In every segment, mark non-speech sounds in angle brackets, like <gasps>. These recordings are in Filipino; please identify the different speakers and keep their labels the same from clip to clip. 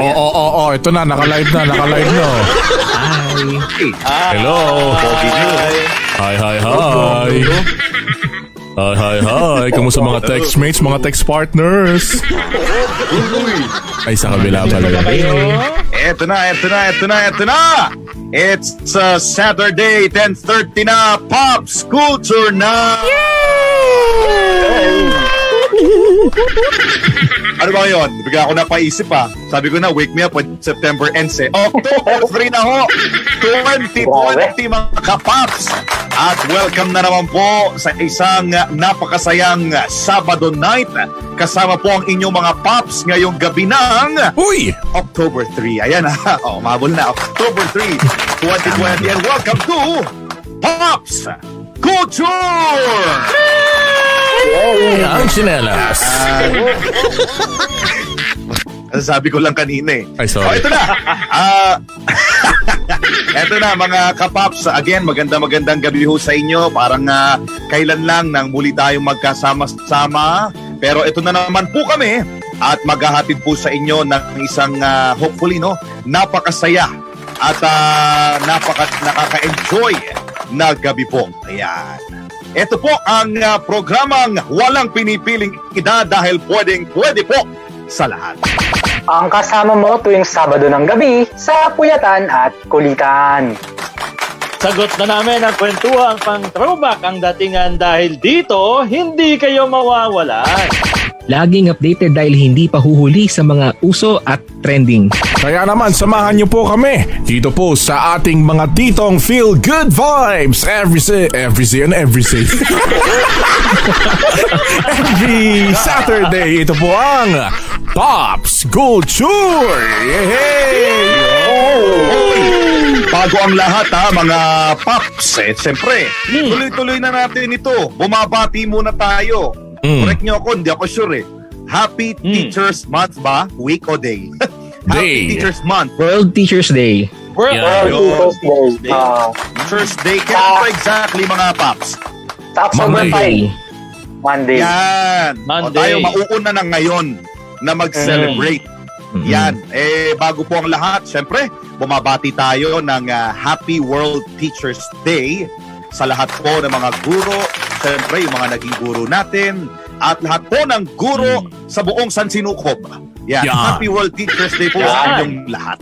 Speaker 1: Oo, oo, oo, ito na, naka-live na, naka-live na. oh. Hello.
Speaker 2: Bobby Lee.
Speaker 1: Hi, hi, hi. Hi, hi, hi. Kamusta mga textmates, mga text partners? Ay, sa kabila pala.
Speaker 2: Eto na, eto na, eto na, eto na! It's uh, Saturday, 10.30 na, Pops Culture na! Yay! ano ba yun? Bigla ako napaisip ha. Sabi ko na, wake me up when September ends eh. October 3 na ho! 2020 mga kapaps! At welcome na naman po sa isang napakasayang Sabado night. Kasama po ang inyong mga paps ngayong gabi ng...
Speaker 1: Uy!
Speaker 2: October 3. Ayan ha. <laughs> Oh, mabol na. October 3, 2020. And welcome to Pops Culture!
Speaker 1: Ang sinelas.
Speaker 2: Ano Sabi ko lang kanina eh.
Speaker 1: Ay, sorry.
Speaker 2: Oh, ito na. Ah, <laughs> Eto na mga kapaps, again maganda magandang gabi ho sa inyo. Parang ah, kailan lang nang muli tayong magkasama-sama. Pero ito na naman po kami at maghahatid po sa inyo ng isang ah, hopefully no, napakasaya at ah, napaka nakaka-enjoy na gabi po. Ayan. Ito po ang ah, programang walang pinipiling edad dahil pwedeng pwede po sa lahat.
Speaker 3: Ang kasama mo tuwing Sabado ng gabi sa Puyatan at Kulitan.
Speaker 4: Sagot na namin ang kwentuhan pang throwback ang datingan dahil dito, hindi kayo mawawalan.
Speaker 5: Laging updated dahil hindi pa huhuli sa mga uso at trending.
Speaker 1: Kaya naman, samahan niyo po kami dito po sa ating mga titong feel good vibes every si every si and every si <laughs> every Saturday. Ito po ang Pops Culture. Yay!
Speaker 2: Uy, Bago ang lahat ha, mga paps, eh, siyempre, tuloy-tuloy na natin ito. Bumabati muna tayo.
Speaker 1: Mm.
Speaker 2: Correct nyo ako, hindi ako sure eh. Happy Teacher's Month ba? Week o day?
Speaker 1: Day.
Speaker 2: Happy Teacher's Month.
Speaker 5: World Teacher's Day.
Speaker 4: World
Speaker 1: Yeah.
Speaker 4: War
Speaker 2: Ayun.
Speaker 3: Teachers Day. Ah,
Speaker 2: Teacher's Day. Kaya ito exactly mga paps.
Speaker 3: tapos number
Speaker 5: Monday.
Speaker 3: 5, Monday.
Speaker 2: Yan. O
Speaker 4: Monday.
Speaker 2: tayo mauuna na ngayon na mag-celebrate.
Speaker 4: Mm-hmm.
Speaker 5: Mm-mm.
Speaker 2: Yan. Eh, bago po ang lahat, syempre, bumabati tayo ng ah, Happy World Teachers Day sa lahat po ng mga guro, syempre, yung mga naging guro natin, at lahat po ng guro
Speaker 4: Mm.
Speaker 2: sa buong Sansinukob. Yan.
Speaker 1: Yan.
Speaker 2: Happy World Teachers Day po
Speaker 4: Yan.
Speaker 2: sa inyong lahat.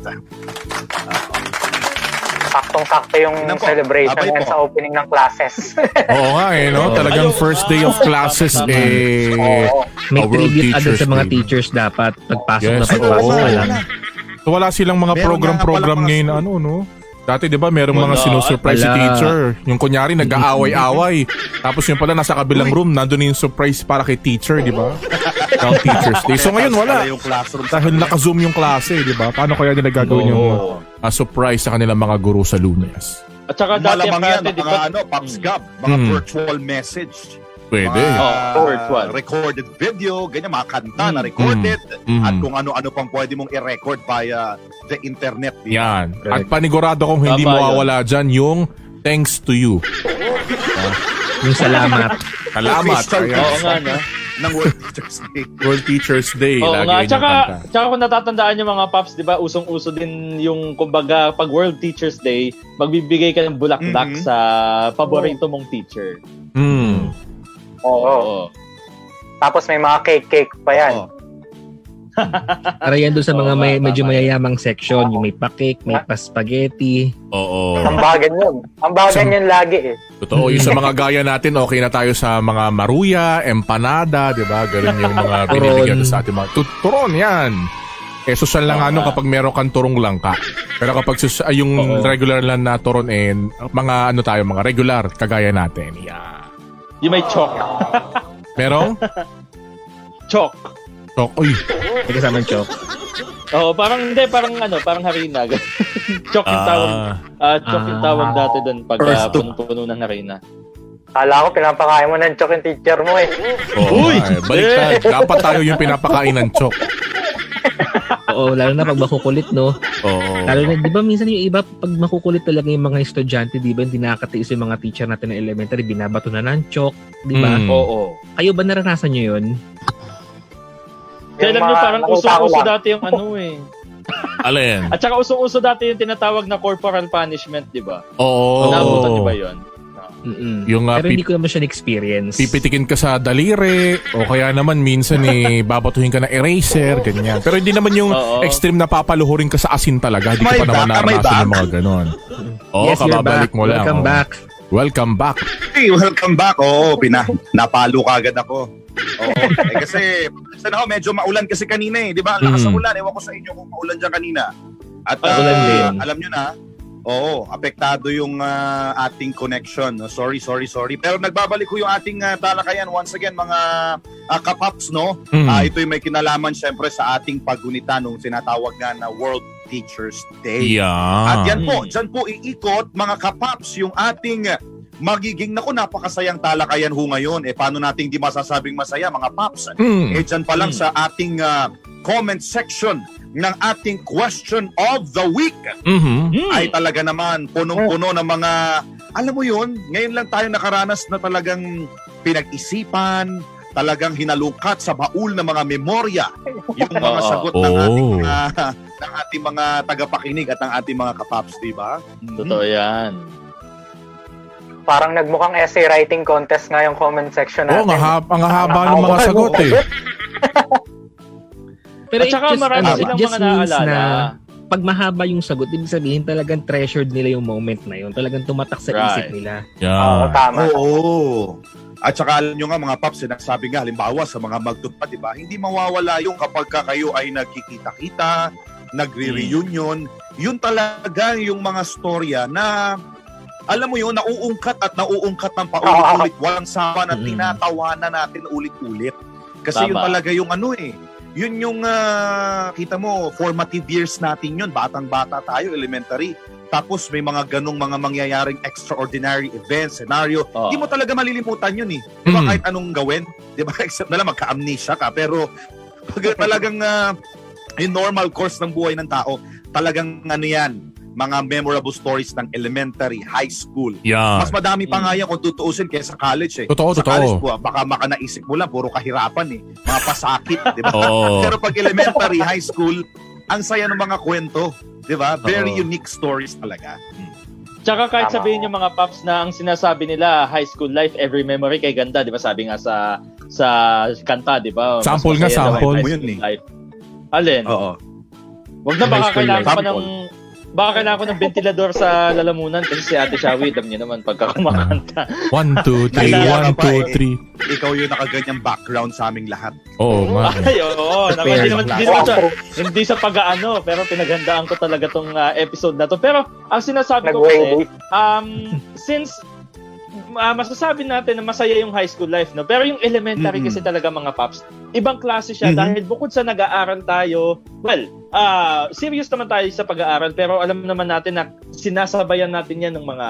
Speaker 3: Saktong-sakto yung
Speaker 2: Yan po.
Speaker 3: celebration
Speaker 2: Abay po.
Speaker 3: yan sa opening ng classes.
Speaker 1: Oo nga eh, no? Talagang
Speaker 4: Ayun.
Speaker 1: first day of classes eh.
Speaker 3: Oo.
Speaker 5: May
Speaker 1: A World
Speaker 5: tribute agad
Speaker 1: Teacher's
Speaker 5: sa mga
Speaker 1: Day.
Speaker 5: teachers dapat. Pagpasok
Speaker 1: Yes.
Speaker 5: na
Speaker 1: Ay,
Speaker 5: pagpasok
Speaker 1: oo.
Speaker 5: pa lang.
Speaker 1: So, wala silang mga
Speaker 2: Meron nga pala
Speaker 1: program-program
Speaker 2: mga
Speaker 1: ngayon na
Speaker 2: school.
Speaker 1: ano, no? Dati, di ba, merong mga
Speaker 4: Wala,
Speaker 1: sinusurprise si
Speaker 5: wala.
Speaker 1: teacher. Yung kunyari, nag-aaway-away. Tapos yung pala, nasa kabilang room, nandun yung surprise para kay teacher, di ba? Ang teacher's day. So ngayon, wala.
Speaker 2: Yung classroom sa
Speaker 1: Dahil naka-zoom yung klase, di ba? Paano kaya nila gagawin yung uh, surprise sa kanilang mga guru sa lunes?
Speaker 4: At saka dati
Speaker 2: Malamang yan,
Speaker 4: dati, di
Speaker 2: mga
Speaker 4: ba?
Speaker 2: ano, Pops Gab, mga
Speaker 1: Mm.
Speaker 2: virtual message.
Speaker 1: Pwede.
Speaker 2: Mga
Speaker 4: Oh, virtual.
Speaker 2: recorded video, ganyan, mga kanta na recorded.
Speaker 1: Mm.
Speaker 2: At kung ano-ano pang pwede mong i-record via the internet. di ba?
Speaker 1: Yan. At panigurado kong hindi
Speaker 4: Tama yun.
Speaker 1: mawawala dyan yung thanks to you.
Speaker 5: Yung salamat.
Speaker 1: Salamat.
Speaker 2: Official
Speaker 1: Ayan.
Speaker 4: Oo nga, no?
Speaker 2: Ng World Teachers Day.
Speaker 1: World Teacher's Day.
Speaker 4: Oo
Speaker 1: lagi
Speaker 4: nga.
Speaker 1: yun yung
Speaker 4: Tsaka,
Speaker 1: kanta.
Speaker 4: tsaka kung natatandaan yung mga paps, di ba, usong-uso din yung, kumbaga, pag World Teacher's Day, magbibigay ka ng bulaklak
Speaker 2: Mhm.
Speaker 4: sa paborito mong teacher.
Speaker 1: Hmm.
Speaker 3: Oo.
Speaker 4: Oo.
Speaker 3: Tapos may mga cake-cake pa yan.
Speaker 2: Oo.
Speaker 5: Para yan doon sa mga
Speaker 4: Oo,
Speaker 5: may,
Speaker 4: tama,
Speaker 5: medyo
Speaker 4: tama.
Speaker 5: mayayamang section. Yung may pakik, may pa-spaghetti.
Speaker 1: Oo.
Speaker 3: Ang bagan yun. Ang bagan
Speaker 1: Sa-
Speaker 3: yun lagi eh.
Speaker 1: Totoo, yung sa mga gaya natin, okay na tayo sa mga maruya, empanada, di ba? Ganun yung
Speaker 4: <laughs>
Speaker 1: mga binibigyan
Speaker 5: Turon.
Speaker 1: sa ating mga... Tut- Turon, yan! Eh, susan lang ano kapag meron kang turong langka. Pero kapag sus- ay, yung
Speaker 4: Ah. Oo.
Speaker 1: regular lang na turon, eh, mga ano tayo, mga regular, kagaya natin. Yeah.
Speaker 4: Yung may chok. <laughs>
Speaker 1: Merong?
Speaker 4: Chok.
Speaker 1: Tok, uy.
Speaker 5: May kasamang chok.
Speaker 4: Oo, parang hindi, parang ano, parang harina. <laughs> chok yung tawag.
Speaker 1: Ah.
Speaker 4: ah chok yung tawag
Speaker 5: Ah.
Speaker 4: dati doon pag
Speaker 2: First
Speaker 4: uh,
Speaker 2: to-
Speaker 4: puno-puno ng harina.
Speaker 3: Kala ko pinapakain mo ng chok yung teacher mo eh.
Speaker 1: Oo,
Speaker 4: Uy!
Speaker 1: ay,
Speaker 4: <laughs>
Speaker 1: baliktad. Dapat tayo yung pinapakain ng chok.
Speaker 5: Oo, lalo na pag makukulit, no?
Speaker 1: Oo.
Speaker 5: Lalo na, di ba minsan yung iba, pag makukulit talaga yung mga estudyante, di ba, hindi nakakatiis yung mga teacher natin ng elementary, binabato na ng chok, di ba?
Speaker 1: Mm.
Speaker 4: Oo.
Speaker 5: Kayo ba naranasan nyo yun?
Speaker 3: Yung
Speaker 4: Kailan nyo
Speaker 3: mga
Speaker 4: parang
Speaker 3: nakita ko ah.
Speaker 4: uso-uso
Speaker 3: lang.
Speaker 4: dati yung ano eh.
Speaker 1: Alin?
Speaker 4: At saka usong-uso dati yung tinatawag na corporal punishment, di ba?
Speaker 1: Oo.
Speaker 4: Naabutan niyo ba yun?
Speaker 5: Mm-mm.
Speaker 1: Yung, ah,
Speaker 5: Pero
Speaker 1: pip-
Speaker 5: hindi ko naman siya experience.
Speaker 1: Pipitikin ka sa daliri o kaya naman minsan eh babatuhin ka ng eraser, ganyan. Pero hindi naman yung
Speaker 4: Oo.
Speaker 1: extreme na papaluhurin ka sa asin talaga. Hindi ka
Speaker 2: Kamay
Speaker 1: pa naman
Speaker 2: back, kamay
Speaker 1: naranasan ng
Speaker 2: back.
Speaker 1: mga ganon. Oo,
Speaker 5: yes, you're
Speaker 1: Oh, kababalik
Speaker 5: back.
Speaker 1: mo lang. oh.
Speaker 5: Welcome
Speaker 1: oo.
Speaker 5: back.
Speaker 1: Welcome back.
Speaker 2: Hey, welcome back. Oo, pina, napalo ka agad ako. Oo, eh, kasi, sana ako, medyo maulan kasi kanina eh. Di ba? Ang lakas ng
Speaker 1: Mm.
Speaker 2: ulan. Ewan ko sa inyo kung maulan dyan kanina. At
Speaker 4: Hmm. Ah,
Speaker 2: ah,
Speaker 4: ulan din.
Speaker 2: alam nyo na, oo, apektado yung ah, ating connection. No? Sorry, sorry, sorry. Pero nagbabalik ko yung ating ah, talakayan once again, mga ah, kapaps, no?
Speaker 4: Hmm.
Speaker 1: Mm.
Speaker 2: Ah, ito yung may kinalaman syempre sa ating paggunita nung sinatawag nga na World Teachers Day.
Speaker 1: yeah.
Speaker 2: At yan po,
Speaker 4: Mm.
Speaker 2: dyan po iikot mga kapaps yung ating eh, magiging, naku, napakasayang talakayan ho ngayon. Eh, paano nating di masasabing masaya mga paps?
Speaker 1: Mm.
Speaker 2: Eh, dyan pa lang
Speaker 4: Mm.
Speaker 2: sa ating ah, comment section ng ating question of the week
Speaker 1: Mhm.
Speaker 4: Hmm. Oh.
Speaker 2: ay talaga naman punong-puno ng mga, alam mo yun, ngayon lang tayo nakaranas na talagang pinag-isipan, talagang hinalukat sa baul ng mga memorya yung mga
Speaker 4: <laughs> Oo.
Speaker 2: sagot ng
Speaker 1: Oo.
Speaker 2: ating mga ng ating mga tagapakinig at ng ating mga kapaps, di ba?
Speaker 4: Totoo yan.
Speaker 3: Parang nagmukhang essay writing contest nga yung comment section
Speaker 1: Oo,
Speaker 3: natin.
Speaker 1: ang haba, ang haba ng mga
Speaker 3: Ang-
Speaker 1: sagot eh.
Speaker 5: Pero
Speaker 4: At
Speaker 5: it
Speaker 4: saka
Speaker 5: just,
Speaker 4: marami
Speaker 5: ano, it
Speaker 4: silang
Speaker 5: just
Speaker 4: mga
Speaker 5: means
Speaker 4: naalala.
Speaker 5: na pag mahaba yung sagot, ibig sabihin talagang treasured nila yung moment na yun. Talagang tumatak sa isip
Speaker 4: Right.
Speaker 5: nila.
Speaker 3: Oo,
Speaker 1: Yeah.
Speaker 3: tama.
Speaker 2: Oo. At saka alam nyo nga mga paps, sinasabi nga halimbawa sa mga magtugpa, di ba? Hindi mawawala yung kapag ka kayo ay nagkikita-kita, nagre-reunion. Yun talaga yung mga storya na alam mo yun, nauungkat at nauungkat ng paulit-ulit. Walang sama na
Speaker 5: Mm.
Speaker 2: tinatawanan natin ulit-ulit. Kasi yun
Speaker 4: Tama.
Speaker 2: talaga yung ano eh. Yun yung, ah, kita mo, formative years natin yun. Batang-bata tayo, elementary. Tapos may mga ganong mga mangyayaring extraordinary events, scenario.
Speaker 4: Oo.
Speaker 2: Hindi mo talaga malilimutan yun eh. Di ba
Speaker 1: Mm.
Speaker 2: kahit anong gawin? Di ba? <laughs> Except na lang magka-amnesia ka. Pero <laughs> pag talagang ah, yung normal course ng buhay ng tao, talagang ano yan, mga memorable stories ng elementary, high school.
Speaker 1: Yeah.
Speaker 2: Mas madami pa
Speaker 4: Mm.
Speaker 2: nga yan kung tutuusin kaysa college eh.
Speaker 1: Ah. Totoo, totoo.
Speaker 2: Sa college po, ah, baka makanaisip mo lang, puro kahirapan eh. Mga pasakit, di ba?
Speaker 1: <laughs> Oo.
Speaker 2: Pero pag elementary, high school, ang saya ng mga kwento. Di ba? Very
Speaker 4: Oo.
Speaker 2: unique stories talaga.
Speaker 4: Tsaka kahit
Speaker 3: Tama.
Speaker 4: sabihin yung mga paps na ang sinasabi nila, high school life, every memory kay ganda, di ba? Sabi nga sa sa kanta, di ba? Mas
Speaker 1: Sample nga,
Speaker 4: masaya daw ang
Speaker 1: sample.
Speaker 4: high
Speaker 2: Yun
Speaker 4: school
Speaker 2: eh. Oh.
Speaker 4: life. Alin?
Speaker 2: Oo.
Speaker 4: Wag na
Speaker 1: High
Speaker 4: baka
Speaker 1: school
Speaker 4: kailangan
Speaker 1: life.
Speaker 4: ko pa ng baka kailangan ko ng ventilador sa lalamunan kasi si Ate Shawi, dam niya naman pagka kumakanta.
Speaker 1: One, two, three.
Speaker 2: Naiyak
Speaker 1: One,
Speaker 2: ka pa
Speaker 1: two,
Speaker 2: eh.
Speaker 1: three.
Speaker 2: Ikaw yung nakaganyang background sa aming lahat.
Speaker 1: Oo nga. eh.
Speaker 4: Ay, oo. naku, Hindi naman, hindi naman sa,
Speaker 3: Wow.
Speaker 4: hindi sa pag-aano, pero pinaghandaan ko talaga tong ah, episode na to. Pero ang sinasabi ko kasi,
Speaker 3: Nag-wave.
Speaker 4: um, since ah, masasabi natin na masaya yung high school life, no? Pero yung elementary
Speaker 2: Mm-mm.
Speaker 4: kasi talaga mga paps, ibang klase siya
Speaker 2: Mhm.
Speaker 4: dahil bukod sa nag-aaral tayo, well, ah, serious naman tayo sa pag-aaral pero alam naman natin na sinasabayan natin yan ng mga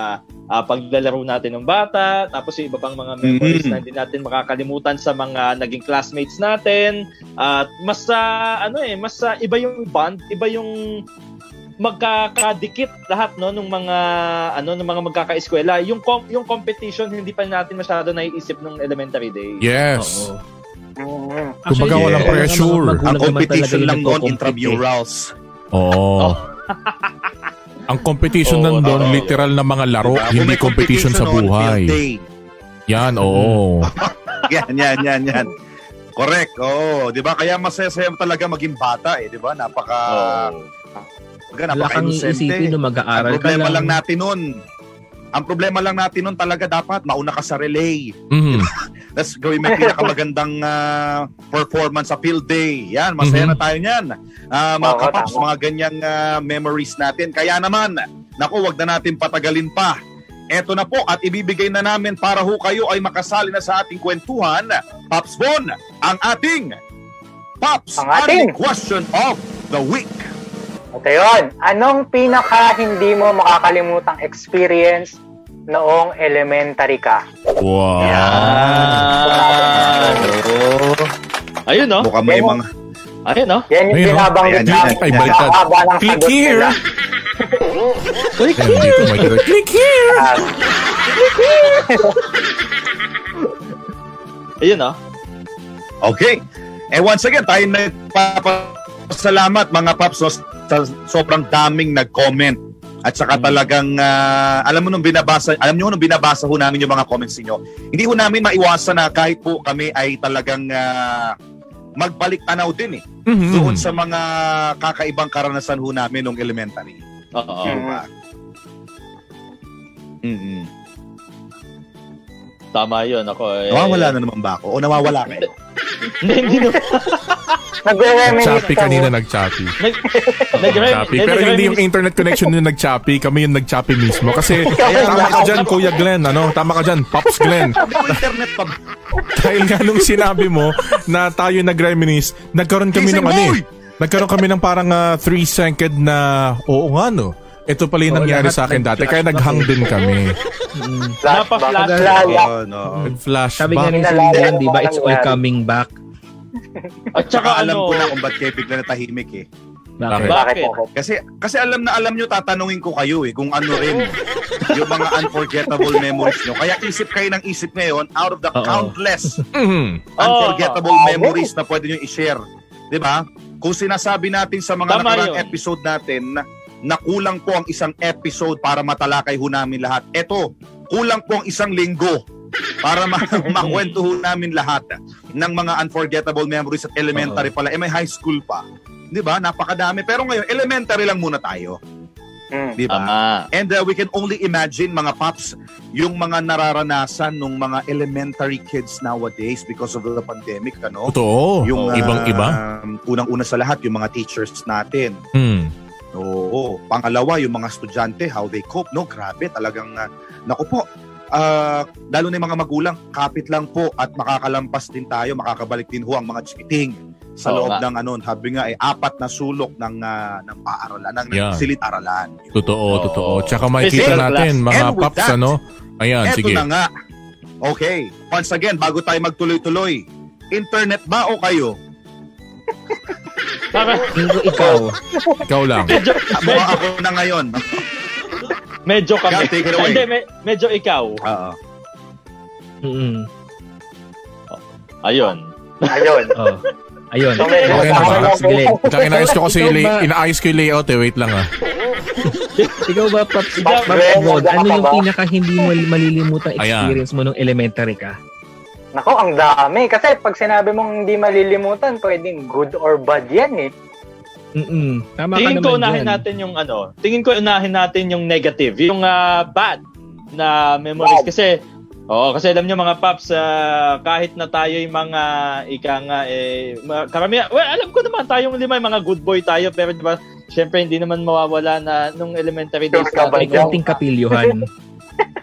Speaker 4: ah, paglalaro natin ng bata, tapos yung iba pang mga memories
Speaker 2: Mhm.
Speaker 4: na hindi natin makakalimutan sa mga naging classmates natin. At mas ah, ano eh, mas ah, iba yung bond, iba yung magkakadikit lahat no nung mga ano nung mga magkakaeskwela yung com- yung competition hindi pa natin masyado naiisip nung elementary days
Speaker 1: Yes.
Speaker 4: Oo.
Speaker 3: Mm.
Speaker 1: Kumbaga,
Speaker 5: Actually,
Speaker 1: walang
Speaker 5: talagang
Speaker 1: pressure.
Speaker 5: mga magulang
Speaker 2: Ang
Speaker 5: naman
Speaker 2: competition
Speaker 5: talaga yung
Speaker 2: lang noon,
Speaker 5: nagko-compete eh.
Speaker 2: intramurals.
Speaker 1: Oo.
Speaker 4: Oh.
Speaker 1: <laughs> Ang competition
Speaker 4: Oo,
Speaker 1: nandun,
Speaker 4: totoo.
Speaker 1: literal na mga laro,
Speaker 2: Diba? Kung
Speaker 1: hindi
Speaker 2: may
Speaker 1: competition sa
Speaker 2: noon, field
Speaker 1: buhay.
Speaker 2: day.
Speaker 1: Yan, oo.
Speaker 2: yan, yan, yan, yan. Correct. Oo, 'di ba? Kaya masaya-saya talaga maging bata eh, 'di ba? Napaka
Speaker 4: Oh.
Speaker 2: Kumbaga,
Speaker 5: Wala kang isipin
Speaker 2: napaka-innocente.
Speaker 5: nung
Speaker 2: Ang
Speaker 5: mag-aaral ka
Speaker 2: problema
Speaker 5: lang.
Speaker 2: lang natin noon. Ang problema lang natin noon talaga dapat mauna ka sa relay.
Speaker 1: Mhm.
Speaker 2: Tapos gawin may pinakamagandang <laughs> ah, performance sa field day. Yan, masaya
Speaker 1: Mhm.
Speaker 2: na tayo niyan. Ah, mga
Speaker 3: Oo,
Speaker 2: kapaps,
Speaker 3: tama.
Speaker 2: mga ganyang ah, memories natin. Kaya naman, naku, wag na natin patagalin pa. Eto na po at ibibigay na namin para ho kayo ay makasali na sa ating kwentuhan. Pops Bon, ang ating Pops
Speaker 3: Ang ating-
Speaker 2: Andy Question of the Week.
Speaker 3: Ito yun. Anong pinaka hindi mo makakalimutang experience noong elementary ka?
Speaker 1: Wow.
Speaker 4: Yan. Ah. ayun no
Speaker 2: Mukhang may mga...
Speaker 4: ayun no
Speaker 3: Yan yung
Speaker 1: Ayun, no?
Speaker 3: binabanggit
Speaker 2: Ayan,
Speaker 3: namin.
Speaker 2: ay,
Speaker 1: baliktad.
Speaker 3: Ang haba ng
Speaker 1: Click
Speaker 3: sagot
Speaker 1: here.
Speaker 3: nila.
Speaker 1: Click here. Click here.
Speaker 4: ayun no
Speaker 2: Okay. And once again, tayo nagpapasalamat mga Paps no, sa sobrang daming nag-comment. At saka talagang, ah, alam mo nung binabasa, alam nyo nung binabasa ho namin yung mga comments niyo hindi ho namin maiwasan na kahit po kami ay talagang ah, magbalik tanaw din eh.
Speaker 1: Mhm.
Speaker 2: Doon sa mga kakaibang karanasan ho namin nung elementary.
Speaker 4: Oo.
Speaker 2: Di ba? Mm-hmm. Mm-mm.
Speaker 4: Tama yun. Ako eh.
Speaker 2: Nawawala na naman ba ako? O nawawala kayo? <laughs>
Speaker 4: Hindi, <laughs> hindi naman.
Speaker 3: Nagre-reminisce
Speaker 1: Nag-choppy kanina, nag-choppy.
Speaker 2: <laughs>
Speaker 1: Nag-choppy.
Speaker 4: Nag-re-
Speaker 1: Pero hindi yung internet connection yung nag-choppy. Kami yung nag-choppy mismo. Kasi tama ka dyan, Kuya Glenn. Ano? Tama ka dyan, Pops Glenn.
Speaker 2: Sabi ko, internet pa.
Speaker 1: Dahil nga nung sinabi mo na tayo nag-reminis, nagkaroon kami ng
Speaker 2: Ising
Speaker 1: ano eh.
Speaker 2: boy!
Speaker 1: Nagkaroon kami ng parang 3 three second na oo nga no. Ito pala yung
Speaker 5: Oo,
Speaker 1: nangyari
Speaker 5: lahat
Speaker 1: sa akin dati. Kaya
Speaker 5: nag-flashback
Speaker 1: naghang din kami.
Speaker 4: Napaflash.
Speaker 3: Flashback.
Speaker 2: Oo, no.
Speaker 1: Nag-flashback.
Speaker 5: Sabi nga rin sa Ligan, di ba, it's all coming back.
Speaker 4: At
Speaker 2: Tsaka
Speaker 4: saka
Speaker 2: alam
Speaker 4: ano,
Speaker 2: ko na kung ba't kayo bigla natahimik eh.
Speaker 1: Bakit?
Speaker 3: Bakit
Speaker 4: Bakit?
Speaker 3: ako?
Speaker 2: Kasi kasi alam na alam nyo, tatanungin ko kayo eh, kung ano rin yung mga unforgettable memories nyo. Kaya isip kayo ng isip ngayon, out of the
Speaker 5: Oo.
Speaker 2: countless
Speaker 1: Mhm.
Speaker 2: unforgettable
Speaker 4: Ah,
Speaker 3: Oo.
Speaker 2: memories na pwede nyo i-share. Di ba? Kung sinasabi natin sa mga
Speaker 4: Tama
Speaker 2: nakarang
Speaker 4: yun.
Speaker 2: episode natin na, na kulang po ang isang episode para matalakay ho namin lahat. Eto, kulang po ang isang linggo para
Speaker 4: <laughs>
Speaker 2: ma- <laughs> makwento ho namin lahat ng mga unforgettable memories at elementary pala. Eh, may high school pa. Di ba? Napakadami. Pero ngayon, elementary lang muna tayo.
Speaker 3: Mm.
Speaker 2: Di ba?
Speaker 4: Tama.
Speaker 2: And uh, we can only imagine mga paps yung mga nararanasan ng mga elementary kids nowadays because of the pandemic ano.
Speaker 1: Totoo.
Speaker 2: Yung uh,
Speaker 1: Oh, ibang-iba.
Speaker 2: um, unang-una sa lahat yung mga teachers natin.
Speaker 1: Mm.
Speaker 2: Oo. Pangalawa yung mga estudyante how they cope no. Grabe talagang uh, naku po. Ah, lalo na yung mga magulang, kapit lang po at makakalampas din tayo, makakabalik din ho ang mga chikiting sa
Speaker 4: Oo
Speaker 2: loob
Speaker 4: nga.
Speaker 2: ng ano, sabi nga ay apat na sulok ng ah, ng paaralan, ng
Speaker 1: Yan.
Speaker 2: silid-aralan.
Speaker 1: Totoo,
Speaker 4: Oo.
Speaker 1: totoo. Tsaka makikita
Speaker 4: Physical
Speaker 1: natin,
Speaker 4: class.
Speaker 1: mga
Speaker 2: And with
Speaker 1: paps,
Speaker 2: that,
Speaker 1: ano? Ayan,
Speaker 2: Eto
Speaker 1: sige.
Speaker 2: na nga. Okay. Once again, bago tayo magtuloy-tuloy, internet ba o kayo?
Speaker 4: Tama.
Speaker 5: Hindi ikaw.
Speaker 1: Ikaw
Speaker 2: <laughs>
Speaker 1: lang.
Speaker 4: Medyo,
Speaker 2: Mukha
Speaker 4: <laughs> medyo,
Speaker 2: ako na ngayon.
Speaker 4: medyo kami.
Speaker 2: Yeah, take it away.
Speaker 4: Hindi, me- medyo ikaw.
Speaker 2: Oo.
Speaker 5: Mm-mm.
Speaker 4: Ayun.
Speaker 3: Ayun.
Speaker 5: Oh. Ayun.
Speaker 3: So, medyo
Speaker 1: Okay na ba?
Speaker 3: kasama
Speaker 5: Pops Glenn.
Speaker 1: Tsaka inayos ko kasi,
Speaker 5: Ikaw
Speaker 1: lay-
Speaker 5: ba?
Speaker 1: inaayos ko yung layout eh. Wait lang ah.
Speaker 5: Ikaw ba, Pops,
Speaker 4: Pops
Speaker 5: Pops
Speaker 3: Glenn,
Speaker 5: Rod,
Speaker 3: wala
Speaker 5: ano
Speaker 3: ka
Speaker 5: yung
Speaker 3: ba?
Speaker 5: pinaka hindi mo malilimutang
Speaker 1: Ayan.
Speaker 5: experience mo nung elementary ka?
Speaker 3: Nako, ang dami. Kasi pag sinabi mong hindi malilimutan, pwedeng good or bad yan eh.
Speaker 5: Mm-mm. Tama ka
Speaker 4: Tingin
Speaker 5: naman
Speaker 4: ko unahin
Speaker 5: dyan.
Speaker 4: natin yung ano. Tingin ko unahin natin yung negative. Yung ah, bad na memories.
Speaker 3: Bad.
Speaker 4: Kasi, oo, kasi alam nyo mga paps, ah, kahit na tayo yung mga, ika nga, eh, ma- karamihan, well, alam ko naman tayong lima, yung mga good boy tayo, pero di ba, syempre hindi naman mawawala na nung elementary days
Speaker 3: Sure ka ba
Speaker 5: May
Speaker 3: dyan?
Speaker 4: natin.
Speaker 5: konting
Speaker 1: <laughs>
Speaker 5: kapilyuhan.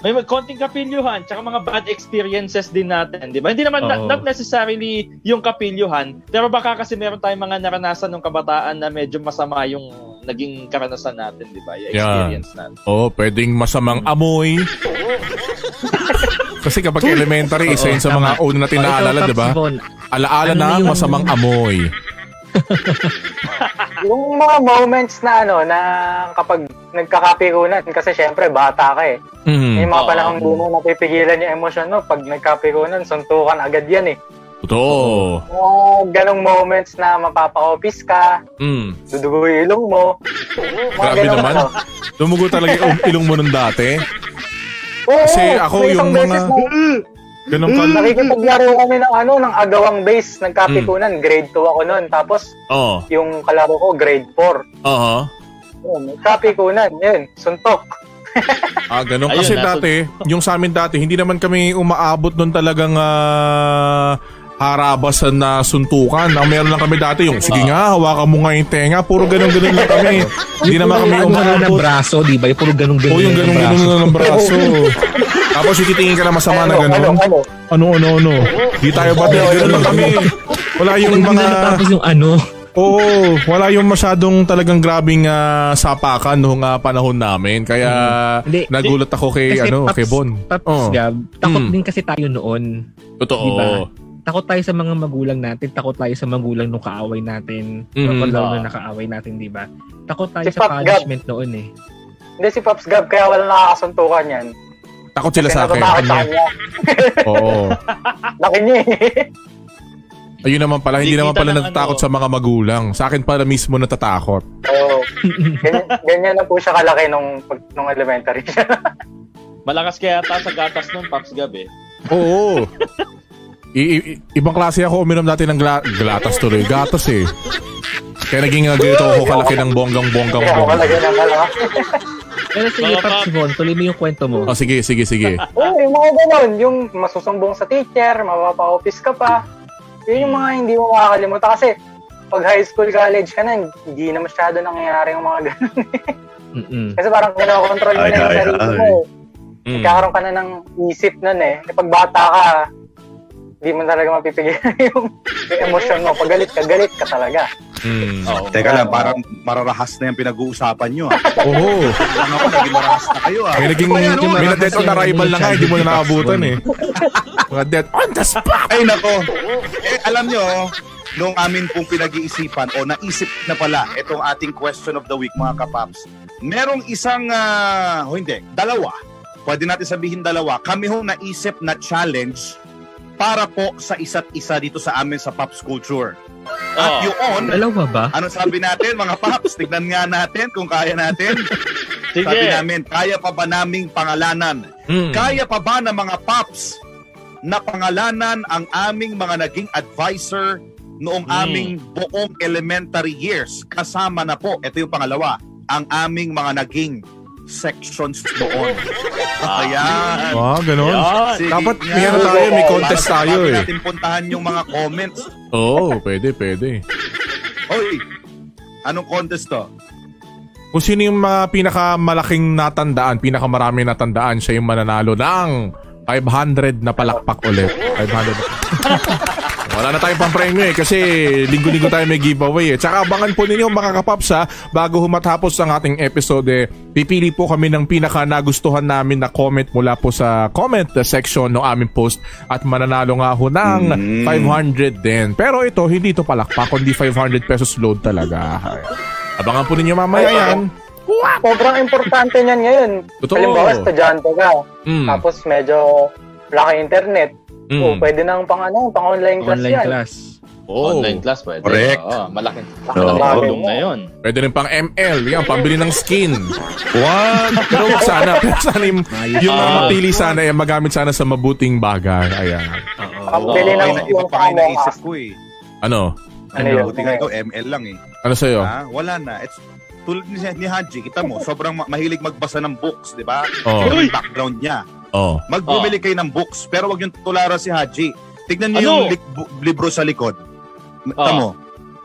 Speaker 4: may mga konting kapilyuhan tsaka mga bad experiences din natin, 'di ba? Hindi naman na-
Speaker 5: Oo.
Speaker 4: not necessarily yung kapilyuhan, pero baka kasi meron tayong mga naranasan ng kabataan na medyo masama yung naging karanasan natin, 'di ba? Yung experience natin.
Speaker 1: Oo, Oh, pwedeng masamang
Speaker 2: <laughs>
Speaker 1: amoy. Kasi kapag elementary, isa yun sa
Speaker 5: tama.
Speaker 1: mga una natin
Speaker 5: Oh, ikaw,
Speaker 1: naalala,
Speaker 5: Pops
Speaker 1: di ba?
Speaker 5: Von,
Speaker 1: Alaala
Speaker 5: Ano
Speaker 1: na ang
Speaker 5: yun?
Speaker 1: masamang amoy.
Speaker 3: Yung mga moments na ano, na kapag nagkakapirunan, kasi syempre bata ka eh.
Speaker 1: Mm,
Speaker 3: Yung mga
Speaker 4: Oo.
Speaker 3: panahon hindi mo napipigilan yung emosyon mo, pag nagkapirunan, suntukan agad yan eh.
Speaker 1: totoo.
Speaker 3: Yung ganong moments na mapapa-office ka,
Speaker 1: Mm.
Speaker 3: dudugo yung ilong mo. Mga
Speaker 1: Grabe
Speaker 3: ganong
Speaker 1: naman.
Speaker 3: ano.
Speaker 1: Dumugo talaga yung ilong mo nun dati.
Speaker 3: Oo,
Speaker 1: Kasi ako
Speaker 3: may
Speaker 1: yung
Speaker 3: isang beses
Speaker 1: mga-
Speaker 3: na-
Speaker 1: Ganun ka.
Speaker 3: Hmm. Nakikipaglaro kami ng ano, ng agawang base,
Speaker 1: Mm.
Speaker 3: nagkapikunan, grade 2 ako noon. Tapos,
Speaker 1: Oo.
Speaker 3: yung kalaro ko, grade 4.
Speaker 1: Oo.
Speaker 3: Yun, nagkapikunan, yun, suntok.
Speaker 1: Ah, ganun.
Speaker 4: Ayun,
Speaker 1: Kasi
Speaker 4: nasa-
Speaker 1: dati, yung sa amin dati, hindi naman kami umaabot nun talagang ah, harabasan na suntukan. Ang meron lang kami dati, yung sige nga, hawakan mo nga yung tenga. Puro ganun-ganun lang kami. hindi naman kami
Speaker 5: Yung puro ano na
Speaker 1: umaabot.
Speaker 5: braso, di ba? Yung puro ganun-ganun.
Speaker 1: Oo, yung
Speaker 5: na
Speaker 1: ganun-ganun
Speaker 5: braso.
Speaker 1: na ng braso. Tapos yung titingin ka na masama na ganun.
Speaker 3: ano,
Speaker 1: Ano, ano, ano. Di tayo ba? Ganun lang kami. Wala yung
Speaker 5: Yung
Speaker 1: mga...
Speaker 5: Tapos yung ano.
Speaker 1: Oo, wala yung masyadong talagang grabing ah, sapakan noong ah, panahon namin. Kaya
Speaker 5: Hindi.
Speaker 4: Mm-hmm.
Speaker 1: nagulat ako kay ano,
Speaker 5: Pops-
Speaker 1: kay Bon.
Speaker 5: Pops
Speaker 1: Oo.
Speaker 5: Gab, takot
Speaker 1: Mm.
Speaker 5: din kasi tayo noon.
Speaker 1: Totoo.
Speaker 5: Diba? takot tayo sa mga magulang natin, takot tayo sa magulang nung kaaway natin,
Speaker 1: Mm.
Speaker 5: mm
Speaker 4: Ah.
Speaker 5: na nakaaway natin, di ba? Takot tayo
Speaker 3: Si
Speaker 5: sa
Speaker 3: Pop Gab.
Speaker 5: punishment noon eh.
Speaker 3: Hindi si Pops Gab, kaya wala nakakasuntukan yan.
Speaker 1: Takot sila <laughs>
Speaker 3: Kasi
Speaker 1: sa akin.
Speaker 3: natatakot sa kanya.
Speaker 1: Oo.
Speaker 3: Laki niya eh.
Speaker 1: Ayun naman pala, hindi
Speaker 4: Hindi
Speaker 1: naman
Speaker 4: kita
Speaker 1: pala
Speaker 4: ng
Speaker 1: natatakot
Speaker 4: ano.
Speaker 1: sa mga magulang. Sa akin pala mismo natatakot.
Speaker 2: <laughs>
Speaker 3: Oo. ganyan, ganyan na po siya kalaki nung, pag- nung elementary <laughs> siya.
Speaker 4: Malakas kaya ta sa gatas nun, Paps Gabi.
Speaker 1: Oo. I- i- i- ibang klase ako uminom dati ng gla- glatas tuloy. Gatas eh. Kaya naging uh, ganito ako kalaki ng bonggang-bonggang
Speaker 3: Kaya ako
Speaker 1: bongga.
Speaker 3: talaga ng ano.
Speaker 5: Pero sige,
Speaker 4: Mga
Speaker 5: Paps
Speaker 4: pap-
Speaker 5: Von, tuloy mo yung kwento mo.
Speaker 1: Oh, sige, sige, sige.
Speaker 3: Oo, yung mga ganun. Yung masusumbong sa teacher, mapapa-office ka pa. Yun yung mga hindi mo makakalimutan kasi pag high school, college ka na, hindi na masyado nangyayari yung mga ganun.
Speaker 1: Oh.
Speaker 5: Mm-mm.
Speaker 3: <laughs> Kasi parang kinokontrol mo
Speaker 2: Ay,
Speaker 3: na yung
Speaker 2: ay,
Speaker 3: sarili
Speaker 2: ay.
Speaker 3: mo.
Speaker 1: Mm.
Speaker 3: Nagkakaroon ka na ng isip nun eh. E pag bata ka, hindi mo talaga mapipigilan <laughs> yung, yung emosyon mo. Pag galit ka, galit ka talaga.
Speaker 1: Mm.
Speaker 4: Oo.
Speaker 2: Teka lang, parang mararahas na yung pinag-uusapan nyo. ah.
Speaker 1: Oo.
Speaker 2: Ano ako, naging marahas na kayo ah.
Speaker 1: May naging
Speaker 2: Kaya, ano,
Speaker 1: may na death on arrival na nga, hindi mo na nakabutan eh. Mga death on the spot!
Speaker 2: Ay nako. Eh, alam nyo, nung amin pong pinag-iisipan o naisip na pala itong ating question of the week mga kapaps, merong isang, ah, o hindi, dalawa. Pwede natin sabihin dalawa. Kami hong naisip na challenge para po sa isa't isa dito sa amin sa Pops Culture. At
Speaker 4: Oo.
Speaker 2: yun,
Speaker 5: Dalawa ba?
Speaker 2: ano sabi natin mga Pops? Tignan nga natin kung kaya natin. Sabi
Speaker 4: Sige.
Speaker 2: namin, kaya pa ba naming pangalanan
Speaker 1: Mm.
Speaker 2: kaya pa ba ng mga paps na pangalanan ang aming mga naging advisor noong
Speaker 4: Hmm.
Speaker 2: aming buong elementary years? Kasama na po, ito yung pangalawa, ang aming mga naging sections noon. Ayan.
Speaker 1: Ah, ganun.
Speaker 4: Yan.
Speaker 2: Sige
Speaker 1: Dapat
Speaker 2: nga.
Speaker 1: may ano tayo, may contest
Speaker 2: Para sa-
Speaker 1: tayo
Speaker 2: bago
Speaker 1: eh.
Speaker 2: natin puntahan yung mga comments.
Speaker 1: Oo, pwede, pwede.
Speaker 2: Hoy, anong contest to?
Speaker 1: Kung sino yung mga pinakamalaking natandaan, pinakamarami natandaan, siya yung mananalo ng 500 na palakpak ulit. 500 na. Wala na tayong pampremyo eh kasi linggo-linggo tayo may giveaway eh. Tsaka abangan po ninyo mga kapaps ha, bago humatapos ang ating episode eh, pipili po kami ng pinaka nagustuhan namin na comment mula po sa comment section ng aming post at mananalo nga ho ng
Speaker 2: Mm.
Speaker 1: 500 din. Pero ito, hindi ito palakpak, kundi 500 pesos load talaga. Abangan po ninyo mamaya yan.
Speaker 3: Sobrang importante niyan ngayon.
Speaker 1: Totoo.
Speaker 3: Halimbawa, estudyante ka.
Speaker 1: Mm.
Speaker 3: Tapos medyo wala kang internet.
Speaker 1: Mm.
Speaker 3: O, pwede nang pang ano, pang online class
Speaker 5: Online
Speaker 3: yan.
Speaker 5: class.
Speaker 1: Oh.
Speaker 4: Online class pwede.
Speaker 2: Correct.
Speaker 4: Oo, malaking
Speaker 2: Oo.
Speaker 4: malaking tulong na yun.
Speaker 1: Pwede rin pang ML. Yan, pambili ng skin. What? <laughs> Pero wag sana, pero sana yung, yung mga mapili sana, eh, magamit sana sa mabuting bagay. Ayan.
Speaker 4: Oo.
Speaker 3: Pili ng-
Speaker 2: Ay, na- iba pa kayo naisip ko eh.
Speaker 1: Ano?
Speaker 3: Ano
Speaker 5: Ano?
Speaker 3: yun?
Speaker 2: Buti nga ikaw, ML lang eh.
Speaker 1: Ano sa'yo?
Speaker 2: Ah, wala na. It's tulad ni, ni Haji, kita mo, sobrang ma- mahilig magbasa ng books, di ba?
Speaker 1: Oo.
Speaker 2: Yun Yung background niya.
Speaker 1: Oh.
Speaker 2: Magbumili kayo ng books, pero wag yung tulara si Haji. Tignan niyo
Speaker 4: Ano?
Speaker 2: yung li- bu- libro sa likod. Kita
Speaker 4: Ah.
Speaker 2: mo,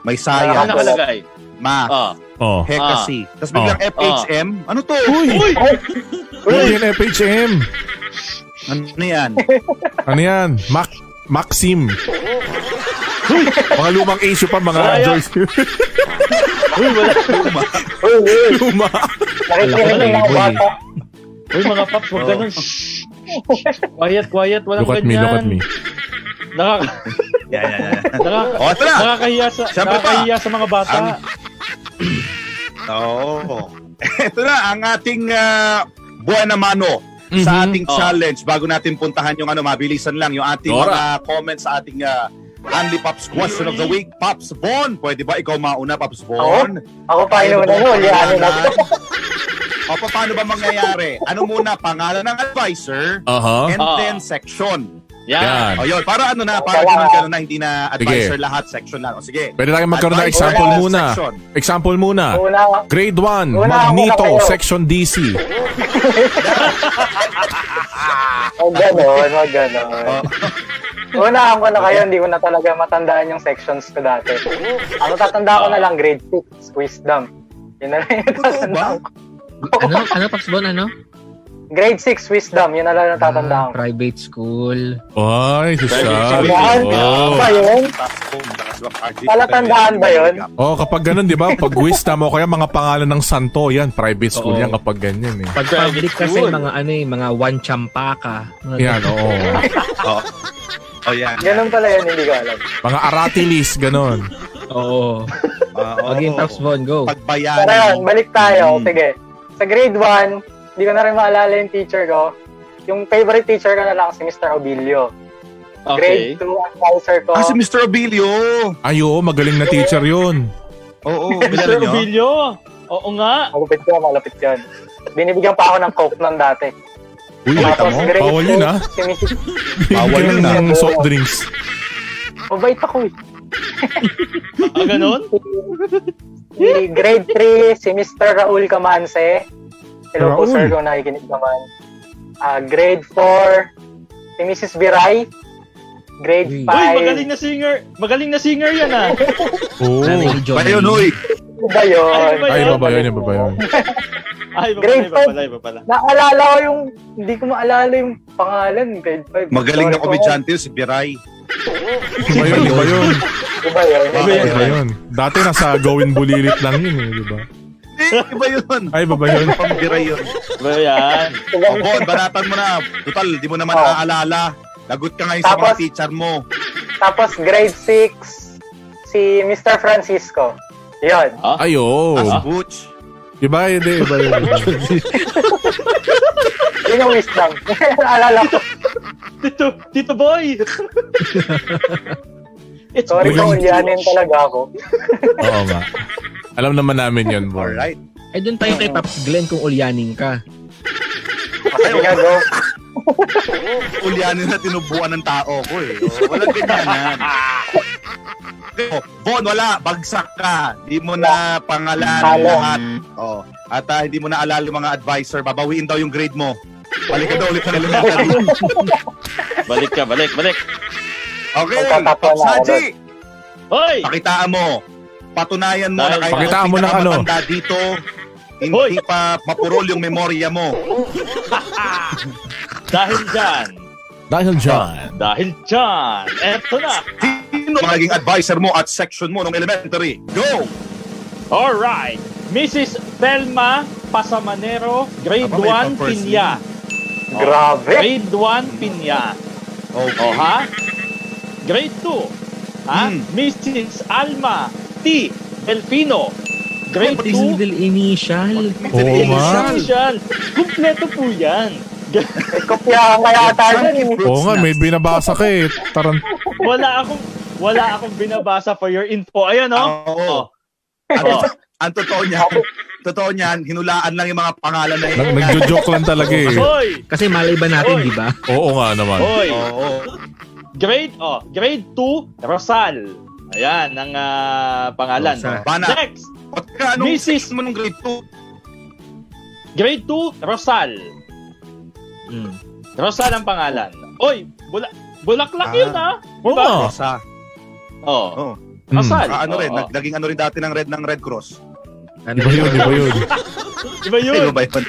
Speaker 2: may
Speaker 4: Ano
Speaker 2: science,
Speaker 4: nakalagay? Ah.
Speaker 2: math,
Speaker 4: Oo.
Speaker 1: Oh.
Speaker 2: hekasi. Tapos biglang FHM. Ano to?
Speaker 1: Uy! Uy! Yan, FHM!
Speaker 2: Ano
Speaker 1: <laughs>
Speaker 2: yan?
Speaker 1: Ano yan? Mac Maxim. mga lumang issue pa, mga
Speaker 4: Saya.
Speaker 1: Joyce.
Speaker 3: Uy, uy,
Speaker 1: Luma.
Speaker 3: nakikinig yung
Speaker 5: Wala ko
Speaker 3: mga
Speaker 5: na yun,
Speaker 3: bata.
Speaker 4: Uy, mga paps, huwag ganun. Shh. Quiet, quiet, walang
Speaker 1: Look at me,
Speaker 4: ganyan.
Speaker 1: look at me.
Speaker 4: Nakaka...
Speaker 2: <laughs> Yan, yan, yan.
Speaker 4: nakaka-
Speaker 2: O, ito na!
Speaker 4: Nakakahiya sa,
Speaker 2: Oh, Siyempre pa.
Speaker 4: nakakahiya sa mga bata.
Speaker 2: Ang- <laughs> Oo. Ito na ang ating ah, buwan na mano
Speaker 3: Mhm.
Speaker 2: sa ating
Speaker 4: Oo.
Speaker 2: challenge. Bago natin puntahan yung ano, mabilisan lang, yung ating
Speaker 1: Dora.
Speaker 2: mga comments sa ating ah, Only Pops Question of the Week. Pops Bon, pwede ba ikaw mauna, Pops Bon?
Speaker 3: Ako pa
Speaker 2: Tayo
Speaker 3: inuunan
Speaker 2: ba ang
Speaker 3: yun, lianin na
Speaker 2: pangalan? o pa, paano ba mangyayari? Ano muna, pangalan ng advisor
Speaker 1: Aha.
Speaker 3: Uh-huh.
Speaker 2: and
Speaker 4: Oo.
Speaker 2: then section.
Speaker 4: Yan.
Speaker 1: Yan.
Speaker 2: O yun, para ano na, para ganun
Speaker 3: Wala.
Speaker 2: ganun na, hindi na advisor lahat, section lang. O sige.
Speaker 1: Pwede tayong magkaroon ng
Speaker 2: Advisor
Speaker 1: example
Speaker 2: and
Speaker 1: muna.
Speaker 2: section.
Speaker 1: Example muna.
Speaker 3: Una,
Speaker 1: Grade 1,
Speaker 3: Wala,
Speaker 1: Magneto,
Speaker 3: wala kayo.
Speaker 1: Section DC.
Speaker 3: huwag ganon, huwag ganon. Unahan ko na kayo, hindi ko na talaga matandaan yung sections ko dati. Ang tatanda ko na lang, grade 6, wisdom. Yun na lang yung
Speaker 2: Totoo ba?
Speaker 3: tatandaan ko.
Speaker 5: Ano? Ano, Paps Von? Ano?
Speaker 3: Grade 6, wisdom, yun na lang yung tatandaan
Speaker 5: Ah,
Speaker 3: ko.
Speaker 5: private school.
Speaker 1: Ay, susay.
Speaker 3: Yan,
Speaker 1: Oh.
Speaker 3: ba yun? Palatandaan ba yun?
Speaker 1: Oh, kapag ganun, di ba? Pag wisdom o kaya mga pangalan ng santo, yan, private school
Speaker 5: Oo.
Speaker 1: yan kapag ganyan eh.
Speaker 5: Pag
Speaker 4: Private
Speaker 5: public kasi
Speaker 4: school.
Speaker 5: mga ano eh, mga one champaka. Mga
Speaker 1: Yan, oo.
Speaker 2: Oh. Oh, yan.
Speaker 3: Ganun pala yun, hindi ko alam.
Speaker 1: Mga aratilis, ganun.
Speaker 5: <laughs> Oo.
Speaker 2: Ah, Oo.
Speaker 5: Okay, Paps Von, go.
Speaker 2: Pagbayaran.
Speaker 3: Pero yun, balik tayo.
Speaker 2: Mm.
Speaker 3: Sige. Sa grade 1, hindi ko na rin maalala yung teacher ko. Yung favorite teacher ko na lang si Mr. Obilio.
Speaker 4: Okay.
Speaker 3: Grade 2 advisor ko.
Speaker 2: Ah, si Mr. Abilio.
Speaker 1: Ayo, magaling na teacher yun.
Speaker 2: Oo,
Speaker 4: Mr.
Speaker 2: kilala niyo?
Speaker 4: Rubilio. Oo nga.
Speaker 3: Malupit yun, malupit yun. Binibigyan pa ako ng coke nun dati.
Speaker 2: Uy, kita mo.
Speaker 3: grade
Speaker 1: Bawal yun,
Speaker 3: two,
Speaker 1: ah.
Speaker 3: si Mrs.
Speaker 2: Bawal
Speaker 1: Bawal
Speaker 2: yun, ah.
Speaker 1: ng soft drinks.
Speaker 3: Mabait ako eh.
Speaker 4: Ah, ganun?
Speaker 3: Si grade 3, si Mr. Raul Camanse. Hello
Speaker 1: Raul.
Speaker 3: po sir kung nakikinig naman. Ah, grade 4, si Mrs. Biray. Grade 5,
Speaker 5: Uy.
Speaker 4: Uy, magaling na singer. Magaling na singer yan ah.
Speaker 1: Oo.
Speaker 5: Nanay ni
Speaker 2: Ba
Speaker 5: John.
Speaker 2: yun, uy?
Speaker 3: ba
Speaker 4: <laughs>
Speaker 3: yun?
Speaker 1: Ay,
Speaker 4: Ay,
Speaker 1: baba yun, ay, baba yun.
Speaker 4: Ay, iba pala,
Speaker 3: Grade
Speaker 4: iba pala, iba pala.
Speaker 3: Naalala ko yung, hindi ko maalala yung pangalan, grade 5.
Speaker 2: Magaling na komedyante yun, si Piray.
Speaker 1: Iba yun, iba yun.
Speaker 3: Iba yun.
Speaker 2: Iba
Speaker 1: Iba yun. Dati nasa gawin bulilit lang yun, eh, di ba?
Speaker 2: Eh, iba yun.
Speaker 1: Ay, baba yun.
Speaker 2: Pang Piray yun.
Speaker 4: Iba yan.
Speaker 2: Opo, banatan mo na. Total, di mo naman
Speaker 3: Oo.
Speaker 2: naaalala. Lagot ka ngayon sa mga
Speaker 3: Tapos-
Speaker 2: teacher mo.
Speaker 3: Tapos grade 6, si Mr. Francisco. Yun.
Speaker 1: Ayo.
Speaker 2: As Butch.
Speaker 1: Iba, hindi, iba yun.
Speaker 3: Yun yung wisdom. <laughs> Alala ko.
Speaker 4: Tito, Tito Boy! It's
Speaker 3: Sorry
Speaker 1: Biglang-
Speaker 3: kung ulyanin talaga ako.
Speaker 1: Oo nga. Alam naman namin yun, boy.
Speaker 2: Alright.
Speaker 5: Eh, doon tayo kay Pops Glenn kung ulyaning ka.
Speaker 3: Kasi nga go.
Speaker 2: Ulyanin na tinubuan ng tao ko eh. Oh, Walang ganyanan. Oh, Bon, wala. Bagsak ka. Di mo na pangalan
Speaker 3: Talo.
Speaker 2: lahat. Oh. At ah, hindi mo na alala yung mga advisor. Babawiin daw yung grade mo. Balik ka daw ulit sa
Speaker 3: <laughs>
Speaker 2: elementary.
Speaker 4: balik ka, balik, balik.
Speaker 2: Okay.
Speaker 3: Magtatapon na ako
Speaker 2: Saji,
Speaker 4: Hoy!
Speaker 2: pakitaan mo. Patunayan mo
Speaker 4: Dahil-
Speaker 2: na kayo
Speaker 1: Pakitaan mo ng ano.
Speaker 2: pinakamatanda dito. Hindi pa mapurol yung memorya mo.
Speaker 4: Dahil dyan,
Speaker 1: Dahil dyan.
Speaker 4: dahil dyan, eto na.
Speaker 2: Sino ang naging advisor mo at section mo nung elementary? Go!
Speaker 4: Alright, Mrs. Thelma Pasamanero, grade
Speaker 2: Aba, may
Speaker 4: 1,
Speaker 2: pa-first
Speaker 4: Pinya.
Speaker 3: Grabe.
Speaker 4: Grade 1, Pinya.
Speaker 2: Okay.
Speaker 4: O ha? Grade 2, ha?
Speaker 2: Hmm.
Speaker 4: Mrs. Alma T. Delfino. Grade
Speaker 5: Is
Speaker 4: 2,
Speaker 5: it the initial?
Speaker 1: Oo nga.
Speaker 4: Initial.
Speaker 2: Oh,
Speaker 4: Kumpleto po yan.
Speaker 3: Kopya kaya tayo yun. eh.
Speaker 1: Oo nga, may binabasa ka eh. Taran.
Speaker 4: Wala akong wala akong binabasa for your info. Ayan oh.
Speaker 2: Oo. Ang,
Speaker 4: Oh.
Speaker 2: ang totoo niya, totoo niyan, hinulaan lang yung mga pangalan na
Speaker 1: Nag nagjo-joke lang talaga
Speaker 4: <laughs>
Speaker 1: eh.
Speaker 4: Hoy.
Speaker 5: Kasi malay ba natin,
Speaker 4: Oy.
Speaker 5: di ba?
Speaker 1: Oo nga naman.
Speaker 4: Hoy.
Speaker 2: Oo.
Speaker 4: Grade oh, grade 2, Rosal. Ayan ang ah, pangalan.
Speaker 5: Rosal.
Speaker 2: Bana.
Speaker 4: Next,
Speaker 2: Ba't ka, anong
Speaker 4: Mrs.
Speaker 2: section mo nung grade 2?
Speaker 4: grade 2, Rosal.
Speaker 5: Mm.
Speaker 4: Rosal ang pangalan. Oy, bula
Speaker 2: Ah.
Speaker 4: Bulaklak yun ah.
Speaker 1: Oo
Speaker 4: Diba?
Speaker 1: nga.
Speaker 2: Sa,
Speaker 4: Oh.
Speaker 2: Oo.
Speaker 4: Rosal.
Speaker 2: ah, ano rin,
Speaker 4: Oo.
Speaker 2: nag, naging ano rin dati ng Red ng Red Cross.
Speaker 5: Ano
Speaker 1: Iba yun, iba yun.
Speaker 4: Iba yun.
Speaker 2: Ano ba yun?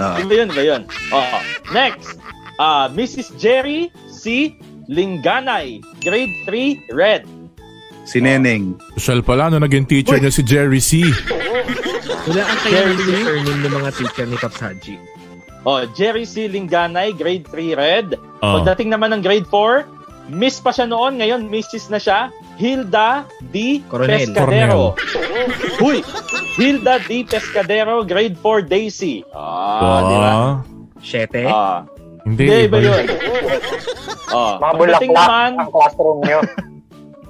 Speaker 2: Ah.
Speaker 4: Iba yun, iba yun. Oo. Next, ah Mrs. Jerry C. Linganay, grade 3, red.
Speaker 2: si Neneng.
Speaker 1: Social pala, no, naging teacher niya si Jerry C.
Speaker 5: <laughs> Wala ang eh. kaya yung surname ng mga teacher ni Pops Haji.
Speaker 4: Oh, Jerry C. Linganay, grade 3 red.
Speaker 1: Oh.
Speaker 4: Pagdating naman ng grade 4, miss pa siya noon, ngayon missis na siya. Hilda D.
Speaker 5: Coronel.
Speaker 4: Pescadero. Huy! Hilda D. Pescadero, grade 4 Daisy. Ah, di ba?
Speaker 1: Ah,
Speaker 5: Siyete?
Speaker 4: Ah,
Speaker 1: Hindi,
Speaker 4: hindi, iba yun. Oh,
Speaker 3: Mga bulaklak
Speaker 4: pagdating naman,
Speaker 3: ang classroom nyo.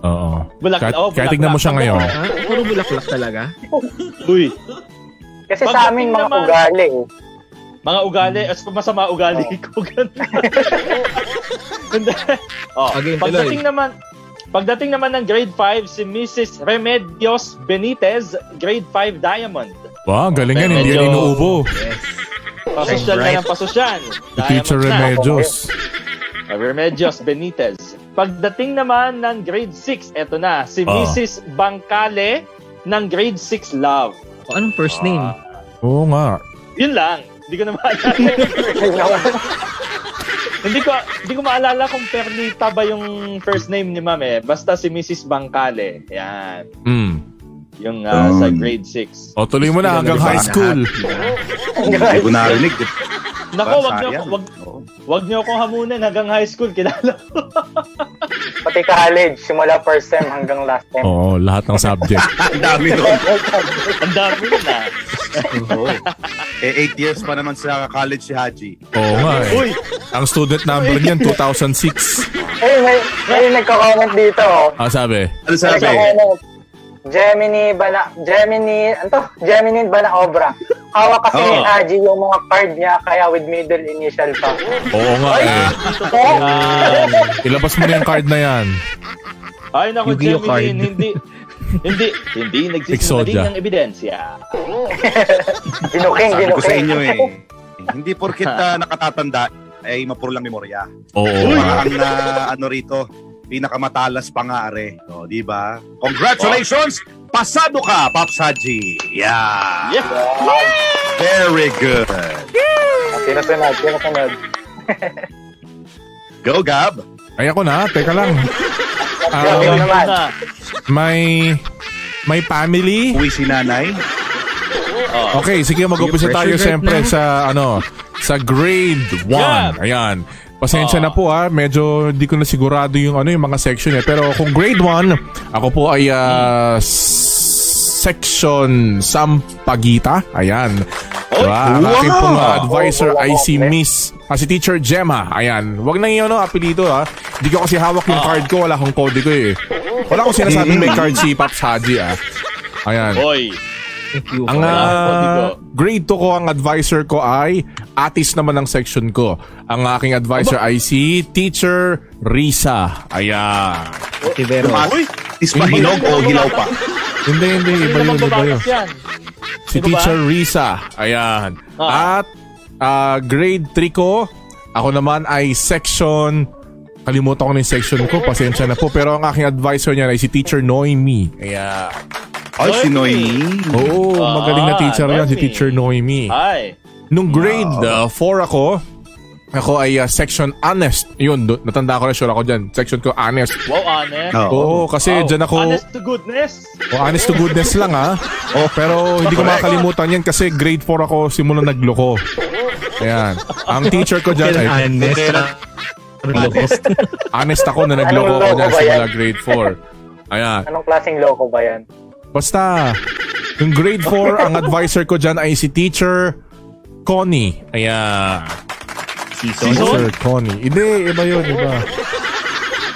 Speaker 1: Oo.
Speaker 4: bulak,
Speaker 1: Kahit,
Speaker 4: oh,
Speaker 1: kahit tignan mo siya
Speaker 4: bulaklak.
Speaker 1: ngayon.
Speaker 5: Ha? Ah. Puro bulaklak talaga?
Speaker 4: Uy,
Speaker 3: Kasi
Speaker 4: Pag-
Speaker 3: sa amin mga
Speaker 4: naman-
Speaker 3: ugali. eh.
Speaker 4: Mga ugali, as kung masama ugali ko, ganun. Hindi. oh,
Speaker 5: Again,
Speaker 4: pagdating naman, pagdating naman ng grade 5, si Mrs. Remedios Benitez, grade 5 Diamond.
Speaker 1: Wow, galing yan. Hindi yan
Speaker 4: Medyo-
Speaker 1: inuubo.
Speaker 5: Yes.
Speaker 4: Pasosyal na ng pasosyal.
Speaker 1: Si Teacher
Speaker 4: Diamond
Speaker 1: Remedios.
Speaker 4: na. Remedios Benitez. Pagdating naman ng grade 6, eto na, si
Speaker 1: Oh.
Speaker 4: Mrs. Bangkale ng grade 6 Love.
Speaker 5: O, anong first name?
Speaker 1: Oo nga.
Speaker 4: Yun lang. Hindi ko na maalala. hindi ko hindi ko maalala kung Pernita ba yung first name ni Ma'am eh. Basta si Mrs. Bangkale. Yan.
Speaker 1: Mm.
Speaker 4: Yung ah, sa
Speaker 2: Um.
Speaker 4: grade 6.
Speaker 1: O, tuloy mo na hanggang
Speaker 5: Diba?
Speaker 1: high school.
Speaker 2: Hindi ko narinig.
Speaker 4: Nako, wag niyo Oh, ako- wag
Speaker 2: Oo.
Speaker 4: wag niyo akong hamunin hanggang high school kilala. ko. <laughs>
Speaker 3: Pati college, simula first sem hanggang last sem.
Speaker 1: Oo,
Speaker 2: Oh.
Speaker 1: lahat ng subject.
Speaker 2: Ah, Ang dami doon.
Speaker 4: Ang dami ah. na.
Speaker 2: Eh, 8 years pa naman sa college si Haji.
Speaker 1: Oo nga eh.
Speaker 4: Uy!
Speaker 1: Ang student number niyan, 2006.
Speaker 3: Eh, may, may nagko-comment dito. oh.
Speaker 1: Ah, sabi?
Speaker 2: Ano
Speaker 3: May
Speaker 2: sabi?
Speaker 3: nagko-comment. Gemini Bana Gemini anto Gemini Bana Obra. Hawak kasi ni
Speaker 4: Oo.
Speaker 3: Haji yung mga card niya kaya with middle initial pa.
Speaker 1: Oo nga eh.
Speaker 3: Oh,
Speaker 1: Um,
Speaker 4: Yan.
Speaker 1: Ilabas mo na yung card na yan.
Speaker 4: Ay, naku,
Speaker 5: Yu-Gi-Oh
Speaker 4: Gemini,
Speaker 5: card.
Speaker 4: hindi, hindi, hindi nagsisinungaling
Speaker 1: Exodia.
Speaker 4: ng ebidensya.
Speaker 3: ginuking,
Speaker 2: Sabi ko sa
Speaker 3: ginuking.
Speaker 2: inyo eh. Hindi porkit ah, nakatatanda, ay mapuro lang memorya.
Speaker 1: Oo.
Speaker 2: Parang ah, ano rito, pinakamatalas pangare. O, di ba? Congratulations! Pasado ka, Pops Haji. Yeah.
Speaker 4: Yeah.
Speaker 2: Very good.
Speaker 3: Sino sunod? Sino sunod?
Speaker 2: Go, Gab.
Speaker 1: Ay, ako na. Teka lang. Ah,
Speaker 3: Yun naman.
Speaker 4: Na.
Speaker 1: may... May family.
Speaker 2: Uwi si nanay.
Speaker 1: Okay, sige mag-umpisa
Speaker 5: Sige,
Speaker 1: tayo
Speaker 5: pressure
Speaker 1: siyempre
Speaker 5: right
Speaker 1: sa ano, sa grade 1.
Speaker 4: Yeah.
Speaker 1: Ayan. Pasensya na po ah, medyo hindi ko na sigurado yung ano yung mga section eh. Pero kung grade 1, ako po ay ah, s- section Sampagita. Ayan. Diba? Ang aking pong ah, advisor ay si Miss, ah, si Teacher Gemma. Ayan. Wag na yung ano, apelido ah. Hindi ko kasi hawak yung card ko, wala akong kode ko eh. Wala akong sinasabing may card si Pops Haji ah. Ayan.
Speaker 4: Oy.
Speaker 1: Ang
Speaker 4: Wala ako dito.
Speaker 1: ah, grade 2 ko, ang advisor ko ay atis naman ang section ko. Ang aking advisor ay si Teacher Risa. Ayan.
Speaker 5: Tivero.
Speaker 2: Uy, ispahinog o hilaw pa.
Speaker 1: Hindi, hindi. Iba yun, iba Ano yun.
Speaker 4: yan.
Speaker 1: Si
Speaker 4: Ano ba?
Speaker 1: Teacher Risa. Ayan.
Speaker 4: Ah.
Speaker 1: At ah, grade 3 ko, ako naman ay section... Kalimutan ko na yung section ko. Pasensya na po. Pero ang aking advisor niya ay si Teacher Noemi. Ayan.
Speaker 2: Ay, si Noemi.
Speaker 1: Oo,
Speaker 4: Ah,
Speaker 1: magaling na teacher yan, si
Speaker 4: Noemi. Ah,
Speaker 1: Teacher Noemi.
Speaker 4: Ay.
Speaker 1: Nung grade 4 ako, ako ay uh, section honest. Yun, do- natanda ko na sure ako dyan. Section ko honest.
Speaker 4: Wow, honest.
Speaker 2: Oo.
Speaker 1: Oo, kasi
Speaker 4: Wow.
Speaker 1: dyan ako honest.
Speaker 4: Honest to goodness.
Speaker 1: honest to goodness lang ha. Oh, pero hindi ko
Speaker 2: Correct.
Speaker 1: makakalimutan yan kasi grade 4 ako simulan nagloko. Ayan. Ang teacher ko dyan ay
Speaker 5: Kailan honest? Honest.
Speaker 1: honest ako na nagloko ako
Speaker 3: Anong loko
Speaker 1: dyan
Speaker 3: ba yan?
Speaker 1: simula grade 4. Ayan.
Speaker 3: Anong klaseng loko ba yan?
Speaker 1: Basta, yung grade 4, ang advisor ko dyan ay si teacher Connie. Ayan. Teacher Connie. Hindi, iba yun, iba.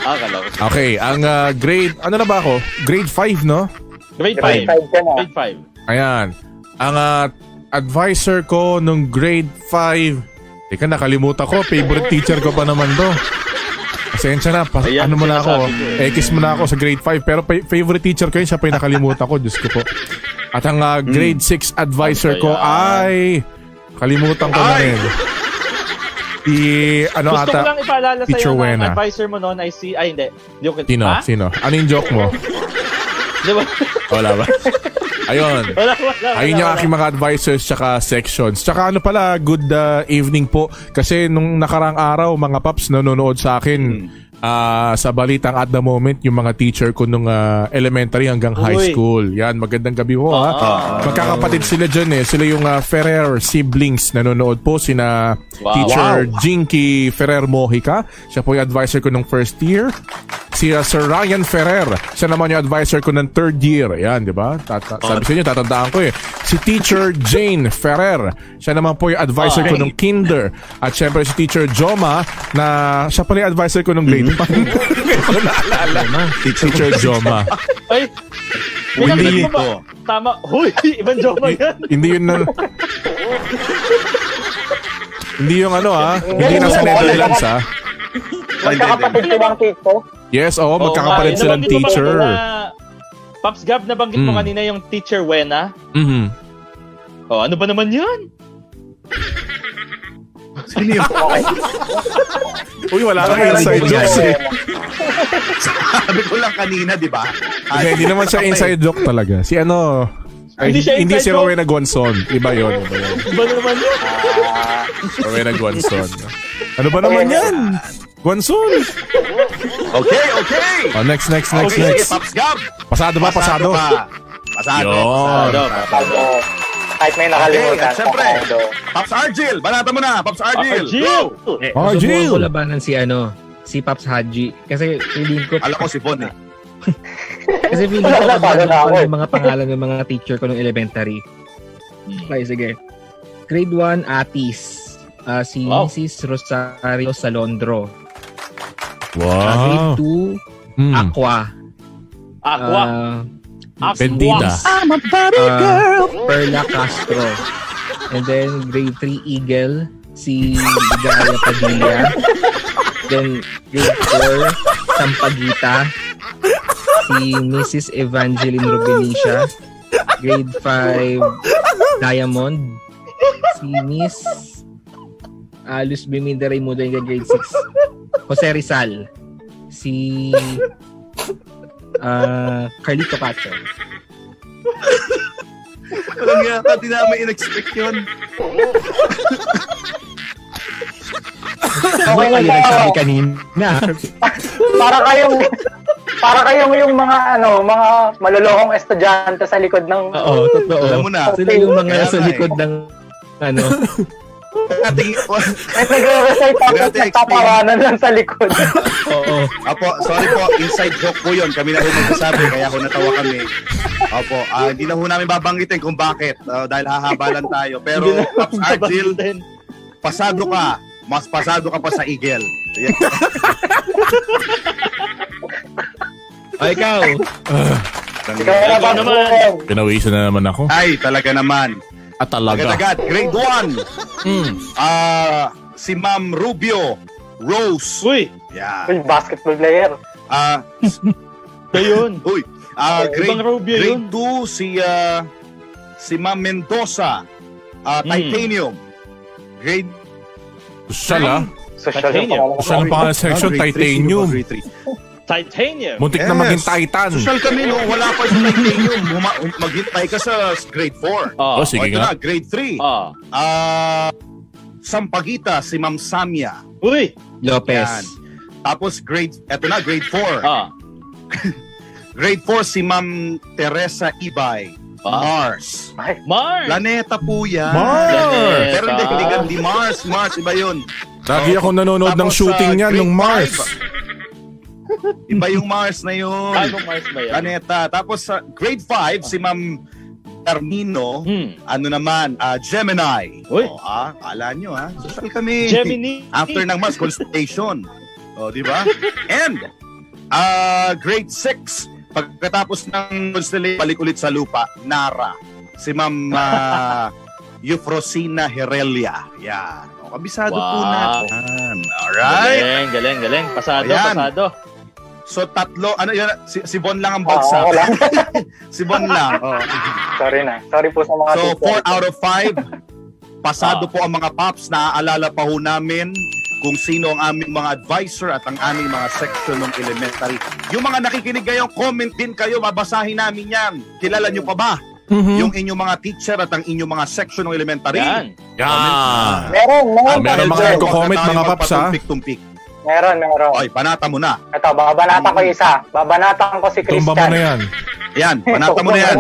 Speaker 4: Ah, kala ko.
Speaker 1: Okay, ang ah, grade, ano na ba ako? Grade 5, no?
Speaker 4: Grade
Speaker 3: Grade
Speaker 4: 5.
Speaker 3: 5 ka na.
Speaker 4: Grade 5.
Speaker 1: Ayan. Ang ah, advisor ko nung grade 5, teka, nakalimutan ko. Favorite teacher ko pa naman to. Pasensya na, pa,
Speaker 4: Ayan,
Speaker 1: ano mo na ako,
Speaker 4: sinasabi ko eh.
Speaker 1: X mo na ako sa grade 5. Pero pa- favorite teacher ko yun, siya pa yung nakalimutan ko, Diyos ko po. At ang ah,
Speaker 4: Hmm.
Speaker 1: grade 6 advisor
Speaker 4: Ano
Speaker 1: ko
Speaker 4: kaya?
Speaker 1: ay, kalimutan ko na
Speaker 2: Ay!
Speaker 1: rin. Si, ano
Speaker 4: Gusto
Speaker 1: ata,
Speaker 4: ko lang ipaalala sa
Speaker 1: Teacher
Speaker 4: iyo
Speaker 1: Wena.
Speaker 4: na ang advisor mo noon ay si... Ay, hindi. Joke.
Speaker 1: sino,
Speaker 4: Ha?
Speaker 1: sino? Ano yung joke mo?
Speaker 4: Di ba? <laughs>
Speaker 1: Wala ba? Ayun.
Speaker 4: Wala, wala, wala.
Speaker 1: Ayun yung
Speaker 4: wala.
Speaker 1: aking mga advisors tsaka sections. Tsaka ano pala, good uh, evening po. Kasi nung nakarang araw, mga paps, nanonood sa akin ah, sa balitang at the moment, yung mga teacher ko nung ah, elementary hanggang high
Speaker 4: Uy.
Speaker 1: school. Yan, magandang gabi po ha.
Speaker 4: Ah.
Speaker 1: Magkakapatid sila dyan eh. Sila yung ah, Ferrer siblings nanonood po. Sina
Speaker 4: Wow.
Speaker 1: teacher Jinky Ferrer Mojica. Siya po yung advisor ko nung first year. Si ah, Sir Ryan Ferrer. Siya naman yung advisor ko ng third year. Ayan, di ba? Tata- sabi sa inyo, tatandaan ko eh. Si Teacher Jane Ferrer. Siya naman po yung advisor ko nung kinder. At syempre si Teacher Joma na siya pala yung advisor ko nung grade 1. Mm-hmm. <laughs> Teacher Joma.
Speaker 4: Ay!
Speaker 1: Hindi.
Speaker 4: Hindi mo ba? Tama. <laughs> Hoy! Ibang joke na yan.
Speaker 1: Hindi yun na... hindi yung ano ha. Hindi nasa Netherlands ah. ha.
Speaker 2: Ay, hindi, hindi.
Speaker 3: Magkakapatid silang teacher?
Speaker 1: Yes, oo.
Speaker 4: Oo,
Speaker 1: magkakapalit
Speaker 4: nga.
Speaker 1: silang
Speaker 4: Nabanggit mo ba
Speaker 1: teacher.
Speaker 4: kanina, Paps Gab, nabanggit mo
Speaker 1: Mm.
Speaker 4: kanina yung teacher Wena.
Speaker 1: Mhm.
Speaker 4: Oh, ano ba naman yun?
Speaker 2: Sino yun?
Speaker 1: Uy, wala kang inside jokes eh.
Speaker 2: Sabi ko lang kanina, di ba?
Speaker 1: Hindi, <laughs> hindi naman siya inside joke talaga. Si ano... Ay,
Speaker 4: Hindi siya
Speaker 1: hindi
Speaker 4: inside
Speaker 1: si
Speaker 4: joke?
Speaker 1: Rowena Gonson. Iba yun. Iba yun.
Speaker 4: Ano ba naman yun?
Speaker 1: Rowena Gonson. Ano ba naman yan? Gonson!
Speaker 2: Okay, okay.
Speaker 1: Oh, next, next, next,
Speaker 2: Okay, sige,
Speaker 1: next.
Speaker 2: Pops Gab.
Speaker 1: Pasado ba? Pasado.
Speaker 2: ka. Pasado.
Speaker 1: Yun.
Speaker 4: Ano?
Speaker 2: pasado, pasado.
Speaker 3: Oo. Kahit may nakalimutan.
Speaker 2: Okay, siyempre.
Speaker 3: pasado.
Speaker 2: Pops Argil, balata mo na. Pops Argil.
Speaker 4: Ah, Jill!
Speaker 5: Eh,
Speaker 1: Oh,
Speaker 5: subukan
Speaker 1: Jill!
Speaker 5: ko labanan si ano, si Paps Haji. Kasi feeling ko,
Speaker 2: Alam ko si Bon eh.
Speaker 5: kasi feeling ko,
Speaker 3: Wala,
Speaker 5: kabado
Speaker 3: wala
Speaker 5: ko
Speaker 3: ako eh.
Speaker 5: ng mga pangalan ng mga teacher ko nung elementary. Okay, sige. Grade 1, Atis. Ah, si
Speaker 4: Wow.
Speaker 5: Mrs. Rosario Salondro. Ah,
Speaker 1: Wow.
Speaker 5: grade 2,
Speaker 1: Mm.
Speaker 5: Aqua.
Speaker 4: Aqua.
Speaker 5: Ah,
Speaker 4: Aqua.
Speaker 1: Bendita.
Speaker 5: ah, Perla Castro. And then grade 3 Eagle si Gaya Padilla. Then grade 4 Sampaguita si Mrs. Evangeline Rubinisha. Grade 5 Diamond si Miss uh, Luz Biminda Raimundo hanggang grade 6. Jose Rizal si ah, Carlito Cacho.
Speaker 2: Walang nga ka, di namin in-expect yun.
Speaker 3: Okay na tayo.
Speaker 5: Kayo nagsabi kanina.
Speaker 3: Para kayong para kayong yung mga ano, mga malolokong estudyante sa likod ng
Speaker 5: <laughs> Oo, totoo.
Speaker 2: Alam mo na.
Speaker 5: Sila yung mga
Speaker 2: Kaya
Speaker 5: nasa
Speaker 2: nga eh.
Speaker 5: likod ng ano.
Speaker 2: Ating,
Speaker 3: May nagre-recite tapos
Speaker 2: Grabe, experience.
Speaker 3: nagtatawanan lang sa likod.
Speaker 5: Oo.
Speaker 2: Apo, sorry po, inside joke po yun. Kami na po magsasabi, kaya ako natawa kami. Apo, ah, hindi na po namin babanggitin kung bakit. ah, dahil hahabalan tayo. Pero, Pops Argel, pasado ka. Mas pasado ka pa sa Eagle. Ayan.
Speaker 5: O ikaw.
Speaker 3: Ikaw na ba
Speaker 4: naman.
Speaker 3: naman?
Speaker 1: Pinawisan na naman ako.
Speaker 2: Ay, talaga naman.
Speaker 1: At talaga.
Speaker 2: Agad-agad. Grade 1.
Speaker 1: Mm.
Speaker 2: Ah, si Ma'am Rubio. Rose.
Speaker 4: Uy,
Speaker 2: Yeah.
Speaker 3: Full basketball player.
Speaker 2: Ah,
Speaker 4: ito yun.
Speaker 2: uy. Ah,
Speaker 4: Ibang
Speaker 2: grade
Speaker 4: Rubio yun.
Speaker 2: grade 2 si ah, si Ma'am Mendoza. Ah,
Speaker 4: Mm.
Speaker 2: titanium. Grade
Speaker 1: Siya la.
Speaker 3: Social yung
Speaker 4: Titanium.
Speaker 3: pangalan
Speaker 1: Siya
Speaker 3: ko.
Speaker 1: ang pangalan ng ah. section,
Speaker 2: Ah, Grade three,
Speaker 1: titanium.
Speaker 2: sino ba grade three?
Speaker 4: Titanium.
Speaker 1: Muntik na
Speaker 2: Yes.
Speaker 1: maging titan.
Speaker 2: Social kami, no? Wala pa yung titanium. Huma- maghintay ka sa grade 4.
Speaker 4: Ah,
Speaker 1: Oh, sige
Speaker 2: ito
Speaker 1: nga.
Speaker 2: na, grade 3.
Speaker 4: ah.
Speaker 2: Ah, Sampagita, si Ma'am Samia.
Speaker 4: Uy,
Speaker 5: Lopez.
Speaker 2: Yan. Tapos grade, eto na, grade 4.
Speaker 4: ah.
Speaker 2: Grade 4 si Ma'am Teresa Ibay.
Speaker 4: ah.
Speaker 2: Mars.
Speaker 4: Mars.
Speaker 2: Planeta po yan.
Speaker 1: Mars!
Speaker 2: Pero hindi, hindi, hindi Mars. Mars, iba yun.
Speaker 1: Lagi ako nanonood ng
Speaker 2: Tapos,
Speaker 1: shooting
Speaker 2: ah,
Speaker 1: niya
Speaker 2: grade
Speaker 1: nung Mars.
Speaker 2: five. <laughs> Iba yung Mars na yun.
Speaker 4: Ano Mars ba yan?
Speaker 2: Planeta. Tapos sa grade 5, si Ma'am Carmino. <laughs>
Speaker 4: Hmm.
Speaker 2: Ano naman, ah, Gemini.
Speaker 4: Uy.
Speaker 2: O, ah, kala nyo ah. Social kami.
Speaker 4: Gemini.
Speaker 2: After ng Mars, constellation. O, di ba? And, ah, grade 6, pagkatapos ng constellation, balik ulit sa lupa, Nara. Si Ma'am
Speaker 4: <laughs>
Speaker 2: ah, Euphrosina Herelia. Yan. O, kabisado po
Speaker 4: Wow.
Speaker 2: natin. Alright?
Speaker 4: Galing, galing, galing. Pasado,
Speaker 2: Ayan.
Speaker 4: pasado.
Speaker 2: So, tatlo, ano yun, si, si Bon lang ang
Speaker 3: Ah,
Speaker 2: bagsak.
Speaker 3: wala.
Speaker 2: <laughs> si Bon lang. O.
Speaker 3: Sorry na. Sorry po sa mga
Speaker 2: So,
Speaker 3: teacher.
Speaker 2: 4 out of
Speaker 4: <laughs>
Speaker 2: 5. Pasado
Speaker 4: Ah.
Speaker 2: po ang mga paps. Naaalala pa ho namin kung sino ang aming mga advisor at ang aming mga section ng elementary. Yung mga nakikinig ngayon, comment din kayo. Babasahin namin yan. Kilala nyo pa ba
Speaker 1: Mm-hmm.
Speaker 2: yung inyong mga teacher at ang inyong mga section ng elementary?
Speaker 4: Yan.
Speaker 1: Yan.
Speaker 3: Meron, meron.
Speaker 1: Ah, meron
Speaker 2: Dahil
Speaker 1: mga
Speaker 2: dyan,
Speaker 3: teacher.
Speaker 1: nagko-comment,
Speaker 2: huwag na
Speaker 1: mga
Speaker 2: tayo
Speaker 1: paps, ha?
Speaker 2: magpatumpik-tumpik.
Speaker 3: Meron, meron.
Speaker 2: Oy, panata mo na.
Speaker 3: Ito, babanatan ko isa. Babanatan ko si
Speaker 1: Tumba
Speaker 3: Christian.
Speaker 1: mo na yan.
Speaker 2: Yan, panata mo na yan.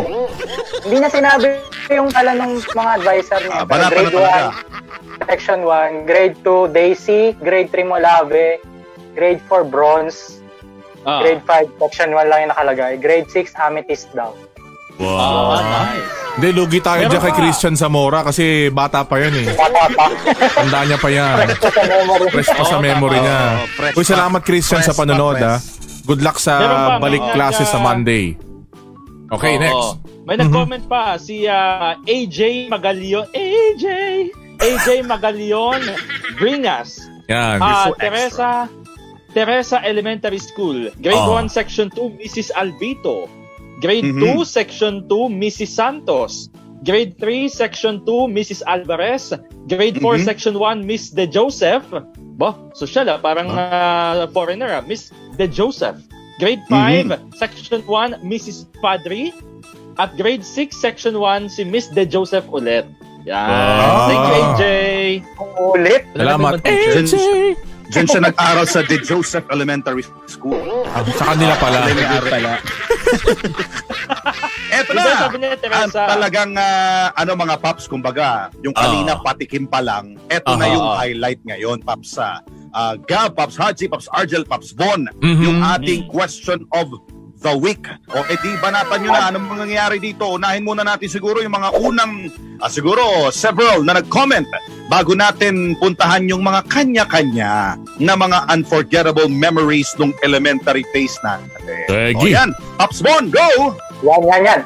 Speaker 3: Hindi na sinabi yung pala ng mga advisor niya.
Speaker 2: Ah, banata na
Speaker 3: grade
Speaker 2: talaga.
Speaker 3: 1, section 1. Grade 2, Daisy. Grade 3, Molave. Grade 4, Bronze.
Speaker 4: Ah.
Speaker 3: Grade 5, section 1 lang yung nakalagay. Grade 6, Amethyst daw.
Speaker 2: Oh,
Speaker 4: Ah, nice.
Speaker 1: Hindi, lugi tayo
Speaker 4: Meron
Speaker 1: dyan kay
Speaker 4: pa.
Speaker 1: Christian Zamora kasi bata pa yan eh.
Speaker 3: Bata pa.
Speaker 1: Tanda niya pa yan.
Speaker 3: <laughs> Sa memory.
Speaker 1: Fresh pa sa
Speaker 4: Oo,
Speaker 1: memory
Speaker 2: tama.
Speaker 1: niya.
Speaker 2: Oo, fresh
Speaker 1: Uy,
Speaker 2: pa.
Speaker 1: salamat Christian sa
Speaker 2: Fresh
Speaker 1: panonood ah.
Speaker 2: pa,
Speaker 1: Good luck sa
Speaker 4: Meron pa,
Speaker 1: balik
Speaker 4: meron
Speaker 1: klase
Speaker 4: pa.
Speaker 1: sa Monday. Okay,
Speaker 4: Oo.
Speaker 1: next. Mm-hmm.
Speaker 4: May nag-comment pa si ah, AJ Magalion. AJ! AJ Magalion Bringas.
Speaker 1: Yan.
Speaker 4: Ah,
Speaker 2: so extra.
Speaker 4: Teresa Teresa Elementary School. Grade
Speaker 1: Oh.
Speaker 4: 1, Section 2, Mrs. Alvito. Grade
Speaker 2: Mhm.
Speaker 4: 2, Section 2, Mrs. Santos. Grade 3, Section 2, Mrs. Alvarez. Grade 4,
Speaker 2: Mhm.
Speaker 4: Section 1, Miss De Joseph. Ba, social ah, parang ah, foreigner ah. Miss De Joseph. Grade 5, Section 1, Mrs. Padre. At grade 6, Section 1, si Miss De Joseph ulit. Yan.
Speaker 1: Ah.
Speaker 4: Thank you, AJ.
Speaker 3: Ulit.
Speaker 1: Salamat.
Speaker 5: Wala namang teacher.
Speaker 2: Diyan siya nag-aral sa De Joseph Elementary School.
Speaker 1: Ah, sa kanila pala.
Speaker 2: Elementary.
Speaker 5: Pala.
Speaker 2: Eto
Speaker 4: Iba
Speaker 2: na!
Speaker 4: Ano sabi niya,
Speaker 2: Ang
Speaker 4: Teresa.
Speaker 2: talagang ah, ano mga paps kumbaga, yung kanina
Speaker 6: Ah.
Speaker 2: patikim pa lang, eto na
Speaker 6: Ah.
Speaker 2: yung highlight ngayon paps sa ah, Gab, Paps Haji, Paps Argel, Paps Bon.
Speaker 6: Mhm.
Speaker 2: Yung ating question of the week. O eh, edi banatan nyo na anong mangyayari dito. Unahin muna natin siguro yung mga unang ah, siguro several na nag-comment bago natin puntahan yung mga kanya-kanya na mga unforgettable memories nung elementary days natin. O
Speaker 6: Sige.
Speaker 2: yan, Paps Bon, go!
Speaker 3: Yan, yan, yan.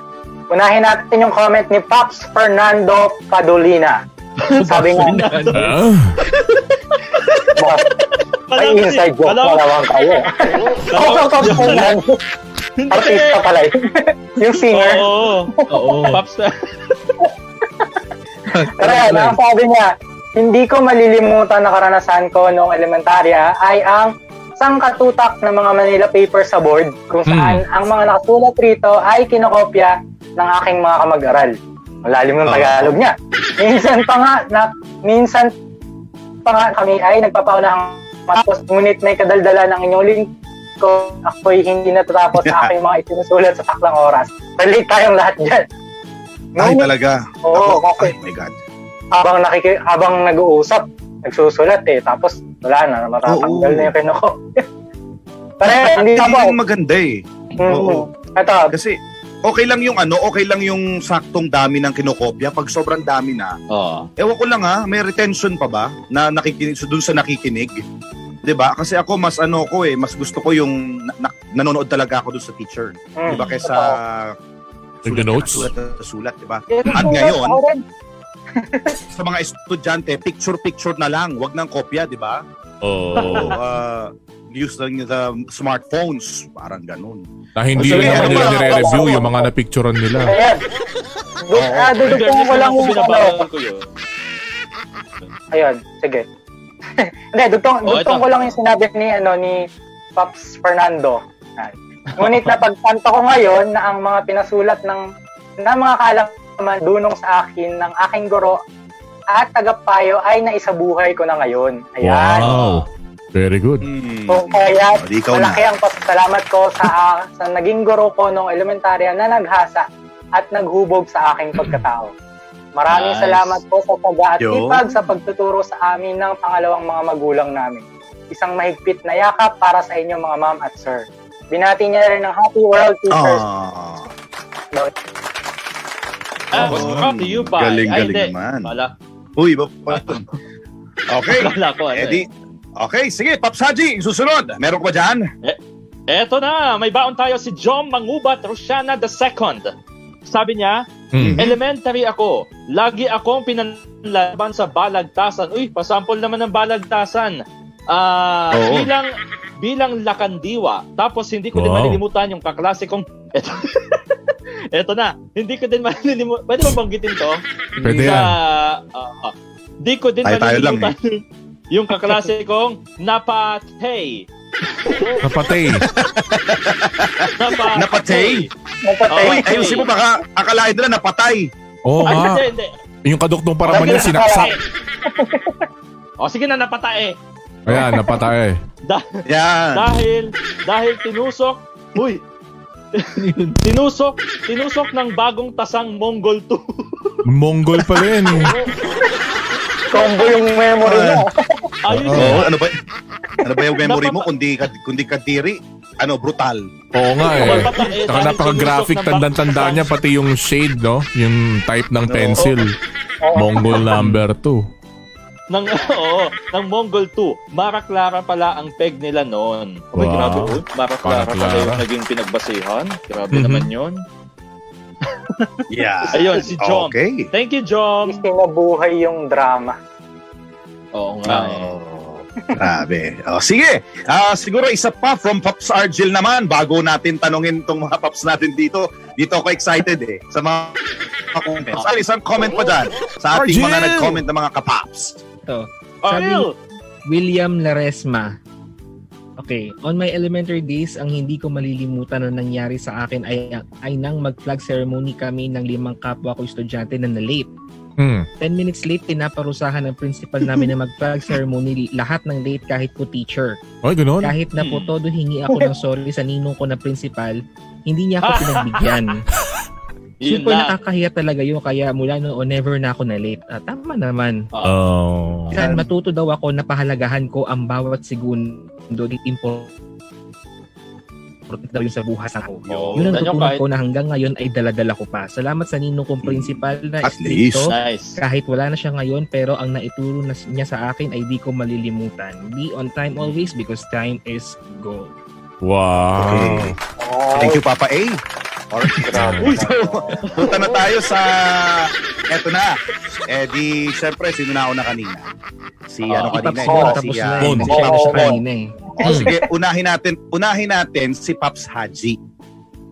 Speaker 3: Unahin natin yung comment ni Pops Fernando Padolina. Sabi <laughs>
Speaker 5: <laughs>
Speaker 3: nga,
Speaker 6: Ah,
Speaker 3: may
Speaker 4: Palawak
Speaker 3: inside
Speaker 4: eh.
Speaker 3: joke na
Speaker 4: Palawak.
Speaker 3: naman kayo. Oh,
Speaker 4: Palawak.
Speaker 3: Pops Fernando. Artista eh. pala yun. <laughs> yung singer.
Speaker 4: Oo. ah.
Speaker 5: Oo.
Speaker 2: Oh.
Speaker 4: Paps na.
Speaker 3: Kaya na sabi niya, hindi ko malilimutan na karanasan ko noong elementarya ay ang sangkatutak ng mga Manila paper sa board kung saan ang mga nakasulat rito ay kinokopya ng aking mga kamag-aral. Malalim ng Tagalog niya. Minsan pa nga, na, minsan pa nga kami ay nagpapaunahang matos, ngunit may kadaldala ng inyong lingkod. Ako'y hindi natatapos ang aking mga isinusulat sa taklang oras. Relate tayong lahat dyan.
Speaker 2: Ay,
Speaker 3: Ngunit-
Speaker 2: talaga.
Speaker 3: Oo,
Speaker 2: Ako-
Speaker 3: okay.
Speaker 2: Ay, my God.
Speaker 3: habang nakiki habang nag-uusap, nagsusulat eh. Tapos wala na, matatanggal
Speaker 2: Oo.
Speaker 3: na yung <laughs> kinoko. Pare,
Speaker 2: Hindi
Speaker 3: hindi na po.
Speaker 2: yung maganda eh. oo.
Speaker 3: Mm. Ito,
Speaker 2: Kasi okay lang yung ano, okay lang yung saktong dami ng kinokopya. Pag sobrang dami na,
Speaker 4: Oo.
Speaker 2: ewan ko lang ha, may retention pa ba na nakikinig so, dun sa nakikinig? 'Di ba? Kasi ako mas ano ko eh, mas gusto ko yung na- na- nanonood talaga ako dun sa teacher.
Speaker 3: mm,
Speaker 2: 'Di ba kaysa
Speaker 3: totoo.
Speaker 6: Take the notes?
Speaker 2: Sulat, na sulat, 'di ba?
Speaker 3: Yung
Speaker 2: At
Speaker 3: sulat,
Speaker 2: ngayon-
Speaker 3: ako rin.
Speaker 2: Sa mga estudyante, picture picture na lang, wag ng kopya, 'di ba?
Speaker 6: oh.
Speaker 2: So,
Speaker 3: Ah.
Speaker 2: uh, use lang yung the smartphones, parang ganun.
Speaker 1: Na hindi
Speaker 2: Sige,
Speaker 1: na naman
Speaker 2: ano ba?
Speaker 1: nila nire-review yung mga napicturean nila.
Speaker 3: Ayan. Dug,
Speaker 2: Oo.
Speaker 3: ah, dudugtungan ko lang yung ano.
Speaker 4: Binabawalan ko yun.
Speaker 3: Ayun, sige. <laughs> Hindi, dugtong,
Speaker 4: Oo,
Speaker 3: dugtong
Speaker 4: ito.
Speaker 3: ko lang yung sinabi ni, ano, ni Pops Fernando. Ayan. Ngunit napagtanto ko ngayon na ang mga pinasulat ng na mga kaalaman dunong sa akin ng aking guro at tagapayo ay naisabuhay ko na ngayon. Ayan.
Speaker 6: Wow. Very good.
Speaker 2: Hmm.
Speaker 3: So, Oh, kaya
Speaker 2: Di ikaw na.
Speaker 3: malaki ang pasasalamat ko sa sa naging guro ko nung elementarya na naghasa at naghubog sa aking pagkatao. Maraming
Speaker 4: Nice.
Speaker 3: salamat po sa taga at
Speaker 2: Yo.
Speaker 3: tipag sa pagtuturo sa amin ng pangalawang mga magulang namin. Isang mahigpit na yakap para sa inyo mga ma'am at sir. Binati niya rin ng Happy World Teachers.
Speaker 2: Ah.
Speaker 4: Ah, was proud to you, pa.
Speaker 2: Galing,
Speaker 4: Ay,
Speaker 2: galing
Speaker 4: hindi.
Speaker 2: naman.
Speaker 4: Wala.
Speaker 2: Uy, ba pa? Okay.
Speaker 4: <laughs> Wala ko. Ano,
Speaker 2: Eddie. Okay, sige, Pops Haji, susunod. Meron ko ba dyan?
Speaker 4: Eto na, may baon tayo si John Mangubat Rosiana II. Sabi niya,
Speaker 1: Mm.
Speaker 2: Hmm?
Speaker 4: elementary ako. Lagi akong pinanlaban sa balagtasan. Uy, pasample naman ng balagtasan. Ah,
Speaker 2: Oo.
Speaker 4: bilang bilang lakandiwa. Tapos hindi ko din
Speaker 6: Wow.
Speaker 4: malilimutan yung kaklase kong <laughs> eto, eto na. Hindi ko din malilimutan. Pwede ba banggitin to?
Speaker 1: Pwede
Speaker 4: Sa,
Speaker 1: yan.
Speaker 4: ah, ah. Di ko din
Speaker 2: Tayo- tayo lang, eh.
Speaker 4: malilimutan <laughs> yung kaklase kong napatay.
Speaker 1: Napatay.
Speaker 4: Napa-
Speaker 2: Napatay?
Speaker 3: Napatay.
Speaker 2: Uy, ayusin mo baka akalain nila napatay.
Speaker 1: Oo
Speaker 4: Ay,
Speaker 1: nga.
Speaker 4: hindi, hindi.
Speaker 1: Yung kaduktong paraman niya sinaksak.
Speaker 4: Napatay. <laughs> o, sige na, napatay.
Speaker 1: Ayan, napatay.
Speaker 4: Da-
Speaker 2: Yan.
Speaker 4: dahil, dahil tinusok, uy, tinusok, tinusok ng bagong tasang Mongol 2.
Speaker 1: Mongol pala yun. eh.
Speaker 3: Combo yung memory niya.
Speaker 4: Ayun
Speaker 2: Oo,
Speaker 4: yun.
Speaker 2: Oh, ano ba? Ano ba yung memory mo kundi kad- kundi kadiri? Ano, brutal.
Speaker 1: Oo nga eh.
Speaker 4: Napatay.
Speaker 1: Saka napaka-graphic tandang-tanda niya pati yung shade, no? Yung type ng pencil. Mongol number 2.
Speaker 4: Nang, <laughs> oo, ng Mongol 2. Mara Clara pala ang peg nila noon. Uy,
Speaker 6: Wow.
Speaker 4: grabe po. Mara Clara
Speaker 1: Clara.
Speaker 4: pala yung naging pinagbasihan. Grabe
Speaker 1: Mhm.
Speaker 4: naman yun.
Speaker 2: Yeah.
Speaker 4: Ayun, si Jom.
Speaker 2: Okay.
Speaker 4: Thank you, Jom.
Speaker 3: Sinabuhay yung drama.
Speaker 4: Oo nga eh.
Speaker 2: Oh, <laughs> grabe. Oh, sige, Ah, siguro isa pa from Pops Argel naman bago natin tanungin itong mga Pops natin dito. Dito ako excited eh sa mga mga comments. Ay, isang comment pa dyan sa ating mga
Speaker 1: Argel!
Speaker 2: nag-comment ng mga kapaps.
Speaker 5: Ito. Sabi-
Speaker 4: Ariel!
Speaker 5: William Laresma. Okay, on my elementary days, ang hindi ko malilimutan na nangyari sa akin ay, ay nang mag-flag ceremony kami ng limang kapwa ko estudyante na na-late.
Speaker 1: Hmm.
Speaker 5: 10 minutes late, pinaparusahan ng principal namin na mag-flag ceremony lahat ng late kahit po teacher.
Speaker 1: Ay, ganun.
Speaker 5: Kahit na po
Speaker 4: Hmm.
Speaker 5: todo hingi ako ng sorry sa ninong ko na principal Hindi niya ako pinagbigyan.
Speaker 4: Yun
Speaker 5: Super
Speaker 4: na.
Speaker 5: nakakahiya talaga yun. Kaya mula noon, oh, never na ako na late. Ah, tama naman.
Speaker 6: Oh.
Speaker 5: Saan matuto daw ako na pahalagahan ko ang bawat segundo di import daw yun sa buhas ako.
Speaker 4: Oo,
Speaker 5: yun ang
Speaker 4: ganyan
Speaker 5: tutunan
Speaker 4: kahit-
Speaker 5: ko na hanggang ngayon ay daladala ko pa. Salamat sa ninong kong principal na
Speaker 2: At least.
Speaker 5: istrikto.
Speaker 4: Nice.
Speaker 5: Kahit wala na siya ngayon pero ang naituro na s- niya sa akin ay di ko malilimutan. Be on time always because time is gold.
Speaker 6: Wow.
Speaker 2: Okay. Thank you, Papa A.
Speaker 3: Oh,
Speaker 2: Uy, so, punta na tayo sa... Eto na. Eh di, syempre, sino na ako na kanina? Si ano kanina?
Speaker 5: Ipaps
Speaker 2: eh,
Speaker 5: mo
Speaker 2: si,
Speaker 5: tapos na
Speaker 2: ah,
Speaker 5: eh.
Speaker 2: si
Speaker 5: Nag-share na siya
Speaker 2: Pops Mon.
Speaker 5: kanina eh.
Speaker 2: O sige, unahin natin, unahin natin si Paps Haji.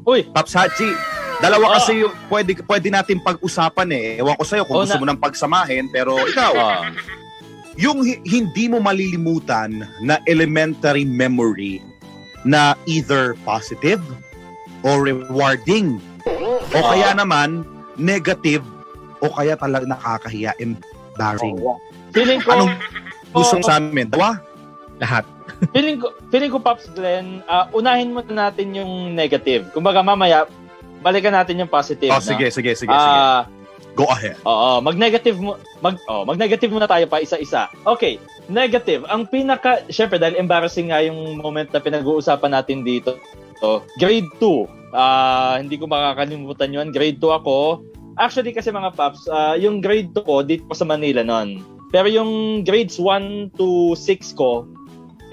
Speaker 4: Uy.
Speaker 2: Paps Haji, dalawa
Speaker 4: Oh.
Speaker 2: kasi yung pwede, pwede natin pag-usapan eh. Ewan ko sa'yo kung
Speaker 4: Oh,
Speaker 2: gusto
Speaker 4: na-
Speaker 2: mo nang pagsamahin, pero ikaw,
Speaker 4: Ah.
Speaker 2: yung hi- hindi mo malilimutan na elementary memory na either positive or rewarding o
Speaker 4: Ah.
Speaker 2: kaya naman negative o kaya talaga nakakahiya, embarrassing.
Speaker 4: Feeling ko,
Speaker 2: Anong gusto mo sa amin? Dalawa?
Speaker 5: Lahat.
Speaker 4: feeling ko, feeling ko, Pops Glenn, ah, unahin muna natin yung negative. Kumbaga, mamaya, balikan natin yung positive.
Speaker 2: Oh,
Speaker 4: no?
Speaker 2: sige, sige, sige, sige.
Speaker 4: Ah,
Speaker 2: Go ahead.
Speaker 4: Oo, mag-negative mo mag oh, mag-negative muna tayo pa isa-isa. Okay, negative. Ang pinaka syempre dahil embarrassing nga yung moment na pinag-uusapan natin dito. So, grade 2. Ah, hindi ko makakalimutan 'yon. Grade 2 ako. Actually kasi mga paps, ah, yung grade 2 ko dito pa sa Manila noon. Pero yung grades 1 to 6 ko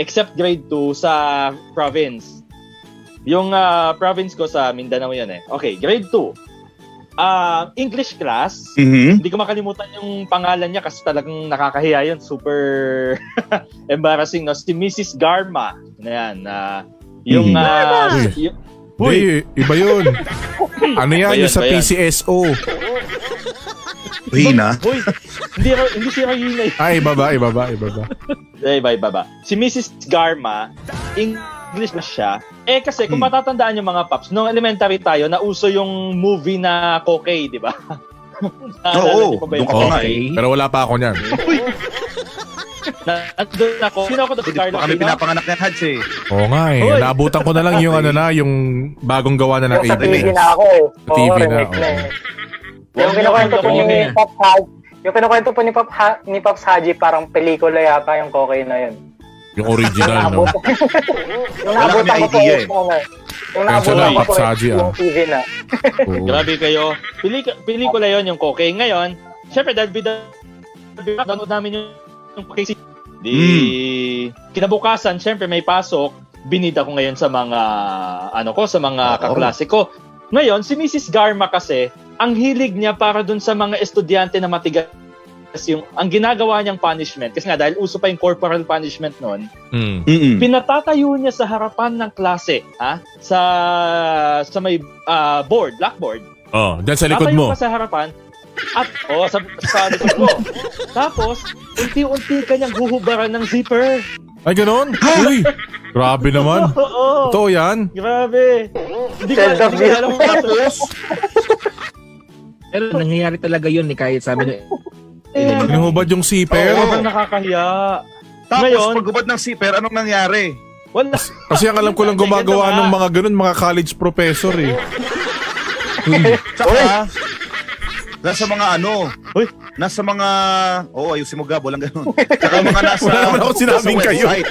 Speaker 4: except grade 2 sa province. Yung ah, province ko sa Mindanao 'yon eh. Okay, grade 2. Ah, English class.
Speaker 2: Mhm.
Speaker 4: Hindi ko makalimutan yung pangalan niya kasi talagang nakakahiya yun. Super embarrassing, no? Si Mrs. Garma. Ayan. ah, yung...
Speaker 6: Mhm.
Speaker 4: ah,
Speaker 6: Garma!
Speaker 4: yung-
Speaker 1: Uy, iba yun. Ano yan?
Speaker 4: Iba yun,
Speaker 1: yung sa
Speaker 4: iba yun.
Speaker 1: PCSO.
Speaker 2: Rina.
Speaker 4: Hoy, hindi, ro- hindi si Rayuna yun.
Speaker 1: Ay, Ah, iba ba? Iba ba? Iba ba?
Speaker 4: Ay, iba, iba, iba. Si Mrs. Garma, English na siya. Eh kasi kung
Speaker 2: Hmm.
Speaker 4: matatandaan yung mga paps, nung elementary tayo, nauso yung movie na Kokey, di ba? Naalala
Speaker 2: Oo,
Speaker 4: niyo pa ba yung
Speaker 2: doon ka pa nga
Speaker 4: Kokay?
Speaker 5: Okay.
Speaker 1: Pero wala pa ako niyan.
Speaker 4: Na- Nandun ako. Sino ako doon? Si
Speaker 2: Hindi
Speaker 4: Carlo
Speaker 2: pa kami
Speaker 4: Aquino?
Speaker 2: pinapanganak ng Hads eh.
Speaker 1: Oo nga eh.
Speaker 4: Uy.
Speaker 1: Naabutan ko na lang yung ano na, yung bagong gawa na ng
Speaker 3: Sa TV
Speaker 1: ABS.
Speaker 3: na ako eh.
Speaker 1: Sa TV na,
Speaker 3: remake
Speaker 1: oo.
Speaker 3: eh. Yung kinukwento po ni
Speaker 5: Okay na.
Speaker 3: Pop Haji, yung kinukwento po ni Pop Ha- ni Pops Haji parang pelikula yata yung cocaine na yun.
Speaker 6: Yung original, no?
Speaker 3: Naabutan- yung
Speaker 2: Ano Wala
Speaker 3: naabutan
Speaker 2: kami
Speaker 3: ko po
Speaker 2: idea eh.
Speaker 3: yung ano, yung
Speaker 1: Kaya
Speaker 3: naabutan
Speaker 1: sila,
Speaker 3: ko po
Speaker 1: Pops Haji,
Speaker 3: yung
Speaker 1: ah.
Speaker 3: TV na.
Speaker 6: Oo.
Speaker 4: Grabe kayo. Pili, pelikula yon yung Koke. Ngayon, syempre, dahil bida, nanood namin yung, yung Koke. Di, kinabukasan, syempre, may pasok. Binida ko ngayon sa mga, ano ko, sa mga
Speaker 2: Oo.
Speaker 4: kaklase ko. Ngayon, si Mrs. Garma kasi, ang hilig niya para dun sa mga estudyante na matigas yung ang ginagawa niyang punishment kasi nga dahil uso pa yung corporal punishment noon
Speaker 6: Mm.
Speaker 1: Hmm.
Speaker 2: Mhm.
Speaker 4: pinatatayo niya sa harapan ng klase ha sa sa may ah, board blackboard
Speaker 6: Oh, dyan sa likod
Speaker 4: Tatayo
Speaker 6: mo.
Speaker 4: ka sa harapan at oh, sa, sa likod mo. Tapos, unti-unti ka niyang huhubaran ng zipper.
Speaker 1: Ay, ganun? Uy! Grabe
Speaker 4: <laughs>
Speaker 1: naman.
Speaker 4: Oo.
Speaker 1: Totoo yan?
Speaker 4: Grabe. Hindi ko,
Speaker 3: Send off
Speaker 4: hindi ko alam kung kaso.
Speaker 5: Pero nangyayari talaga yun ni kahit sabi niya,
Speaker 1: Hinubad yung siper?
Speaker 4: Sobrang nakakahiya.
Speaker 2: Tapos
Speaker 4: Ngayon-
Speaker 2: paggubad ng siper, anong nangyari?
Speaker 4: Wala.
Speaker 1: Kasi ang alam ko lang gumagawa ng mga ganun, mga college professor eh.
Speaker 2: Tsaka, nasa mga ano,
Speaker 4: Uy.
Speaker 2: nasa mga, oo, ayusin mo Gab, walang
Speaker 4: <laughs>
Speaker 2: ganun. Tsaka mga nasa,
Speaker 1: Wala naman ako sinabing
Speaker 2: nasa
Speaker 1: kayo.
Speaker 2: website.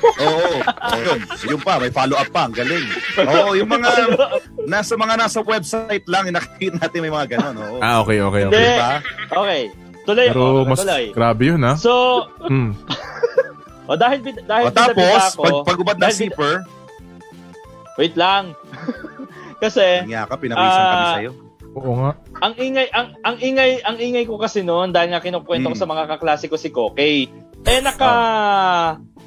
Speaker 2: Oo, oo, yun, yun pa, may follow-up pa, ang galing. Oo, yung mga, nasa mga nasa website lang, nakikita natin may mga ganun, oo.
Speaker 1: Ah, okay, okay, okay.
Speaker 4: Hindi. eh.
Speaker 2: Diba?
Speaker 4: Okay. Tuloy
Speaker 1: Pero
Speaker 4: ako.
Speaker 1: mas
Speaker 4: Tuloy.
Speaker 1: grabe yun ha.
Speaker 4: So,
Speaker 1: Mm.
Speaker 4: oh, dahil, bid-
Speaker 2: O,
Speaker 4: dahil
Speaker 2: tapos,
Speaker 4: bida-bida ako,
Speaker 2: pag, pagubad ng
Speaker 4: dahil bida-
Speaker 2: siper,
Speaker 4: Wait lang. <laughs> Kasi,
Speaker 2: nangyaka, ka, pinawisan kami
Speaker 4: Eh, Ah,
Speaker 2: sa'yo.
Speaker 1: Oo nga.
Speaker 4: ang ingay ang ang ingay ang ingay ko kasi noon dahil nga kinukuwento ko
Speaker 2: Mm.
Speaker 4: sa mga kaklase ko si Kokey. Eh naka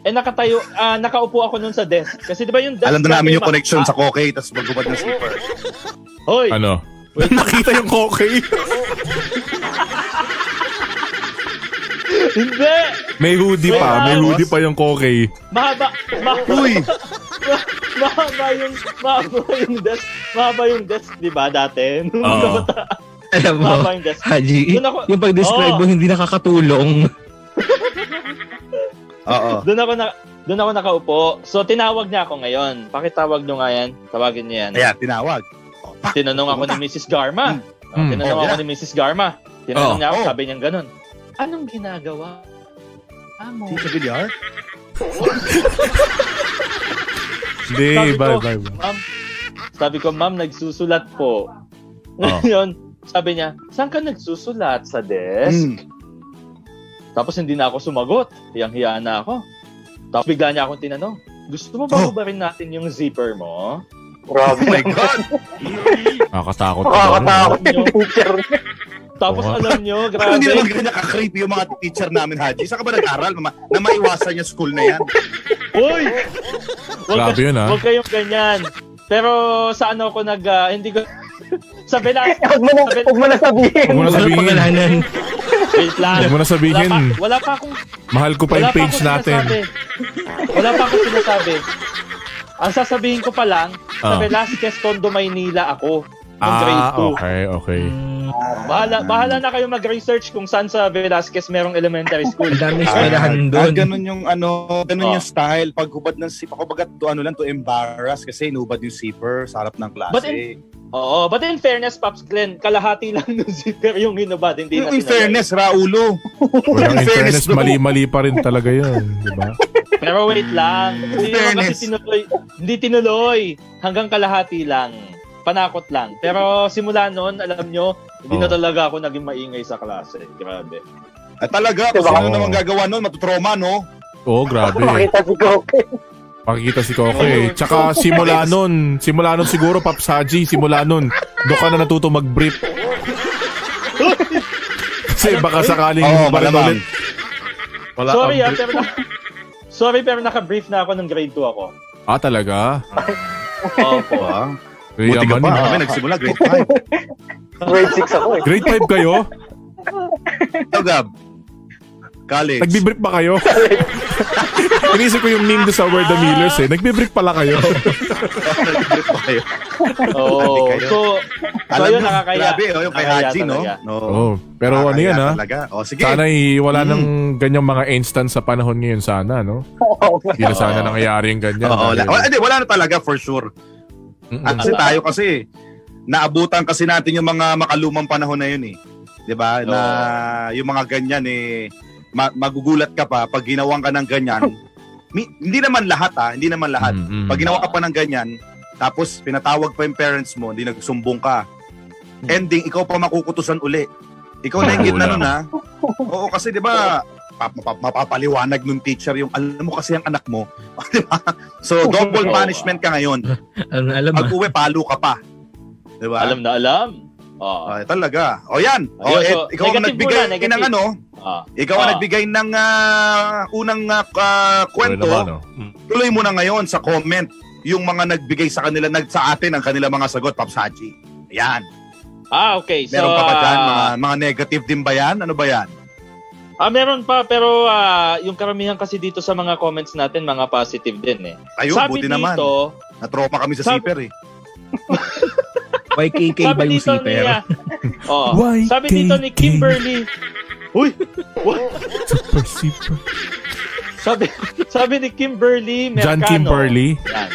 Speaker 4: eh nakatayo ah, nakaupo ako noon sa desk kasi 'di ba yung desk
Speaker 2: Oh. Alam na namin yung
Speaker 4: ma-
Speaker 2: connection sa
Speaker 4: Ah,
Speaker 2: Koke, tapos pagubad ng
Speaker 4: <laughs>
Speaker 2: siper.
Speaker 4: Hoy,
Speaker 6: Ano?
Speaker 1: <laughs> Nakita yung kokey.
Speaker 4: hindi.
Speaker 1: May hoodie pa. May hoodie pa yung kokey.
Speaker 4: Mahaba mahaba,
Speaker 2: Uy!
Speaker 4: <laughs> mahaba yung mahaba yung desk. Mahaba yung desk 'di ba dati? <laughs> Nung
Speaker 6: Oo.
Speaker 4: kabata-
Speaker 5: <laughs> alam mo,
Speaker 4: mahaba yung desk.
Speaker 5: Haji,
Speaker 4: Doon ako-
Speaker 5: yung pag-describe
Speaker 4: Oo.
Speaker 5: mo hindi nakakatulong.
Speaker 2: Oo.
Speaker 4: Doon ako na Doon ako nakaupo. So, tinawag niya ako ngayon. Pakitawag nyo nga yan. Tawagin niya yan.
Speaker 2: Ayan, tinawag. O, pak!
Speaker 4: Tinanong ako ni Mrs. Garma.
Speaker 1: Mm.
Speaker 4: Tinanong
Speaker 2: Oh,
Speaker 4: ako ni Mrs. Garma. Tinanong
Speaker 1: Oh.
Speaker 4: niya ako,
Speaker 2: Oh.
Speaker 4: sabi niya ganun. Anong ginagawa? Amo.
Speaker 2: Tito Villar?
Speaker 1: Hindi,
Speaker 4: Sabi ko-
Speaker 1: bye, bye, bye.
Speaker 4: Ma'am, sabi ko, ma'am, nagsusulat po. <laughs>
Speaker 1: Oh.
Speaker 4: Ngayon, sabi niya, saan ka nagsusulat? Sa desk?
Speaker 2: Mm.
Speaker 4: Tapos hindi na ako sumagot. Hiyang-hiya na ako. Tapos bigla niya akong tinanong, gusto mo ba
Speaker 2: Oh.
Speaker 4: ubarin natin yung zipper mo?
Speaker 2: Oh <laughs> my God!
Speaker 6: Nakakatakot.
Speaker 3: Nakakatakot yung teacher.
Speaker 4: Tapos
Speaker 6: Oo.
Speaker 4: alam nyo,
Speaker 2: Parang hindi naman
Speaker 4: grabe.
Speaker 2: ganyan nakakreepy yung mga teacher namin, Haji. Saan ka ba nag-aral, mama? Na maiwasan yung school na yan.
Speaker 4: Uy! Huwag
Speaker 6: Grabe
Speaker 4: kayo-
Speaker 6: yun, ha?
Speaker 4: Huwag kayong ganyan. Pero sa ano ko nag, ah, hindi ko, <laughs> sa Velasco,
Speaker 3: Huwag mo na, huwag mo na sabihin.
Speaker 1: Huwag mo na
Speaker 5: Walang
Speaker 1: sabihin.
Speaker 5: pangalanan.
Speaker 4: wait lang.
Speaker 1: Huwag mo na
Speaker 4: Wala
Speaker 1: sabihin.
Speaker 4: pa, wala pa akong
Speaker 1: Mahal ko pa yung
Speaker 4: Wala
Speaker 1: page
Speaker 4: akong
Speaker 1: natin.
Speaker 4: sinasabi. Wala pa akong sinasabi. Ang sasabihin ko pa lang,
Speaker 6: Ah.
Speaker 4: sa Velasquez Tondo, Maynila ako. Ng grade
Speaker 6: Ah,
Speaker 4: 2.
Speaker 6: okay,
Speaker 4: <laughs>
Speaker 6: okay.
Speaker 5: Mm,
Speaker 4: Bahala, bahala na kayo mag-research kung saan sa Velasquez merong elementary school.
Speaker 5: <laughs> Ang daming
Speaker 2: Ah,
Speaker 5: eskwelahan doon.
Speaker 2: ganun yung ano, ganun
Speaker 4: Oh.
Speaker 2: yung style. Paghubad ng sip ako, bagat to ano lang, to embarrass kasi inubad yung zipper sa harap ng klase.
Speaker 4: But in- Oo, but in fairness, Pops Glenn, kalahati lang ng zipper yung hinubad. Hindi
Speaker 2: yung
Speaker 4: na
Speaker 2: in
Speaker 4: tinanggal.
Speaker 2: fairness, Raulo.
Speaker 1: Walang in fairness,
Speaker 2: no?
Speaker 1: mali-mali pa rin talaga yun. Di ba?
Speaker 4: Pero wait lang. Hindi naman
Speaker 2: fairness.
Speaker 4: kasi tinuloy. Hindi tinuloy. Hanggang kalahati lang. Panakot lang. Pero simula noon, alam nyo, hindi na
Speaker 2: Oh.
Speaker 6: Oo.
Speaker 4: talaga ako naging maingay sa klase. Grabe.
Speaker 2: Ah, talaga, kung
Speaker 3: Diba?
Speaker 2: sino
Speaker 6: Oo.
Speaker 2: naman gagawa nun, matutroma, no?
Speaker 6: Oo,
Speaker 2: eh.
Speaker 6: grabe.
Speaker 3: Makita si Coke.
Speaker 6: Pakikita si Koke.
Speaker 4: Oo.
Speaker 1: eh. Tsaka simula nun, simula nun siguro, Paps Haji, simula nun, doon ka na natuto mag-brief. Kasi baka sakaling
Speaker 2: Oo,
Speaker 1: ba rin
Speaker 2: malamang.
Speaker 1: ulit. Wala
Speaker 4: Sorry
Speaker 1: kang
Speaker 4: ah,
Speaker 1: brief.
Speaker 4: pero na- Sorry pero naka-brief na ako ng grade 2 ako.
Speaker 6: Ah, talaga?
Speaker 4: Opo.
Speaker 2: Diba?
Speaker 6: Kaya
Speaker 2: Buti ka
Speaker 6: man
Speaker 2: pa, ah.
Speaker 6: yun.
Speaker 2: kami nagsimula, grade 5.
Speaker 3: Grade 6 ako eh.
Speaker 1: Grade 5 kayo?
Speaker 2: Ito, Gab. College. <laughs>
Speaker 1: Nagbibrief ba kayo? Inisip ko yung name doon sa Word the Millers eh. Nagbibrief pala
Speaker 2: <laughs>
Speaker 1: kayo.
Speaker 2: Nagbibrief pa kayo.
Speaker 4: Oo.
Speaker 2: <laughs> Hindi kayo.
Speaker 4: Oh. So, so
Speaker 2: Alam
Speaker 4: yun,
Speaker 2: nyo,
Speaker 4: nakakaya.
Speaker 2: grabe, oh, yung kay
Speaker 4: Nakakaya
Speaker 2: Haji, no?
Speaker 4: talaga.
Speaker 2: no.
Speaker 6: Oo. Pero ano yan,
Speaker 2: Nakakaya
Speaker 6: ha?
Speaker 2: Talaga. Oh, Ah, sige.
Speaker 1: ah?
Speaker 2: Hmm.
Speaker 1: Sana i- wala nang ganyang mga instance sa panahon ngayon sana, no? Hindi na sana
Speaker 6: Oo.
Speaker 1: nangyayari yung ganyan.
Speaker 2: Oo, wala,
Speaker 1: Dahil-
Speaker 2: oh, hindi, wala na talaga for sure.
Speaker 1: Mm-mm.
Speaker 6: Mm.
Speaker 2: At kasi tayo kasi, naabutan kasi natin yung mga makalumang panahon na yun eh. 'Di ba? Na yung mga ganyan eh, ma- magugulat ka pa pag ginawan ka ng ganyan.
Speaker 6: Oh.
Speaker 2: Mi- hindi naman lahat ah, hindi naman lahat.
Speaker 4: Mm.
Speaker 6: Mm-mm.
Speaker 2: Pag ginawa ka pa ng ganyan, tapos pinatawag pa yung parents mo, hindi nagsumbong ka.
Speaker 4: Mm.
Speaker 2: Ending, ikaw pa makukutusan uli. Ikaw na yung gitna
Speaker 6: Wala.
Speaker 2: nun ha. Oo, kasi di ba, pap- mapap- mapapaliwanag nung teacher yung alam mo kasi ang anak mo. <laughs> Di ba?
Speaker 4: <laughs>
Speaker 2: So, double punishment ka ngayon.
Speaker 5: Alam na alam
Speaker 2: Pag
Speaker 5: ah.
Speaker 2: uwi, palo ka pa. Di ba?
Speaker 4: Alam na alam. Oh, Oo.
Speaker 2: Ah, talaga. O yan. O,
Speaker 4: Ayun,
Speaker 2: Ed,
Speaker 4: so,
Speaker 2: ikaw ang
Speaker 4: negative
Speaker 2: nagbigay
Speaker 4: muna, negative.
Speaker 2: ng ano,
Speaker 4: Ah.
Speaker 2: ikaw ang
Speaker 4: Ah. Ano
Speaker 2: nagbigay ng ah, unang ah, ah,
Speaker 6: Wala
Speaker 2: kwento.
Speaker 6: naman, oh.
Speaker 2: Tuloy mo na ngayon sa comment yung mga nagbigay sa kanila, nag sa atin ang kanila mga sagot, Pops Haji. Ayan.
Speaker 4: Ah, okay. So,
Speaker 2: Meron pa ba dyan?
Speaker 4: ah,
Speaker 2: Mga, mga negative din ba yan? Ano ba yan?
Speaker 4: Ah, meron pa. Pero ah, yung karamihan kasi dito sa mga comments natin, mga positive din eh.
Speaker 2: Ayun,
Speaker 4: sabi
Speaker 2: buti
Speaker 4: dito,
Speaker 2: naman. Natropa kami sa
Speaker 4: Sabi-
Speaker 2: zipper eh.
Speaker 5: YKK
Speaker 4: sabi
Speaker 5: ba yung
Speaker 4: dito
Speaker 5: zipper? <laughs>
Speaker 4: niya. Oo. sabi dito ni Kimberly. Uy!
Speaker 1: Super, super.
Speaker 4: Sabi, sabi ni Kimberly
Speaker 1: John
Speaker 4: Mercano.
Speaker 1: Kimberly.
Speaker 4: Yan.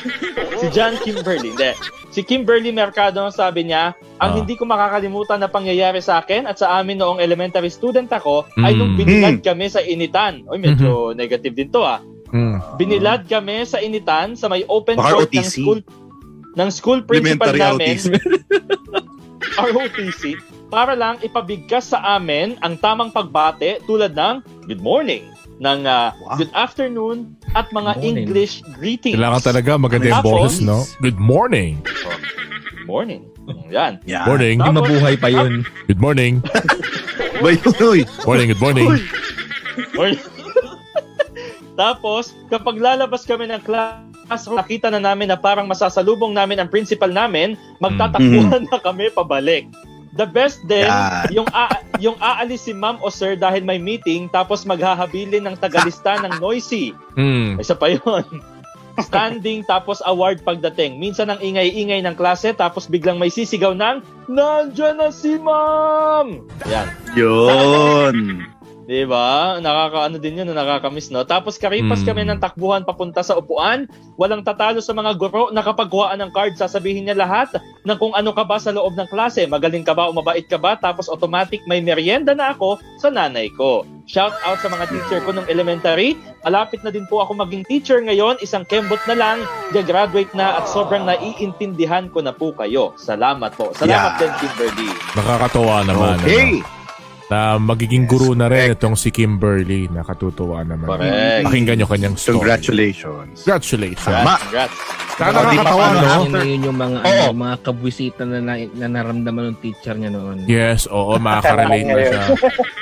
Speaker 4: Si John Kimberly. Hindi. Si Kimberly Mercado sabi niya, ang
Speaker 6: Ah.
Speaker 4: hindi ko makakalimutan na pangyayari sa akin at sa amin noong elementary student ako ay
Speaker 1: Hmm.
Speaker 4: nung
Speaker 6: Mm.
Speaker 4: binilad kami sa initan. Uy,
Speaker 1: Mm-hmm.
Speaker 4: medyo negative din to ah.
Speaker 1: Mm.
Speaker 4: Binilad kami sa initan sa may open
Speaker 2: Baka
Speaker 4: court ng
Speaker 2: ROTC.
Speaker 4: school ng school principal
Speaker 2: Elementary
Speaker 4: namin, <laughs>
Speaker 2: autism.
Speaker 4: ROTC, para lang ipabigkas sa amin ang tamang pagbate tulad ng good morning, ng ah,
Speaker 2: Wow.
Speaker 4: good afternoon, at mga
Speaker 5: Morning.
Speaker 4: English greetings.
Speaker 1: Kailangan talaga maganda yung
Speaker 4: Tapos-
Speaker 1: boses, no? Good morning.
Speaker 4: Morning. Mm, Yan.
Speaker 2: Yan.
Speaker 6: Morning.
Speaker 5: Hindi
Speaker 4: Tapos-
Speaker 5: mabuhay pa yun.
Speaker 6: Good morning.
Speaker 2: Ba yun, <laughs> uy?
Speaker 6: Morning, good morning.
Speaker 4: Morning. <laughs> Tapos, kapag lalabas kami ng classroom, nakita na namin na parang masasalubong namin ang principal namin, magtatakbuhan na kami pabalik. The best din,
Speaker 2: Yan.
Speaker 4: yung, a- yung aalis si ma'am o sir dahil may meeting, tapos maghahabilin ng tagalista ng noisy.
Speaker 6: Mm.
Speaker 4: Isa pa yun. standing tapos award pagdating. Minsan ang ingay-ingay ng klase tapos biglang may sisigaw ng Nandiyan na si ma'am! Yan.
Speaker 2: Yun.
Speaker 4: Di ba? Nakakaano din yun, nakakamiss, no? Tapos karipas
Speaker 6: Hmm.
Speaker 4: kami ng takbuhan papunta sa upuan. Walang tatalo sa mga guro. Nakapagkuhaan ng card, sasabihin niya lahat ng kung ano ka ba sa loob ng klase. Magaling ka ba o mabait ka ba? Tapos automatic may merienda na ako sa nanay ko. Shout out sa mga teacher ko nung elementary. Malapit na din po ako maging teacher ngayon. Isang kembot na lang. Gagraduate na at sobrang naiintindihan ko na po kayo. Salamat po. Salamat din, Kimberly.
Speaker 1: Nakakatawa naman. ano,
Speaker 2: Okay.
Speaker 1: na magiging guru na rin itong si Kimberly. Nakatutuwa naman.
Speaker 4: Correct.
Speaker 1: Pakinggan nyo kanyang story.
Speaker 2: Congratulations.
Speaker 1: Congratulations.
Speaker 2: Ma-
Speaker 4: Congrats.
Speaker 1: Kaya nakakatawa,
Speaker 2: Di
Speaker 1: no?
Speaker 2: pa-
Speaker 5: Yun na yun yung mga, ano,
Speaker 2: Oo.
Speaker 5: yung mga kabwisita na, na, na naramdaman ng teacher niya noon.
Speaker 1: Yes, oo, makaka-relate na
Speaker 2: <laughs>
Speaker 1: siya.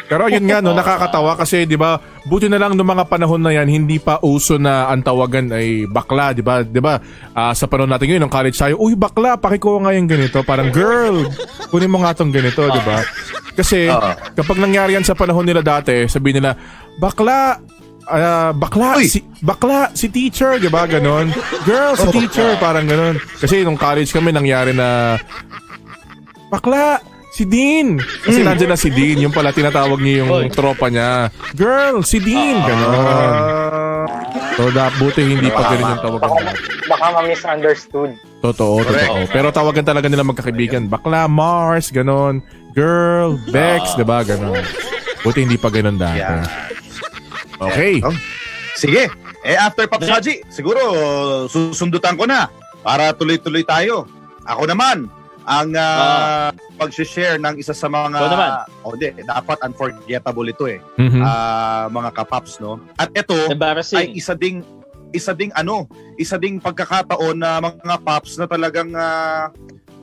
Speaker 1: Pero yun nga, no, nakakatawa kasi, di ba, buti na lang noong mga panahon na yan, hindi pa uso na ang tawagan ay bakla, di ba? Di ba, ah, sa panahon natin ngayon, ng college tayo, uy, bakla, pakikuha nga yung ganito. Parang, girl, kunin mo nga tong ganito, di ba? Kasi,
Speaker 2: Oo.
Speaker 1: kapag nangyari yan sa panahon nila dati, sabihin nila, bakla, ah, bakla,
Speaker 2: Uy!
Speaker 1: si, bakla, si teacher, di ba, ganon? Girl, si teacher, parang ganon. Kasi nung college kami, nangyari na, Bakla! Si Dean! Kasi nandiyan na si Dean. Yung pala tinatawag niya yung
Speaker 4: Oy.
Speaker 1: tropa niya. Girl! Si Dean! Ganon. So, da, buti hindi pa ganun yung tawagan
Speaker 3: Baka,
Speaker 1: nila.
Speaker 3: baka ma-misunderstood.
Speaker 1: Totoo, totoo. Pero tawagan talaga nila magkakaibigan. Bakla, Mars, ganon. Girl, Bex, di ba? Ganon. Buti hindi pa ganon dati.
Speaker 2: Yeah.
Speaker 1: Okay.
Speaker 2: Oh. Sige. Eh, after Papsaji, siguro susundutan ko na para tuloy-tuloy tayo. Ako naman, ang uh, share ng isa sa mga...
Speaker 4: Ah. Ikaw naman. Hmm.
Speaker 2: Oh, di, dapat unforgettable ito eh.
Speaker 1: Mhm.
Speaker 2: Ah, mga kapaps, no? At ito, ay
Speaker 4: Embarrassing.
Speaker 2: isa ding isa ding ano, isa ding pagkakataon na mga paps na talagang ah,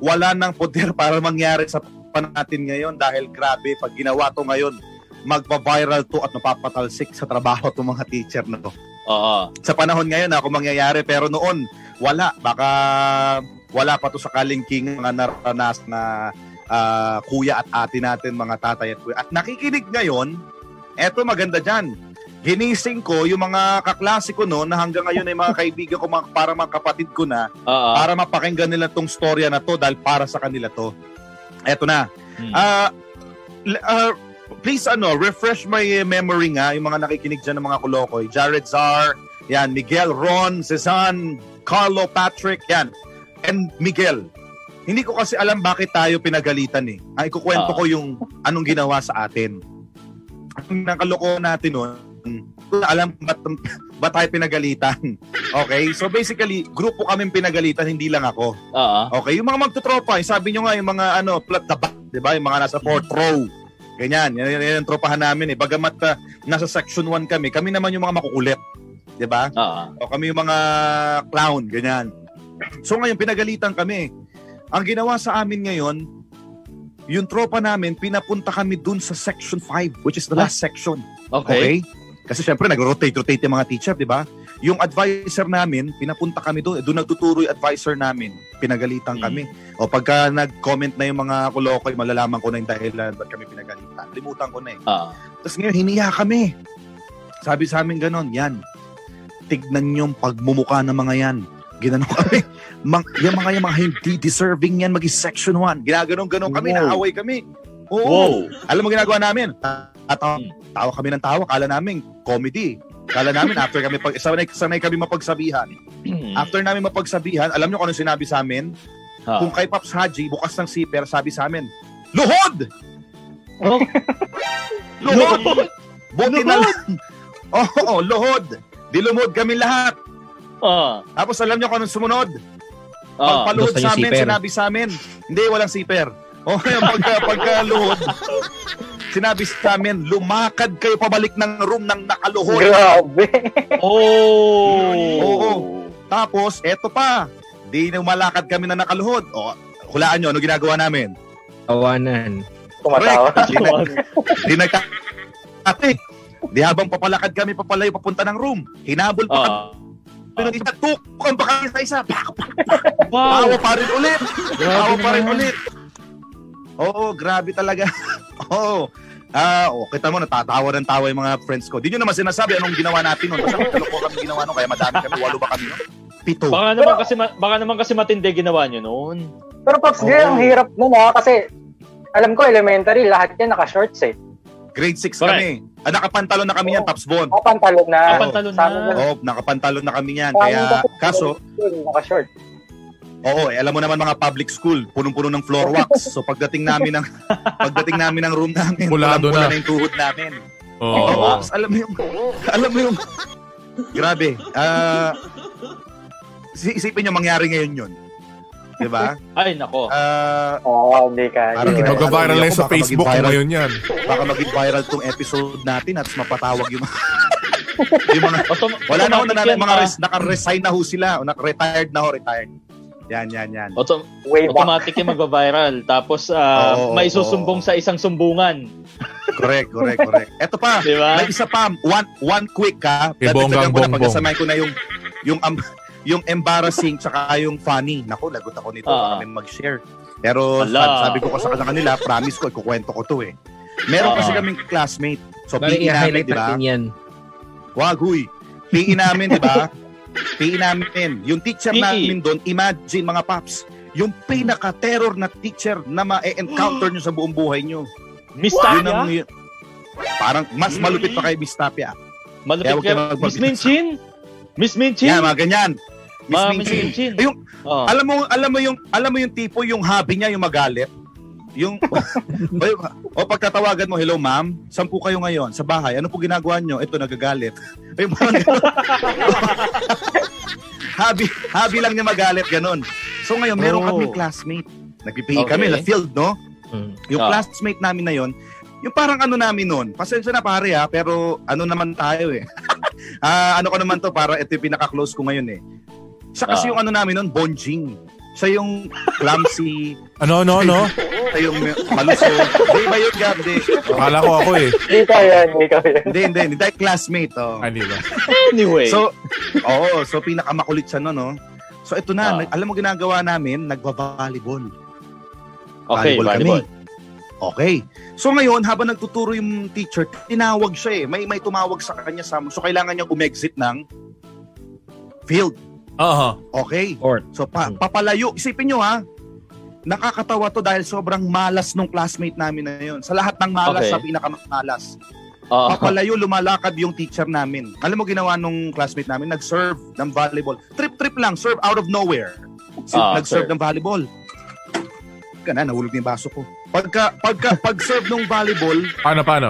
Speaker 2: wala ng poder <laughs> para mangyari sa pan natin ngayon dahil grabe pag ginawa to ngayon magpa-viral to at mapapatalsik sa trabaho to mga teacher na to.
Speaker 4: Oo.
Speaker 2: Sa panahon ngayon ako mangyayari pero noon wala baka wala pa to sa kalingking mga naranas na ah, kuya at ate natin mga tatay at kuya. At nakikinig ngayon, eto maganda dyan. Ginising ko yung mga kaklase ko noon na hanggang ngayon ay mga kaibigan ko, mga, para mga kapatid ko na,
Speaker 4: Oo.
Speaker 2: para mapakinggan nila tong storya na to dahil para sa kanila to. Eto na.
Speaker 4: Hmm.
Speaker 2: Ah, l- ah, please ano, refresh my eh, memory nga yung mga nakikinig dyan ng mga Kolokoy. Jared Zar, yan, Miguel Ron, Cezanne, Carlo Patrick, yan. And Miguel. Hindi ko kasi alam bakit tayo pinagalitan eh. Ang ikukwento
Speaker 4: Ah.
Speaker 2: ko yung anong ginawa sa atin. Ang nakalokohan natin noon, alam ba't, ba't tayo pinagalitan. <laughs> Okay? So basically, grupo kaming pinagalitan, hindi lang ako.
Speaker 4: Oo.
Speaker 2: Okay, yung mga magtutropa, yung sabi nyo nga, yung mga ano, plat the back, di ba? Yung mga nasa fourth row. Ganyan, yan, yan, yan ang tropahan namin eh. Bagamat ah, nasa section 1 kami, kami naman yung mga makukulit. Di ba?
Speaker 4: Oo.
Speaker 2: O kami yung mga clown, ganyan. So ngayon, pinagalitan kami. Ang ginawa sa amin ngayon, yung tropa namin, pinapunta kami dun sa section 5, which is the last section. Okay?
Speaker 4: Okay.
Speaker 2: Kasi syempre nag-rotate-rotate yung mga teacher, di ba? Yung advisor namin, pinapunta kami doon. Doon nagtuturo yung advisor namin. Pinagalitan
Speaker 4: Mm.
Speaker 2: kami. O pagka nag-comment na yung mga kolokoy, malalaman ko na yung dahilan ba't kami pinagalitan. Limutan ko na eh.
Speaker 4: Oo.
Speaker 2: <clears throat> Tapos ngayon, hiniya kami. Sabi sa amin ganon, yan. Tignan yung pagmumuka ng mga yan. Ginano kami. <laughs> Mang, yung mga yung mga hindi deserving yan, magi-section 1. Ginaganon-ganon kami,
Speaker 4: Wow.
Speaker 2: naaway kami. Oo.
Speaker 4: Wow.
Speaker 2: Alam mo ginagawa namin? At tawa kami ng tawa, kala namin comedy. Kala namin after kami pag sanay, sanay kami mapagsabihan.
Speaker 4: Mm.
Speaker 2: After namin mapagsabihan, alam niyo kung ano sinabi sa amin?
Speaker 4: Ah.
Speaker 2: Kung kay Pops Haji, bukas ng siper, sabi sa amin, Luhod!
Speaker 4: Oh.
Speaker 2: <laughs> Luhod! Buti na lang. <laughs> Oo, oh, luhod. Dilumod kami lahat.
Speaker 4: Oo.
Speaker 2: Tapos alam niyo kung anong sumunod?
Speaker 4: Oo.
Speaker 2: Pagpaluhod
Speaker 5: Basta
Speaker 2: sa
Speaker 5: yung
Speaker 2: amin,
Speaker 5: siper.
Speaker 2: sinabi sa amin. Hindi, walang siper. <laughs> O kaya pagka, pagkaluhod, sinabi sa amin, lumakad kayo pabalik ng room ng nakaluhod.
Speaker 3: Grabe.
Speaker 2: Oo.
Speaker 4: Oh.
Speaker 2: Tapos, eto pa, di na umalakad kami na nakaluhod. O, hulaan nyo, ano ginagawa namin?
Speaker 5: Tawanan.
Speaker 3: Tumatawa.
Speaker 2: Di, nag, <laughs> di nagka- <laughs> Ate, di habang papalakad kami papalayo papunta ng room, hinabol pa
Speaker 4: Ah.
Speaker 2: kami ng isa, tukukan pa kami sa isa, pak,
Speaker 4: Wow.
Speaker 2: Tawa pa rin
Speaker 4: <laughs>
Speaker 2: ulit. Tawa pa rin ulit. Oo, grabe talaga. <laughs> Oo. Ah, oh, kita mo natatawa ng tawa yung mga friends ko. Di nyo naman sinasabi anong ginawa natin noon. Kasi ano po kami ginawa noon kaya madami kami walo ba kami noon. Pito.
Speaker 4: Baka naman kasi ma- baka naman kasi matindi ginawa niyo noon.
Speaker 3: Pero Pops,
Speaker 2: Oo.
Speaker 3: Gray, ang hirap nun ha, kasi alam ko elementary, lahat yan naka-shorts eh.
Speaker 2: Grade 6
Speaker 4: Correct.
Speaker 2: kami. Ah, nakapantalon na kami yan, Paps Bon.
Speaker 3: O pantalon na.
Speaker 4: Ah, pantalon
Speaker 3: Sa amin
Speaker 4: na.
Speaker 3: lang-
Speaker 2: Oo, nakapantalon na kami
Speaker 4: Ah.
Speaker 2: yan.
Speaker 3: sa amin
Speaker 2: Kaya,
Speaker 3: kasi,
Speaker 2: kaso,
Speaker 3: yun, Naka-short.
Speaker 2: oo, eh, alam mo naman mga public school, punong-puno ng floor wax. So pagdating namin ng pagdating namin ng room namin,
Speaker 1: Bulado na.
Speaker 2: pulang-pula na yung tuhod namin.
Speaker 1: Oo.
Speaker 2: Oo, Paps, alam mo yung, alam mo yung, grabe. Ah, si- isipin nyo, mangyari ngayon yun. Diba?
Speaker 4: Ay nako.
Speaker 2: Ah,
Speaker 3: Oo, hindi ka.
Speaker 2: Parang
Speaker 3: Yun.
Speaker 2: ginagawa-
Speaker 1: Mag-viral na yun sa
Speaker 2: Baka maging
Speaker 1: Facebook
Speaker 2: viral.
Speaker 1: ngayon yan.
Speaker 2: baka maging viral tong episode natin at mapatawag yung, yung mga
Speaker 4: Autom-
Speaker 2: Wala na ako
Speaker 4: automatic
Speaker 2: nananay,
Speaker 4: yan,
Speaker 2: mga
Speaker 4: ah.
Speaker 2: res, naka-resign na ho sila. O, Naka-retired na ho, retired. Yan, yan, yan.
Speaker 4: Autom-
Speaker 3: Way back.
Speaker 4: automatic yung magbabiral. Tapos
Speaker 2: Diba?
Speaker 4: ah,
Speaker 2: <laughs> Oo,
Speaker 4: may susumbong
Speaker 2: oo.
Speaker 4: sa isang sumbungan. Diba?
Speaker 2: Correct, correct, correct. Ito pa,
Speaker 4: Di ba?
Speaker 2: may isa pa. One, one quick ha.
Speaker 1: Eh, bonggang,
Speaker 2: Dadagdagan ko na,
Speaker 1: bongbong.
Speaker 2: pagkasamay ko na yung, yung, um, yung embarrassing tsaka yung funny. Naku, lagot ako nito.
Speaker 4: Ah.
Speaker 2: Uh, kami mag-share. Pero
Speaker 4: Ala.
Speaker 2: sabi ko kasi sa kanila, promise ko, ikukwento ko to eh. Meron
Speaker 4: Ah.
Speaker 2: kasi kaming classmate. So,
Speaker 5: Bali,
Speaker 2: PE namin,
Speaker 5: i-highlight
Speaker 2: di ba?
Speaker 5: natin yan.
Speaker 2: Wag, huy. PE namin, di ba? PE namin. Yung teacher
Speaker 4: PE.
Speaker 2: namin doon, imagine mga paps, yung pinaka-terror na teacher na ma-encounter
Speaker 4: <gasps>
Speaker 2: nyo sa buong buhay nyo.
Speaker 4: Miss
Speaker 2: Yun ang...
Speaker 4: Tapia?
Speaker 2: yun- Parang mas malupit pa kay Miss Tapia. Kaya
Speaker 4: Malapit
Speaker 2: huwag kayo
Speaker 4: ka.
Speaker 2: magbabiral.
Speaker 4: Miss Minchin? Miss Minchin?
Speaker 2: Yan, mga ganyan. Miss
Speaker 4: Ah, Miss
Speaker 2: Minchin.
Speaker 4: Minchin.
Speaker 2: Ayun.
Speaker 4: Oh.
Speaker 2: Alam mo, alam mo yung, alam mo yung tipo, yung hobby niya, yung magalit.
Speaker 4: <laughs>
Speaker 2: Yung, o pagtatawagan mo, hello ma'am, saan po kayo ngayon? Sa bahay, ano po ginagawa nyo? Ito, nagagalit. <laughs> Ay, parang gano'n. <laughs> hobby, hobby lang niya magalit, ganun. So ngayon, meron
Speaker 4: Oh.
Speaker 2: kaming classmate. Nagpipihi
Speaker 4: Okay.
Speaker 2: kami, la field, no?
Speaker 5: Mm.
Speaker 2: Yung
Speaker 4: Ah.
Speaker 2: classmate namin na yon, yung parang ano namin noon, pasensya na pare ha, pero ano naman tayo eh. <laughs> Ah, ano ko naman to, para ito yung pinaka-close ko ngayon eh. Siya kasi
Speaker 4: Ah.
Speaker 2: yung ano namin noon, bonjing. Siya yung clumsy,
Speaker 1: Ano, ano, ano?
Speaker 2: siya yung malusog. Di ba yun, Gab? Di. Oh,
Speaker 1: Akala ko ako eh.
Speaker 3: Hindi ka yan, hindi ka
Speaker 2: <laughs>
Speaker 3: yan.
Speaker 2: Hindi, hindi, hindi. Dahil classmate, oh.
Speaker 1: Ano ba?
Speaker 4: Anyway.
Speaker 2: So, oo, so pinakamakulit siya noon, no? So ito na,
Speaker 4: Ah.
Speaker 2: nag- alam mo ginagawa namin, nagba-volleyball.
Speaker 4: okay, volleyball.
Speaker 2: kami. Okay. So ngayon, habang nagtuturo yung teacher, tinawag siya eh. May, may tumawag sa kanya sa So kailangan niya umexit ng field.
Speaker 1: Aha.
Speaker 2: Okay.
Speaker 5: Or,
Speaker 2: So pa-
Speaker 4: Mm.
Speaker 2: papalayo. Isipin nyo ha. Nakakatawa to dahil sobrang malas nung classmate namin na yun. Sa lahat ng malas,
Speaker 4: Okay.
Speaker 2: sa pinakamalas.
Speaker 4: Oo.
Speaker 2: Papalayo, lumalakad yung teacher namin. Alam mo ginawa nung classmate namin? Nag-serve ng volleyball. Trip-trip lang, serve out of nowhere. So,
Speaker 4: Ah,
Speaker 2: nag-serve
Speaker 4: serve.
Speaker 2: ng volleyball. Kana, nahulog na yung baso ko. Pagka, pagka, pag-serve nung volleyball,
Speaker 1: Paano, paano?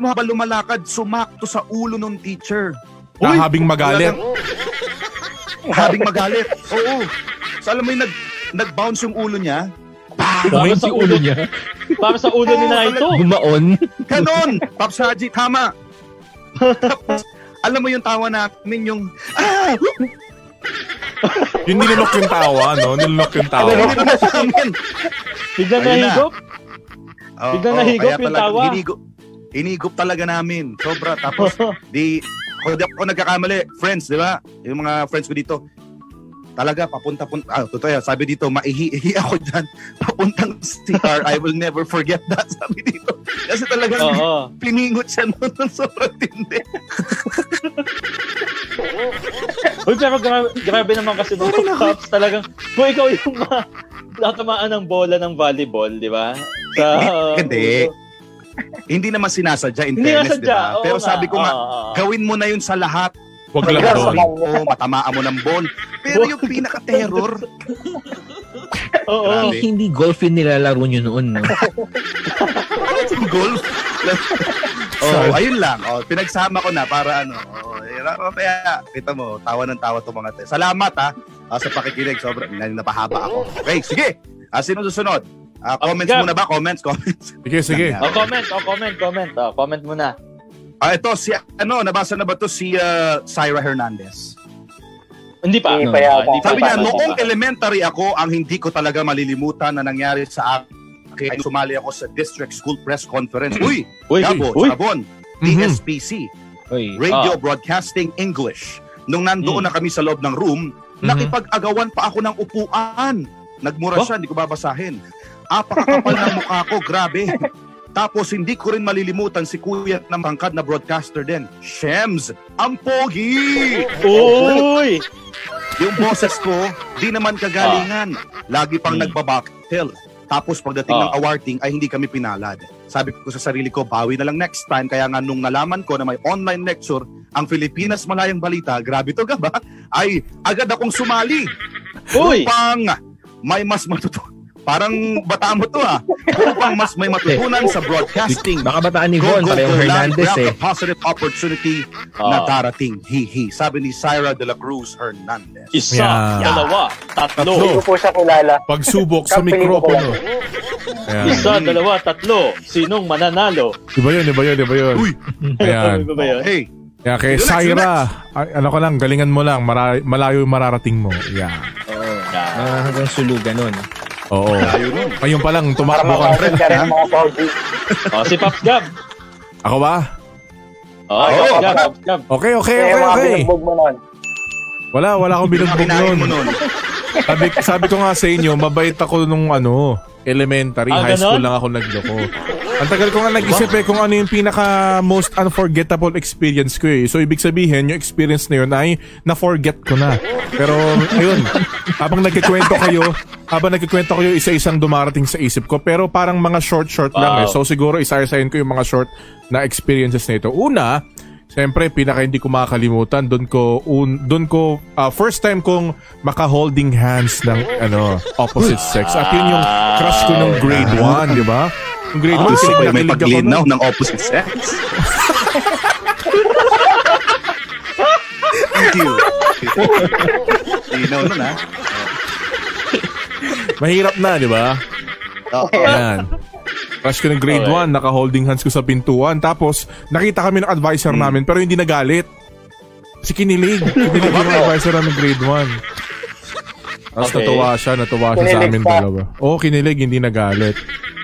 Speaker 2: yung habang lumalakad, sumakto sa ulo nung teacher.
Speaker 1: Nahabing magalit.
Speaker 2: Talagang- Habing magalit. Oo. So, alam mo yung nag, nag-bounce yung ulo niya?
Speaker 4: Para
Speaker 5: Umayon
Speaker 4: sa
Speaker 5: si
Speaker 4: ulo
Speaker 5: ulo niya.
Speaker 4: Para sa ulo ni na ito.
Speaker 5: Gumaon.
Speaker 4: <laughs>
Speaker 2: Ganon! Pops Haji, tama! Tapos, alam mo yung tawa namin, yung, ah!
Speaker 1: Yung nilunok yung tawa, no? Nilunok yung
Speaker 2: <laughs>
Speaker 1: tawa.
Speaker 2: Ganun na namin.
Speaker 4: Bigla
Speaker 2: Ayun
Speaker 4: na
Speaker 2: na.
Speaker 4: higop.
Speaker 2: Oo,
Speaker 4: Biglang
Speaker 2: oo,
Speaker 4: nahigop
Speaker 2: Oh, kaya
Speaker 4: yung
Speaker 2: talagang
Speaker 4: tawa.
Speaker 2: Hinigop, hinigop talaga namin. Sobra.
Speaker 4: <laughs>
Speaker 2: Tapos, di, kung di ako nagkakamali, friends, di ba? Yung mga friends ko dito, talaga, papunta-punta. Ah, totoo yan. Sabi dito, maihi-ihi ako dyan. <laughs> Papuntang CR. I will never forget that. <laughs> Sabi dito. Kasi talagang
Speaker 4: Oo.
Speaker 2: piningot siya <laughs> noon ng sobrang tindi.
Speaker 4: Uy, pero grabe, grabe naman kasi nung Pops talagang, kung ikaw yung ma- natamaan ng bola ng volleyball, di ba? Sa, uh,
Speaker 2: Hindi. Hindi naman sinasadya in
Speaker 4: Hindi nga
Speaker 2: fairness, di
Speaker 4: sadya.
Speaker 2: ba?
Speaker 4: oo
Speaker 2: Pero sabi ko nga,
Speaker 4: oo, oo.
Speaker 2: gawin mo na yun sa lahat.
Speaker 1: Wag lang
Speaker 3: Wag lang
Speaker 1: doon.
Speaker 3: sa-
Speaker 2: Oo, matamaan mo ng ball. Pero yung pinaka-terror,
Speaker 4: Oo.
Speaker 2: <laughs> Grabe.
Speaker 5: Eh, hindi golf yung nilalaro nyo noon, no?
Speaker 2: Yung golf. oh, ayun lang. Oh, pinagsama ko na para ano. Oh, eh, kaya, kita mo, tawa ng tawa itong mga te. Salamat ha ah, sa pakikinig. Sobrang nan- napahaba ako. Okay, sige. Ah, sino susunod? Ah, comments
Speaker 4: Gab.
Speaker 2: muna ba? Comments, comments. <laughs>
Speaker 1: Sige, sige.
Speaker 4: Oh, comment, oh, comment, comment. Oh, comment muna.
Speaker 2: Ah, ito si ano, nabasa na ba to si ah, Syra Hernandez?
Speaker 4: Hindi pa.
Speaker 3: Hindi
Speaker 4: Ah,
Speaker 5: pa
Speaker 3: yata.
Speaker 4: hindi pa,
Speaker 2: Sabi
Speaker 4: hindi
Speaker 2: niya,
Speaker 4: pa,
Speaker 2: noong
Speaker 4: hindi pa.
Speaker 2: elementary ako, ang hindi ko talaga malilimutan na nangyari sa akin ay sumali ako sa district school press
Speaker 4: <clears throat>
Speaker 2: conference. Uy,
Speaker 4: Uy,
Speaker 2: Gabo,
Speaker 4: uy, Mm-hmm.
Speaker 2: Sabon,
Speaker 1: Mhm.
Speaker 2: DSPC.
Speaker 5: Oy.
Speaker 2: Radio Broadcasting English. Nung nandoon
Speaker 4: Mm.
Speaker 2: na kami sa loob ng room, nakipag-agawan pa ako ng upuan. Nagmura
Speaker 4: Oh.
Speaker 2: siya, hindi ko babasahin. Apakakapal ng mukha ko, grabe. Tapos hindi ko rin malilimutan si kuya ng bangkad na broadcaster din. Shems, ang pogi!
Speaker 4: Uy!
Speaker 2: Yung boses ko, di naman kagalingan.
Speaker 5: Ah.
Speaker 2: Lagi pang
Speaker 5: Hmm.
Speaker 2: nagbabaktel. Tapos pagdating ng awarding ay hindi kami pinalad. Sabi ko sa sarili ko, bawi na lang next time. Kaya nga nung nalaman ko na may online lecture, ang Pilipinas Malayang Balita, grabe to ka ba? Ay, agad akong sumali
Speaker 4: Uy!
Speaker 2: upang may mas matutunan. Parang bata mo to ah. Upang mas may matutunan sa broadcasting.
Speaker 5: Baka bataan ni Von, parehong Hernandez
Speaker 2: grab the
Speaker 5: eh.
Speaker 2: positive opportunity na
Speaker 4: Ah,
Speaker 2: darating. Hihi. Sabi ni Syra de la Cruz Hernandez.
Speaker 4: isa,
Speaker 1: Yeah.
Speaker 4: dalawa, tatlo.
Speaker 1: Tatlo.
Speaker 3: Hindi ko po siya kilala.
Speaker 1: Pagsubok sa
Speaker 3: Kapiling ko
Speaker 1: mikropono.
Speaker 3: lang.
Speaker 1: Ayan.
Speaker 4: Isa, dalawa, tatlo. Sinong mananalo?
Speaker 1: Iba yun, iba yun, iba yun.
Speaker 2: Uy!
Speaker 1: Ayan.
Speaker 4: Ano ba yun?
Speaker 2: Hey,
Speaker 1: Yeah, kay
Speaker 2: Relax,
Speaker 1: Syra, ay, ano ko lang, galingan mo lang, mara- malayo yung mararating mo. Yeah.
Speaker 4: Yeah.
Speaker 5: Ah, hanggang sulugan nun.
Speaker 1: Oo. Ayun pa lang,
Speaker 3: Para
Speaker 1: tumakbo ka.
Speaker 3: makasin ka rin mga Pogi.
Speaker 4: Oh, si Pops Gab.
Speaker 1: Ako ba?
Speaker 4: Oh,
Speaker 2: Oo.
Speaker 4: Pops Gab, Pops Gab.
Speaker 1: Okay, okay,
Speaker 3: Kaya
Speaker 1: okay,
Speaker 3: mga
Speaker 1: okay.
Speaker 3: binugbog mo nun.
Speaker 1: Wala, wala akong binugbog
Speaker 2: kinain
Speaker 1: nun.
Speaker 2: mo nun.
Speaker 1: Sabi, sabi ko nga sa inyo, mabait ako nung ano, elementary,
Speaker 4: Ah,
Speaker 1: high school
Speaker 4: ganon?
Speaker 1: lang ako nagloko. Ang tagal ko nga nag-isip eh kung ano yung pinaka most unforgettable experience ko eh. So ibig sabihin, yung experience na yun ay na-forget ko na. Pero ayun, habang nagkikwento kayo, habang nagkikwento kayo, isa-isang dumarating sa isip ko. Pero parang mga short-short lang eh.
Speaker 4: Wow.
Speaker 1: So siguro isa-isahin ko yung mga short na experiences na ito. Una, Siyempre, pinaka hindi ko makakalimutan doon ko un, doon ko ah, first time kong maka holding hands ng ano opposite sex. At yun yung crush ko ng grade 1, di ba? Yung grade 1
Speaker 2: Ah,
Speaker 1: kasi
Speaker 2: so may,
Speaker 1: nakilig ako
Speaker 2: may
Speaker 1: nun.
Speaker 2: paglinaw ng opposite sex. Thank you. Linaw nun ah.
Speaker 1: Mahirap na, di ba?
Speaker 2: Oo.
Speaker 1: Ayan. Crush ko ng grade 1, naka-holding hands ko sa pintuan. Tapos, nakita kami ng advisor namin, pero hindi nagalit. Kasi kinilig. Kinilig yung advisor namin grade 1. Tapos
Speaker 4: Okay.
Speaker 1: natuwa siya, natuwa siya sa
Speaker 3: Kinilig
Speaker 1: amin
Speaker 3: pa.
Speaker 1: dalawa. Oo, kinilig, hindi nagalit.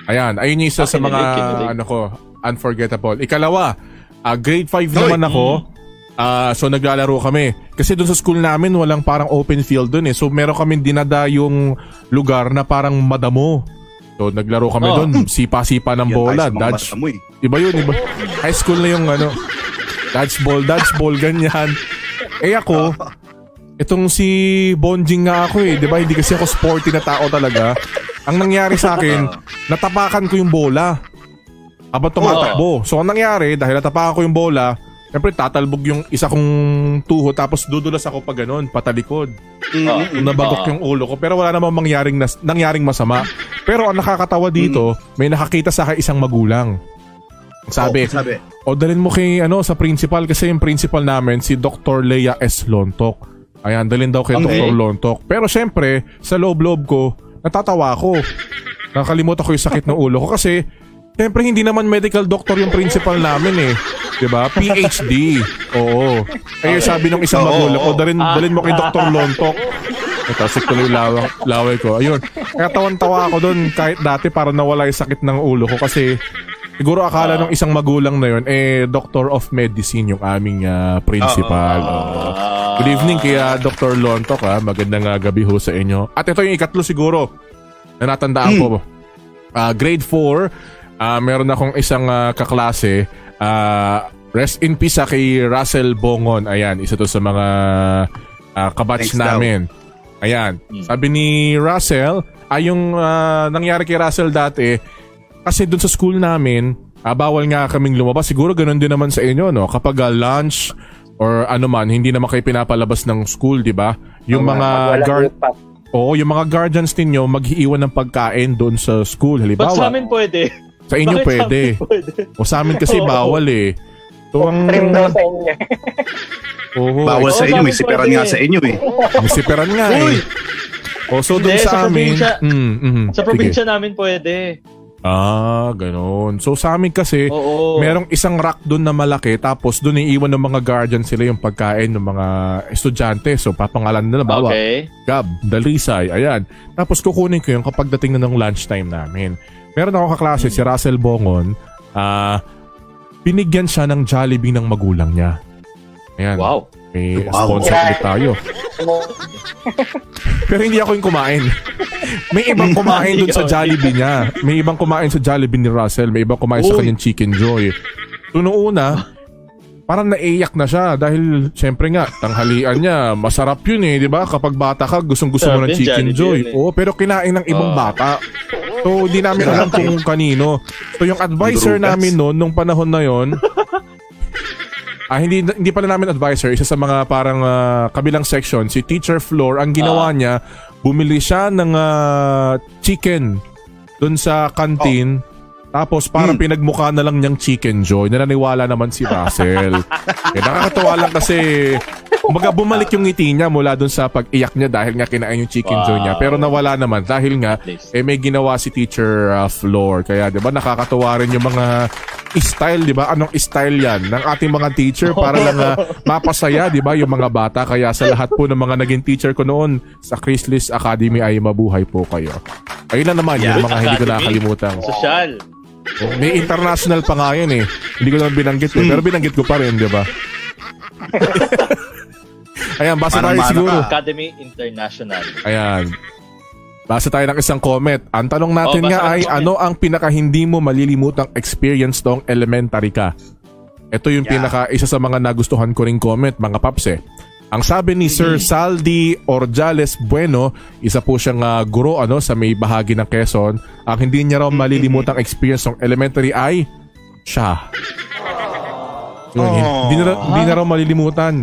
Speaker 1: Ayan, ayun yung isa
Speaker 4: Ah,
Speaker 1: sa mga,
Speaker 4: kinilig, kinilig.
Speaker 1: ano ko, unforgettable. Ikalawa, ah, grade 5 naman ako. Ah, so naglalaro kami. Kasi doon sa school namin walang parang open field doon eh. So meron kami dinada yung lugar na parang madamo. So naglaro kami
Speaker 4: Oh.
Speaker 1: doon, sipa-sipa ng
Speaker 2: Yan
Speaker 1: bola,
Speaker 2: tayo sa mga
Speaker 1: dodge.
Speaker 2: masamoy.
Speaker 1: Iba yun, iba. High school na yung ano, dodgeball, dodgeball, ganyan. Eh ako, itong si Bonjing nga ako eh, di ba? Hindi kasi ako sporty na tao talaga. Ang nangyari sa akin, natapakan ko yung bola. Habang tumatakbo. So, ang nangyari, dahil natapakan ko yung bola, syempre tatalbog yung isa kong tuho tapos dudulas ako pa ganun, patalikod.
Speaker 2: Mm.
Speaker 1: Yung Nabagok yung ulo ko pero wala namang mangyaring, nas- nangyaring masama. Pero ang
Speaker 2: Hmm.
Speaker 1: nakakatawa dito, may nakakita sa akin isang magulang. Sabi,
Speaker 2: Oh, sabi.
Speaker 1: o dalhin mo kay ano sa principal kasi yung principal namin si Dr. Leia S. Lontok. Ayan, dalhin daw kay
Speaker 2: Okay.
Speaker 1: Dr. Lontok. Pero syempre, sa loob-loob ko, natatawa ako. Nakalimutan ko yung sakit ng ulo ko kasi syempre hindi naman medical doctor yung principal namin eh. 'Di ba? PhD. Oo. Eh sabi ng isang
Speaker 2: Oo,
Speaker 1: magulang,
Speaker 2: oo.
Speaker 1: o dalhin, dalhin mo kay Dr. Lontok. Ito, tuloy yung lawang, laway ko. Ayun. Kaya tawan-tawa ako doon kahit dati para nawala yung sakit ng ulo ko kasi siguro akala ng isang magulang na yun, eh, Doctor of Medicine yung aming ah, principal. Oo. Good evening kaya Dr. Lontok ha. Magandang ah, gabi ho sa inyo. At ito yung ikatlo siguro na natandaan
Speaker 2: Hmm.
Speaker 1: ko. Ah, grade 4, ah, meron akong isang ah, kaklase. Ah, rest in peace ah, kay Russell Bongon. Ayan, isa to sa mga ah, kabatch
Speaker 2: Thanks daw.
Speaker 1: namin. Ayan.
Speaker 4: Hmm.
Speaker 1: Sabi ni Russell, ay yung ah, nangyari kay Russell dati, kasi dun sa school namin, ah, bawal nga kaming lumabas. Siguro ganun din naman sa inyo, no? Kapag ah, lunch or ano man, hindi naman kayo pinapalabas ng school, di ba? Yung mga
Speaker 3: Walang
Speaker 1: guard,
Speaker 3: utak.
Speaker 1: oo, yung mga guardians ninyo maghiiwan ng pagkain doon sa school.
Speaker 4: Ba't
Speaker 1: Halimbawa,
Speaker 4: sa amin pwede?
Speaker 1: sa inyo
Speaker 4: Bakit sa amin
Speaker 1: pwede.
Speaker 4: pwede?
Speaker 1: O sa amin kasi
Speaker 4: <laughs> Oo.
Speaker 1: bawal eh. So, ang,
Speaker 3: Trim daw sa inyo. <laughs>
Speaker 1: Oo,
Speaker 2: Bawal
Speaker 4: Oo,
Speaker 2: sa inyo, may
Speaker 4: sabi ko
Speaker 2: siperan
Speaker 4: din
Speaker 2: nga
Speaker 4: eh.
Speaker 2: sa inyo eh.
Speaker 1: may siperan nga eh. O so doon
Speaker 4: Hindi, sa
Speaker 1: sa, amin,
Speaker 4: probinsya-
Speaker 1: mm, mm,
Speaker 4: Sa
Speaker 1: sige.
Speaker 4: probinsya namin pwede.
Speaker 1: Ah, ganun. So sa amin kasi,
Speaker 4: Oo.
Speaker 1: merong isang rack doon na malaki tapos doon iiwan ng mga guardian sila yung pagkain ng mga estudyante. So papangalan na na bawa.
Speaker 4: Okay.
Speaker 1: Gab, Dalisay, ayan. Tapos kukunin ko yung kapag dating na ng lunchtime namin. Meron ako kaklase, si Russell Bongon, ah, binigyan siya ng Jollibee ng magulang niya. Ayan.
Speaker 4: Wow.
Speaker 1: May
Speaker 2: Wow.
Speaker 1: sponsor ulit tayo. Pero hindi ako yung kumain. May ibang kumain dun sa Jollibee niya. May ibang kumain sa Jollibee ni Russell. May ibang kumain sa
Speaker 4: Uy.
Speaker 1: kanyang Chicken Joy. So, nung una, parang naiyak na siya dahil syempre nga tanghalian niya masarap yun eh di ba kapag bata ka gustong gusto mo
Speaker 4: Sarap
Speaker 1: ng
Speaker 4: yun,
Speaker 1: chicken
Speaker 4: Jollibee
Speaker 1: joy
Speaker 4: yun eh. Oh.
Speaker 1: oo pero kinain ng ibang
Speaker 4: Oo.
Speaker 1: bata so di namin alam kung kanino so yung advisor
Speaker 2: Drugas.
Speaker 1: namin noon nung panahon na yon Ah, hindi hindi pala namin advisor, isa sa mga parang ah, kabilang section, si Teacher Floor, ang ginawa niya, bumili siya ng ah, chicken doon sa canteen. Tapos parang pinagmukha na lang niyang chicken joy. Nananiwala naman si Russell. eh, nakakatawa lang kasi umaga bumalik yung ngiti niya mula doon sa pag-iyak niya dahil nga kinain yung chicken joy niya.
Speaker 4: Wow.
Speaker 1: Pero nawala naman dahil nga eh may ginawa si teacher uh, floor kaya 'di ba nakakatuwa rin yung mga style 'di ba anong style yan ng ating mga teacher para lang uh, mapasaya 'di ba yung mga bata kaya sa lahat po ng mga naging teacher ko noon sa Christlis Academy ay mabuhay po kayo ayun lang naman yung mga hindi ko
Speaker 4: Academy.
Speaker 1: nakakalimutan
Speaker 4: Social.
Speaker 1: Oh, may international pa nga yun eh hindi ko naman binanggit eh, pero binanggit ko pa rin 'di ba <laughs> Ayan, basa tayo
Speaker 2: Manang-mana ka.
Speaker 1: siguro.
Speaker 4: Academy International.
Speaker 1: Ayan. Basa tayo ng isang comment. Ang tanong natin
Speaker 4: Oh, basa
Speaker 1: nga
Speaker 4: ng
Speaker 1: ay,
Speaker 4: comment.
Speaker 1: ano ang pinaka hindi mo malilimutang experience tong elementary ka? Ito yung
Speaker 2: Yeah.
Speaker 1: pinaka isa sa mga nagustuhan ko ring comment, mga paps eh. Ang sabi ni Sir Saldi Orjales Bueno, isa po siyang ah, guro ano, sa may bahagi ng Quezon. Ang hindi niya raw malilimutang experience ng elementary ay siya. Yun,
Speaker 2: Oh.
Speaker 1: hin- hindi, na, ra- hindi na raw malilimutan.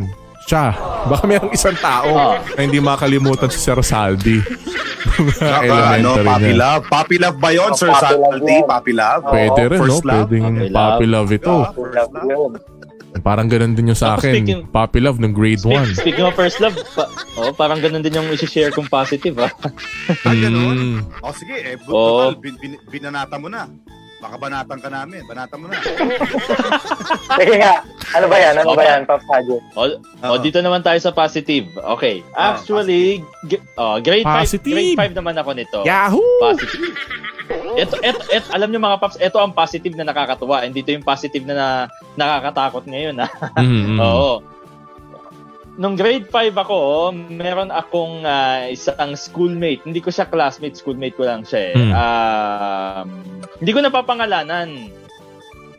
Speaker 1: Siya. Baka mayroong isang tao na hindi makalimutan si Sir Saldi. <laughs>
Speaker 2: Saka, ano,
Speaker 1: Elementary
Speaker 2: Papi
Speaker 1: niya.
Speaker 2: Love. Papi Love ba yun,
Speaker 3: Oh,
Speaker 2: Sir
Speaker 3: Papi Love
Speaker 2: Salty?
Speaker 3: yan.
Speaker 2: Papi Love?
Speaker 1: Pwede
Speaker 2: Oo,
Speaker 1: rin, no?
Speaker 2: Oh, first love.
Speaker 1: Pwedeng
Speaker 4: Okay, love.
Speaker 1: puppy love ito.
Speaker 2: Yeah.
Speaker 3: Love yun.
Speaker 1: Parang ganun din yung sa
Speaker 4: Tapos speaking-
Speaker 1: akin. Puppy love ng grade 1.
Speaker 4: Speaking of first love, pa- oh, parang ganun din yung isi-share kong positive. Ah.
Speaker 2: Ah, ganun?
Speaker 1: Mm.
Speaker 2: O sige, eh, but,
Speaker 4: Oo.
Speaker 2: total, bin- bin- binanata mo na. Baka banatan ka namin, banata mo na.
Speaker 3: Sige nga, ano ba yan? Ano ba yan, Pop Sadio?
Speaker 4: O, o,
Speaker 2: Oo.
Speaker 4: Oh, dito naman tayo sa positive. Okay.
Speaker 2: Ah,
Speaker 4: Actually, g- oh, grade 5
Speaker 1: Positive.
Speaker 4: grade 5 naman ako nito.
Speaker 1: Yahoo!
Speaker 4: Positive. Ito, ito, ito, alam nyo mga paps, ito ang positive na nakakatuwa. And dito yung positive na, na nakakatakot ngayon. Ah.
Speaker 1: Mm, mm.
Speaker 4: Oo. Nung grade 5 ako, meron akong ah, isang schoolmate. Hindi ko siya classmate, schoolmate ko lang siya eh.
Speaker 1: Hmm.
Speaker 4: Um, hindi ko napapangalanan.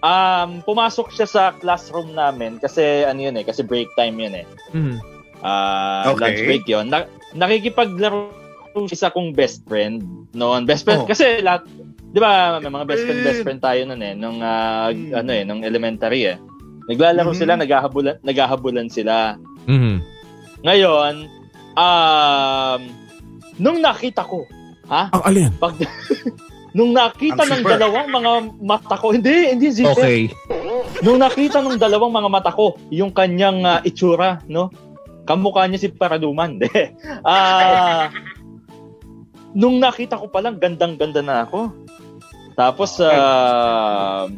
Speaker 4: Um, pumasok siya sa classroom namin kasi ano yun eh, kasi break time yun eh.
Speaker 1: Mm.
Speaker 4: Ah,
Speaker 2: Okay.
Speaker 4: lunch break yun. Na- nakikipaglaro yung isa kong best friend noon. Best
Speaker 2: Oh.
Speaker 4: friend, kasi lahat, di ba, may mga best friend, best friend tayo noon eh, nung, ah,
Speaker 2: Hmm.
Speaker 4: ano eh, nung elementary eh. Naglalaro
Speaker 2: Mhm.
Speaker 4: sila, naghahabulan, naghahabulan sila.
Speaker 1: Mm.
Speaker 4: Ngayon, um, nung nakita ko,
Speaker 1: Ang alin?
Speaker 4: pag, <laughs> nung nakita
Speaker 2: Ang
Speaker 4: ng
Speaker 2: super.
Speaker 4: dalawang mga mata ko, hindi, hindi, zipper.
Speaker 5: Okay.
Speaker 4: Nung nakita ng dalawang mga mata ko, yung kanyang ah, itsura, no? Kamukha niya si Paraduman. <laughs> de. Ah. nung nakita ko palang gandang-ganda na ako. Tapos ah,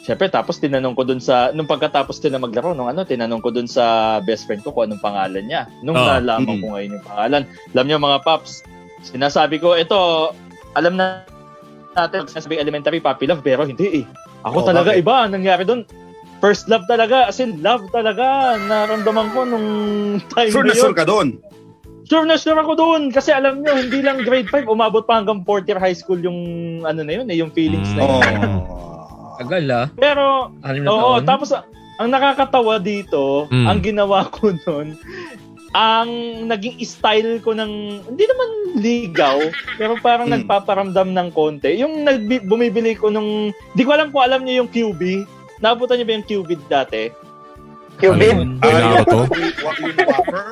Speaker 4: Siyempre, tapos tinanong ko dun sa, nung pagkatapos nila maglaro, nung ano, tinanong ko dun sa best friend ko kung anong pangalan niya. Nung
Speaker 6: Ah,
Speaker 4: nalaman
Speaker 2: mm.
Speaker 4: ko ngayon yung pangalan. Alam niyo mga paps, sinasabi ko, ito, alam na natin, sinasabi elementary puppy love, pero hindi eh. Ako
Speaker 2: Oh,
Speaker 4: talaga,
Speaker 2: bakit?
Speaker 4: iba, ang nangyari dun. First love talaga, as in love talaga, naramdaman ko nung <laughs> time
Speaker 2: Sure
Speaker 4: na
Speaker 2: na
Speaker 4: yun.
Speaker 2: sure ka doon.
Speaker 4: Sure na sure ako doon kasi alam nyo, hindi lang grade 5, umabot pa hanggang 4 year high school yung ano na yun, eh, yung feelings na yun.
Speaker 2: Oo.
Speaker 5: Tagal ah.
Speaker 2: Mm.
Speaker 4: Pero
Speaker 5: Anim na
Speaker 4: Oo,
Speaker 5: taon.
Speaker 4: tapos ah, ang nakakatawa dito,
Speaker 1: Mm.
Speaker 4: ang ginawa ko nun, ang naging style ko ng, hindi naman ligaw, pero parang
Speaker 2: Mm.
Speaker 4: nagpaparamdam ng konti. Yung nagbi- bumibili ko nung, di ko alam kung alam niyo yung QB. Naabutan niyo ba yung QB dati?
Speaker 3: Cubid?
Speaker 1: Alin? Kailangan ko to?
Speaker 2: Wa- yung whopper?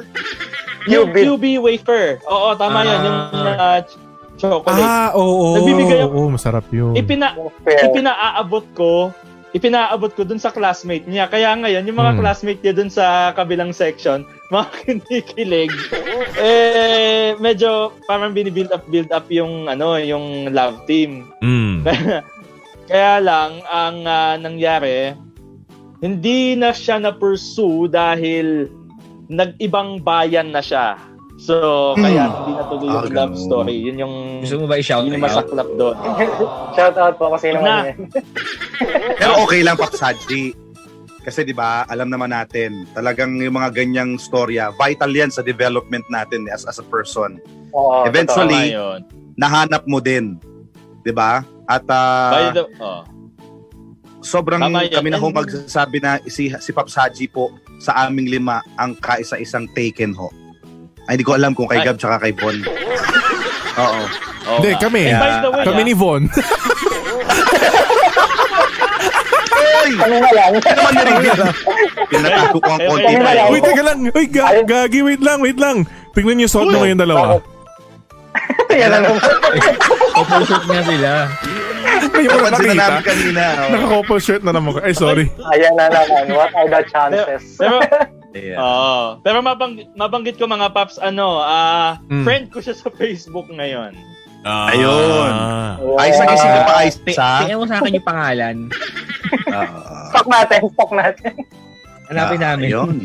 Speaker 4: Yung
Speaker 3: QB.
Speaker 4: QB wafer. Oo, tama yan. Yung ah, ch- chocolate.
Speaker 1: Ah, oo. Oo,
Speaker 4: Nagbibigay
Speaker 1: oo, masarap yun.
Speaker 4: Ipina, ipinaaabot ko ipinaaabot ko dun sa classmate niya. Kaya ngayon, yung mga
Speaker 1: Hmm.
Speaker 4: classmate niya dun sa kabilang section, <laughs> mga kinikilig. Eh, medyo parang binibuild up, build up yung, ano, yung love team.
Speaker 1: Mm.
Speaker 4: Kaya lang, ang ah, nangyari, hindi na siya na-pursue dahil nag-ibang bayan na siya. So, kaya
Speaker 2: Hmm.
Speaker 4: hindi natuloy yung
Speaker 2: Ah,
Speaker 4: love
Speaker 2: ganun.
Speaker 4: story. Yun yung,
Speaker 5: Gusto mo ba i-shout
Speaker 4: yun yung
Speaker 5: out?
Speaker 4: masaklap doon.
Speaker 3: Shout out po kasi
Speaker 4: Wag
Speaker 3: naman
Speaker 4: na.
Speaker 3: yun.
Speaker 2: <laughs> Pero okay lang, Paksadji. Kasi di ba alam naman natin, talagang yung mga ganyang storya, vital yan sa development natin as, as a person.
Speaker 3: Oo,
Speaker 2: Eventually,
Speaker 4: Tama yun.
Speaker 2: Nahanap mo din. Di ba? At ah,
Speaker 4: By the, oh.
Speaker 2: sobrang
Speaker 4: Tama yan.
Speaker 2: kami na ho
Speaker 4: And-
Speaker 2: magsasabi na si, si Pops Haji po sa aming lima ang kaisa-isang taken ho. Ay, hindi ko alam kung kay
Speaker 4: Ay.
Speaker 2: Gab tsaka kay Bon. <laughs> Oo.
Speaker 4: Oo
Speaker 6: Hindi,
Speaker 4: nga.
Speaker 6: kami.
Speaker 4: And Oh, by the way,
Speaker 6: Kami
Speaker 4: ah,
Speaker 6: ni Von.
Speaker 2: Ay!
Speaker 3: Kami na lang.
Speaker 2: Naman ni
Speaker 4: <laughs>
Speaker 2: Rigel. Pinatako ko ang konti pa. eh.
Speaker 6: Uy, teka lang. Uy, ga- gagi, wait lang, wait lang. Tingnan niyo yung suot na ngayon
Speaker 3: <laughs>
Speaker 6: dalawa.
Speaker 3: Yan na naman.
Speaker 5: Couple shirt nga sila.
Speaker 6: Ay, wala
Speaker 2: Napansin na namin
Speaker 6: nakita.
Speaker 2: kanina. oh. oo.
Speaker 6: Naka-couple shirt na naman ko. Ay, sorry.
Speaker 3: Ayan na naman. What are the chances?
Speaker 2: <laughs>
Speaker 4: Pero, <laughs>
Speaker 2: Yeah.
Speaker 4: oo. pero mabang, mabanggit ko mga paps, ano, ah,
Speaker 2: Hmm.
Speaker 6: Mm.
Speaker 4: friend ko siya sa Facebook ngayon.
Speaker 2: Ayun.
Speaker 6: Ah.
Speaker 2: Ay, sa gising ka pa, ay, sa...
Speaker 5: Kaya mo sa akin yung pangalan.
Speaker 2: Oo.
Speaker 3: Stock natin, stock natin. <laughs>
Speaker 5: Hanapin
Speaker 2: Ah,
Speaker 5: namin.
Speaker 2: ayun.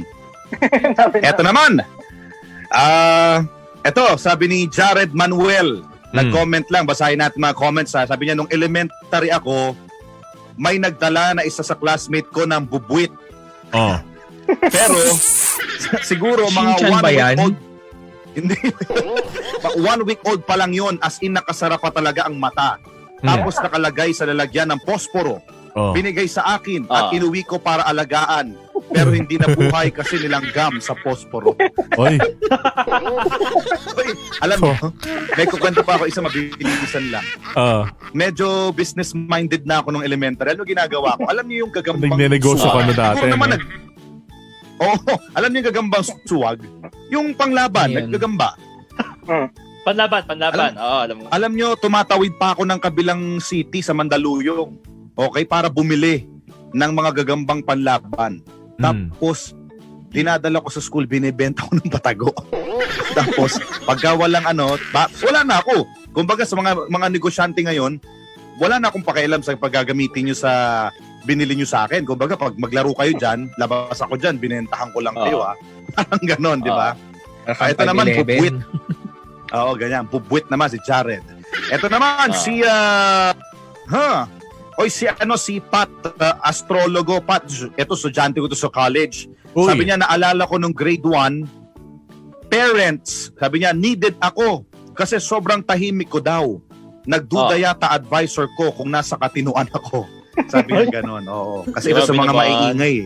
Speaker 3: Sabi na-
Speaker 2: Eto naman. Ah, eto, sabi ni Jared Manuel. Nag-comment lang, basahin natin mga comments ha. Sabi niya, nung elementary ako, may nagdala na isa sa classmate ko ng bubuit.
Speaker 6: Oh.
Speaker 2: Pero, <laughs> siguro mga
Speaker 5: Shinchan
Speaker 2: one
Speaker 5: ba
Speaker 2: week
Speaker 5: yan?
Speaker 2: old. <laughs> Hindi. Pa- one week old pa lang yun, as in nakasara pa talaga ang mata.
Speaker 5: Hmm.
Speaker 2: Tapos nakalagay sa lalagyan ng posporo.
Speaker 6: Oh.
Speaker 2: Binigay sa akin at
Speaker 4: Ah.
Speaker 2: inuwi ko para alagaan. Pero hindi nabuhay kasi nilanggam sa posporo.
Speaker 6: <laughs> Oy.
Speaker 2: Uy, alam mo,
Speaker 6: Oh.
Speaker 2: may kukwento pa ako isang mabilisan lang.
Speaker 6: Ah.
Speaker 2: Medyo business-minded na ako nung elementary. Ano ginagawa ko? Alam niyo yung
Speaker 6: Ano
Speaker 2: gagambang
Speaker 6: Nagnenegosyo
Speaker 2: suwag?
Speaker 6: ka na dati.
Speaker 2: Oo naman,
Speaker 6: no?
Speaker 2: nag... Oo, alam niyo yung gagambang suwag? Yung panglaban,
Speaker 5: Ayan.
Speaker 2: naggagamba.
Speaker 4: Panlaban,
Speaker 2: Ano?
Speaker 4: panlaban. Oo, alam
Speaker 3: Ano
Speaker 4: mo.
Speaker 2: Alam niyo, tumatawid pa ako ng kabilang city sa Mandaluyong. Okay, para bumili ng mga gagambang panlaban.
Speaker 6: Mm.
Speaker 2: Tapos, dinadala ko sa school, binibenta ko ng patago. <laughs> Tapos, pagka walang ano, ba, wala na ako. Kumbaga sa mga mga negosyante ngayon, wala na akong pakialam sa paggagamitin nyo sa binili nyo sa akin. Kumbaga, pag maglaro kayo dyan, labas ako dyan, binentahan ko lang kayo, ha? <laughs> Parang ganon, di ba? Ah, ito naman,
Speaker 5: 5'11".
Speaker 2: bubwit. Oo, ganyan. Bubwit naman si Jared. Ito naman,
Speaker 4: Ah.
Speaker 2: si, ah, huh, Oy, si ano, si Pat, ah, astrologo, Pat, ito, estudyante ko to sa college.
Speaker 6: Uy.
Speaker 2: Sabi niya, naalala ko nung grade 1, parents, sabi niya, needed ako kasi sobrang tahimik ko daw. Nagduda
Speaker 4: Ah.
Speaker 2: yata advisor ko kung nasa katinuan
Speaker 4: <laughs>
Speaker 2: ako. Sabi niya gano'n, oo. Kasi ito sa mga
Speaker 4: Grabe naman.
Speaker 2: maiingay. eh.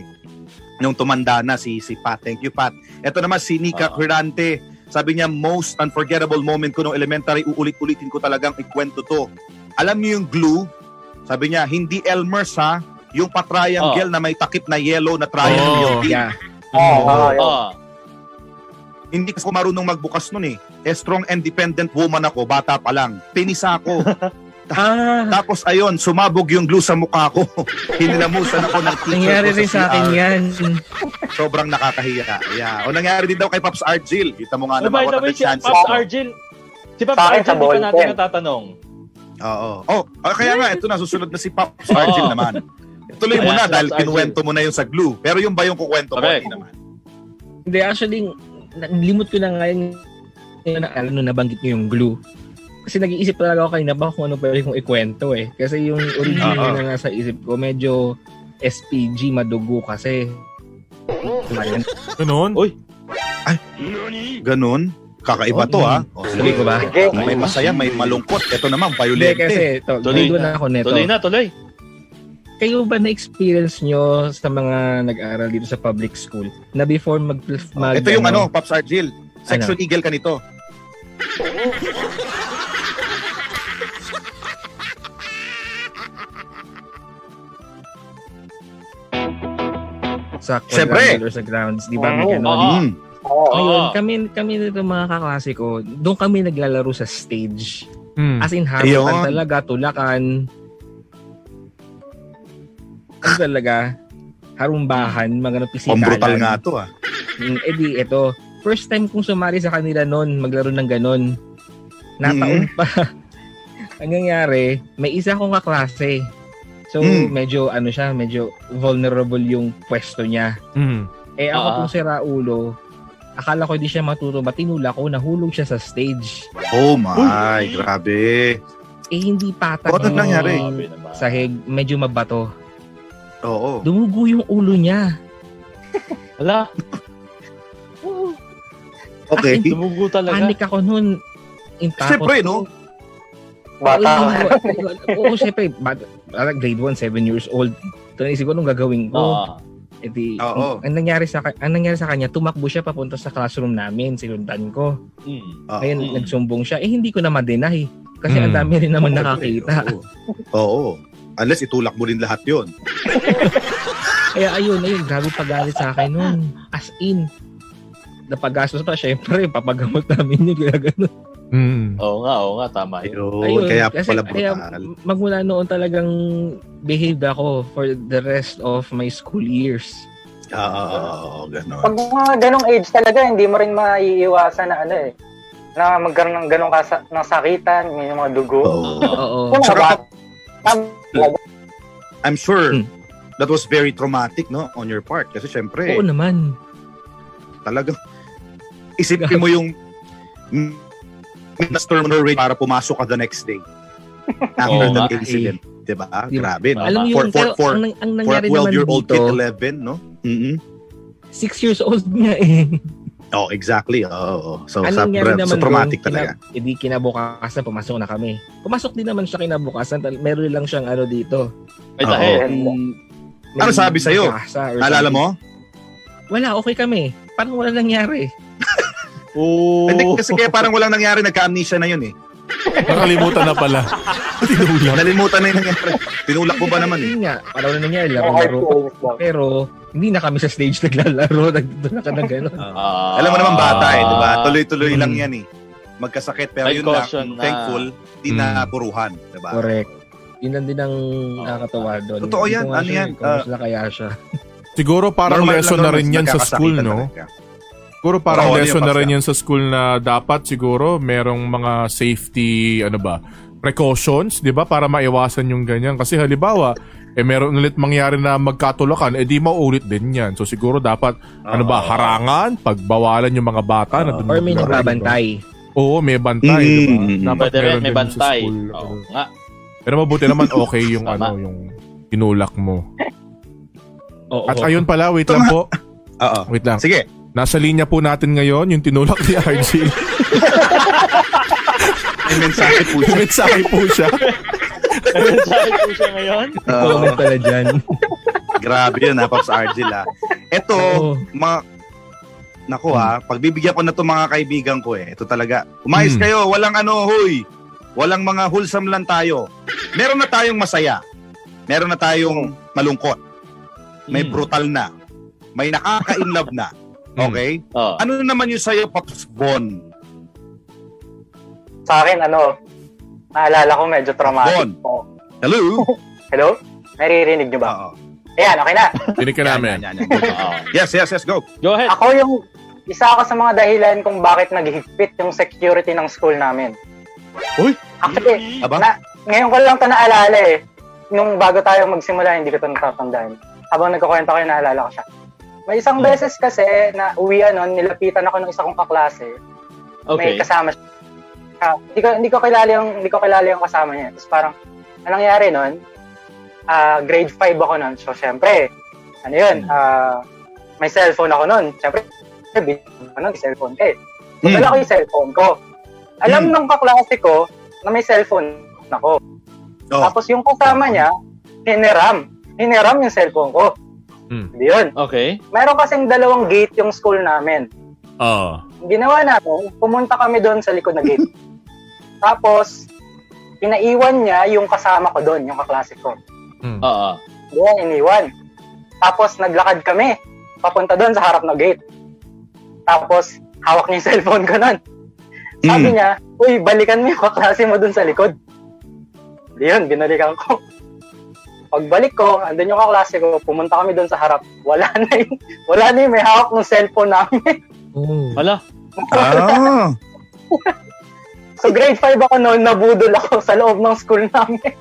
Speaker 2: Nung tumanda na si, si Pat. Thank you, Pat. Ito naman si Nika
Speaker 4: Ah.
Speaker 2: Quirante. Sabi niya, most unforgettable moment ko nung elementary, uulit-ulitin ko talagang ikwento to. Alam niyo yung glue? Sabi niya, hindi Elmer's ha? Yung
Speaker 4: Ah.
Speaker 2: pa-triangle na may takip na yellow na triangle.
Speaker 6: Oh.
Speaker 2: yung team.
Speaker 5: Yeah.
Speaker 3: Oo, oo, yun.
Speaker 4: Oo.
Speaker 2: Hindi kasi ako marunong magbukas nun eh. Eh, strong and dependent woman ako, bata pa lang. Pinisa
Speaker 5: <laughs>
Speaker 2: ako.
Speaker 5: Ah,
Speaker 2: Tapos ayun, sumabog yung glue sa mukha ko. <laughs> Hinilamusan ako ng teacher
Speaker 5: nangyari
Speaker 2: ko
Speaker 5: rin sa akin
Speaker 2: CR.
Speaker 5: yan.
Speaker 2: Sobrang nakakahiya. Yeah. O nangyari din daw kay Pops Argil. Kita mo nga naman,
Speaker 4: So, Oh, by
Speaker 3: Ano
Speaker 2: what
Speaker 4: the way,
Speaker 2: are the
Speaker 4: si
Speaker 2: chances?
Speaker 4: Pops Argel, si Pops
Speaker 3: Sa akin, sa
Speaker 4: Argel, di pa
Speaker 3: ballpen.
Speaker 4: natin natatanong.
Speaker 2: Oo. Oh, oh, kaya nga, ito na, susunod na si Pops Argil
Speaker 4: Oo.
Speaker 2: naman. Tuloy mo
Speaker 4: Kaya
Speaker 2: na
Speaker 4: si
Speaker 2: dahil
Speaker 4: Pops Argil.
Speaker 2: kinuwento mo na yung sa glue. Pero yung ba yung kukwento mo?
Speaker 4: Correct.
Speaker 2: Hindi naman.
Speaker 5: Hindi, actually, nalimot ko na ngayon ngayon na alam nung nabanggit niyo yung glue. Kasi nag-iisip talaga ako kanina ba kung ano pwede kong ikwento eh. Kasi yung original
Speaker 2: Oo.
Speaker 5: na nga sa isip ko, medyo SPG madugo kasi. Ayan.
Speaker 6: Ganun?
Speaker 2: Ganun. Kakaiba to,
Speaker 5: Oo.
Speaker 2: ha? O,
Speaker 5: Sige ko ba?
Speaker 3: Sige.
Speaker 2: May masaya, may malungkot. Ito naman,
Speaker 5: Mm-hmm. Hindi,
Speaker 2: violente.
Speaker 5: kasi to,
Speaker 4: Tuloy na.
Speaker 5: tuloy na ako neto.
Speaker 4: Tuloy na, tuloy.
Speaker 5: Kayo ba na-experience nyo sa mga nag-aaral dito sa public school na before mag... mag
Speaker 2: Ito yung ano, Pops Argil. Section Eagle ka nito.
Speaker 5: sa
Speaker 2: Siyempre.
Speaker 5: quadrangular sa grounds, di ba? May
Speaker 3: Oo.
Speaker 5: ganun.
Speaker 4: Oo.
Speaker 2: Mm.
Speaker 3: Oo.
Speaker 5: Ngayon,
Speaker 4: Oo.
Speaker 5: kami, kami nito mga kaklase ko, doon kami naglalaro sa stage.
Speaker 6: Mm.
Speaker 5: As in,
Speaker 2: Hmm. Ayun.
Speaker 5: harapan talaga, tulakan. Ano talaga? Harumbahan, mga ganun pisikalan.
Speaker 2: Pambrutal nga to, ha?
Speaker 5: Mm, Eh di, ito. First time kong sumali sa kanila noon, maglaro ng ganon.
Speaker 2: Mm.
Speaker 5: Nataon pa. <laughs> Ang nangyari, may isa akong kaklase. So,
Speaker 2: Mm.
Speaker 5: medyo, ano siya, medyo vulnerable yung pwesto niya.
Speaker 6: Mm.
Speaker 5: Eh, ako
Speaker 4: Ah.
Speaker 5: kung sira ulo, akala ko hindi siya matuto ba, tinula ko, nahulog siya sa stage.
Speaker 2: Oh my, grabe.
Speaker 5: Eh, hindi patak.
Speaker 2: Bakit
Speaker 5: yung
Speaker 2: nangyari?
Speaker 4: Grabe naman.
Speaker 5: Sahig, medyo mabato.
Speaker 2: Oo.
Speaker 5: Dumugo yung ulo niya.
Speaker 4: Wala,
Speaker 2: Okay.
Speaker 4: dumugo talaga.
Speaker 5: Panic ako noon. In takot
Speaker 2: Siyempre,
Speaker 5: ko.
Speaker 2: no?
Speaker 3: Bata. <laughs>
Speaker 4: Oh.
Speaker 5: ah, Oo, oo, oo, syempre, bat- parang grade 1, 7 years old. Ito naisip ko nung gagawin ko.
Speaker 4: Oo.
Speaker 5: Eh di,
Speaker 2: Oo.
Speaker 5: ang, ang nangyari sa, ka- ang nangyari sa kanya, tumakbo siya papunta sa classroom namin, sinundan ko.
Speaker 4: Mm.
Speaker 2: Oo.
Speaker 5: Ngayon,
Speaker 4: Mm.
Speaker 5: nagsumbong siya. Eh, hindi ko naman deny. Kasi ang
Speaker 1: Mm.
Speaker 5: dami rin
Speaker 2: <laughs>
Speaker 5: naman nakakita.
Speaker 2: Oo. Oo. Unless itulak mo rin lahat yun.
Speaker 5: Kaya ayun, ayun, grabe pagalit sa akin nun. As in, napagastos pa, syempre, papagamot namin yun, kaya ganun.
Speaker 6: Hmm.
Speaker 1: Mm.
Speaker 4: Oo nga, oo nga, tama yun.
Speaker 2: Ayun,
Speaker 5: Ayun,
Speaker 2: kaya
Speaker 5: kasi-
Speaker 2: pala
Speaker 5: kaya
Speaker 2: brutal.
Speaker 5: Magmula noon talagang behaved ako for the rest of my school years.
Speaker 2: Ah, ah, ah, ah, ganun.
Speaker 3: Pag mga ganong age talaga, hindi mo rin maiiwasan na ano eh. Na magkaroon ng ganong kasa- ng sakitan, may mga dugo.
Speaker 2: Oo.
Speaker 5: Oo.
Speaker 3: Wala
Speaker 2: Sarap.
Speaker 3: ba? Tam-
Speaker 2: I'm sure
Speaker 5: Hmm.
Speaker 2: that was very traumatic, no? On your part. Kasi syempre,
Speaker 5: Oo naman.
Speaker 2: talaga. Isipin mo yung Mr. Norway para pumasok ka the next day. After
Speaker 4: Oo
Speaker 2: that
Speaker 5: nga, eh.
Speaker 2: incident. Diba?
Speaker 5: Di ba?
Speaker 2: Grabe, no?
Speaker 5: Alam mo
Speaker 2: For-
Speaker 5: yun,
Speaker 2: for-
Speaker 5: pero
Speaker 2: for-
Speaker 5: ang, nang- ang
Speaker 2: For a
Speaker 5: nangyari naman
Speaker 2: 12-year-old kid,
Speaker 5: dito,
Speaker 2: 11, no? mm
Speaker 5: 6 years old nga eh.
Speaker 2: Oh, exactly. Oo. oo. So,
Speaker 5: Anong
Speaker 2: Oh, sa,
Speaker 5: nangyari
Speaker 2: so,
Speaker 5: naman
Speaker 2: traumatic
Speaker 5: doon, kina-
Speaker 2: talaga.
Speaker 5: Hindi eh, kinabukasan, pumasok na kami. Pumasok din naman siya kinabukasan. tal- Meron lang siyang ano dito.
Speaker 4: May
Speaker 2: Oo.
Speaker 4: dahil.
Speaker 5: Mm,
Speaker 2: Ano
Speaker 5: may
Speaker 2: sabi sa'yo?
Speaker 5: makasa or
Speaker 2: Naalala mo?
Speaker 5: Wala, okay kami. Parang wala nangyari.
Speaker 1: Oh.
Speaker 4: Oo.
Speaker 2: Hindi, kasi kaya parang walang nangyari, nagka-amnesia na yun eh.
Speaker 1: Nakalimutan na
Speaker 2: <laughs>
Speaker 1: pala. Tinulang.
Speaker 2: Nalimutan na yung nangyari. Tinulak ko ba naman eh?
Speaker 5: Yun nga, parang wala nangyari.
Speaker 3: Hard
Speaker 5: Laro-laro.
Speaker 3: feelings lang.
Speaker 5: Pero, hindi na kami sa stage <laughs> naglalaro. Nagtutulak ka na gano'n.
Speaker 4: Ah.
Speaker 2: Alam mo naman bata eh, di
Speaker 1: Ah.
Speaker 2: ba? Tuloy-tuloy lang
Speaker 1: Mm.
Speaker 2: yan eh. Magkasakit, pero
Speaker 4: May
Speaker 2: yun lang,
Speaker 4: caution na.
Speaker 2: thankful, di
Speaker 1: Mm.
Speaker 2: na puruhan, di ba?
Speaker 5: Correct. Yun lang din ang nakakatawa doon.
Speaker 2: Ah. Totoo
Speaker 5: Hindi
Speaker 2: yan,
Speaker 5: ko nga
Speaker 2: ano
Speaker 5: sure
Speaker 2: yan,
Speaker 5: eh, Kung
Speaker 2: ah,
Speaker 5: sila kaya siya.
Speaker 1: Siguro parang
Speaker 2: Normal
Speaker 1: lesson
Speaker 2: lang
Speaker 1: na
Speaker 2: naman,
Speaker 1: rin yan sa school,
Speaker 2: nagkakasakitan
Speaker 1: no?
Speaker 2: talaga.
Speaker 1: Siguro parang
Speaker 2: Oo, ano
Speaker 1: lesson
Speaker 2: yun,
Speaker 1: na rin
Speaker 2: Pascal?
Speaker 1: yan sa school na dapat siguro merong mga safety, ano ba, precautions, di ba? Para maiwasan yung ganyan. Kasi halimbawa, eh meron ulit mangyari na magkatulakan, eh di maulit din yan. So siguro dapat, ano ba,
Speaker 2: Oo.
Speaker 1: harangan, pagbawalan yung mga bata na dun-
Speaker 5: Or may
Speaker 1: dun-
Speaker 5: nagbabantay.
Speaker 1: Oo, may bantay, di ba?
Speaker 2: Mm, mm, mm.
Speaker 1: Dapat
Speaker 4: Pwede rin, may
Speaker 1: ganun sa
Speaker 4: bantay.
Speaker 1: school. ano.
Speaker 4: Oo nga.
Speaker 1: Pero mabuti naman okay yung
Speaker 4: Tama.
Speaker 1: ano, yung tinulak mo.
Speaker 5: Oo.
Speaker 1: At ayun pala, wait lang po.
Speaker 2: Oo.
Speaker 1: Wait lang.
Speaker 2: Sige,
Speaker 1: Nasa linya po natin ngayon yung tinulak ni RJ.
Speaker 2: may mensahe po
Speaker 1: <laughs>
Speaker 2: siya.
Speaker 1: Mensahe po siya.
Speaker 4: Mensahe po siya ngayon.
Speaker 2: Oo.
Speaker 5: Comment pala
Speaker 2: <laughs>
Speaker 5: dyan.
Speaker 2: grabe yun, ha, Pops Argel, ha. Ito,
Speaker 5: Oo.
Speaker 2: mga... Naku ha, pagbibigyan ko na to mga kaibigan ko eh. Ito talaga. Umayos
Speaker 1: Mm.
Speaker 2: kayo, walang ano, hoy. Walang mga wholesome lang tayo. Meron na tayong masaya. Meron na tayong malungkot. <laughs> May
Speaker 4: Mm.
Speaker 2: brutal na. May nakaka-inlove na. Okay?
Speaker 4: Oo.
Speaker 2: Ano naman yung sa'yo, Pops Bon?
Speaker 3: Sa akin, ano, naalala ko medyo traumatic. po.
Speaker 2: Hello?
Speaker 3: Hello? Naririnig niyo ba?
Speaker 2: Oo.
Speaker 3: Ayan,
Speaker 2: <laughs>
Speaker 3: okay na.
Speaker 1: Tinig ka namin.
Speaker 2: Yan, yan, yan, yan.
Speaker 4: Oo.
Speaker 2: Yes, yes, yes, go.
Speaker 4: Ah. Go ahead.
Speaker 3: Ako yung, isa ako sa mga dahilan kung bakit naghigpit yung security ng school namin.
Speaker 2: Uy!
Speaker 3: Actually,
Speaker 2: Aba?
Speaker 3: Na, ngayon ko lang ito naalala eh. Nung bago tayo magsimula, hindi ko ito natatandaan. Habang nagkukwento ko, yun, naalala ko siya. May isang beses kasi na uwian nun, nilapitan ako ng isa kong kaklase. May
Speaker 4: Okay.
Speaker 3: kasama siya. Ah, hindi ko hindi ko kilala yung hindi ko kilala yung kasama niya. Tapos parang anong nangyari noon? Ah, grade 5 ako noon. So syempre, ano 'yun? Ah, may cellphone ako noon. Syempre, sabi ko noon, cellphone eh. So, dala ko yung cellphone ko. Alam nung kaklase ko na may cellphone ako.
Speaker 2: Oh.
Speaker 3: Tapos yung kasama niya, hiniram. Hiniram yung cellphone ko.
Speaker 1: Hmm.
Speaker 3: Hindi yun.
Speaker 4: Okay.
Speaker 3: Meron kasing dalawang gate yung school namin.
Speaker 1: Oo.
Speaker 3: Ang Ginawa namin, pumunta kami doon sa likod na gate. Tapos, pinaiwan niya yung kasama ko doon, yung kaklase ko.
Speaker 2: Oh,
Speaker 4: Oo.
Speaker 3: Doon, iniwan. Tapos, naglakad kami. Papunta doon sa harap ng gate. Tapos, hawak niya yung <laughs> cellphone ko noon.
Speaker 2: Mm.
Speaker 3: Sabi niya, uy, balikan mo yung kaklase mo dun sa likod. Di Yun, binalikan ko. Pagbalik ko, andun yung kaklase ko, pumunta kami dun sa harap. Wala <laughs> na yung, wala na yung may hawak ng cellphone namin.
Speaker 5: Oo.
Speaker 4: Wala.
Speaker 2: Ah.
Speaker 3: <laughs> So grade 5 ako noon, nabudol ako sa loob ng school namin.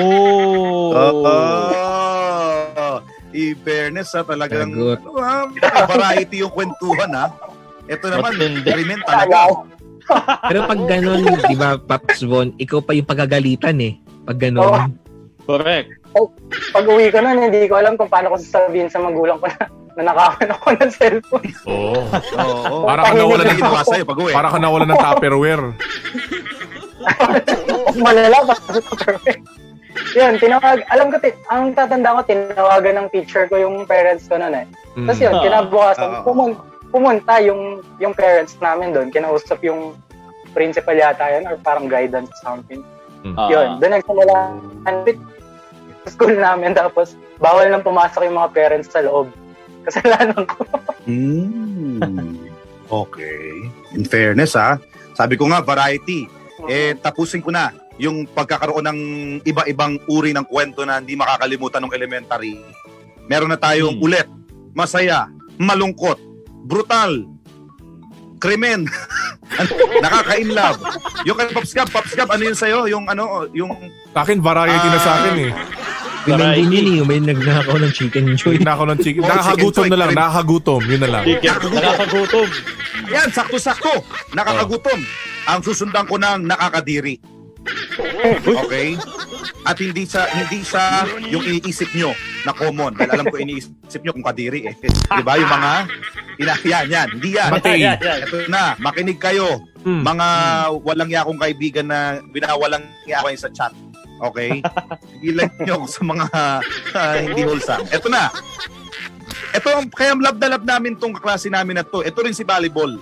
Speaker 4: Oh.
Speaker 2: Oh. I-fairness ha, talagang
Speaker 5: Lagot.
Speaker 2: ah, variety yung kwentuhan ha. Ito naman,
Speaker 4: Matindi.
Speaker 2: experiment <laughs> talaga.
Speaker 3: Talaga.
Speaker 5: Pero pag ganun, di ba, Paps Von, ikaw pa yung pagagalitan eh. Pag ganun.
Speaker 2: Oh.
Speaker 3: Oo.
Speaker 4: Correct.
Speaker 3: Pag uwi ko noon, hindi ko alam kung paano ko sasabihin sa magulang ko na, na nakawan ako ng cellphone.
Speaker 1: Oo.
Speaker 2: Oo. Oh,
Speaker 1: Para ka nawala ng
Speaker 2: ginawa sa'yo pag uwi.
Speaker 1: Para ka nawala ng Tupperware.
Speaker 3: Malala, basta sa <laughs> Yun, tinawag, alam ko, ti- ang tatanda ko, tinawagan ng teacher ko yung parents ko noon eh.
Speaker 1: Hmm.
Speaker 3: Tapos yun,
Speaker 4: Ah.
Speaker 3: kinabukasan,
Speaker 2: Hmm. Ah.
Speaker 3: pumun- pumunta yung yung parents namin doon, kinausap yung principal yata yun, or parang guidance something.
Speaker 4: Ah.
Speaker 3: Yun, doon nagsimula ang school namin, tapos bawal nang pumasok yung mga parents sa loob. Kasalanan ko.
Speaker 2: Mm. Okay. In fairness, ha? Sabi ko nga, variety. Eh, tapusin ko na yung pagkakaroon ng iba-ibang uri ng kwento na hindi makakalimutan ng elementary. Meron na tayong
Speaker 4: Hmm.
Speaker 2: ulit, masaya, malungkot, brutal, krimen, <laughs> Ano? nakaka-inlove. Yung kay Pops Gab, Pops Gab, ano yun sa'yo? Yung ano, yung...
Speaker 1: Sa akin, variety na sa akin
Speaker 2: Ah.
Speaker 1: eh.
Speaker 5: Pinanggo
Speaker 4: Variety.
Speaker 5: yun eh. May nagnakaw ng chicken joy.
Speaker 1: Hindi na ako ng chicken.
Speaker 2: Oh,
Speaker 1: Nakakagutom
Speaker 2: <laughs> chicken
Speaker 1: na lang.
Speaker 2: fried.
Speaker 1: Nakakagutom. Yun
Speaker 2: <laughs>
Speaker 1: na lang.
Speaker 4: Chicken. Nakakagutom.
Speaker 2: Yan, sakto-sakto, nakakagutom. Ang susundan ko ng nakakadiri. Okay? At hindi sa hindi sa yung iniisip nyo na common. Dahil alam ko iniisip nyo kung kadiri eh. 'Di ba yung mga ina yan, yan. Hindi yan.
Speaker 1: Matay.
Speaker 4: Yan, yan.
Speaker 2: Ito na, makinig kayo.
Speaker 1: Mm.
Speaker 2: Mga walang yakong kaibigan na binawalang yakay sa chat. Okay? Ilan nyo ako sa mga <laughs> ah, hindi wholesome. Ito na. Ito, ang- kaya love na love namin tong kaklase namin na to. Ito rin si volleyball.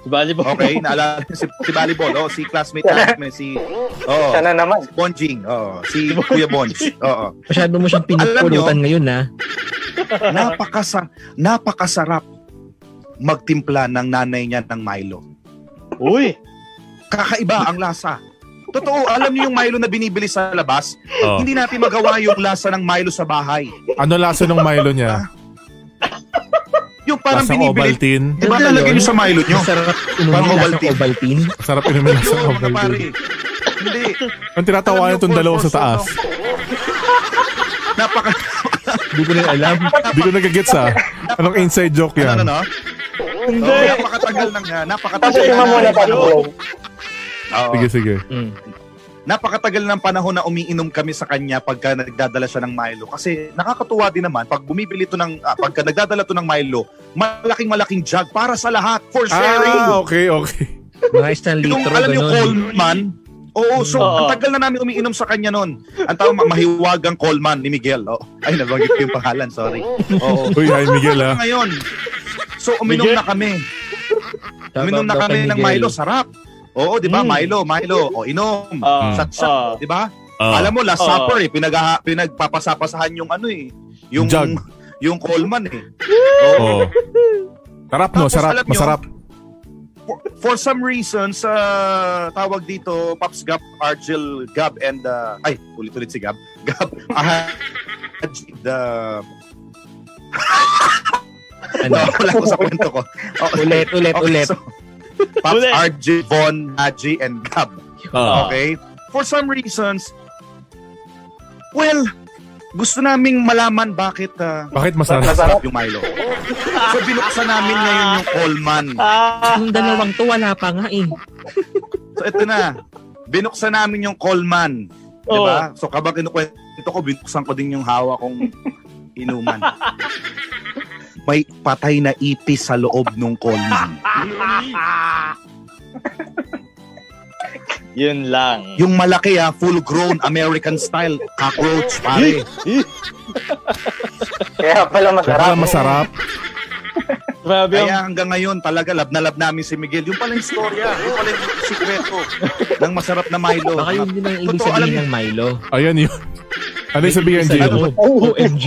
Speaker 4: Bali ba?
Speaker 2: Okay? Naalala si, si volleyball. Oh, si classmate namin. Si, oh,
Speaker 3: Siya na naman.
Speaker 2: Bonjing, oo. Si Kuya Bonj, oh, oo.
Speaker 3: <laughs>
Speaker 5: Masyado mo siyang pinupulutan ngayon ah. ha.
Speaker 2: Napakasa, napakasarap magtimpla ng nanay niya ng Milo.
Speaker 4: Uy!
Speaker 2: Kakaiba ang lasa. Totoo, alam niyo yung Milo na binibili sa labas,
Speaker 1: Oh.
Speaker 2: hindi natin magawa yung lasa ng Milo sa bahay.
Speaker 1: Ano lasa ng Milo niya?
Speaker 2: Yung parang
Speaker 1: Lasang
Speaker 2: binibili,
Speaker 1: Ovaltine.
Speaker 2: di ba nalagay niyo sa Milo niyo?
Speaker 5: Masarap inumin
Speaker 2: Parang
Speaker 5: lasang
Speaker 2: Ovaltine.
Speaker 5: Ovaltine.
Speaker 1: Sarap inumin
Speaker 2: Ano
Speaker 1: lasang
Speaker 2: mga <laughs> pare?
Speaker 1: Ovaltine.
Speaker 2: Hindi.
Speaker 1: Ang tinatawa
Speaker 2: Alam
Speaker 1: niya itong
Speaker 2: niyo,
Speaker 1: dalawa sa
Speaker 2: for- for
Speaker 1: taas.
Speaker 2: so long. Napaka,
Speaker 5: Hindi ko na alam.
Speaker 1: Hindi ko nagagets ha. Anong inside joke
Speaker 2: ano, ano,
Speaker 1: yan?
Speaker 2: ano?
Speaker 4: Hindi!
Speaker 2: Oh, napakatagal ng, napakatagal
Speaker 3: Tapos lima
Speaker 2: ng-
Speaker 3: muna pa.
Speaker 2: Oo.
Speaker 1: Sige, sige.
Speaker 5: Mm.
Speaker 2: napakatagal ng panahon na umiinom kami sa kanya pagka nagdadala siya ng Milo. Kasi nakakatuwa din naman, pag bumibili to ng, ah, pagka nagdadala to ng Milo, malaking malaking jug para sa lahat, for sharing.
Speaker 1: Ah, okay, okay.
Speaker 5: Mga isang
Speaker 2: Yung
Speaker 5: litro,
Speaker 2: alam niyo,
Speaker 5: ganun.
Speaker 2: Coleman, Oo, so
Speaker 4: Oo.
Speaker 2: ang tagal na namin umiinom sa kanya noon. Ang tawag ma- mahiwagang Coleman ni Miguel. Oh. Ay, nabanggit ko yung pangalan, sorry. Oo.
Speaker 1: Uy, hi Miguel ah.
Speaker 2: <laughs>
Speaker 1: ha.
Speaker 2: Ngayon, so uminom
Speaker 4: Miguel?
Speaker 2: na kami.
Speaker 5: Tama
Speaker 2: Uminom na
Speaker 5: daw
Speaker 2: kami
Speaker 5: kay
Speaker 2: ng
Speaker 5: Miguel.
Speaker 2: Milo, sarap. Oo, di ba?
Speaker 4: Mm.
Speaker 2: Milo, Milo. O, inom.
Speaker 4: Ah,
Speaker 2: Shot, shot.
Speaker 4: ah.
Speaker 2: Di ba?
Speaker 5: Oh.
Speaker 1: Ah.
Speaker 2: Alam mo, last
Speaker 4: Oo.
Speaker 2: supper eh, pinag pinagpapasapasahan yung ano eh. Yung,
Speaker 1: Jug.
Speaker 2: yung Coleman eh.
Speaker 1: Oh.
Speaker 2: Oo.
Speaker 1: Sarap no,
Speaker 2: Tapos alam
Speaker 1: sarap,
Speaker 2: niyo-
Speaker 1: masarap.
Speaker 2: For, for some reason, sa tawag dito, Pops Gab, Argel, Gab, and, uh, ay, ulit-ulit si Gab. <laughs> Gab, uh, ah, the,
Speaker 5: Ano?
Speaker 2: <laughs> wala ko sa kwento ko. Oh,
Speaker 5: Ulit, ulit,
Speaker 2: okay,
Speaker 5: ulit.
Speaker 2: so, Pops
Speaker 4: Ulit.
Speaker 2: Argel, Von, Haji, and Gab.
Speaker 5: Oh.
Speaker 4: Ah.
Speaker 2: Okay? For some reasons, well, gusto naming malaman bakit ah,
Speaker 1: Bakit
Speaker 2: Masarap.
Speaker 1: masarap?
Speaker 2: yung Milo. So binuksan namin ngayon yung Coleman.
Speaker 4: Ah,
Speaker 5: Yung dalawang to, wala pa nga eh.
Speaker 2: So ito na. Binuksan namin yung Coleman. Di
Speaker 4: Oh,
Speaker 5: Oh.
Speaker 2: ba? So kabag kinukwento ko, binuksan ko din yung hawa kong inuman. May patay na ipis sa loob ng Coleman.
Speaker 4: yun lang.
Speaker 2: Yung malaki ha, full-grown American style cockroach, pare.
Speaker 3: Kaya pala
Speaker 1: Kaya
Speaker 3: masarap.
Speaker 1: masarap.
Speaker 4: Grabe yung
Speaker 2: Kaya hanggang ngayon talaga lab na lab namin si Miguel. Yung pala yung storya, yung pala yung sikreto ng masarap na Milo.
Speaker 5: Baka yun din ang ibig
Speaker 2: Totoo, alam
Speaker 5: sabihin
Speaker 2: niyo-
Speaker 5: ng Milo.
Speaker 1: Ayan yun. Ano yung sabihin,
Speaker 5: Sa
Speaker 1: Gio?
Speaker 5: loob. OMG.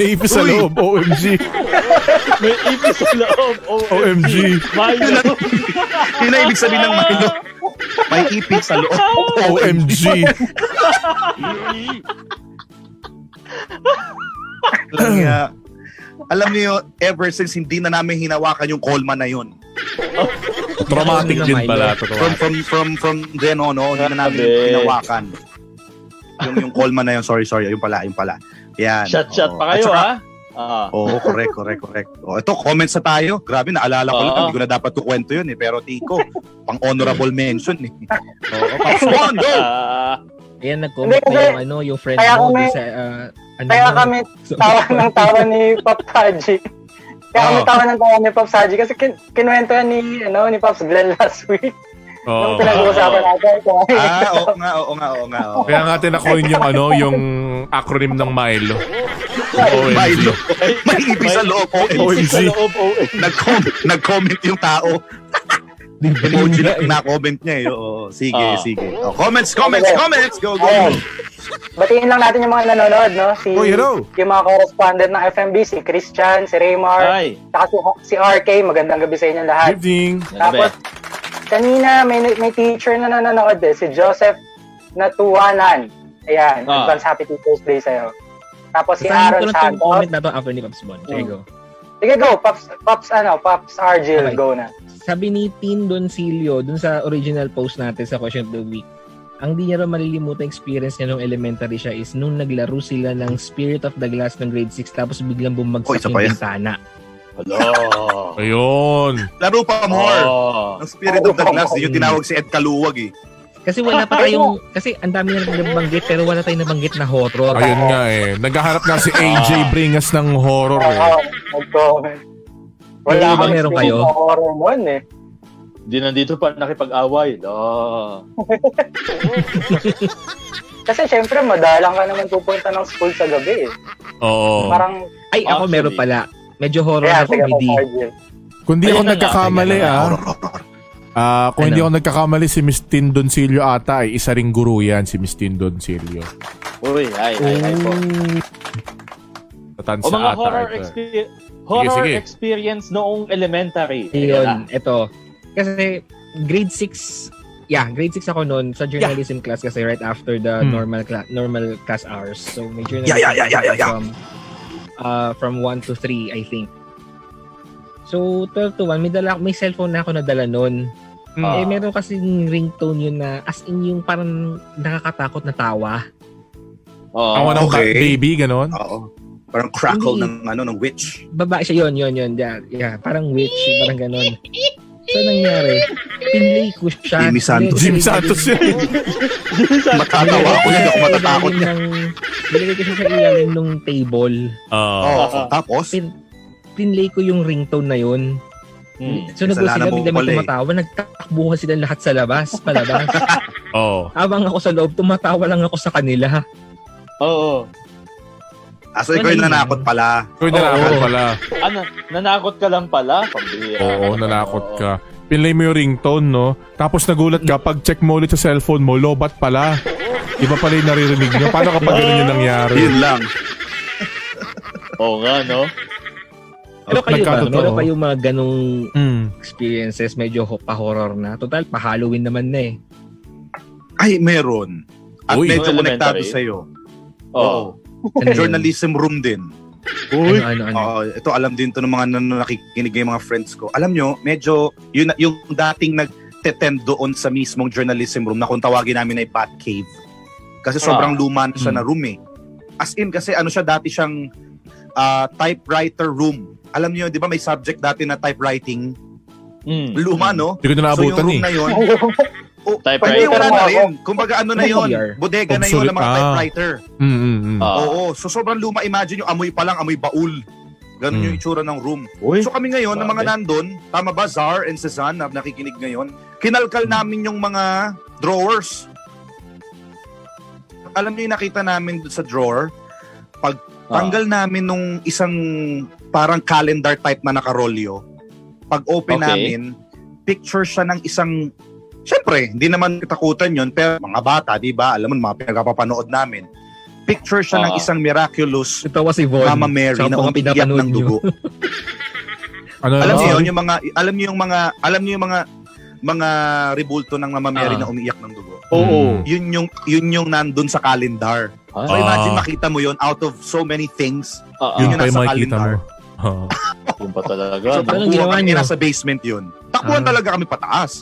Speaker 1: May ipis sa
Speaker 2: Uy!
Speaker 1: loob. OMG.
Speaker 4: may ipis sa loob. Oh, eh,
Speaker 1: OMG.
Speaker 4: Milo.
Speaker 2: Yun ang ibig sabihin ng Milo. May ipis sa loob.
Speaker 1: OMG.
Speaker 2: Kaya, alam niyo, ever since hindi na namin hinawakan yung Coleman na yun.
Speaker 1: Traumatic din pala.
Speaker 2: From from from from then on, no, hindi na namin
Speaker 4: Grabe.
Speaker 2: hinawakan. Yung yung Coleman na yun, sorry, sorry, yung pala, yung pala. Yan.
Speaker 4: Shot shot
Speaker 2: Oo.
Speaker 4: pa
Speaker 2: Oh, At
Speaker 4: kayo
Speaker 2: saka-
Speaker 4: ha. Ah.
Speaker 2: Oo, correct, correct, correct. Oh, ito, comments na tayo. Grabe, naalala ko
Speaker 4: Oo.
Speaker 2: lang. Hindi ko na dapat kukwento yun eh. Pero Tiko, pang honorable mention eh. Oo, Pops Juan,
Speaker 4: <laughs>
Speaker 2: go!
Speaker 4: Ah,
Speaker 5: Ayan, nag-comment
Speaker 3: Hindi,
Speaker 5: na
Speaker 3: kasi-
Speaker 5: yung, ano, yung friend
Speaker 3: kaya
Speaker 5: mo.
Speaker 3: kami-
Speaker 5: dun sa, ah, ano,
Speaker 3: Kaya
Speaker 5: mo.
Speaker 3: kami
Speaker 5: So- <laughs>
Speaker 3: tawa ng tawa ni Pop Saji. Kaya kami
Speaker 2: Oo.
Speaker 5: Oh.
Speaker 3: tawa ng tawa ni Pop Saji kasi kin- kinuwento yan ni, ano, ni Pops Glenn last week.
Speaker 1: Oo.
Speaker 5: Oh.
Speaker 3: Yung pinag-uusapan natin. kung ano yun.
Speaker 2: Ah,
Speaker 3: <laughs>
Speaker 2: oo nga, oo nga, oo nga. Oo.
Speaker 1: Kaya nga tinakoin yung ano, yung acronym ng Milo.
Speaker 2: May
Speaker 1: OMG.
Speaker 2: loob. May ibig sa loob. oh.
Speaker 4: Isip sa
Speaker 2: OMG.
Speaker 4: loob, OMG.
Speaker 2: Nag-com- Nag-comment yung tao. Emoji na na-comment niya eh. Oo, sige,
Speaker 4: Ah.
Speaker 2: sige. Oh, comments, comments,
Speaker 3: Okay.
Speaker 2: comments! Go, go!
Speaker 3: Ayun. Batiin lang natin yung mga nanonood, no? Si,
Speaker 1: Oh, hello.
Speaker 3: Yung mga correspondent ng FMB, si Christian, si Raymar,
Speaker 4: Ay,
Speaker 3: saka si, si RK. Magandang gabi sa inyo lahat.
Speaker 1: Good evening.
Speaker 3: Tapos,
Speaker 4: Tapos,
Speaker 3: kanina may, may teacher na nanonood eh, si Joseph Natuanan. Ayan,
Speaker 4: Ah.
Speaker 3: advance happy Teacher's Day sa'yo. Tapos si
Speaker 5: Basahin ko
Speaker 3: Aaron
Speaker 5: lang itong comment
Speaker 3: Santos.
Speaker 5: na to after ni Pops Bon. There you go.
Speaker 3: Sige, go. Pops, Pops, ano, Pops Argil,
Speaker 5: Okay.
Speaker 3: go na.
Speaker 5: Sabi ni Tin Doncilio dun sa original post natin sa Question of the Week, ang di niya raw malilimutan experience niya nung elementary siya is nung naglaro sila ng Spirit of the Glass ng grade 6 tapos biglang
Speaker 2: Oh,
Speaker 5: bumagsak
Speaker 2: isa
Speaker 5: yung
Speaker 2: pa yan.
Speaker 5: bintana.
Speaker 4: hello.
Speaker 1: Ayun.
Speaker 2: Laro pa more!
Speaker 4: Oh.
Speaker 2: Ang spirit of the glass, yun yung tinawag si Ed Kaluwag eh.
Speaker 5: Kasi wala pa tayong, kasi ang dami na nabanggit pero wala tayong nabanggit na horror.
Speaker 1: Ayun nga eh. Naghaharap nga si
Speaker 4: Ah.
Speaker 1: AJ Bringas ng horror eh.
Speaker 3: Oo, nag-comment. Wala
Speaker 5: May iba
Speaker 3: akong
Speaker 5: meron kayo?
Speaker 3: experience sa horror noon eh.
Speaker 4: Di nandito pa nakipag-away. No.
Speaker 3: Kasi syempre, madalang ka naman pupunta ng school sa gabi eh.
Speaker 1: Oo.
Speaker 3: Parang,
Speaker 5: Ay, ako
Speaker 4: Actually.
Speaker 5: meron pala. Medyo horror
Speaker 3: kaya
Speaker 5: na
Speaker 3: sige, Pops
Speaker 5: comedy.
Speaker 3: Argil.
Speaker 1: Kung di ako
Speaker 4: Ayun na nga.
Speaker 1: nagkakamali ah. Ah, kung
Speaker 5: Ano?
Speaker 1: hindi ako nagkakamali si Miss Tindoncilio ata ay isa ring guru yan si Miss Tindoncilio.
Speaker 4: Uy, ay, ay, ay po.
Speaker 1: Tatansa
Speaker 4: O mga
Speaker 1: ata
Speaker 4: horror,
Speaker 1: ito.
Speaker 4: exper- horror
Speaker 1: sige.
Speaker 4: experience noong elementary. Ayan
Speaker 5: Ayun, eto. Kasi grade 6, yeah, grade 6 ako noon sa journalism class kasi right after the
Speaker 1: Hmm.
Speaker 5: normal cla- normal class hours. So may journalism
Speaker 2: Yeah, yeah, yeah, yeah, yeah, yeah.
Speaker 5: from uh, from 1 to 3, I think. So 12 to 1, may, dala, may cellphone na ako nadala noon.
Speaker 4: Ah.
Speaker 5: Eh meron kasi ringtone yun na as in yung parang nakakatakot na tawa.
Speaker 4: na. Oo.
Speaker 1: Ang wanang
Speaker 2: Okay.
Speaker 1: cat baby, ganon.
Speaker 2: Oo. Parang crackle
Speaker 5: Hindi.
Speaker 2: ng ano ng witch.
Speaker 5: babae siya, yun, yun, yun. Yeah, yeah, parang witch, parang ganun. So, nangyari, pinlay ko siya.
Speaker 2: Jimmy Santos.
Speaker 1: Jim Santos yun.
Speaker 2: Matatawa ako yan, ako matatakot.
Speaker 5: Ilalim ng, nilagay ko siya sa ilalim ng table.
Speaker 1: Oo.
Speaker 2: Oo. Tapos,
Speaker 5: Pinlay ko yung ringtone na yun.
Speaker 4: Hmm.
Speaker 5: Sunog ko
Speaker 2: Kasalanan
Speaker 5: sila,
Speaker 2: mo
Speaker 5: bigla may
Speaker 2: pala eh.
Speaker 5: tumatawa. Nagtakbo sila lahat sa labas,
Speaker 2: <laughs>
Speaker 5: palabas.
Speaker 1: Oo.
Speaker 5: Abang ako sa loob, tumatawa lang ako sa kanila.
Speaker 4: Oo.
Speaker 2: aso ah, ikaw yung
Speaker 5: Wala yun.
Speaker 2: nanakot pala.
Speaker 1: Uy, nanakot
Speaker 5: Oo.
Speaker 1: pala.
Speaker 4: Ano, nanakot ka lang pala? Pambira.
Speaker 1: Oo, nanakot ka. Pinlay mo yung ringtone, no? Tapos nagulat ka, pag check mo ulit sa cellphone mo, lobat pala. Iba pala yung naririnig niya. Paano kapag ganun yung nangyari?
Speaker 2: Yun lang.
Speaker 4: Oo nga, no?
Speaker 5: Pero kayo ba?
Speaker 1: Nagkatotoo.
Speaker 5: Meron kayong mga ganong
Speaker 1: Mm.
Speaker 5: experiences medyo ho- pa-horror na. Total, pa-Halloween naman na eh.
Speaker 2: Ay, meron. At
Speaker 1: Uy.
Speaker 2: medyo
Speaker 4: Elementary.
Speaker 2: konektado sa'yo.
Speaker 4: Oo.
Speaker 5: Ano yun?
Speaker 2: Journalism room din.
Speaker 5: Ano, ano, ano.
Speaker 2: Oo, ito alam din to ng mga nan- nakikinig ng mga friends ko. Alam nyo, medyo yun yung dating nagtetend doon sa mismong journalism room na kung tawagin namin ay bat cave. Kasi sobrang
Speaker 4: Ah.
Speaker 2: luma na siya
Speaker 4: Mm.
Speaker 2: na room eh. As in kasi ano siya dati siyang ah, typewriter room. Alam niyo, 'di ba may subject dati na typewriting?
Speaker 4: Hmm.
Speaker 2: Luma no?
Speaker 1: Hindi ko na
Speaker 2: so yung
Speaker 1: naabutan
Speaker 2: room
Speaker 1: eh.
Speaker 2: na yun, oh,
Speaker 4: Typewriter.
Speaker 2: hindi, wala na rin. Kumbaga ano na yun,
Speaker 5: Familiar.
Speaker 2: bodega na yun ng mga
Speaker 1: Obsolete. Ah.
Speaker 2: typewriter.
Speaker 1: Mm, mm, mm.
Speaker 4: Ah.
Speaker 2: Oo, so sobrang luma. Imagine yung amoy pa lang, amoy baul. Ganun
Speaker 1: Mm.
Speaker 2: yung itsura ng room.
Speaker 4: Uy.
Speaker 2: So kami ngayon, ng mga
Speaker 4: Eh? Grabe.
Speaker 2: nandun, tama ba, Zar and Cezanne na nakikinig ngayon, kinalkal namin yung mga drawers. Alam niyo yung nakita namin dun sa drawer,
Speaker 4: Ah.
Speaker 2: tanggal namin nung isang parang calendar type na nakarolyo. Pag open
Speaker 4: Okay.
Speaker 2: namin, picture siya ng isang Siyempre, hindi naman katakutan yon pero mga bata, di ba? Alam mo, mga pinagpapanood namin. Picture siya ng
Speaker 4: Ah.
Speaker 2: isang miraculous
Speaker 5: Tatawa si Von.
Speaker 2: Mama Mary
Speaker 5: Siya
Speaker 2: na
Speaker 5: po ang
Speaker 2: umiiyak
Speaker 5: pinapanood
Speaker 2: ng dugo.
Speaker 5: niyo.
Speaker 1: Ano
Speaker 2: alam
Speaker 1: na?
Speaker 2: niyo yun, yung mga alam niyo yung mga alam niyo yung mga mga ribulto ng Mama Mary
Speaker 4: Ah.
Speaker 2: na umiiyak ng dugo.
Speaker 4: Oo.
Speaker 2: Yun yung yun yung nandun sa calendar. So
Speaker 1: Ah.
Speaker 2: imagine makita mo yun out of so many things.
Speaker 4: Ah,
Speaker 1: Yun
Speaker 2: yun
Speaker 4: ah,
Speaker 1: pa yung
Speaker 2: nasa
Speaker 1: makikita mo.
Speaker 2: calendar.
Speaker 1: Oo.
Speaker 4: yun pa talaga.
Speaker 2: So
Speaker 5: Ano
Speaker 4: no?
Speaker 5: anong ginawa
Speaker 2: takbuhan kami
Speaker 5: niyo?
Speaker 2: nasa basement yun. Takbuhan
Speaker 5: Ah.
Speaker 2: talaga kami pataas.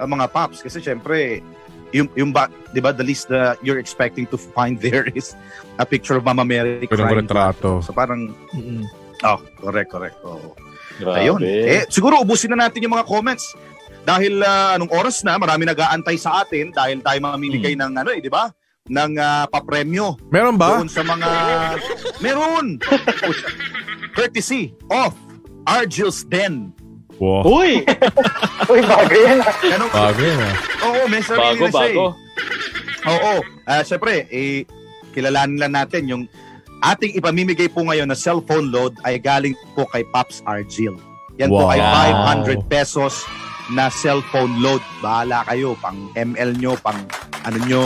Speaker 2: Ang mga paps kasi syempre yung yung ba, 'di ba the least that you're expecting to find <laughs> there is a picture of Mama Mary
Speaker 1: Pero
Speaker 2: crying.
Speaker 1: retrato.
Speaker 2: So parang
Speaker 5: Mm-mm.
Speaker 2: oh, correct, correct. Oo.
Speaker 4: Grabe.
Speaker 2: Ayun. Eh, siguro ubusin na natin yung mga comments. Dahil ah, anong oras na, marami nag-aantay sa atin dahil tayo mamimigay ng ano eh, di ba? ng ah, papremyo
Speaker 1: Meron ba?
Speaker 2: doon sa mga meron courtesy of Argil's Den
Speaker 6: Wow.
Speaker 4: Uy!
Speaker 3: Uy, bago
Speaker 2: <laughs>
Speaker 3: yan. ah.
Speaker 2: Ganun.
Speaker 6: Bago yun ah.
Speaker 2: Oo, may sarili
Speaker 4: Bago,
Speaker 2: na siya eh.
Speaker 4: bago.
Speaker 2: Oo. Ah, Siyempre, eh, kilalanin lang natin yung ating ipamimigay po ngayon na cellphone load ay galing po kay Pops Argil. Yan po
Speaker 6: Wow.
Speaker 2: ay 500 pesos na cellphone load. Bahala kayo, pang ML nyo, pang ano nyo,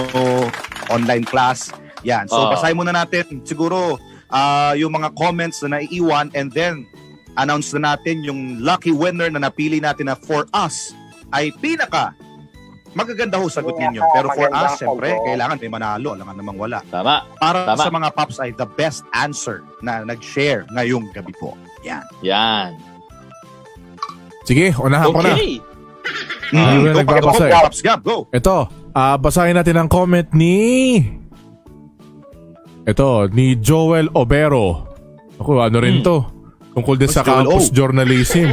Speaker 2: online class. Yan. So,
Speaker 4: Ah.
Speaker 2: basahin muna natin siguro ah, yung mga comments na naiiwan and then announce na natin yung lucky winner na napili natin na for us ay pinaka magaganda ho sagot ninyo. Pero for us, syempre, kailangan may manalo. Alam nga namang wala.
Speaker 4: Tama.
Speaker 2: Para
Speaker 4: Tama.
Speaker 2: sa mga paps ay the best answer na nag-share ngayong gabi po. Yan.
Speaker 4: Yan.
Speaker 1: Sige, unahan ko na.
Speaker 4: Okay.
Speaker 1: Ah, wala
Speaker 2: Go,
Speaker 1: nagbabasa
Speaker 2: pakita
Speaker 1: eh.
Speaker 2: ko, Paps Gab, go.
Speaker 1: Ito, ah, basahin natin ang comment ni... Ito, ni Joel Obero. Ako, ano rin to? Tungkol din
Speaker 2: Hmm. Mas
Speaker 1: sa
Speaker 2: Joel
Speaker 1: campus
Speaker 2: O.
Speaker 1: journalism.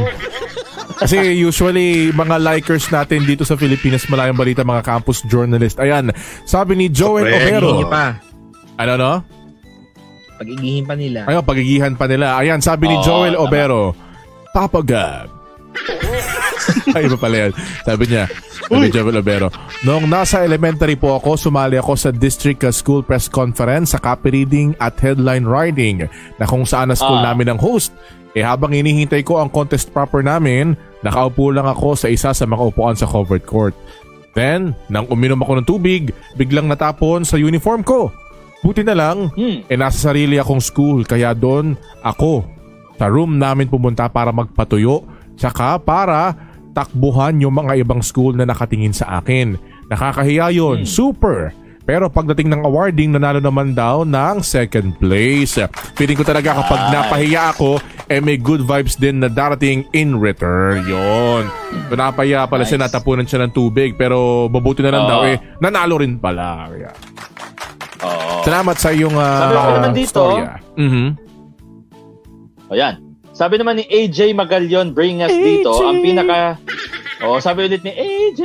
Speaker 1: Kasi usually, mga likers natin dito sa Pilipinas, malayang balita, mga campus journalist. Ayan, sabi ni Joel
Speaker 2: Correct.
Speaker 1: Obero.
Speaker 5: Igihin pa.
Speaker 1: Ano no?
Speaker 5: Pag-igihin pa nila.
Speaker 1: Ayun, pagigihan pa nila. Ayan, sabi ni
Speaker 4: Oo,
Speaker 1: Joel
Speaker 4: tama.
Speaker 1: Obero, Papa
Speaker 4: <laughs>
Speaker 1: Gab. Ay, iba pala yan. Sabi niya, sabi ni Joel Obero, Noong nasa elementary po ako, sumali ako sa district uh, school press conference sa copy reading at headline writing na kung saan na school
Speaker 4: Ah.
Speaker 1: namin ang host. Eh habang inihintay ko ang contest proper namin, nakaupo lang ako sa isa sa mga upuan sa covered court. Then, nang uminom ako ng tubig, biglang natapon sa uniform ko. Buti na lang,
Speaker 4: Hmm.
Speaker 1: eh nasa sarili akong school kaya doon ako sa room namin pumunta para magpatuyo tsaka para takbuhan yung mga ibang school na nakatingin sa akin. Nakakahiya
Speaker 4: Hmm.
Speaker 1: yun, super! Pero pagdating ng awarding, nanalo naman daw ng second place. Feeling ko talaga kapag napahiya ako, eh may good vibes din na darating in return. Yun. So napahiya pala siya,
Speaker 4: Nice.
Speaker 1: natapunan siya ng tubig. Pero mabuti na lang
Speaker 4: Oo.
Speaker 1: daw eh, nanalo rin pala. Kaya,
Speaker 4: Oo.
Speaker 1: Salamat sa iyong uh,
Speaker 4: Sabi ko naman dito.
Speaker 1: storya. Mhm.
Speaker 4: Ayan. Sabi naman ni AJ Magallon, bring us dito, ang pinaka... Oh, sabi ulit ni AJ,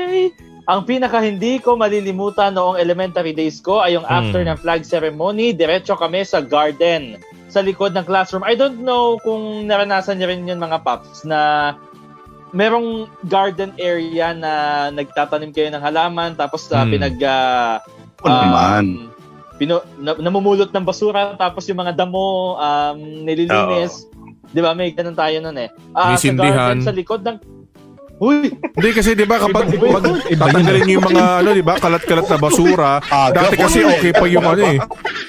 Speaker 4: ang pinaka hindi ko malilimutan noong elementary days ko ay yung after ng flag ceremony, diretso kami sa garden sa likod ng classroom. I don't know kung naranasan niyo rin yun mga paps na merong garden area na nagtatanim kayo ng halaman tapos sa
Speaker 1: Mm.
Speaker 4: pinag ah,
Speaker 2: Oo naman.
Speaker 4: um, pino, na- namumulot ng basura tapos yung mga damo um, nililinis. 'Di ba? May ganun tayo nun eh. Ah,
Speaker 1: May
Speaker 4: sa
Speaker 1: sindihan.
Speaker 4: garden sa likod ng Uy,
Speaker 1: Hindi kasi 'di ba kapag
Speaker 4: Iba- eh.
Speaker 1: mag
Speaker 4: iba
Speaker 1: tatanggalin niyo yung mga ano 'di ba kalat-kalat na basura,
Speaker 2: Ah,
Speaker 1: dati
Speaker 2: gabo
Speaker 1: kasi
Speaker 2: na eh.
Speaker 1: okay pa yung ano eh.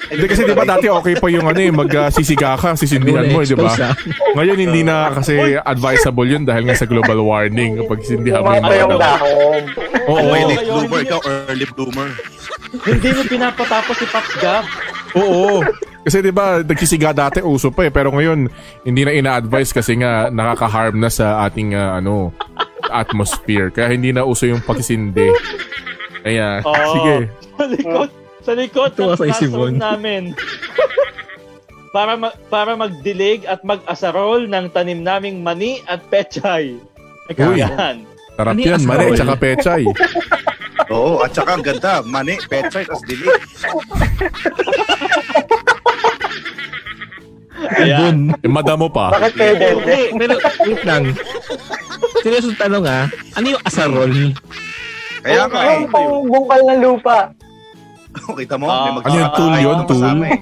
Speaker 1: Hindi kasi 'di ba dati okay pa yung ano eh magsisiga ka, sisindihan mo, eh, 'di ba?
Speaker 5: Na-expose, ah.
Speaker 1: Ngayon hindi na kasi advisable yun dahil nga sa global warning kapag sindihan mo yung
Speaker 3: Tumata
Speaker 1: mga
Speaker 3: yung
Speaker 1: damo.
Speaker 3: dahon.
Speaker 1: Oo,
Speaker 2: Oh,
Speaker 1: oo,
Speaker 2: late
Speaker 4: Ayun,
Speaker 2: bloomer
Speaker 4: hindi-
Speaker 2: ikaw, early bloomer.
Speaker 4: hindi mo pinapatapos si Pops
Speaker 5: <laughs>
Speaker 4: Gab.
Speaker 1: oo. Kasi 'di ba nagsisiga dati uso pa eh pero ngayon hindi na ina-advise kasi nga nakaka-harm na sa ating ah, ano atmosphere kaya hindi na uso yung pagsisindi. Ayan.
Speaker 4: Oo.
Speaker 1: Sige.
Speaker 4: Sa likod, sa likod ng
Speaker 5: Tuwa sa isip
Speaker 4: classroom
Speaker 5: mo.
Speaker 4: namin. para ma- para magdilig at mag-asarol ng tanim naming mani at pechay.
Speaker 1: Uy.
Speaker 4: Yan.
Speaker 1: Sarap
Speaker 5: Ano yung
Speaker 1: yan,
Speaker 5: asal?
Speaker 1: mali, tsaka pechay.
Speaker 2: Oo, at saka ang ganda. Mani, petsay, tas dili.
Speaker 4: Ayan.
Speaker 1: Eh, madamo pa.
Speaker 3: Bakit pwede?
Speaker 5: Hindi, pero wait lang. Seryoso tanong ah. Ano yung asarol?
Speaker 2: Kaya
Speaker 4: Oo,
Speaker 2: nga
Speaker 3: Yung
Speaker 2: eh.
Speaker 3: pang bungkal ng lupa.
Speaker 2: Oh, Kita mo,
Speaker 4: Ah.
Speaker 2: may
Speaker 1: Ano yung tool
Speaker 2: Ay,
Speaker 1: yun,
Speaker 2: kasama
Speaker 1: tool?
Speaker 2: eh.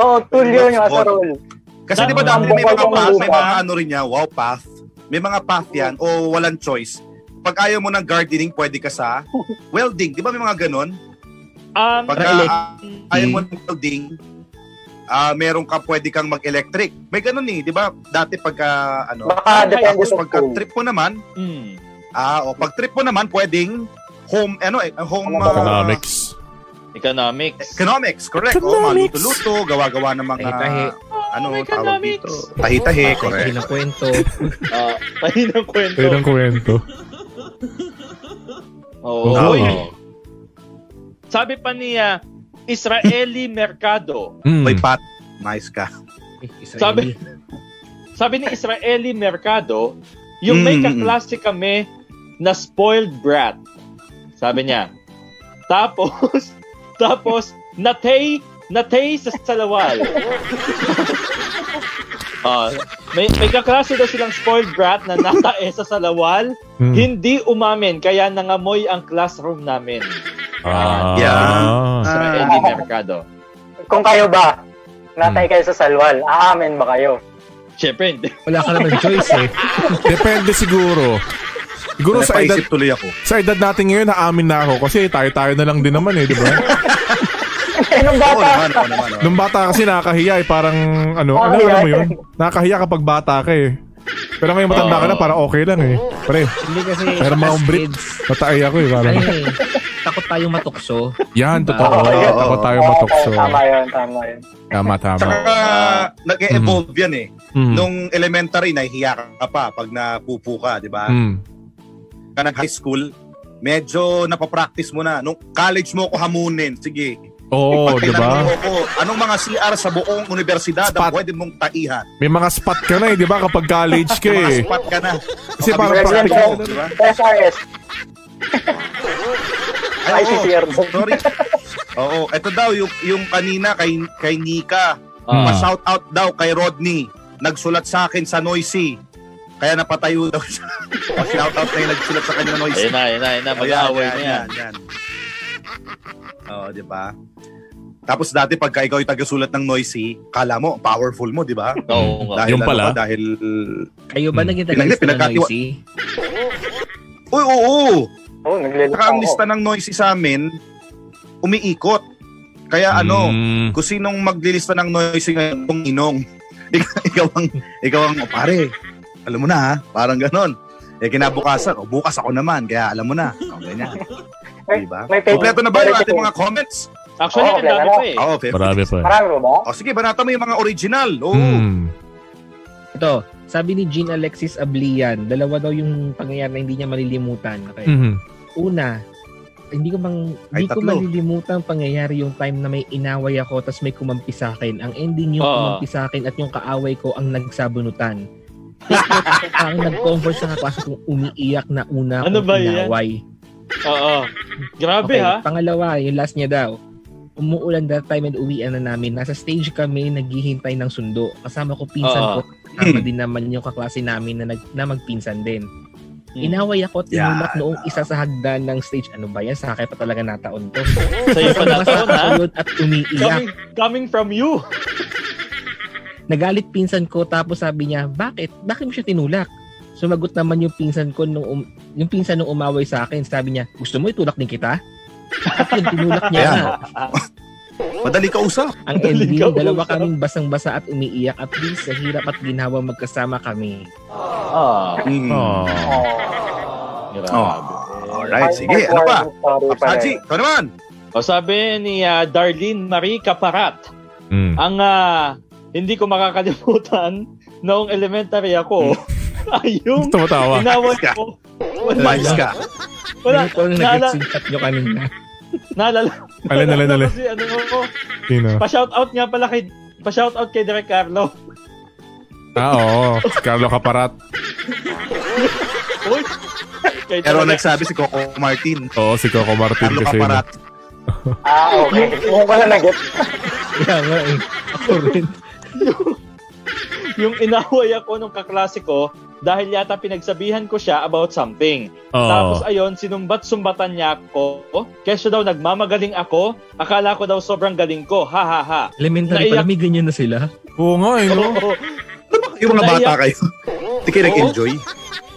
Speaker 3: Oo, tool yun yung asarol.
Speaker 2: Kasi di ba
Speaker 4: Ah.
Speaker 2: dati may mga
Speaker 3: Bumbaw ng
Speaker 2: path, may
Speaker 3: lupa.
Speaker 2: mga ano rin niya, wow path. May mga path yan o walang choice. Pag ayaw mo ng gardening, pwede ka
Speaker 3: <laughs>
Speaker 2: sa welding. Di ba may mga ganun?
Speaker 4: Um,
Speaker 2: Pag
Speaker 5: Elec-
Speaker 2: ah, ayaw
Speaker 3: Hmm.
Speaker 2: mo ng welding, ah meron ka pwede kang mag-electric. May ganun eh, di ba? Dati pagka ano,
Speaker 3: Baka depende
Speaker 2: tapos
Speaker 3: sa
Speaker 2: pagka
Speaker 3: school.
Speaker 2: trip mo naman,
Speaker 4: mm.
Speaker 2: ah o pag trip mo naman, pwedeng home, ano eh, home ah,
Speaker 1: Economics.
Speaker 4: economics.
Speaker 2: Economics, correct. O, maluto-luto, gawa-gawa ng mga,
Speaker 5: Tahi-tahi.
Speaker 2: ano,
Speaker 4: Oh,
Speaker 2: tawag
Speaker 4: economics.
Speaker 2: dito. Tahi-tahi, correct.
Speaker 5: Kahit ng <laughs> kwento.
Speaker 4: Ah, <laughs> tayo ng kwento.
Speaker 1: Ayun ang kwento.
Speaker 4: Oo.
Speaker 1: Oo.
Speaker 4: Uy. Sabi pa niya,
Speaker 2: <laughs>
Speaker 4: Israeli Mercado.
Speaker 1: Mm.
Speaker 2: May pat, nice ka.
Speaker 4: Sabi-
Speaker 5: Sabi.
Speaker 4: Sabi ni Israeli Mercado, yung may
Speaker 2: Mm, mm,
Speaker 4: kaklase kami na spoiled brat. Sabi niya. Tapos, <laughs>
Speaker 2: <laughs>
Speaker 4: tapos, natay, natay sa salawal. Ah, may, may kaklase daw silang spoiled brat na nataesa sa lawal,
Speaker 1: Hmm.
Speaker 4: hindi umamin, kaya nangamoy ang classroom namin.
Speaker 1: Ah.
Speaker 2: yeah.
Speaker 4: Sa
Speaker 2: Ah.
Speaker 4: Andy Mercado.
Speaker 3: Kung kayo ba, natay kayo sa salwal, aamin ba
Speaker 2: <laughs>
Speaker 3: kayo?
Speaker 4: Siyempre, hindi.
Speaker 5: Wala ka naman choice eh.
Speaker 1: Depende siguro. Siguro sa edad,
Speaker 2: Napaisip tuloy ako.
Speaker 1: sa edad natin ngayon, haamin na ako. Kasi tayo-tayo na lang din naman eh, di ba?
Speaker 3: Anong
Speaker 2: Oo
Speaker 3: Eh, bata?
Speaker 2: naman, oo naman. oo.
Speaker 1: Nung bata kasi nakakahiya eh, parang ano,
Speaker 3: Oh,
Speaker 1: alam, alam mo yun?
Speaker 3: yeah.
Speaker 1: Nakakahiya kapag bata ka eh. Pero ngayon matanda ka na, parang okay lang eh. Pre,
Speaker 5: Hindi kasi
Speaker 1: pero mga
Speaker 5: as
Speaker 1: umbrit,
Speaker 5: kids,
Speaker 1: nataay ako eh. Parang,
Speaker 5: ano eh, takot tayong matukso.
Speaker 1: yan, totoo.
Speaker 3: Oo,
Speaker 1: Oh,
Speaker 3: yun.
Speaker 1: Takot tayo
Speaker 3: Oo,
Speaker 1: matukso.
Speaker 3: Tama yun, tama yun.
Speaker 1: Tama, tama.
Speaker 2: Saka nag-evolve yan eh.
Speaker 1: Mm.
Speaker 2: Nung elementary, nahihiya ka pa pag napupo ka, di ba?
Speaker 1: Mm.
Speaker 2: Ka ng high school, medyo napapractice mo na. Nung college mo ko hamunin, sige.
Speaker 1: Oo, Oh,
Speaker 2: Pag
Speaker 1: di ba?
Speaker 2: tinanong mo Ako, anong mga CR sa buong universidad ang
Speaker 1: Spot.
Speaker 2: pwede mong taihan?
Speaker 1: May mga spot ka na eh, di ba? Kapag college ka
Speaker 2: Mga
Speaker 1: eh.
Speaker 2: spot ka na.
Speaker 1: Kasi
Speaker 2: Kapag
Speaker 1: parang
Speaker 2: present
Speaker 3: practical.
Speaker 2: mo, di ba?
Speaker 3: SRS,
Speaker 2: Ay,
Speaker 3: Ay,
Speaker 2: oo.
Speaker 3: si CR.
Speaker 2: Sorry. Oo, ito daw yung yung kanina kay kay Nika.
Speaker 1: Ah.
Speaker 2: Pa-shout out daw kay Rodney. Nagsulat sa akin sa Noisy. Kaya napatayo daw
Speaker 3: <laughs>
Speaker 2: siya. Pa-shout out na yung nagsulat sa kanya na Noisy.
Speaker 4: <laughs> Ayun na, ayun na, ayun na. Mag-aaway na yan.
Speaker 2: yan. Oo, di ba? Tapos dati pagka ikaw yung tagasulat ng Noisy, kala mo, powerful mo, di ba?
Speaker 4: Oo nga.
Speaker 2: Dahil
Speaker 1: Yung
Speaker 2: ano
Speaker 1: pala.
Speaker 2: ba, dahil...
Speaker 5: Kayo ba naging
Speaker 2: Pinag-
Speaker 5: tagalista na
Speaker 2: pinagkatiwa-
Speaker 5: noisy?
Speaker 2: Uy, oo, oo!
Speaker 3: Oo, naglilito
Speaker 2: Saka ang
Speaker 3: ako.
Speaker 2: lista ng Noisy sa amin, umiikot. Kaya ano,
Speaker 4: Hmm.
Speaker 1: Mm.
Speaker 2: kung sinong maglilista ng noise ngayon, kung inong. <laughs> Ikaw, ikaw ang, ikaw ang, "O, pare, alam mo na ha, parang ganon. Eh, kinabukasan, o bukas ako naman, kaya alam mo na. O, ganyan. Diba?
Speaker 3: May paper.
Speaker 2: Kompleto na ba yung ating mga comments?
Speaker 4: Actually,
Speaker 3: Oo,
Speaker 4: ang dami
Speaker 3: wala.
Speaker 4: pa eh.
Speaker 2: Oo, okay.
Speaker 1: Marami pa.
Speaker 3: Marami ba ba?
Speaker 2: O, sige, banata mo yung mga original. Oh, Oo.
Speaker 1: Mm.
Speaker 5: Ito, sabi ni Jean Alexis Ablian, dalawa daw yung pangyayari na hindi niya malilimutan. Okay.
Speaker 1: Mhm.
Speaker 5: Una, hindi ko mang
Speaker 2: Ay,
Speaker 5: hindi ko
Speaker 2: tatlo.
Speaker 5: malilimutan ang pangyayari yung time na may inaway ako tapos may kumampi sa akin. Ang ending yung
Speaker 4: Oo.
Speaker 5: kumampi sa akin at yung kaaway ko ang nagsabunutan.
Speaker 4: <laughs>
Speaker 5: ang nag-comfort sa kaklase kong umiiyak na una
Speaker 4: Ano
Speaker 5: kong
Speaker 4: ba yan?
Speaker 5: inaway.
Speaker 4: Oo. Grabe
Speaker 5: Okay,
Speaker 4: ha.
Speaker 5: pangalawa, yung last niya daw. Umuulan that time and uwian na namin. Nasa stage kami, naghihintay ng sundo. Kasama ko pinsan
Speaker 4: Oo.
Speaker 5: ko. Kasama din naman yung kaklase namin na, nag, na magpinsan din.
Speaker 4: Hmm.
Speaker 5: Inaway ako at tinulak
Speaker 2: Yeah.
Speaker 5: noong isa sa hagdan ng stage. Ano ba yan? Sa akin pa talaga nataon to.
Speaker 4: Sa'yo <laughs> pa nataon ha.
Speaker 5: Nakasunod at umiiyak.
Speaker 4: Coming, coming from you.
Speaker 5: Nagalit pinsan ko tapos sabi niya, bakit? Bakit mo siya tinulak? Sumagot naman yung pinsan ko nung um- yung pinsan nung umaway sa akin, sabi niya, gusto mo itulak din kita? At yun, tinulak niya
Speaker 2: Ayan.
Speaker 5: na.
Speaker 2: Madali ka usap.
Speaker 5: Ang
Speaker 4: Galing
Speaker 5: ending,
Speaker 4: ka,
Speaker 5: dalawa
Speaker 4: Usap.
Speaker 5: kaming basang-basa at umiiyak at least sa hirap at ginawa magkasama kami.
Speaker 4: Ah,
Speaker 2: Mm.
Speaker 1: Oh.
Speaker 4: grabe.
Speaker 2: Oh. Alright, sige. Ano pa? Saji, ikaw naman.
Speaker 4: O sabi ni ah, Darlene Marie Caparat,
Speaker 1: Mm.
Speaker 4: ang ah, hindi ko makakalimutan noong elementary ako <laughs> ay yung
Speaker 1: Tumatawa.
Speaker 4: inaway ko. Wala,
Speaker 2: Miles ka.
Speaker 4: wala.
Speaker 5: Ganito ang
Speaker 4: Naala,
Speaker 5: nag-gets yung chat nyo kanina. <laughs>
Speaker 4: naalala,
Speaker 1: Alin, alin,
Speaker 4: naalala
Speaker 1: alin.
Speaker 4: ko si ano ko.
Speaker 1: Sino?
Speaker 4: <laughs> Pa-shoutout nga pala kay pa-shoutout kay Direk Carlo. <laughs>
Speaker 1: Ah, oo. Si Carlo Caparat.
Speaker 4: Uy. Kay
Speaker 2: Pero
Speaker 4: Direk-
Speaker 2: nagsabi si Coco Martin.
Speaker 1: Oo, si Coco Martin
Speaker 2: Carlo
Speaker 1: kasi.
Speaker 2: Caparat.
Speaker 3: Ah,
Speaker 2: <laughs>
Speaker 3: okay. Kung pala nag-get.
Speaker 5: Kaya nga eh. Ako rin.
Speaker 4: yung inaway ako nung kaklase ko dahil yata pinagsabihan ko siya about something. Tapos
Speaker 1: Oo.
Speaker 4: ayon, sinumbat-sumbatan niya ako. Kesa daw nagmamagaling ako, akala ko daw sobrang galing ko. Ha ha ha.
Speaker 5: Elementary pala, may ganyan na sila.
Speaker 1: Oo nga eh, no?
Speaker 4: Oo,
Speaker 2: Yung mga bata
Speaker 4: Naiyak.
Speaker 2: kayo. <laughs> Hindi kayo nag-enjoy.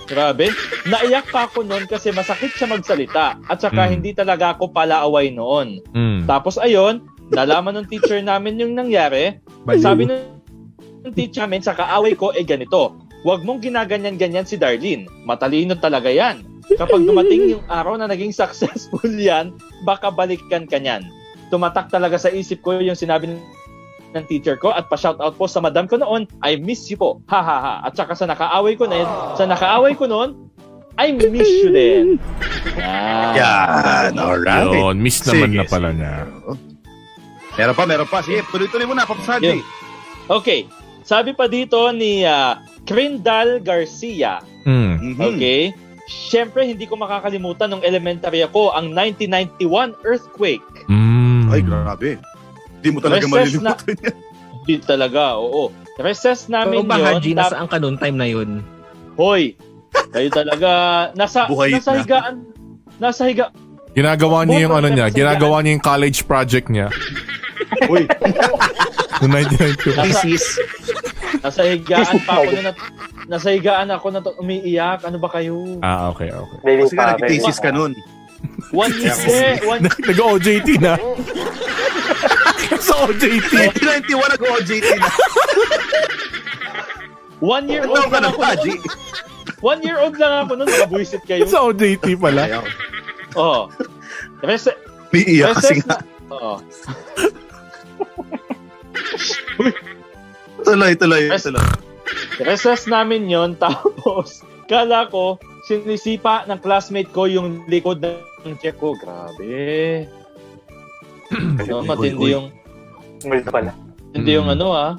Speaker 4: grabe. Naiyak pa ako noon kasi masakit siya magsalita at
Speaker 1: Mm.
Speaker 4: saka hindi talaga ako palaaway noon.
Speaker 1: Mm.
Speaker 4: Tapos ayon, nalaman ng teacher namin yung nangyari.
Speaker 5: Baliw.
Speaker 4: Sabi ng teacher namin sa kaaway ko, eh ganito, huwag mong ginaganyan-ganyan si Darlene. Matalino talaga yan. Kapag dumating yung araw na naging successful <laughs> yan, baka balikan ka niyan. Tumatak talaga sa isip ko yung sinabi ng ng teacher ko at pa-shoutout po sa madam ko noon, I miss you po. Ha ha ha. At saka sa nakaaway ko na yun, sa nakaaway ko noon, I miss you din. Yan.
Speaker 2: Yan, alright.
Speaker 1: Yun, miss naman
Speaker 2: Sige,
Speaker 1: na pala niya.
Speaker 2: Meron pa, meron pa. Sige, tuloy-tuloy muna, Pop Sandy.
Speaker 4: Yeah. Okay. Sabi pa dito ni ah, Crindal Garcia.
Speaker 1: Mm.
Speaker 2: Mhm.
Speaker 4: Okay? Siyempre, hindi ko makakalimutan nung elementary ako ang 1991 earthquake.
Speaker 1: Mm.
Speaker 2: Ay, grabe. Hindi mo talaga
Speaker 4: Recess na-
Speaker 2: malilimutan yan.
Speaker 4: Hindi talaga, oo. Recess
Speaker 5: Ikaw
Speaker 4: namin
Speaker 5: ba,
Speaker 4: yun.
Speaker 5: Haji,
Speaker 4: tap-
Speaker 5: nasaan ka noon time na yun?
Speaker 4: Hoy, kayo talaga, nasa,
Speaker 2: Buhay
Speaker 4: nasa
Speaker 2: na.
Speaker 4: higaan, nasa higa,
Speaker 1: Ginagawa niya yung ano niya,
Speaker 4: 100%
Speaker 1: ginagawa niya yung college project niya.
Speaker 2: eh. Uy,
Speaker 1: Noong 1992.
Speaker 4: <laughs> Thesis. nasa higaan pa ako na, nat- nasa higaan ako na to- umiiyak. Ano ba kayo?
Speaker 1: <laughs> Ah, okay, okay.
Speaker 3: Baby
Speaker 2: kasi nga
Speaker 3: pa, baby
Speaker 2: nag-thesis ka
Speaker 3: pa.
Speaker 4: <laughs>
Speaker 2: nun.
Speaker 4: One hindi, one,
Speaker 1: Nag-OJT na. Sa OJT.
Speaker 2: 2021 nag-OJT na.
Speaker 4: one year
Speaker 2: Ilan
Speaker 4: old
Speaker 2: taong ka
Speaker 4: lang
Speaker 2: na,
Speaker 4: ako.
Speaker 2: Haji?
Speaker 4: One year old lang ako nun, nabuisit kayo.
Speaker 1: Sa OJT pala.
Speaker 2: Ayaw.
Speaker 4: Oo. Rese-
Speaker 2: Umiiyak kasi
Speaker 4: recess
Speaker 2: nga.
Speaker 4: na. Oo.
Speaker 2: Tuloy, tuloy,
Speaker 4: Rest-
Speaker 2: tuloy.
Speaker 4: Recess namin yon <laughs> tapos kala ko sinisipa ng classmate ko yung likod ng check ko. Grabe.
Speaker 2: Hmm.
Speaker 4: No, Oh, matindi yung
Speaker 3: Multo pala.
Speaker 4: matindi yung ano ah.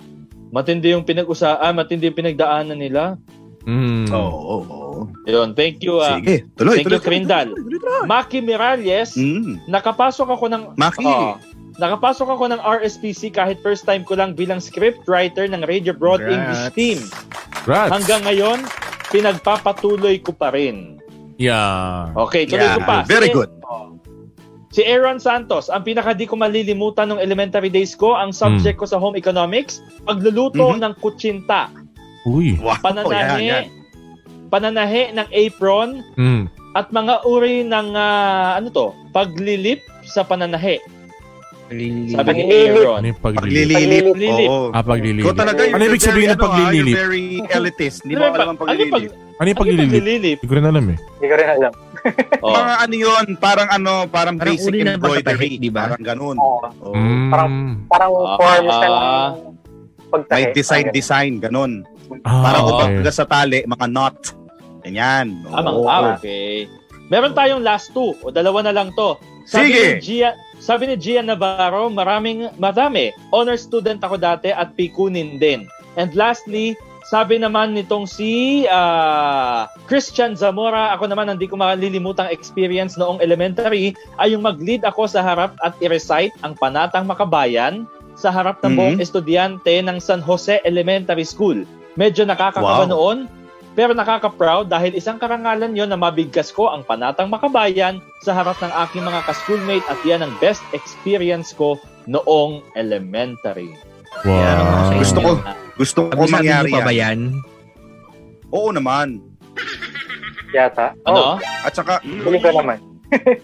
Speaker 4: Matindi yung pinag-usa ah, matindi yung pinagdaanan nila.
Speaker 1: Mm.
Speaker 2: Oo, oo, oo.
Speaker 4: Yon, thank you ah.
Speaker 2: Sige, tuloy,
Speaker 4: Thank
Speaker 2: tuloy.
Speaker 4: you, Crindal.
Speaker 2: tuloy, tuloy.
Speaker 4: Maki Miralles,
Speaker 2: Mm.
Speaker 4: nakapasok ako ng
Speaker 2: Maki.
Speaker 4: Oo. nakapasok ako ng RSPC kahit first time ko lang bilang scriptwriter ng Radio Broad
Speaker 5: Congrats.
Speaker 4: English Team.
Speaker 1: Rats.
Speaker 4: Hanggang ngayon, pinagpapatuloy ko pa rin.
Speaker 1: Yeah.
Speaker 4: Okay, tuloy
Speaker 2: Yeah,
Speaker 4: ko pa.
Speaker 2: very
Speaker 4: Si-
Speaker 2: good.
Speaker 4: Si Aaron Santos, ang pinaka di ko malilimutan ng elementary days ko, ang subject
Speaker 2: Hmm.
Speaker 4: ko sa home economics, pagluluto
Speaker 2: Mhm.
Speaker 4: ng kutsinta,
Speaker 1: Uy.
Speaker 2: Wow,
Speaker 4: pananahe,
Speaker 2: yan, yan.
Speaker 4: pananahe ng apron,
Speaker 1: Mm.
Speaker 4: at mga uri ng, ah, ano to, paglilip sa pananahe. Sabi ni
Speaker 3: Paglilip.
Speaker 1: Ano
Speaker 4: Aaron.
Speaker 1: yung paglilip?
Speaker 2: Paglilip.
Speaker 4: Paglilip.
Speaker 2: Oo.
Speaker 1: Ah, paglilip.
Speaker 2: Ikaw talaga
Speaker 1: Ano ibig sabihin ng
Speaker 2: very, ano, ah,
Speaker 1: paglililip?
Speaker 2: You're very elitist. Hindi
Speaker 4: Ano
Speaker 2: mo
Speaker 4: yung
Speaker 2: alam ang
Speaker 4: pag- ano yung pag-
Speaker 2: paglililip.
Speaker 1: Ano yung
Speaker 4: ano yung
Speaker 1: paglilip?
Speaker 4: paglilip? Oh.
Speaker 1: Hindi ko rin alam eh.
Speaker 3: Hindi ko rin alam.
Speaker 4: Oo.
Speaker 2: Mga ano yun, parang ano, parang,
Speaker 5: Parang
Speaker 2: basic
Speaker 5: uri na ba sa
Speaker 2: embroidery.
Speaker 5: tahit, di ba?
Speaker 2: Parang ganun.
Speaker 3: Oo.
Speaker 4: Oh,
Speaker 2: Oo.
Speaker 1: Mm.
Speaker 3: Parang Parang
Speaker 4: Ah.
Speaker 3: forms na lang yung pagtahe.
Speaker 2: May design, design, ganun.
Speaker 1: Ah,
Speaker 2: Parang
Speaker 4: Oo.
Speaker 2: kung sa tali, mga knot. Ganyan.
Speaker 4: Ah, mga-
Speaker 2: Oo.
Speaker 4: ah, okay. Meron tayong last two, o dalawa na lang to. Sabi
Speaker 2: Sige.
Speaker 4: Ni Gia, sabi ni Gia Navarro, maraming, madami. Honor student ako dati at pikunin din. And lastly, sabi naman nitong si ah, Christian Zamora, ako naman hindi ko malilimutang experience noong elementary ay yung mag-lead ako sa harap at i-recite ang panatang makabayan sa harap
Speaker 2: Mm-hmm.
Speaker 4: ng buong estudyante ng San Jose Elementary School. Medyo nakakakaba
Speaker 2: Wow.
Speaker 4: noon, pero nakaka-proud dahil isang karangalan yon na mabigkas ko ang panatang makabayan sa harap ng aking mga ka-schoolmate at yan ang best experience ko noong elementary.
Speaker 1: Wow.
Speaker 5: Yan,
Speaker 2: Ah, Gusto ko, gusto ko
Speaker 5: Pag-usapan niyo
Speaker 2: mangyari
Speaker 5: pa ba
Speaker 2: yan.
Speaker 5: yan?
Speaker 2: Oo naman.
Speaker 3: Yata. Oh,
Speaker 4: Ano?
Speaker 2: At saka,
Speaker 3: hindi ko naman.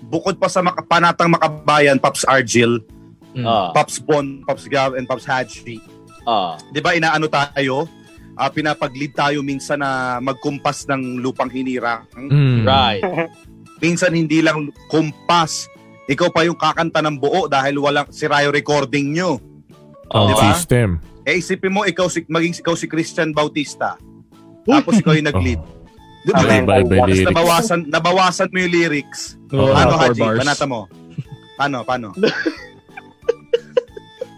Speaker 2: bukod pa sa maka- panatang makabayan, Pops Argil,
Speaker 5: Mm.
Speaker 4: Ah,
Speaker 2: Pops Bon, Pops Gab, and Pops Haji,
Speaker 4: ah.
Speaker 2: di ba inaano tayo? Ah, pinapag-lead tayo minsan na magkumpas ng lupang hinirang.
Speaker 1: Mm.
Speaker 2: Hmm.
Speaker 4: Right.
Speaker 2: Minsan hindi lang kumpas. Ikaw pa yung kakanta ng buo dahil walang sira yung recording nyo.
Speaker 1: Ang
Speaker 2: Di ba?
Speaker 1: Oh, system.
Speaker 2: Eh isipin mo ikaw si maging ikaw si Christian Bautista. Tapos ikaw yung nag-lead.
Speaker 1: Oh. Diba,
Speaker 2: Di ba?
Speaker 3: Amen.
Speaker 1: Iba-iba yung
Speaker 2: Tapos
Speaker 1: lyrics.
Speaker 2: nabawasan, nabawasan mo yung lyrics.
Speaker 5: Oo,
Speaker 2: ano,
Speaker 5: Oh, four
Speaker 2: Haji?
Speaker 5: bars.
Speaker 2: Banata mo. Paano,
Speaker 5: <laughs>
Speaker 2: paano?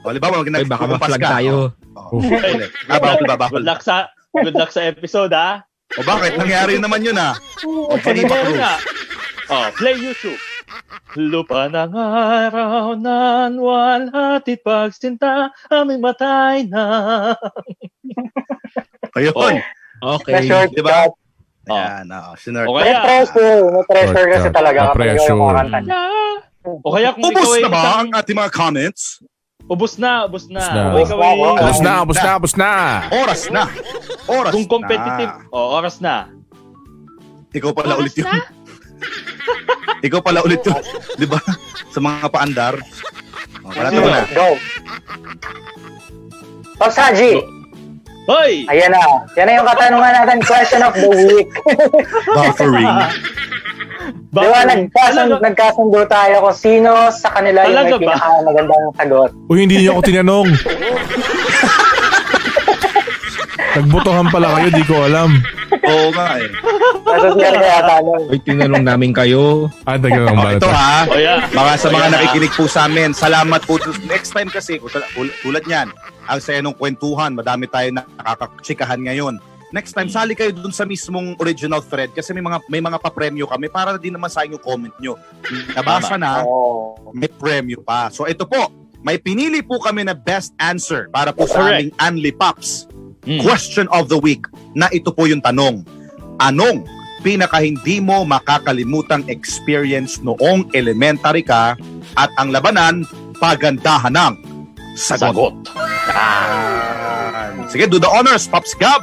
Speaker 2: o, di ba? Huwag
Speaker 5: Ay, baka ma-flag tayo.
Speaker 2: Oh, ulit. Ah, bawal ba, bawal.
Speaker 4: Good luck sa good luck sa episode ah.
Speaker 2: O bakit? Nangyari naman yun, ah. O,
Speaker 4: Kasi
Speaker 2: panipa
Speaker 4: meron
Speaker 2: Cruz.
Speaker 4: nga. Oh, play YouTube. Lupa ng araw na walhatid pagsinta aming matay na.
Speaker 2: Ayun.
Speaker 4: Oh.
Speaker 3: Na
Speaker 5: Okay.
Speaker 3: short
Speaker 2: Di ba?
Speaker 3: cut.
Speaker 4: Oh.
Speaker 2: Ayan, ah, oo. Sinurk.
Speaker 4: O
Speaker 3: May
Speaker 4: kaya,
Speaker 3: pressure. May pressure kasi
Speaker 1: Shortcut.
Speaker 3: talaga.
Speaker 1: May
Speaker 3: kapag
Speaker 1: pressure.
Speaker 3: yung kumakanta niya.
Speaker 4: o kaya kung
Speaker 2: Ubus
Speaker 4: ikaw ay
Speaker 2: na ba
Speaker 4: isang-
Speaker 2: ang ating mga comments?
Speaker 4: Ubus na, ubus na.
Speaker 1: Ubus na.
Speaker 4: Kung ikaw ay-
Speaker 3: Ubus
Speaker 1: Abos na, abos na, abos na.
Speaker 2: Oras na. Oras
Speaker 4: Kung competitive,
Speaker 2: na.
Speaker 4: oh, oras na.
Speaker 2: Ikaw pala ulit yun. <laughs> Ikaw pala ulit yun. Di ba? Sa mga paandar. O, kalata mo na.
Speaker 3: Go. Pops Haji.
Speaker 4: Hoy!
Speaker 3: Ayan na. Yan na yung katanungan natin. Question of the week.
Speaker 2: Buffering.
Speaker 3: Di ba,
Speaker 4: Ano,
Speaker 3: nagkasun-
Speaker 4: Talaga-
Speaker 3: nagkasundo tayo kung sino sa kanila yung
Speaker 4: Talaga
Speaker 3: may
Speaker 4: ba?
Speaker 3: pinakamagandang
Speaker 4: <laughs>
Speaker 3: sagot.
Speaker 1: Uy, hindi niyo ako tinanong. Nagbotohan pala kayo, di ko alam.
Speaker 2: Oo nga eh.
Speaker 3: Nasasiyar na yata nun.
Speaker 5: Ay, tinanong namin kayo.
Speaker 1: Ah, nagkaroon
Speaker 2: Oh,
Speaker 1: ba
Speaker 2: ito
Speaker 1: ito?
Speaker 2: ha.
Speaker 4: Oh,
Speaker 2: <laughs>
Speaker 4: yeah.
Speaker 2: Mga sa
Speaker 4: Oh,
Speaker 2: mga
Speaker 4: yeah.
Speaker 2: nakikinig po sa amin, salamat po. Next time kasi, kung tala- tul- tulad niyan, ang saya ng kwentuhan, madami tayo na nakakatsikahan ngayon. Next time, sali kayo dun sa mismong original thread kasi may mga may mga pa-premyo kami para din naman sa yung comment nyo. Nabasa
Speaker 4: Ah.
Speaker 2: na,
Speaker 3: Oo.
Speaker 2: may premyo pa. So ito po, may pinili po kami na best answer para po sa
Speaker 4: Correct.
Speaker 2: aming Anli Pops.
Speaker 4: Mm.
Speaker 2: Question of the week na ito po yung tanong. Anong pinaka hindi mo makakalimutang experience noong elementary ka at ang labanan pagandahan ng sagot. Yan. Sige, do the honors, Pops Gab.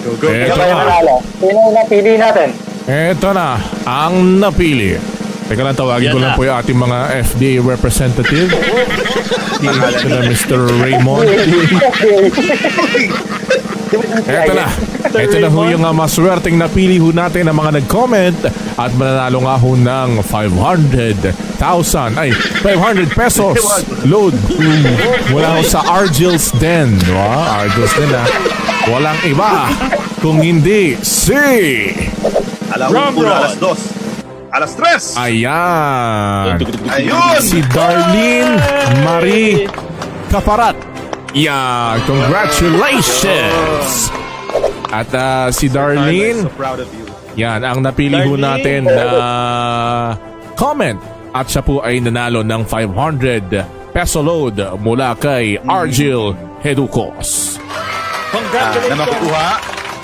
Speaker 2: Go, go.
Speaker 1: Eh, Ito
Speaker 3: Sino ba yung
Speaker 1: na.
Speaker 3: nanalo? ano? Sino yung napili natin?
Speaker 1: Eto na, ang napili. Teka lang, tawagin
Speaker 4: Yan
Speaker 1: ko lang
Speaker 4: na.
Speaker 1: po yung ating mga FDA representative. Sila Mr. Raymond. <laughs> Eto
Speaker 3: <laughs>
Speaker 1: na. Eto na ho yung uh, maswerteng napili ho natin ng mga nag-comment at mananalo nga ho ng 500,000 ay 500 pesos load mula ho sa Argil's Den. Wow, Argil's Den ah. Walang iba kung hindi si...
Speaker 2: Alam
Speaker 4: Drum
Speaker 2: mo,
Speaker 4: roll.
Speaker 2: alas dos. Alas tres.
Speaker 1: Ayan.
Speaker 2: Ayun.
Speaker 1: Si Darlene Marie Kaparat. Yeah, congratulations! At ah, si Darlene,
Speaker 2: So proud of you.
Speaker 1: Yan, ang napili ho
Speaker 4: Darling.
Speaker 1: natin na comment. At siya po ay nanalo ng 500 peso load mula kay Argil Heducos.
Speaker 2: Ah, na
Speaker 4: Congratulations.
Speaker 2: makukuha.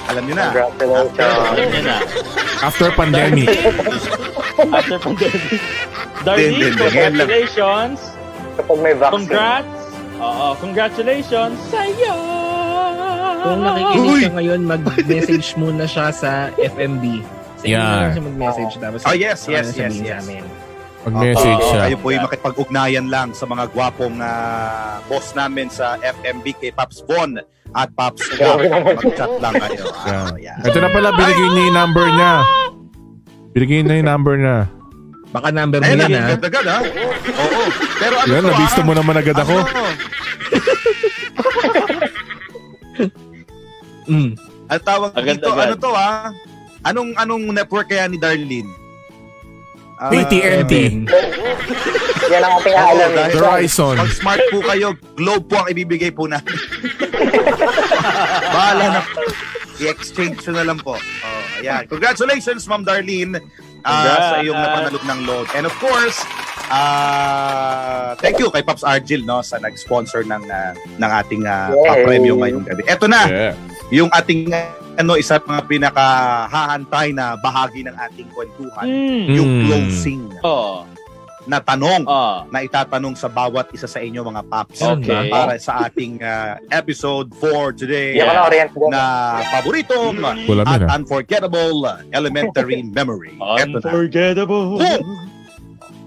Speaker 2: Alam niyo na.
Speaker 3: Congratulations.
Speaker 4: Ayun na.
Speaker 1: After pandemic.
Speaker 4: After
Speaker 2: <laughs>
Speaker 4: pandemic. Darlene,
Speaker 2: Din, din, din. Yan lang.
Speaker 4: congratulations.
Speaker 3: Kapag may vaccine.
Speaker 4: Congrats. Oo, congratulations sa'yo.
Speaker 5: Kung
Speaker 2: Uy!
Speaker 5: nakikinig ka ngayon, mag-message muna siya sa FMB. Sa inyo
Speaker 1: Yeah.
Speaker 5: muna siya mag-message. Tapos,
Speaker 2: Oh, yes, yes,
Speaker 5: saka na sabihin
Speaker 2: yes,
Speaker 5: sa
Speaker 2: yes.
Speaker 5: amin.
Speaker 1: Mag-message
Speaker 2: Oo,
Speaker 1: siya.
Speaker 2: Kayo po ay makipag-ugnayan lang sa mga gwapong ah, boss namin sa FMB kay Pops Bon at Pops Gab.
Speaker 3: Grabe naman.
Speaker 2: Mag-chat lang kayo. Ah, yeah.
Speaker 1: Ito na pala, binigay niya yung number niya. Binigay niya yung number niya.
Speaker 5: Baka number mo
Speaker 2: Ayun na,
Speaker 5: yan, ha?
Speaker 2: agad-agad ha. ah. Oo. Pero ano
Speaker 1: Yan,
Speaker 2: to,
Speaker 1: nabisto
Speaker 2: ah?
Speaker 1: ah. mo naman agad ako.
Speaker 2: Ano?
Speaker 5: Mm.
Speaker 2: Ang tawag dito,
Speaker 4: Agad-agad.
Speaker 2: ano to ha? Anong anong network kaya ni Darlene? Ah,
Speaker 1: AT&T.
Speaker 3: Yan ang ating
Speaker 2: Oo,
Speaker 3: alam.
Speaker 2: dahil-
Speaker 1: Verizon.
Speaker 2: Pag smart po kayo, globe po ang ibibigay po namin. Bahala na. po. I-exchange ko na lang po. Oh, ayan. Congratulations, Ma'am Darlene, ah,
Speaker 4: Congrats.
Speaker 2: sa iyong napanalog ng load. And of course, ah, thank you kay Pops Argil no, sa nag-sponsor ng, ah, ng ating ah,
Speaker 3: Yay.
Speaker 2: pa-premyo ngayong gabi. Eto na,
Speaker 1: Yeah.
Speaker 2: yung ating ah, ano, isa mga pinakahahantay na bahagi ng ating kwentuhan,
Speaker 4: Mm.
Speaker 2: yung
Speaker 1: Mm.
Speaker 2: closing
Speaker 4: Oo.
Speaker 2: na tanong
Speaker 4: Oo.
Speaker 2: na itatanong sa bawat isa sa inyo mga paps
Speaker 4: Okay.
Speaker 2: para sa ating ah, episode for today
Speaker 3: Hindi ako na-orient doon.
Speaker 2: na paboritong
Speaker 1: Wala
Speaker 2: at
Speaker 1: na.
Speaker 2: unforgettable elementary memory. Eto na.
Speaker 4: Unforgettable.
Speaker 2: Kung,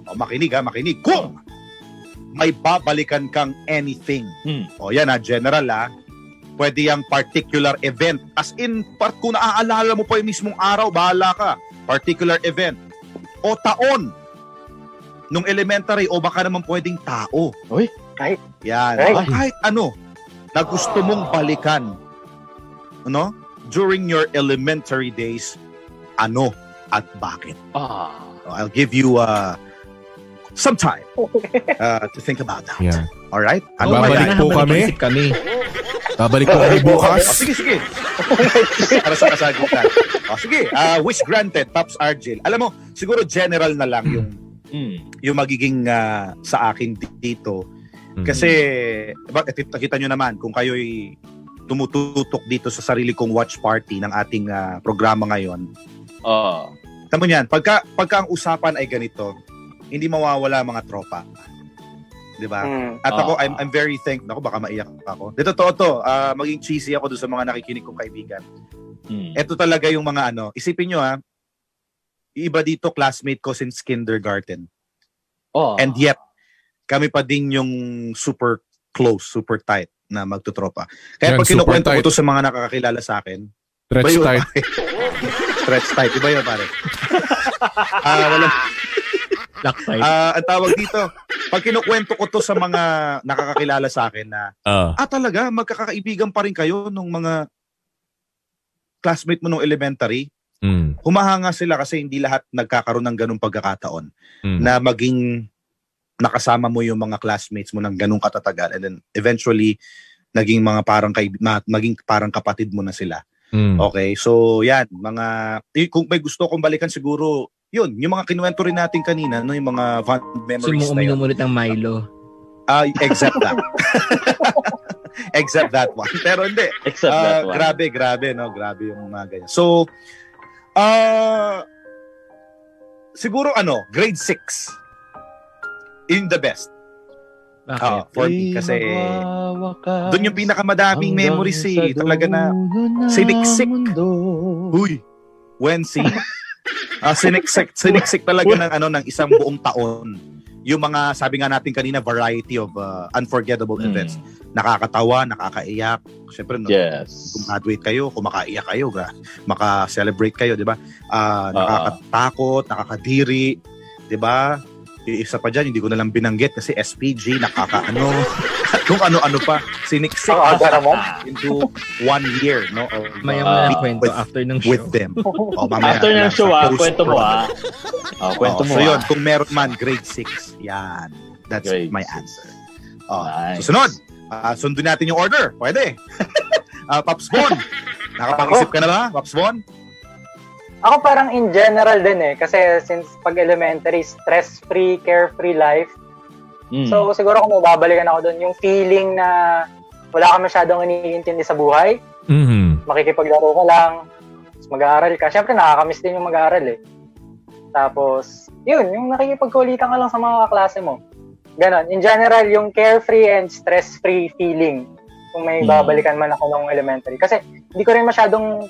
Speaker 2: o, makinig ha, makinig. Kung may babalikan kang anything.
Speaker 4: Hmm.
Speaker 2: O yan ha, general ha. Pwede yung particular event. As in, part kung naaalala mo pa yung mismong araw, bahala ka. Particular event. O taon. Nung elementary, o baka naman pwedeng tao.
Speaker 4: Uy.
Speaker 3: Kahit-
Speaker 2: Yan.
Speaker 3: Ay.
Speaker 2: O Kahit ano na gusto mong balikan. Ano? During your elementary days, ano at bakit?
Speaker 4: Ah.
Speaker 2: I'll give you uh, some time uh, to think about that.
Speaker 1: Yeah.
Speaker 2: All right?
Speaker 5: oh
Speaker 1: Ano ba Babalik yan? po kami.
Speaker 5: Isip kami.
Speaker 1: Babalik ko kayo bukas.
Speaker 2: Oh, sige, sige. Para sa kasagutan. Oh, sige, uh, wish granted, Pops Argel. Alam mo, siguro general na lang yung
Speaker 4: Mm.
Speaker 2: yung magiging ah, sa akin dito.
Speaker 1: Mm-hmm. Mm.
Speaker 2: <laughs> Kasi, bakit nakita nyo naman, kung kayo'y tumututok dito sa sarili kong watch party ng ating ah, programa ngayon,
Speaker 4: Oo.
Speaker 2: Tama niyan, pagka, pagka ang usapan ay ganito, hindi mawawala mga tropa. Di ba?
Speaker 3: Hmm.
Speaker 2: At ako,
Speaker 4: Ah.
Speaker 2: I'm, I'm very thankful. Ako, baka maiyak ako. Dito, totoo to. ah, maging cheesy ako doon sa mga nakikinig kong kaibigan.
Speaker 4: Mm.
Speaker 2: Ito talaga yung mga ano. Isipin nyo ha, iba dito classmate ko since kindergarten.
Speaker 4: Oo.
Speaker 2: And yet, kami pa din yung super close, super tight na magtutropa. Kaya
Speaker 1: Yan,
Speaker 2: pag
Speaker 1: super
Speaker 2: kinukwento ko
Speaker 1: tight.
Speaker 2: to sa mga nakakakilala sa akin,
Speaker 1: Stretch
Speaker 2: Bayo, <laughs>
Speaker 1: tight.
Speaker 2: pare. Stretch tight. Iba yun, pare. <laughs> Ah, walang,
Speaker 5: Black side.
Speaker 2: Ah, ang tawag dito, pag kinukwento ko to sa mga nakakakilala sa akin na,
Speaker 1: Ah.
Speaker 2: ah talaga, magkakaibigan pa rin kayo nung mga classmate mo nung elementary,
Speaker 1: Mm.
Speaker 2: humahanga sila kasi hindi lahat nagkakaroon ng ganung pagkakataon
Speaker 1: Mm.
Speaker 2: na maging nakasama mo yung mga classmates mo ng ganung katatagal and then eventually naging mga parang kaib- ma- maging parang kapatid mo na sila.
Speaker 1: Mm.
Speaker 2: Okay, so yan, mga, eh, kung may gusto kong balikan siguro, yun, yung mga kinuwento rin natin kanina, no, yung mga fond
Speaker 5: Gusto mo
Speaker 2: memories na yun.
Speaker 5: uminom ulit ng Milo.
Speaker 2: Ah, except that. <laughs> Except that one. Pero hindi.
Speaker 4: Except
Speaker 2: Ah,
Speaker 4: that one.
Speaker 2: Grabe, grabe, no? Grabe yung mga ganyan. So, ah siguro ano, grade 6. In the best.
Speaker 5: Bakit?
Speaker 2: Ah, for me, kasi doon yung pinakamadaming memories eh. Talaga na siniksik. Huy. When
Speaker 4: <laughs>
Speaker 2: si Ah, siniksik, siniksik talaga ng ano ng isang buong taon. Yung mga sabi nga natin kanina variety of ah, unforgettable
Speaker 4: Mm.
Speaker 2: events. Nakakatawa, nakakaiyak. Siyempre, no,
Speaker 4: Yes.
Speaker 2: graduate kayo, kung makaiyak kayo, gra- maka-celebrate kayo, di ba? Ah, nakakatakot, nakakadiri, di ba? Yung isa pa dyan, hindi ko nalang binanggit kasi SPG, nakakaano, <laughs> kung ano-ano pa, siniksik
Speaker 3: Ang aga naman.
Speaker 2: into one year, no? of,
Speaker 5: Maya mo
Speaker 2: uh,
Speaker 5: na lang
Speaker 2: being
Speaker 5: kwento
Speaker 2: with,
Speaker 5: after ng show.
Speaker 2: with
Speaker 5: <laughs>
Speaker 2: them. O, mamaya,
Speaker 4: After ng
Speaker 2: sa
Speaker 4: show ah,
Speaker 2: post-pro.
Speaker 4: kwento mo ah. Oh,
Speaker 2: Oo,
Speaker 4: kwento
Speaker 2: So
Speaker 4: mo
Speaker 2: yun,
Speaker 4: ah.
Speaker 2: kung meron man, grade 6. Yan. That's
Speaker 4: Grade
Speaker 2: my
Speaker 4: six.
Speaker 2: answer. Oh,
Speaker 4: Nice.
Speaker 2: Susunod. Ah, sundin natin yung order. <laughs> Pwede. Ah, Pops Bon. Nakapag-isip ka na ba, Pops Bon?
Speaker 3: Ako parang in general din eh. Kasi since pag elementary, stress-free, carefree life.
Speaker 4: Mm.
Speaker 3: So siguro kung mababalikan ako doon, yung feeling na wala ka masyadong iniintindi sa buhay,
Speaker 1: Mm-hmm.
Speaker 3: makikipaglaro ka lang, tapos mag-aaral ka. Siyempre, nakakamiss din yung mag-aaral eh. Tapos, yun, yung nakikipagkulitan ka lang sa mga kaklase mo. Ganon. In general, yung carefree and stress-free feeling kung may
Speaker 4: Mm.
Speaker 3: babalikan man ako ng elementary. Kasi, hindi ko rin masyadong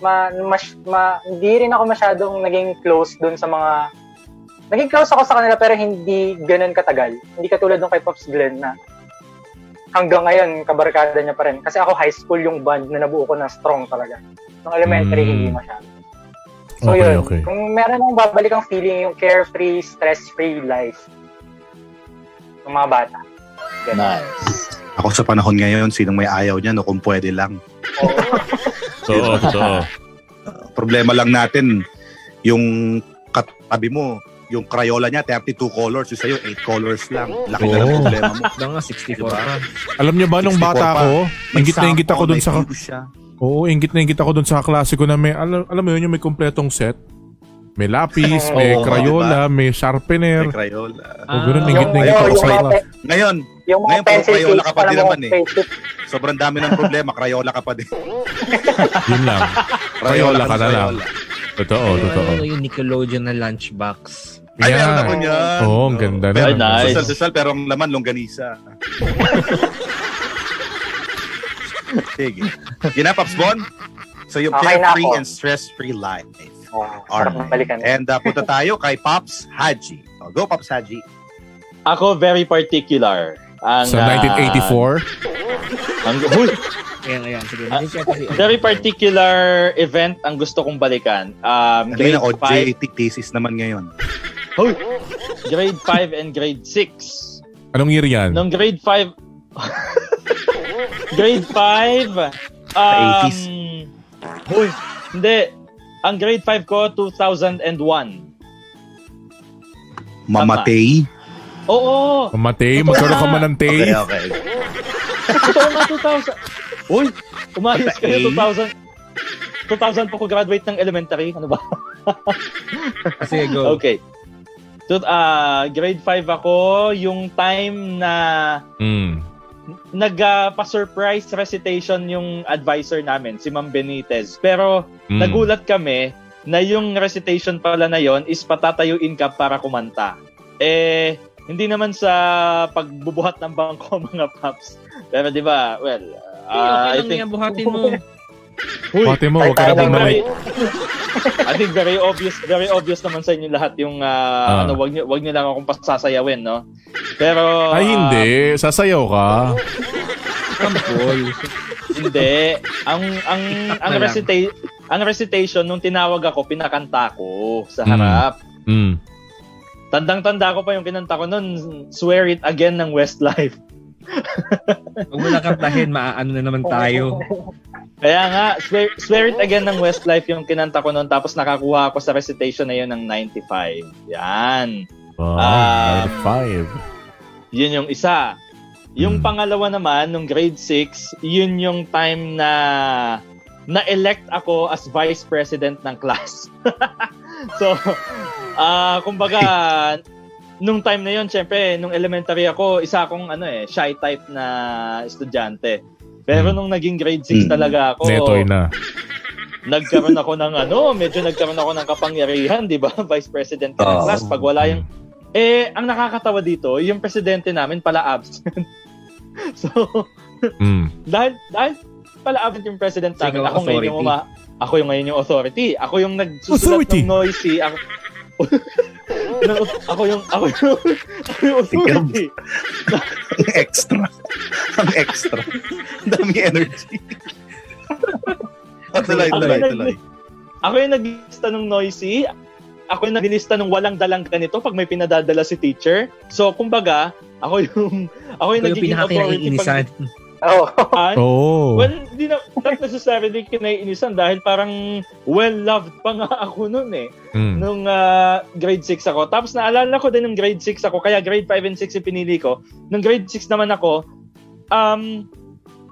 Speaker 3: ma, mas, ma, hindi rin ako masyadong naging close dun sa mga naging close ako sa kanila pero hindi ganun katagal. Hindi katulad nung kay Pops Glenn na hanggang ngayon kabarkada niya pa rin. Kasi ako high school yung band na nabuo ko na strong talaga. Nung elementary,
Speaker 1: Mm.
Speaker 3: hindi masyado.
Speaker 2: Oh,
Speaker 3: So
Speaker 1: Okay,
Speaker 3: yun,
Speaker 2: <laughs>
Speaker 1: okay.
Speaker 3: kung meron akong babalik ang feeling yung carefree, stress-free life ng mga bata.
Speaker 4: Nice.
Speaker 2: Ako sa panahon ngayon, sinong may ayaw niya, no, kung pwede lang.
Speaker 1: Totoo, totoo.
Speaker 2: Problema lang natin, yung katabi mo, yung Crayola niya, 32 colors. Yung sa'yo, 8 colors lang. Laki na lang
Speaker 1: Oo.
Speaker 2: problema mo.
Speaker 5: Ito nga, 64 pa.
Speaker 1: Alam niyo ba nung
Speaker 2: 64
Speaker 1: bata
Speaker 2: pa.
Speaker 1: ako,
Speaker 2: May
Speaker 1: ingit na ingit ako
Speaker 2: sample,
Speaker 1: dun
Speaker 2: may
Speaker 1: sa
Speaker 2: fuse siya.
Speaker 1: Oo, ingit na ingit ako dun sa klase ko na may alam, alam mo yun yung may kumpletong set. May lapis,
Speaker 3: Oo,
Speaker 1: may
Speaker 2: oo,
Speaker 1: Crayola, may sharpener.
Speaker 2: May Crayola.
Speaker 1: O Oh, ganun, ingit
Speaker 5: Ah,
Speaker 1: na ingit
Speaker 3: yung,
Speaker 1: ako
Speaker 3: yung,
Speaker 1: sa
Speaker 3: mga,
Speaker 1: iba.
Speaker 3: pe-
Speaker 2: Ngayon,
Speaker 3: yung mga
Speaker 2: Ngayon, puro
Speaker 3: pencil
Speaker 2: Crayola
Speaker 3: case
Speaker 2: ka pa
Speaker 3: para
Speaker 2: din
Speaker 3: mga
Speaker 2: naman eh.
Speaker 3: pencil
Speaker 2: sobrang dami ng problema. Crayola ka pa din.
Speaker 1: Yun lang. Crayola ka na lang.
Speaker 2: Crayola.
Speaker 1: Totoo,
Speaker 5: yung
Speaker 1: totoo.
Speaker 5: ano, yung Nickelodeon na lunchbox.
Speaker 2: Ay, meron
Speaker 1: Yan.
Speaker 2: ako niyan.
Speaker 1: Oo, ang ganda na.
Speaker 4: Ay, nice.
Speaker 2: Susal, susal, pero ang laman, <laughs> longganisa. Sige. Yun na, Pops Bon. So, yung
Speaker 3: Okay na
Speaker 2: carefree
Speaker 3: ako.
Speaker 2: and stress-free life.
Speaker 3: Oh, sarap
Speaker 2: Alright.
Speaker 3: balikan.
Speaker 2: And uh, punta tayo kay Pops Haji. Oh, go, Pops Haji.
Speaker 4: Ako very particular. Ang,
Speaker 1: Sa
Speaker 4: ah,
Speaker 1: 1984.
Speaker 4: ang, Huy!
Speaker 5: Ayan, ayan. Sige, nandun siya kasi.
Speaker 4: <laughs> Ah, very particular event ang gusto kong balikan. Um,
Speaker 2: Ano yun,
Speaker 4: grade
Speaker 2: OJ thesis naman ngayon.
Speaker 4: 5, Hoy! grade 5 and grade 6.
Speaker 1: Anong year yan?
Speaker 4: Nung grade 5 <laughs> Grade 5 um,
Speaker 2: 80s.
Speaker 4: Hoy, hindi. Ang grade 5 ko 2001.
Speaker 2: Mamatay.
Speaker 4: Oo.
Speaker 1: Matay, magkaroon ka man ng tay.
Speaker 2: Okay, okay.
Speaker 4: Totoo nga 2000. Hoy, umayos kayo
Speaker 2: Patay.
Speaker 4: 2000. 2000 po ko graduate ng elementary. Ano ba?
Speaker 5: Kasi go.
Speaker 4: Okay. So, ah grade 5 ako, yung time na
Speaker 1: Mm.
Speaker 4: nagpa-surprise recitation yung advisor namin, si Ma'am Benitez. Pero
Speaker 1: Mm.
Speaker 4: nagulat kami na yung recitation pala na yon is patatayuin ka para kumanta. Eh, hindi naman sa pagbubuhat ng bangko mga paps. Pero di ba, well,
Speaker 5: Eh,
Speaker 4: ah, I think,
Speaker 5: buhatin mo.
Speaker 4: Uy,
Speaker 1: Pati mo, huwag ka na
Speaker 4: I think very,
Speaker 1: bumalik.
Speaker 4: I think very obvious, very obvious naman sa inyo lahat yung
Speaker 1: Ah.
Speaker 4: ah, ano, wag niyo wag niyo lang akong pasasayawin, no? Pero
Speaker 1: Ay,
Speaker 4: ah,
Speaker 1: hindi. Sasayaw ka.
Speaker 5: Kampol.
Speaker 4: ah, Hindi. Ang ang ang
Speaker 5: na lang.
Speaker 4: recitation ang recitation nung tinawag ako, pinakanta ko sa
Speaker 1: Mm.
Speaker 4: harap.
Speaker 1: Mm.
Speaker 4: Tandang-tanda ko pa yung kinanta ko noon, Swear It Again ng Westlife.
Speaker 5: Huwag mo na kantahin, maaano na naman
Speaker 3: <laughs>
Speaker 5: tayo.
Speaker 4: Kaya nga, swear, swear It Again ng Westlife yung kinanta ko noon tapos nakakuha ako sa recitation na yun ng 95. Yan.
Speaker 1: Wow,
Speaker 4: Ah.
Speaker 1: 95.
Speaker 4: Yun yung isa.
Speaker 1: Mm.
Speaker 4: Yung pangalawa naman, nung grade 6, yun yung time na na-elect ako as vice <laughs> president ng class. so, ah kumbaga, nung time na yon syempre, nung elementary ako, isa akong ano eh, shy type na estudyante. Pero nung naging grade 6
Speaker 2: Mm.
Speaker 4: talaga ako,
Speaker 1: Netoy na.
Speaker 4: nagkaroon ako ng ano, medyo nagkaroon ako ng kapangyarihan, 'di ba? <laughs> Vice president ka ng
Speaker 2: Oo.
Speaker 4: class pag wala yung eh ang nakakatawa dito, yung presidente namin pala absent. <laughs> so,
Speaker 1: Mm.
Speaker 4: dahil dahil pala absent yung president namin,
Speaker 5: Ikaw ang
Speaker 4: ako ngayon yung
Speaker 5: authority.
Speaker 4: uma, ako yung ngayon yung authority. Ako yung nagsusulat
Speaker 6: Authority.
Speaker 4: ng noisy. Ako, <laughs> ako yung ako yung, ako yung authority.
Speaker 2: Ang <laughs> extra. Ang extra. Ang dami energy. Oh, tuloy,
Speaker 4: Ako
Speaker 2: tuloy,
Speaker 4: yung nag-
Speaker 2: tuloy.
Speaker 4: Ako yung naglista ng noisy. Ako yung naglista ng walang dalang ganito pag may pinadadala si teacher. So, kumbaga, ako yung <laughs> ako yung
Speaker 5: Ito yung
Speaker 4: nagiging authority <laughs>
Speaker 5: pinaka-inisan.
Speaker 1: Ah,
Speaker 3: Oo.
Speaker 4: pag
Speaker 1: Oh.
Speaker 4: Well, hindi na, not necessarily kinaiinisan dahil parang well-loved pa nga ako noon eh.
Speaker 1: Mm.
Speaker 4: Nung ah, grade 6 ako. Tapos naalala ko din nung grade 6 ako, kaya grade 5 and 6 yung pinili ko. Nung grade 6 naman ako, um,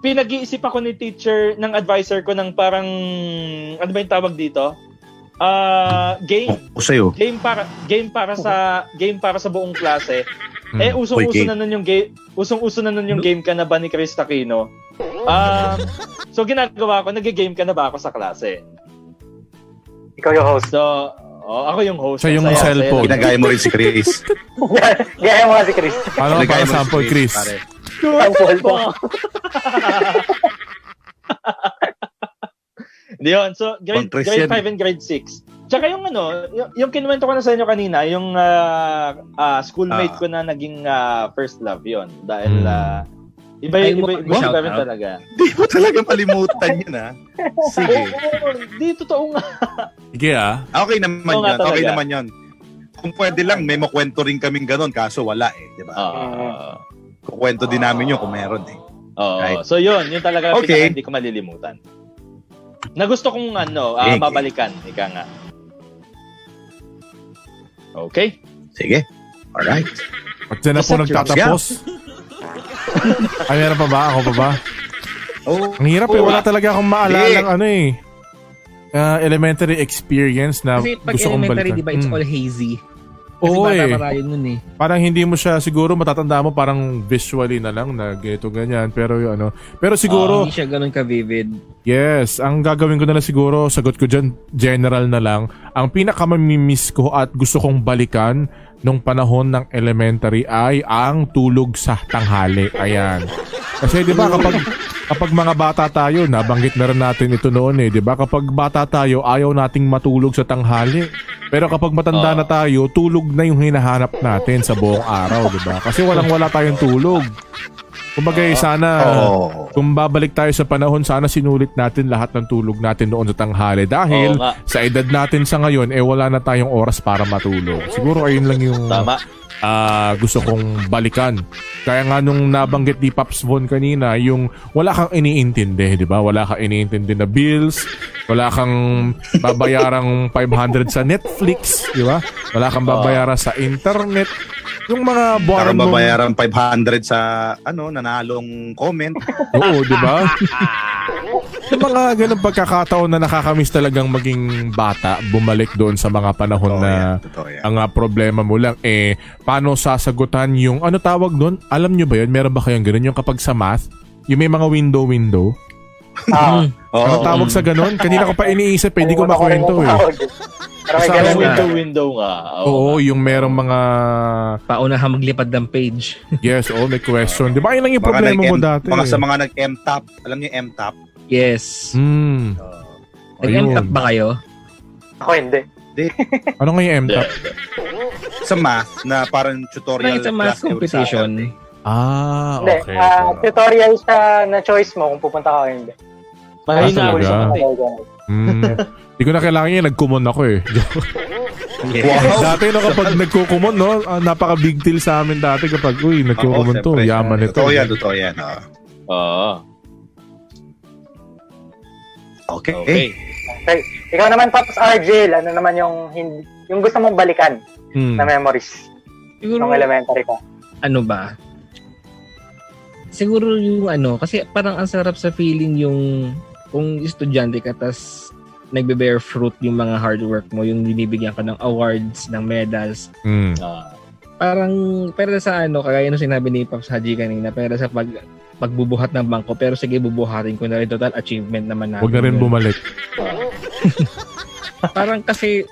Speaker 4: pinag-iisip ako ni teacher, ng advisor ko ng parang, ano ba yung tawag dito? Ah, game.
Speaker 2: Ako sa'yo.
Speaker 4: Game para game para sa game para sa buong klase.
Speaker 1: Mm.
Speaker 4: Eh usong-uso
Speaker 2: Uy, game.
Speaker 4: na nun yung game, usong-uso na nun yung game ka na ba ni Chris Aquino. Um, so ginagawa ko, nag-game ka na ba ako sa klase?
Speaker 3: Ikaw yung host.
Speaker 4: So, oh, ako yung host.
Speaker 1: Siya yung
Speaker 4: Saya-
Speaker 1: cellphone.
Speaker 4: saya-
Speaker 2: Ginagaya mo rin si Chris.
Speaker 3: Gaya mo nga si Chris.
Speaker 1: Ano para
Speaker 2: Ginagaya mo rin si
Speaker 1: sample, Chris?
Speaker 2: pare.
Speaker 3: Ang ball mo.
Speaker 4: Hindi yun. So, grade,
Speaker 2: Pang Chris
Speaker 4: grade
Speaker 2: yan.
Speaker 4: 5 and grade 6. Tsaka yung ano, yung, yung kinuwento ko na sa inyo kanina, yung ah, ah, schoolmate
Speaker 2: Ah.
Speaker 4: ko na naging ah, first love yon Dahil,
Speaker 1: Hmm.
Speaker 4: ah, iba,
Speaker 5: Ay,
Speaker 4: iba,
Speaker 5: mukhang
Speaker 4: iba,
Speaker 5: shout
Speaker 4: iba rin
Speaker 5: out.
Speaker 4: talaga.
Speaker 2: Hindi mo talaga malimutan yun, ah. ha? Sige.
Speaker 4: <laughs> Oo, di, totoo nga.
Speaker 1: Sige ah.
Speaker 2: Okay naman
Speaker 4: Oo nga
Speaker 2: yun. Okay
Speaker 4: talaga.
Speaker 2: naman yun. Kung pwede lang, may makwento rin kaming ganun. Kaso wala eh, di ba?
Speaker 4: Ah.
Speaker 2: Kukwento din namin yun kung meron eh.
Speaker 4: Oo.
Speaker 2: Right.
Speaker 4: So yun, yun talaga
Speaker 2: Okay.
Speaker 4: pinaka hindi ko malilimutan. Na gusto kong ano, ah,
Speaker 2: Sige.
Speaker 4: mabalikan. Ika nga. Okay.
Speaker 2: Sige. Alright.
Speaker 1: At dyan na po
Speaker 4: Basta
Speaker 5: <laughs>
Speaker 1: nagtatapos. Ay, meron pa ba? Ako pa ba?
Speaker 2: Oh,
Speaker 1: Ang hirap eh. Wala talaga akong maalala
Speaker 2: Hindi.
Speaker 1: ng ano eh. Ah, elementary experience na
Speaker 5: Kasi pag
Speaker 1: gusto kong
Speaker 5: elementary,
Speaker 1: balikan.
Speaker 5: di ba, it's
Speaker 1: Mm.
Speaker 5: all hazy. Kasi
Speaker 1: Oo
Speaker 5: bata
Speaker 1: eh.
Speaker 5: pa tayo nun eh.
Speaker 1: Parang hindi mo siya siguro matatanda mo parang visually na lang na ganito ganyan pero yung ano pero siguro
Speaker 5: Ah,
Speaker 2: Um,
Speaker 5: Hindi siya ganun ka-vivid.
Speaker 1: yes ang gagawin ko na lang siguro sagot ko dyan general na lang ang pinakamamimiss ko at gusto kong balikan nung panahon ng elementary ay ang tulog sa tanghali ayan kasi 'di ba kapag kapag mga bata tayo nabanggit na rin natin ito noon eh 'di ba kapag bata tayo ayaw nating matulog sa tanghali pero kapag matanda na tayo, tulog na yung hinahanap natin sa buong araw, di ba? Kasi walang-wala tayong tulog. Kumbaga, eh, sana,
Speaker 2: Oo.
Speaker 1: kung babalik tayo sa panahon, sana sinulit natin lahat ng tulog natin noon sa tanghali. Dahil,
Speaker 4: Oo nga.
Speaker 1: sa edad natin sa ngayon, eh wala na tayong oras para matulog. Siguro ayun lang yung
Speaker 2: Hmm.
Speaker 4: Tama.
Speaker 1: ah, gusto kong balikan. Kaya nga nung nabanggit ni Pops Von kanina, yung wala kang iniintindi, di ba? Wala kang iniintindi na bills, wala kang
Speaker 4: <laughs>
Speaker 1: babayarang 500 sa Netflix, di ba? Wala kang babayaran sa internet. Yung mga
Speaker 2: Para
Speaker 1: buwaran mo.
Speaker 2: mabayaran 500 sa ano nanalong
Speaker 1: <laughs>
Speaker 2: comment.
Speaker 1: Oo, di ba? yung mga ganun pagkakataon na nakakamiss talagang maging bata, bumalik doon sa mga panahon
Speaker 2: Totoo
Speaker 1: na
Speaker 2: yan. Totoo yan.
Speaker 1: ang ah, problema mo lang eh paano sasagutan yung ano tawag doon? Alam nyo ba yun? Meron ba kayong ganun yung kapag sa math? Yung may mga window-window?
Speaker 3: Ah,
Speaker 1: Ano
Speaker 2: Oo.
Speaker 1: tawag sa ganun? Kanina ko pa iniisip, eh, hindi
Speaker 3: Ano,
Speaker 1: ko makwento eh.
Speaker 3: Pero may
Speaker 1: Sa
Speaker 3: ganun
Speaker 1: Tama.
Speaker 4: Window, window nga.
Speaker 1: Oo, yung merong mga
Speaker 5: Paunahan maglipad ng page.
Speaker 1: yes, oh, may question. Di ba yun lang yung
Speaker 2: Mga
Speaker 1: problema
Speaker 2: nag-M-
Speaker 1: mo dati? eh.
Speaker 2: Mga sa mga nag-M top, alam niyo M top.
Speaker 5: Yes.
Speaker 1: Hmm. Ayun.
Speaker 5: Nag-MTap ba kayo?
Speaker 3: Ako hindi.
Speaker 1: Ano nga yung MTAP?
Speaker 2: Sa math na parang tutorial
Speaker 5: Bakit sa math
Speaker 2: class every Saturday.
Speaker 5: competition?
Speaker 1: Ah,
Speaker 3: Hindi.
Speaker 1: okay.
Speaker 3: Ah, tutorial siya na choice mo kung pupunta ka o hindi.
Speaker 4: Mahina
Speaker 1: Ah,
Speaker 4: ako
Speaker 1: talaga?
Speaker 4: sa
Speaker 3: Okay,
Speaker 4: kanila.
Speaker 3: ganun.
Speaker 1: Hmm. Hindi ko na kailangan yun, nagkumon ako eh.
Speaker 2: <laughs> Wow.
Speaker 1: dati no,
Speaker 2: <laughs>
Speaker 1: kapag nagkukumon, no, ah, napaka-big deal sa amin dati kapag, uy, nagkukumon to,
Speaker 2: siyempre.
Speaker 1: yaman ito.
Speaker 2: oh, Totoo yan, totoo yan. oh. oo.
Speaker 4: Oo.
Speaker 2: Okay.
Speaker 4: Okay.
Speaker 3: Okay. Ikaw naman, Pops RJ, ano naman yung hindi, yung gusto mong balikan
Speaker 1: Hmm.
Speaker 3: na memories
Speaker 5: Siguro,
Speaker 3: ng elementary ko.
Speaker 5: ano ba? Siguro yung ano, kasi parang ang sarap sa feeling yung kung estudyante ka tas nagbe-bear fruit yung mga hard work mo, yung binibigyan ka ng awards, ng medals.
Speaker 1: Hmm.
Speaker 4: Ah.
Speaker 5: parang pera sa ano, kagaya nung sinabi ni Pops Haji kanina, pera sa pag pagbubuhat ng bangko. Pero sige, bubuhatin ko na rin. Total achievement naman natin.
Speaker 1: Huwag na rin
Speaker 2: Mm.
Speaker 5: yun.
Speaker 1: bumalik.
Speaker 5: Parang kasi,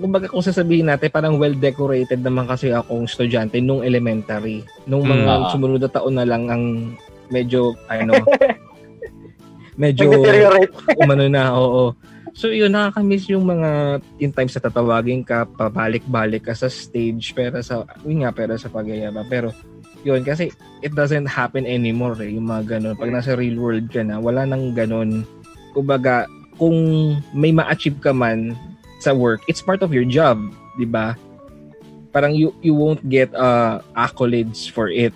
Speaker 5: kumbaga kung sasabihin natin, parang well-decorated naman kasi akong estudyante nung elementary. Nung
Speaker 4: Mm.
Speaker 5: mga sumunod na taon na lang ang medyo, ano, medyo
Speaker 3: Nag-deteriorate.
Speaker 5: umano na, oo. So yun, nakakamiss yung mga in times na tatawagin ka, pabalik-balik ka sa stage, pero sa, yun nga, pero sa pagyayabang. Pero yun, kasi it doesn't happen anymore eh, yung mga ganun. Pag nasa real world ka na, wala nang ganun. Kumbaga, kung may ma-achieve ka man sa work, it's part of your job, di ba? Parang you, you won't get uh, accolades for it.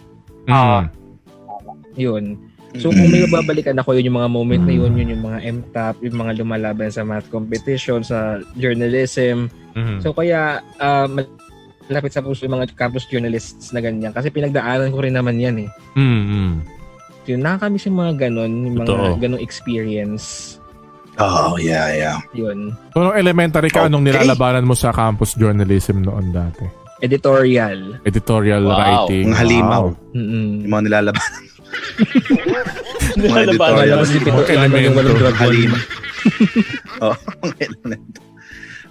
Speaker 1: Ah.
Speaker 5: Yun. So kung
Speaker 2: Mm.
Speaker 5: may babalikan ako yun yung mga moment na yun, yun yung mga MTAP, yung mga lumalaban sa math competition, sa journalism.
Speaker 1: Mm.
Speaker 5: So kaya ah, malapit sa puso yung mga campus journalists na ganyan kasi pinagdaanan ko rin naman yan eh.
Speaker 1: mm,
Speaker 5: So, yun, nakakamiss yung mga ganon, yung mga
Speaker 1: Totoo.
Speaker 5: ganong experience.
Speaker 2: Oh, yeah, yeah.
Speaker 5: Yun.
Speaker 1: So, nung elementary ka, anong
Speaker 2: Okay.
Speaker 1: nilalabanan mo sa campus journalism noon dati?
Speaker 5: Editorial.
Speaker 1: Editorial
Speaker 4: Wow.
Speaker 1: writing.
Speaker 2: Ang halimaw.
Speaker 5: Mm-mm.
Speaker 2: Yung mga <laughs> nilalaban. Mga
Speaker 4: Nilalabanan.
Speaker 2: editorial.
Speaker 5: Walang sipit o kailangan
Speaker 1: Elemento.
Speaker 5: ng walang dragon.
Speaker 2: Halima. oh, mga elemento.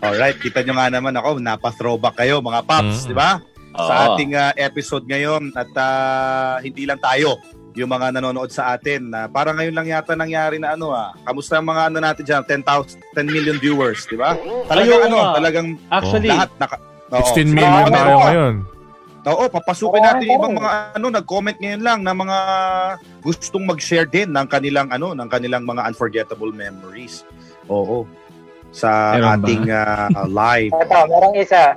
Speaker 2: Alright, kita nyo nga naman ako, napa-throwback kayo mga paps,
Speaker 1: Mm.
Speaker 2: di ba? Sa
Speaker 4: Oo.
Speaker 2: ating ah, episode ngayon at ah, hindi lang tayo yung mga nanonood sa atin na para ngayon lang yata nangyari na ano ah. Kamusta ang mga ano natin dyan? 10,000, 10 million viewers, di ba? Talagang
Speaker 4: Ayun
Speaker 2: ano,
Speaker 4: nga.
Speaker 2: talagang
Speaker 4: Actually,
Speaker 2: lahat naka... Oo.
Speaker 1: 16 million
Speaker 2: Meron
Speaker 1: tayo
Speaker 2: pa.
Speaker 1: ngayon.
Speaker 2: Oo, papasukin
Speaker 3: Oo,
Speaker 2: natin yung ibang
Speaker 3: oo.
Speaker 2: mga ano nag-comment ngayon lang na mga gustong mag-share din ng kanilang ano, ng kanilang mga unforgettable memories. Oo. Sa
Speaker 5: Meron ba?
Speaker 2: ating ah, <laughs> live.
Speaker 3: Ito, merong isa.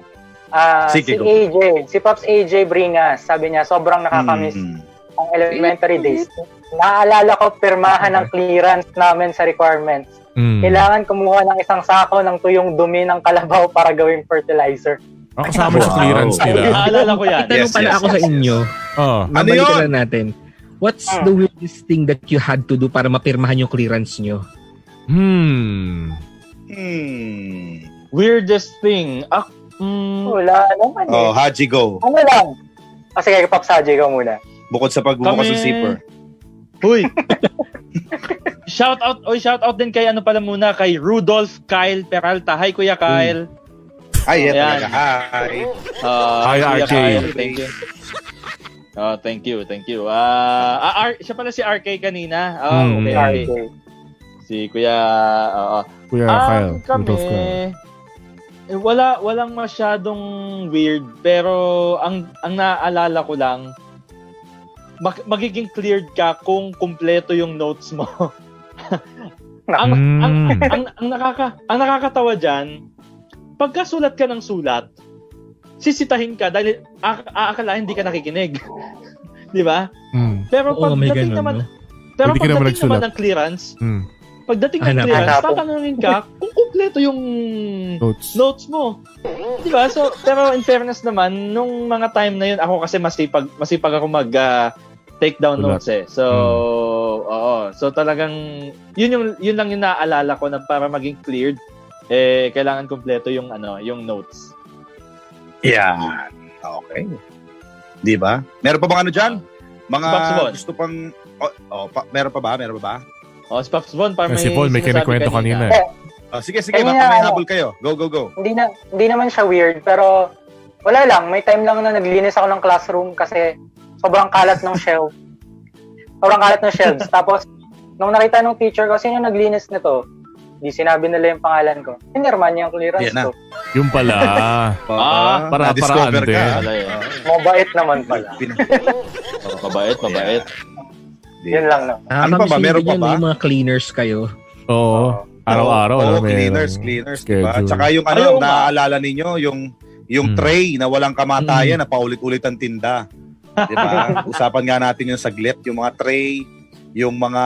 Speaker 3: Ah,
Speaker 2: Sige,
Speaker 3: si
Speaker 2: go.
Speaker 3: AJ, si Pops AJ Bringas, sabi niya, sobrang nakakamiss
Speaker 1: Hmm.
Speaker 2: Mm.
Speaker 3: ang elementary days. Naalala ko pirmahan ng clearance namin sa requirements.
Speaker 1: Mm.
Speaker 3: Kailangan kumuha ng isang sako ng tuyong dumi ng kalabaw para gawing fertilizer.
Speaker 1: Ako Ah, kasama sa
Speaker 2: Wow.
Speaker 1: clearance
Speaker 2: <laughs>
Speaker 1: nila. Ah.
Speaker 4: naalala ko yan.
Speaker 5: Itanong
Speaker 2: Yes,
Speaker 5: pala
Speaker 2: yes,
Speaker 5: ako
Speaker 2: yes,
Speaker 5: sa
Speaker 2: yes.
Speaker 5: inyo.
Speaker 1: Oo.
Speaker 2: Ano
Speaker 5: Babalikan
Speaker 2: yun?
Speaker 5: lang natin. What's
Speaker 3: Ah.
Speaker 5: the weirdest thing that you had to do para mapirmahan yung clearance nyo?
Speaker 1: Hmm.
Speaker 2: Hmm.
Speaker 4: Weirdest thing. Ah, mm,
Speaker 3: Wala naman eh.
Speaker 2: Oh, Haji go.
Speaker 3: Ano lang? O sige, Pops Haji, ikaw muna.
Speaker 2: Bukod sa pagbubukas ng
Speaker 4: Kami-
Speaker 2: zipper.
Speaker 4: huy. <laughs> shout out, oy shout out din kay ano pala muna kay Rudolph Kyle Peralta. Hi Kuya Kyle.
Speaker 2: Ay, eto
Speaker 4: Ayan.
Speaker 2: talaga. Hi.
Speaker 4: Ah,
Speaker 1: Hi,
Speaker 4: Kuya
Speaker 1: RJ.
Speaker 4: Kyle, Thank you. Oh, thank you, thank you. Ah, ah, R- siya pala si RK kanina. Oh,
Speaker 2: Mm.
Speaker 1: Hmm.
Speaker 4: okay, okay.
Speaker 3: RJ.
Speaker 4: Si Kuya, oo.
Speaker 1: Kuya
Speaker 4: Ah,
Speaker 1: Kyle.
Speaker 4: kami,
Speaker 1: Rudolph Kyle.
Speaker 4: eh, wala, walang masyadong weird, pero ang, ang naaalala ko lang, mag- magiging cleared ka kung kumpleto yung notes mo. <laughs> ang,
Speaker 5: Hmm.
Speaker 4: ang,
Speaker 1: Mm.
Speaker 4: ang, ang, nakaka, ang nakakatawa dyan, pagka sulat ka ng sulat, sisitahin ka dahil a- aakalain hindi ka nakikinig. <laughs> Di ba?
Speaker 1: Mm.
Speaker 4: Pero
Speaker 5: Oo, may
Speaker 4: pagdating
Speaker 5: ganun,
Speaker 4: naman,
Speaker 5: no?
Speaker 4: pero
Speaker 1: Hindi ka naman
Speaker 4: pagdating naman
Speaker 1: nagsulat.
Speaker 4: ng clearance,
Speaker 1: Mm.
Speaker 4: pagdating ng
Speaker 5: Hanapin.
Speaker 4: clearance,
Speaker 3: Hanapin.
Speaker 4: tatanungin ka kung kumpleto yung
Speaker 1: Notes.
Speaker 4: notes mo. Di ba? So, pero in fairness naman, nung mga time na yun, ako kasi masipag, masipag ako mag ah, take down
Speaker 1: Sulat.
Speaker 4: notes eh. So,
Speaker 1: Hmm.
Speaker 4: oo. So talagang, yun, yung, yun lang yung naaalala ko na para maging cleared, eh, kailangan kumpleto yung, ano, yung notes.
Speaker 2: Yan. Okay. Di ba? Meron pa bang ano dyan? Mga
Speaker 4: Box Bon.
Speaker 2: gusto pang... Oh, oh, pa, meron pa ba? Meron pa ba?
Speaker 4: O, Oh, si Pops Von, para may
Speaker 1: Kasi Paul, may
Speaker 4: sinasabi
Speaker 1: kinikwento kanina. eh.
Speaker 2: Oh, sige, sige.
Speaker 3: Kanina,
Speaker 2: Baka may
Speaker 3: ano?
Speaker 2: habol kayo. Go, go, go.
Speaker 3: Hindi na hindi naman siya weird pero wala lang, may time lang na naglinis ako ng classroom kasi sobrang kalat ng shelf. <laughs> sobrang kalat ng shelves. Tapos nung nakita nung teacher ko sino naglinis nito, di sinabi nila yung pangalan ko. Hinirman niya ang clearance
Speaker 2: Yan na.
Speaker 3: ko.
Speaker 1: eh. Yung
Speaker 4: <laughs>
Speaker 1: pala.
Speaker 4: Ah,
Speaker 1: para-
Speaker 2: na-discover
Speaker 1: paraan din.
Speaker 4: Wala eh.
Speaker 3: Mabait naman pala.
Speaker 2: Pina-
Speaker 4: Oh, mabait, mabait.
Speaker 3: Yun lang no.
Speaker 5: Ah,
Speaker 2: Ano pa ba?
Speaker 5: kamiss
Speaker 2: Meron pa
Speaker 5: din yun,
Speaker 2: ba?
Speaker 5: Yung mga cleaners kayo.
Speaker 2: Oh.
Speaker 3: <laughs>
Speaker 1: Oo. Araw-araw.
Speaker 2: Oo,
Speaker 1: alam mo,
Speaker 2: cleaners,
Speaker 1: merong
Speaker 2: cleaners, diba?
Speaker 1: schedule.
Speaker 2: Tsaka yung
Speaker 4: Ayaw
Speaker 2: ano,
Speaker 4: nga.
Speaker 2: naaalala ninyo, yung yung
Speaker 1: Mm.
Speaker 2: tray na walang
Speaker 1: Hmm.
Speaker 2: kamatayan na paulit-ulit ang tinda. Diba?
Speaker 4: <laughs>
Speaker 2: Usapan nga natin yung saglit, yung mga tray, yung mga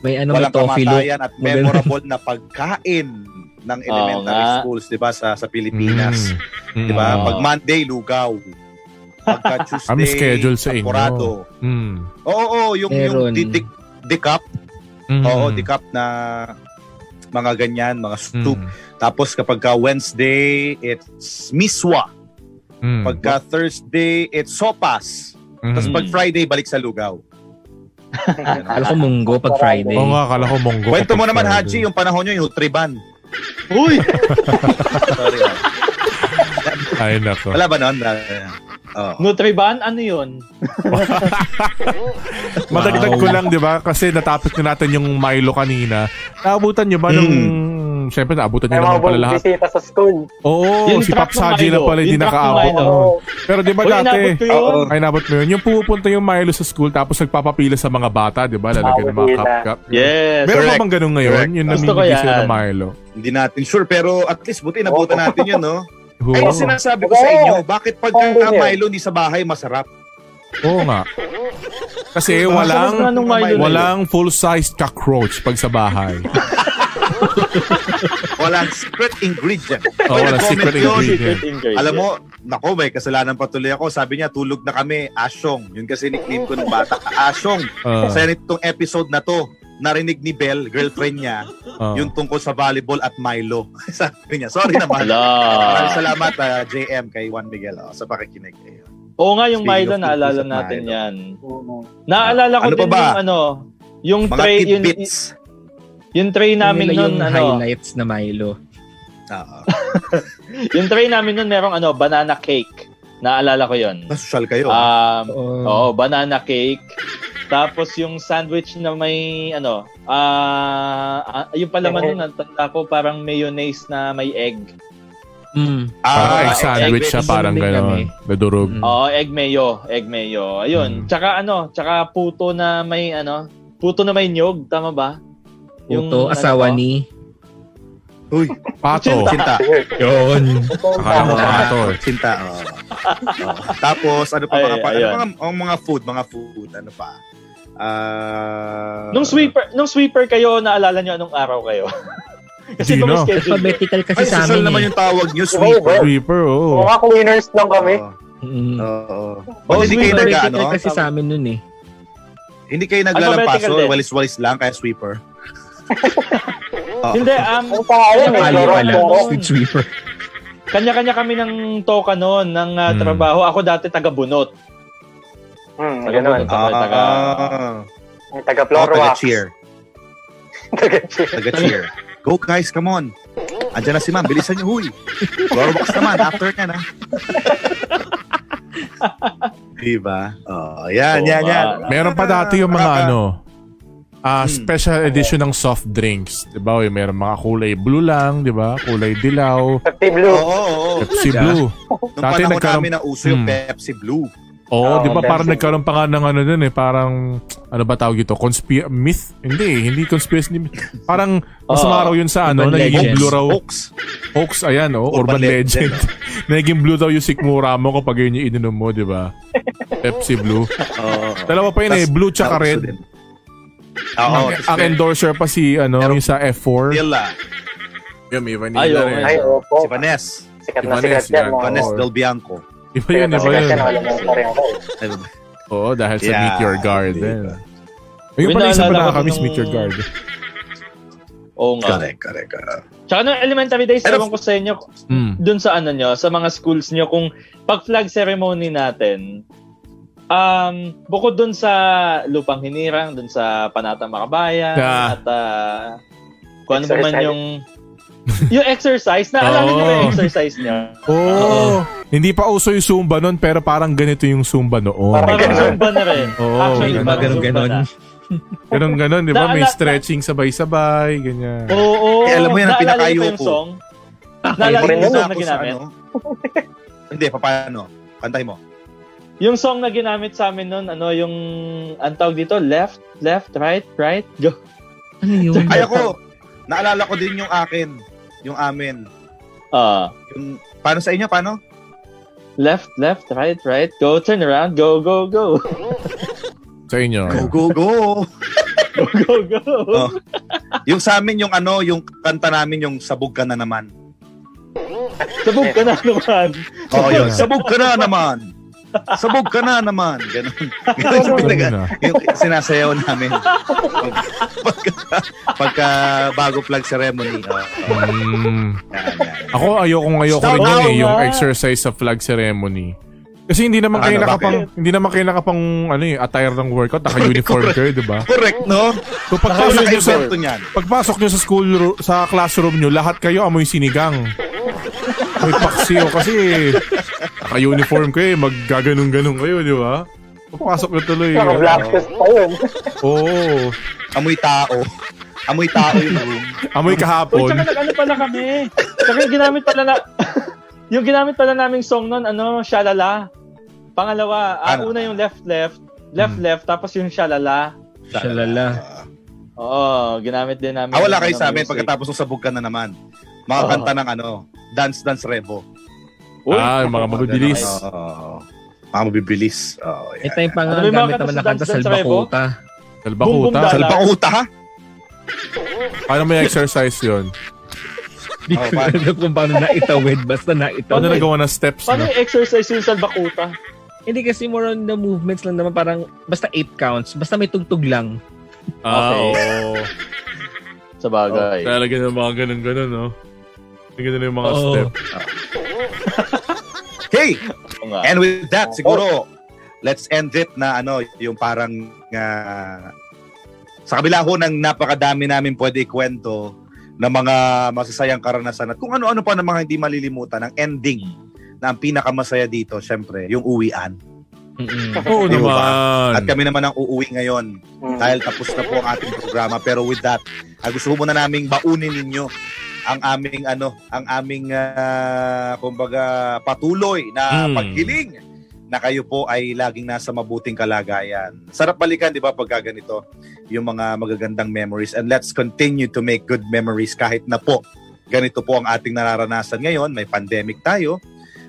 Speaker 5: May ano may
Speaker 2: walang
Speaker 5: toffee look.
Speaker 2: kamatayan at
Speaker 5: Mga
Speaker 2: memorable na pagkain ng elementary
Speaker 4: nga.
Speaker 2: schools, diba, sa, sa Pilipinas.
Speaker 1: Mm.
Speaker 2: Diba?
Speaker 4: Oo.
Speaker 2: Pag Monday, lugaw. Pagka Tuesday,
Speaker 1: <laughs> Ang schedule sa inyo.
Speaker 2: Saporado.
Speaker 1: Mm.
Speaker 2: Oo, oo, yung, yung
Speaker 5: Meron.
Speaker 2: di- di- decap.
Speaker 1: Mm.
Speaker 2: Oo, decap na mga ganyan, mga
Speaker 1: Mm.
Speaker 2: soup. Tapos kapag ka Wednesday, it's miswa.
Speaker 1: Mm.
Speaker 2: Pagka Thursday, it's sopas.
Speaker 1: Mm.
Speaker 2: Tapos pag
Speaker 4: Mm.
Speaker 2: Friday, balik sa lugaw.
Speaker 5: Alam ko munggo pag Friday.
Speaker 1: Oo nga, akala ko monggo.
Speaker 2: Kwento mo
Speaker 1: kapag
Speaker 2: naman,
Speaker 1: Friday.
Speaker 2: Haji, yung panahon nyo, yung triban.
Speaker 4: Uy!
Speaker 2: <laughs> Sorry. ah.
Speaker 1: Ay, nako.
Speaker 2: Wala ba nun? Ah, Oh.
Speaker 4: Nutriban, ano yun?
Speaker 1: Madagdag ko lang, di ba? Kasi natapos na natin yung Milo kanina. Naabutan nyo
Speaker 2: Mm.
Speaker 1: ba nung... Siyempre, naabutan nyo
Speaker 3: May mga
Speaker 1: naman pala
Speaker 3: buong
Speaker 1: lahat.
Speaker 3: bisita sa school.
Speaker 1: Oo,
Speaker 4: Yung
Speaker 1: si Pop
Speaker 4: truck ng
Speaker 1: Saji na
Speaker 4: Milo.
Speaker 1: pala hindi
Speaker 4: Yung truck ng
Speaker 1: nakaabot.
Speaker 4: Milo.
Speaker 1: Oo. Pero di ba
Speaker 4: Uy, inabot ko
Speaker 1: dati...
Speaker 4: yun.
Speaker 2: Oo.
Speaker 1: Ay, nabot mo yun. Yung pupunta yung Milo sa school tapos nagpapapila sa mga bata, di ba? Lalagyan ng mga
Speaker 3: Nakapapila.
Speaker 1: cup-cup.
Speaker 4: ah. Yes.
Speaker 1: Meron
Speaker 2: Correct.
Speaker 1: ba bang ganun ngayon?
Speaker 2: Correct.
Speaker 1: Yung
Speaker 4: Gusto ko
Speaker 1: namimigay sila
Speaker 4: yan.
Speaker 1: ng Milo.
Speaker 2: Hindi natin sure, pero at least buti nabutan natin yun,
Speaker 1: <laughs>
Speaker 2: no?
Speaker 1: Oo.
Speaker 2: Ay, sinasabi ko sa inyo, bakit pagka
Speaker 3: Oo.
Speaker 2: Milo hindi sa bahay, masarap?
Speaker 1: Oo nga. Kasi
Speaker 4: Masarap na
Speaker 1: walang
Speaker 4: nung Milo na yun. eh.
Speaker 1: walang full-sized cockroach pag sa
Speaker 2: <laughs>
Speaker 1: bahay.
Speaker 2: Walang secret ingredient.
Speaker 1: Oo, walang secret
Speaker 2: Comment yun.
Speaker 1: ingredient.
Speaker 2: Alam mo, nako, may kasalanan patuloy ako. Sabi niya, tulog na kami, Asyong. Yun kasi nickname ko ng bata, Asyong.
Speaker 1: Ah,
Speaker 2: Sa nitong episode na to, narinig ni Belle, girlfriend niya,
Speaker 1: ah.
Speaker 2: yung tungkol sa volleyball at Milo. <laughs> Sabi niya, sorry naman.
Speaker 4: Ala.
Speaker 2: Maraming salamat, ah, JM, kay Juan Miguel, oh, sa pakikinig. Ayun.
Speaker 4: Oo nga, yung
Speaker 2: Speaking
Speaker 4: Milo,
Speaker 2: of
Speaker 4: naalala
Speaker 2: cookies at
Speaker 4: natin
Speaker 2: Milo.
Speaker 4: yan.
Speaker 3: Oo.
Speaker 4: Naalala ko
Speaker 2: Ano pa
Speaker 4: din
Speaker 2: ba?
Speaker 4: yung ano, yung
Speaker 2: Mga
Speaker 4: tray, yung,
Speaker 2: tidbits.
Speaker 4: yung tray namin
Speaker 5: Yun nila
Speaker 4: nun,
Speaker 5: yung
Speaker 4: ano,
Speaker 5: highlights na Milo.
Speaker 2: Oo.
Speaker 4: yung tray namin nun merong ano, banana cake. Naalala ko yun.
Speaker 2: Masosyal kayo.
Speaker 1: Ah,
Speaker 4: Um,
Speaker 5: Oo.
Speaker 4: Oo, banana cake. Tapos yung sandwich na may ano, ah ah, yung palaman nun, natanda ko parang mayonnaise na may egg.
Speaker 5: Mm.
Speaker 1: Parang
Speaker 2: Ah,
Speaker 1: egg sandwich
Speaker 2: egg-
Speaker 1: siya, parang
Speaker 5: Ganun din
Speaker 1: gano'n. Nadurog.
Speaker 5: Mm.
Speaker 4: Oo, egg mayo, egg mayo.
Speaker 1: Mm.
Speaker 4: Ayun. Tsaka ano, tsaka puto na may ano, puto na may nyog, tama ba?
Speaker 5: Puto, asawa
Speaker 4: ano,
Speaker 5: ni.
Speaker 2: Uy,
Speaker 1: Pato.
Speaker 2: Sinta.
Speaker 5: Yun.
Speaker 1: Akala ko
Speaker 2: Ah,
Speaker 1: pato eh.
Speaker 2: Sinta, oo. Oo. Tapos, ano pa
Speaker 4: Ay,
Speaker 2: mga, pa, ano
Speaker 4: ayun.
Speaker 2: mga, ang mga food, mga food, ano pa? Ah,
Speaker 4: Nung sweeper, nung sweeper kayo, naalala nyo anong araw kayo? Kasi
Speaker 1: Gino.
Speaker 4: schedule
Speaker 5: Alphabetical kasi
Speaker 2: Ay,
Speaker 5: sa
Speaker 2: social
Speaker 5: amin
Speaker 2: naman
Speaker 5: eh.
Speaker 2: yung tawag nyo, sweeper.
Speaker 1: Sweeper, oo.
Speaker 2: oh.
Speaker 3: Mga cleaners lang kami.
Speaker 2: Oo.
Speaker 5: Mm.
Speaker 2: Oo.
Speaker 4: Oh,
Speaker 2: Hindi kayo nag, ano?
Speaker 5: Alphabetical kasi sa amin nun eh.
Speaker 2: Hindi kayo
Speaker 4: Alphabetical
Speaker 2: naglalampaso,
Speaker 4: din.
Speaker 2: walis-walis lang, kaya sweeper. Oo.
Speaker 4: Hindi, um,
Speaker 3: Ang pangalan, may
Speaker 5: Palo
Speaker 3: loro.
Speaker 5: pala.
Speaker 3: loro.
Speaker 5: Street sweeper.
Speaker 4: kanya-kanya kami ng toka noon, ng ah,
Speaker 1: Mm.
Speaker 4: trabaho. Ako dati taga-bunot.
Speaker 3: Hmm, ganun.
Speaker 4: Taga-bunot ako, taga...
Speaker 2: Ah, Oh,
Speaker 3: May taga
Speaker 2: Oo,
Speaker 3: Floro Wax.
Speaker 2: taga-cheer.
Speaker 3: Taga-cheer.
Speaker 2: Taga-cheer. Go guys, come on. Andiyan na si ma'am, bilisan niyo, huy. Florbox naman, after ka na. diba? Oo, yan,
Speaker 4: Oo
Speaker 2: yan,
Speaker 4: nga.
Speaker 2: yan.
Speaker 1: Oh, Meron pa dati yung mga ano, ah
Speaker 2: Hmm.
Speaker 1: special edition ng soft drinks. Di ba? Yung Meron mga kulay blue lang, di ba? Kulay dilaw,
Speaker 3: Pepsi
Speaker 2: Oo,
Speaker 3: Blue.
Speaker 2: oo, oo.
Speaker 1: Pepsi Blue.
Speaker 2: Nung
Speaker 1: Dati
Speaker 2: panahon
Speaker 1: nagkaroon-
Speaker 2: namin na uso yung
Speaker 1: Hmm.
Speaker 2: Pepsi Blue.
Speaker 1: Oo,
Speaker 3: Oo,
Speaker 1: di ba?
Speaker 3: Pepsi
Speaker 1: Parang
Speaker 3: Blue.
Speaker 1: nagkaroon pa nga ng ano dun eh. Parang, ano ba tawag ito? Conspir... Myth? Hindi, hindi conspiracy. Parang, mas
Speaker 4: Oo.
Speaker 1: raw yun sa ano,
Speaker 5: Urban
Speaker 1: nagiging
Speaker 5: legends.
Speaker 1: blue raw.
Speaker 2: Oaks.
Speaker 1: Hoax, ayan, oh,
Speaker 2: Oh. Urban
Speaker 1: urban, legend. <laughs>
Speaker 2: legend,
Speaker 1: nagiging blue daw yung sikmura mo kapag yun yung ininom mo, di ba? Pepsi Blue.
Speaker 2: Oo.
Speaker 1: Dalawa pa yun eh,
Speaker 2: Tas-
Speaker 1: blue tsaka
Speaker 2: nauso
Speaker 1: red.
Speaker 2: din. Oo.
Speaker 1: ang,
Speaker 2: tas
Speaker 1: ang
Speaker 2: red.
Speaker 1: endorser pa si, ano,
Speaker 2: Pero-
Speaker 1: yung sa F4.
Speaker 2: Vanilla.
Speaker 1: Yun, may
Speaker 4: Ay, oo,
Speaker 1: rin.
Speaker 3: Ay, opo.
Speaker 2: Si Vanessa.
Speaker 3: Sikat na
Speaker 1: Ibanez,
Speaker 3: sikat yan.
Speaker 1: yan.
Speaker 3: mga
Speaker 2: Vanessa
Speaker 1: Oo.
Speaker 2: Del Bianco.
Speaker 1: Iba
Speaker 3: Sikat
Speaker 1: yun,
Speaker 3: na
Speaker 1: iba
Speaker 3: sikat
Speaker 1: yun.
Speaker 3: yan. Alam mo pa rin ako.
Speaker 2: Ay,
Speaker 1: Oh.
Speaker 2: ba-
Speaker 1: Oo, dahil sa
Speaker 2: Yeah,
Speaker 1: Meteor Garden.
Speaker 2: diba?
Speaker 1: Yung
Speaker 4: Uy,
Speaker 1: pala isa
Speaker 4: naalala
Speaker 1: pa
Speaker 4: ko
Speaker 1: kami is
Speaker 4: nung-
Speaker 1: Meteor Guard.
Speaker 4: Oo nga.
Speaker 2: Correct, correct, correct.
Speaker 4: Tsaka nung elementary days,
Speaker 2: Pero-
Speaker 4: ewan ko sa inyo,
Speaker 1: Mm.
Speaker 4: dun sa ano nyo, sa mga schools nyo, kung pag flag ceremony natin, um, bukod dun sa Lupang Hinirang, dun sa Panata Makabayan,
Speaker 1: Ah.
Speaker 4: at ah, kung ano ba man
Speaker 3: Exercise.
Speaker 4: yung... Yung exercise, naalala nyo ba yung
Speaker 2: Oh.
Speaker 1: Oo.
Speaker 4: exercise nyo?
Speaker 1: Oo. Hindi pa uso yung Zumba noon, pero parang ganito yung Zumba noon.
Speaker 3: Parang
Speaker 4: Parang
Speaker 3: ganun.
Speaker 4: Zumba na rin.
Speaker 1: Oo,
Speaker 4: Actually,
Speaker 1: ganun,
Speaker 4: parang
Speaker 5: ganun,
Speaker 4: Zumba
Speaker 5: ganun.
Speaker 4: na.
Speaker 1: Ganun ganon, di ba? May
Speaker 4: Naalala-
Speaker 1: stretching sabay-sabay, ganyan.
Speaker 4: Oo, oo.
Speaker 2: Eh, alam mo yan, ang Ah,
Speaker 4: Naalala niyo
Speaker 2: pinakayo
Speaker 4: pa yung
Speaker 2: ko.
Speaker 4: song? Naalala
Speaker 3: Ayun,
Speaker 4: niyo yung
Speaker 3: yun
Speaker 4: song
Speaker 2: Ako
Speaker 4: na
Speaker 2: sa
Speaker 4: ginamit?
Speaker 2: ano? Hindi, paano? Kantahin mo.
Speaker 4: Yung song na ginamit sa amin noon, ano, yung, ang tawag dito, left, left, right, right, go.
Speaker 5: Ano yun?
Speaker 2: Ay, ako. Naalala ko din yung akin. Yung amin.
Speaker 4: Ah,
Speaker 2: Yung, paano sa inyo? Paano?
Speaker 4: left, left, right, right, go, turn around, go, go, go. <laughs>
Speaker 1: Sa inyo.
Speaker 2: Go, go, go.
Speaker 4: Go, go, go.
Speaker 2: Oh. Yung sa amin, yung ano, yung kanta namin, yung sabog ka na naman.
Speaker 4: Sabog ka na naman.
Speaker 2: Eh. Oo, yun.
Speaker 1: Yeah.
Speaker 2: Sabog ka na naman. Sabog ka na naman. Ganun. Ganun yung, pinag-
Speaker 1: Ganun na.
Speaker 2: yung sinasayaw namin. pagka, pagka bago flag ceremony. Oh, oh,
Speaker 1: Mm.
Speaker 2: yan, yan.
Speaker 1: Ako ayokong ayoko
Speaker 4: Stop
Speaker 1: rin yun eh,
Speaker 4: now,
Speaker 1: yung
Speaker 4: ah.
Speaker 1: exercise sa flag ceremony. Kasi hindi naman
Speaker 2: Ano,
Speaker 1: kayo
Speaker 2: bakit?
Speaker 1: nakapang hindi naman kayo nakapang ano eh, attire ng workout,
Speaker 2: <laughs>
Speaker 1: naka-uniform kayo, 'di ba?
Speaker 2: Correct, no?
Speaker 1: So pagpasok niyo sa
Speaker 2: Naka-uniform yan.
Speaker 1: pagpasok niyo sa school ro- sa classroom niyo, lahat kayo amoy sinigang. Amoy paksiyo kasi naka-uniform kayo, eh, maggaganong-ganong kayo, 'di ba? Pagpasok niyo tuloy.
Speaker 3: Mga black shoes pa yun.
Speaker 1: Oo.
Speaker 2: Amoy tao. Amoy tao yung room.
Speaker 1: amoy
Speaker 4: Uy,
Speaker 1: kahapon.
Speaker 4: tsaka nag-ano pala kami. Tsaka yung ginamit pala na... <laughs> yung ginamit pala naming song nun, ano, Shalala. Pangalawa, ah,
Speaker 2: Ano? Hmm.
Speaker 4: una yung Left Left, Left Left, tapos yung Shalala.
Speaker 5: Shalala.
Speaker 4: Oo, ginamit din namin.
Speaker 2: Ah, wala kayo
Speaker 4: yung ano,
Speaker 2: sa amin
Speaker 4: music.
Speaker 2: pagkatapos ng sabog ka na naman. Mga
Speaker 4: Oo.
Speaker 2: kanta ng ano, Dance Dance Revo.
Speaker 4: Uy,
Speaker 1: Ah, mga mabibilis.
Speaker 2: Oo. Mga mabibilis. Oo,
Speaker 5: Eh
Speaker 2: yan.
Speaker 5: tayo pa nga,
Speaker 4: Ano ba yung mga
Speaker 5: gamit
Speaker 4: kanta
Speaker 5: naman
Speaker 4: sa
Speaker 5: na kanta
Speaker 4: Dance
Speaker 5: sa
Speaker 4: Dance Revo?
Speaker 5: Albacota.
Speaker 4: Bumbong
Speaker 1: Salbakuta.
Speaker 4: dala.
Speaker 1: Sal-
Speaker 2: Salpang uta, ha?
Speaker 1: Paano may exercise yun?
Speaker 5: Hindi ko
Speaker 2: Oh, paano?
Speaker 5: alam kung paano naitawid. Basta
Speaker 1: Paano
Speaker 5: naitawid.
Speaker 1: nagawa ng steps?
Speaker 4: Paano
Speaker 1: no?
Speaker 4: yung exercise yung salbakuta?
Speaker 5: Hindi kasi more on the movements lang naman. Parang basta eight counts. Basta may tugtog lang.
Speaker 1: Ah,
Speaker 4: Okay.
Speaker 1: oo.
Speaker 4: Sa bagay.
Speaker 1: Talaga na mga ganun-ganun, no? Talaga na yung mga
Speaker 5: Oo.
Speaker 1: step.
Speaker 2: Hey!
Speaker 4: Oo nga.
Speaker 2: And with that, siguro, let's end it na ano, yung parang ah, sa kabila ho ng napakadami namin pwede ikwento ng mga masasayang karanasan at kung ano-ano pa ng mga hindi malilimutan, ang ending na ang pinakamasaya dito, syempre, yung uwian.
Speaker 5: Mm-mm.
Speaker 1: Oo
Speaker 2: Di ba?
Speaker 1: naman.
Speaker 2: At kami naman ang uuwi ngayon
Speaker 3: Mm.
Speaker 2: dahil tapos na po ang ating programa. Pero with that, ah, gusto ko muna naming baunin ninyo ang aming ano, ang aming ah, kumbaga patuloy na
Speaker 1: Hmm.
Speaker 2: paghiling na kayo po ay laging nasa mabuting kalagayan. Sarap balikan, di ba, pagka ganito, yung mga magagandang memories. And let's continue to make good memories kahit na po ganito po ang ating nararanasan ngayon. May pandemic tayo.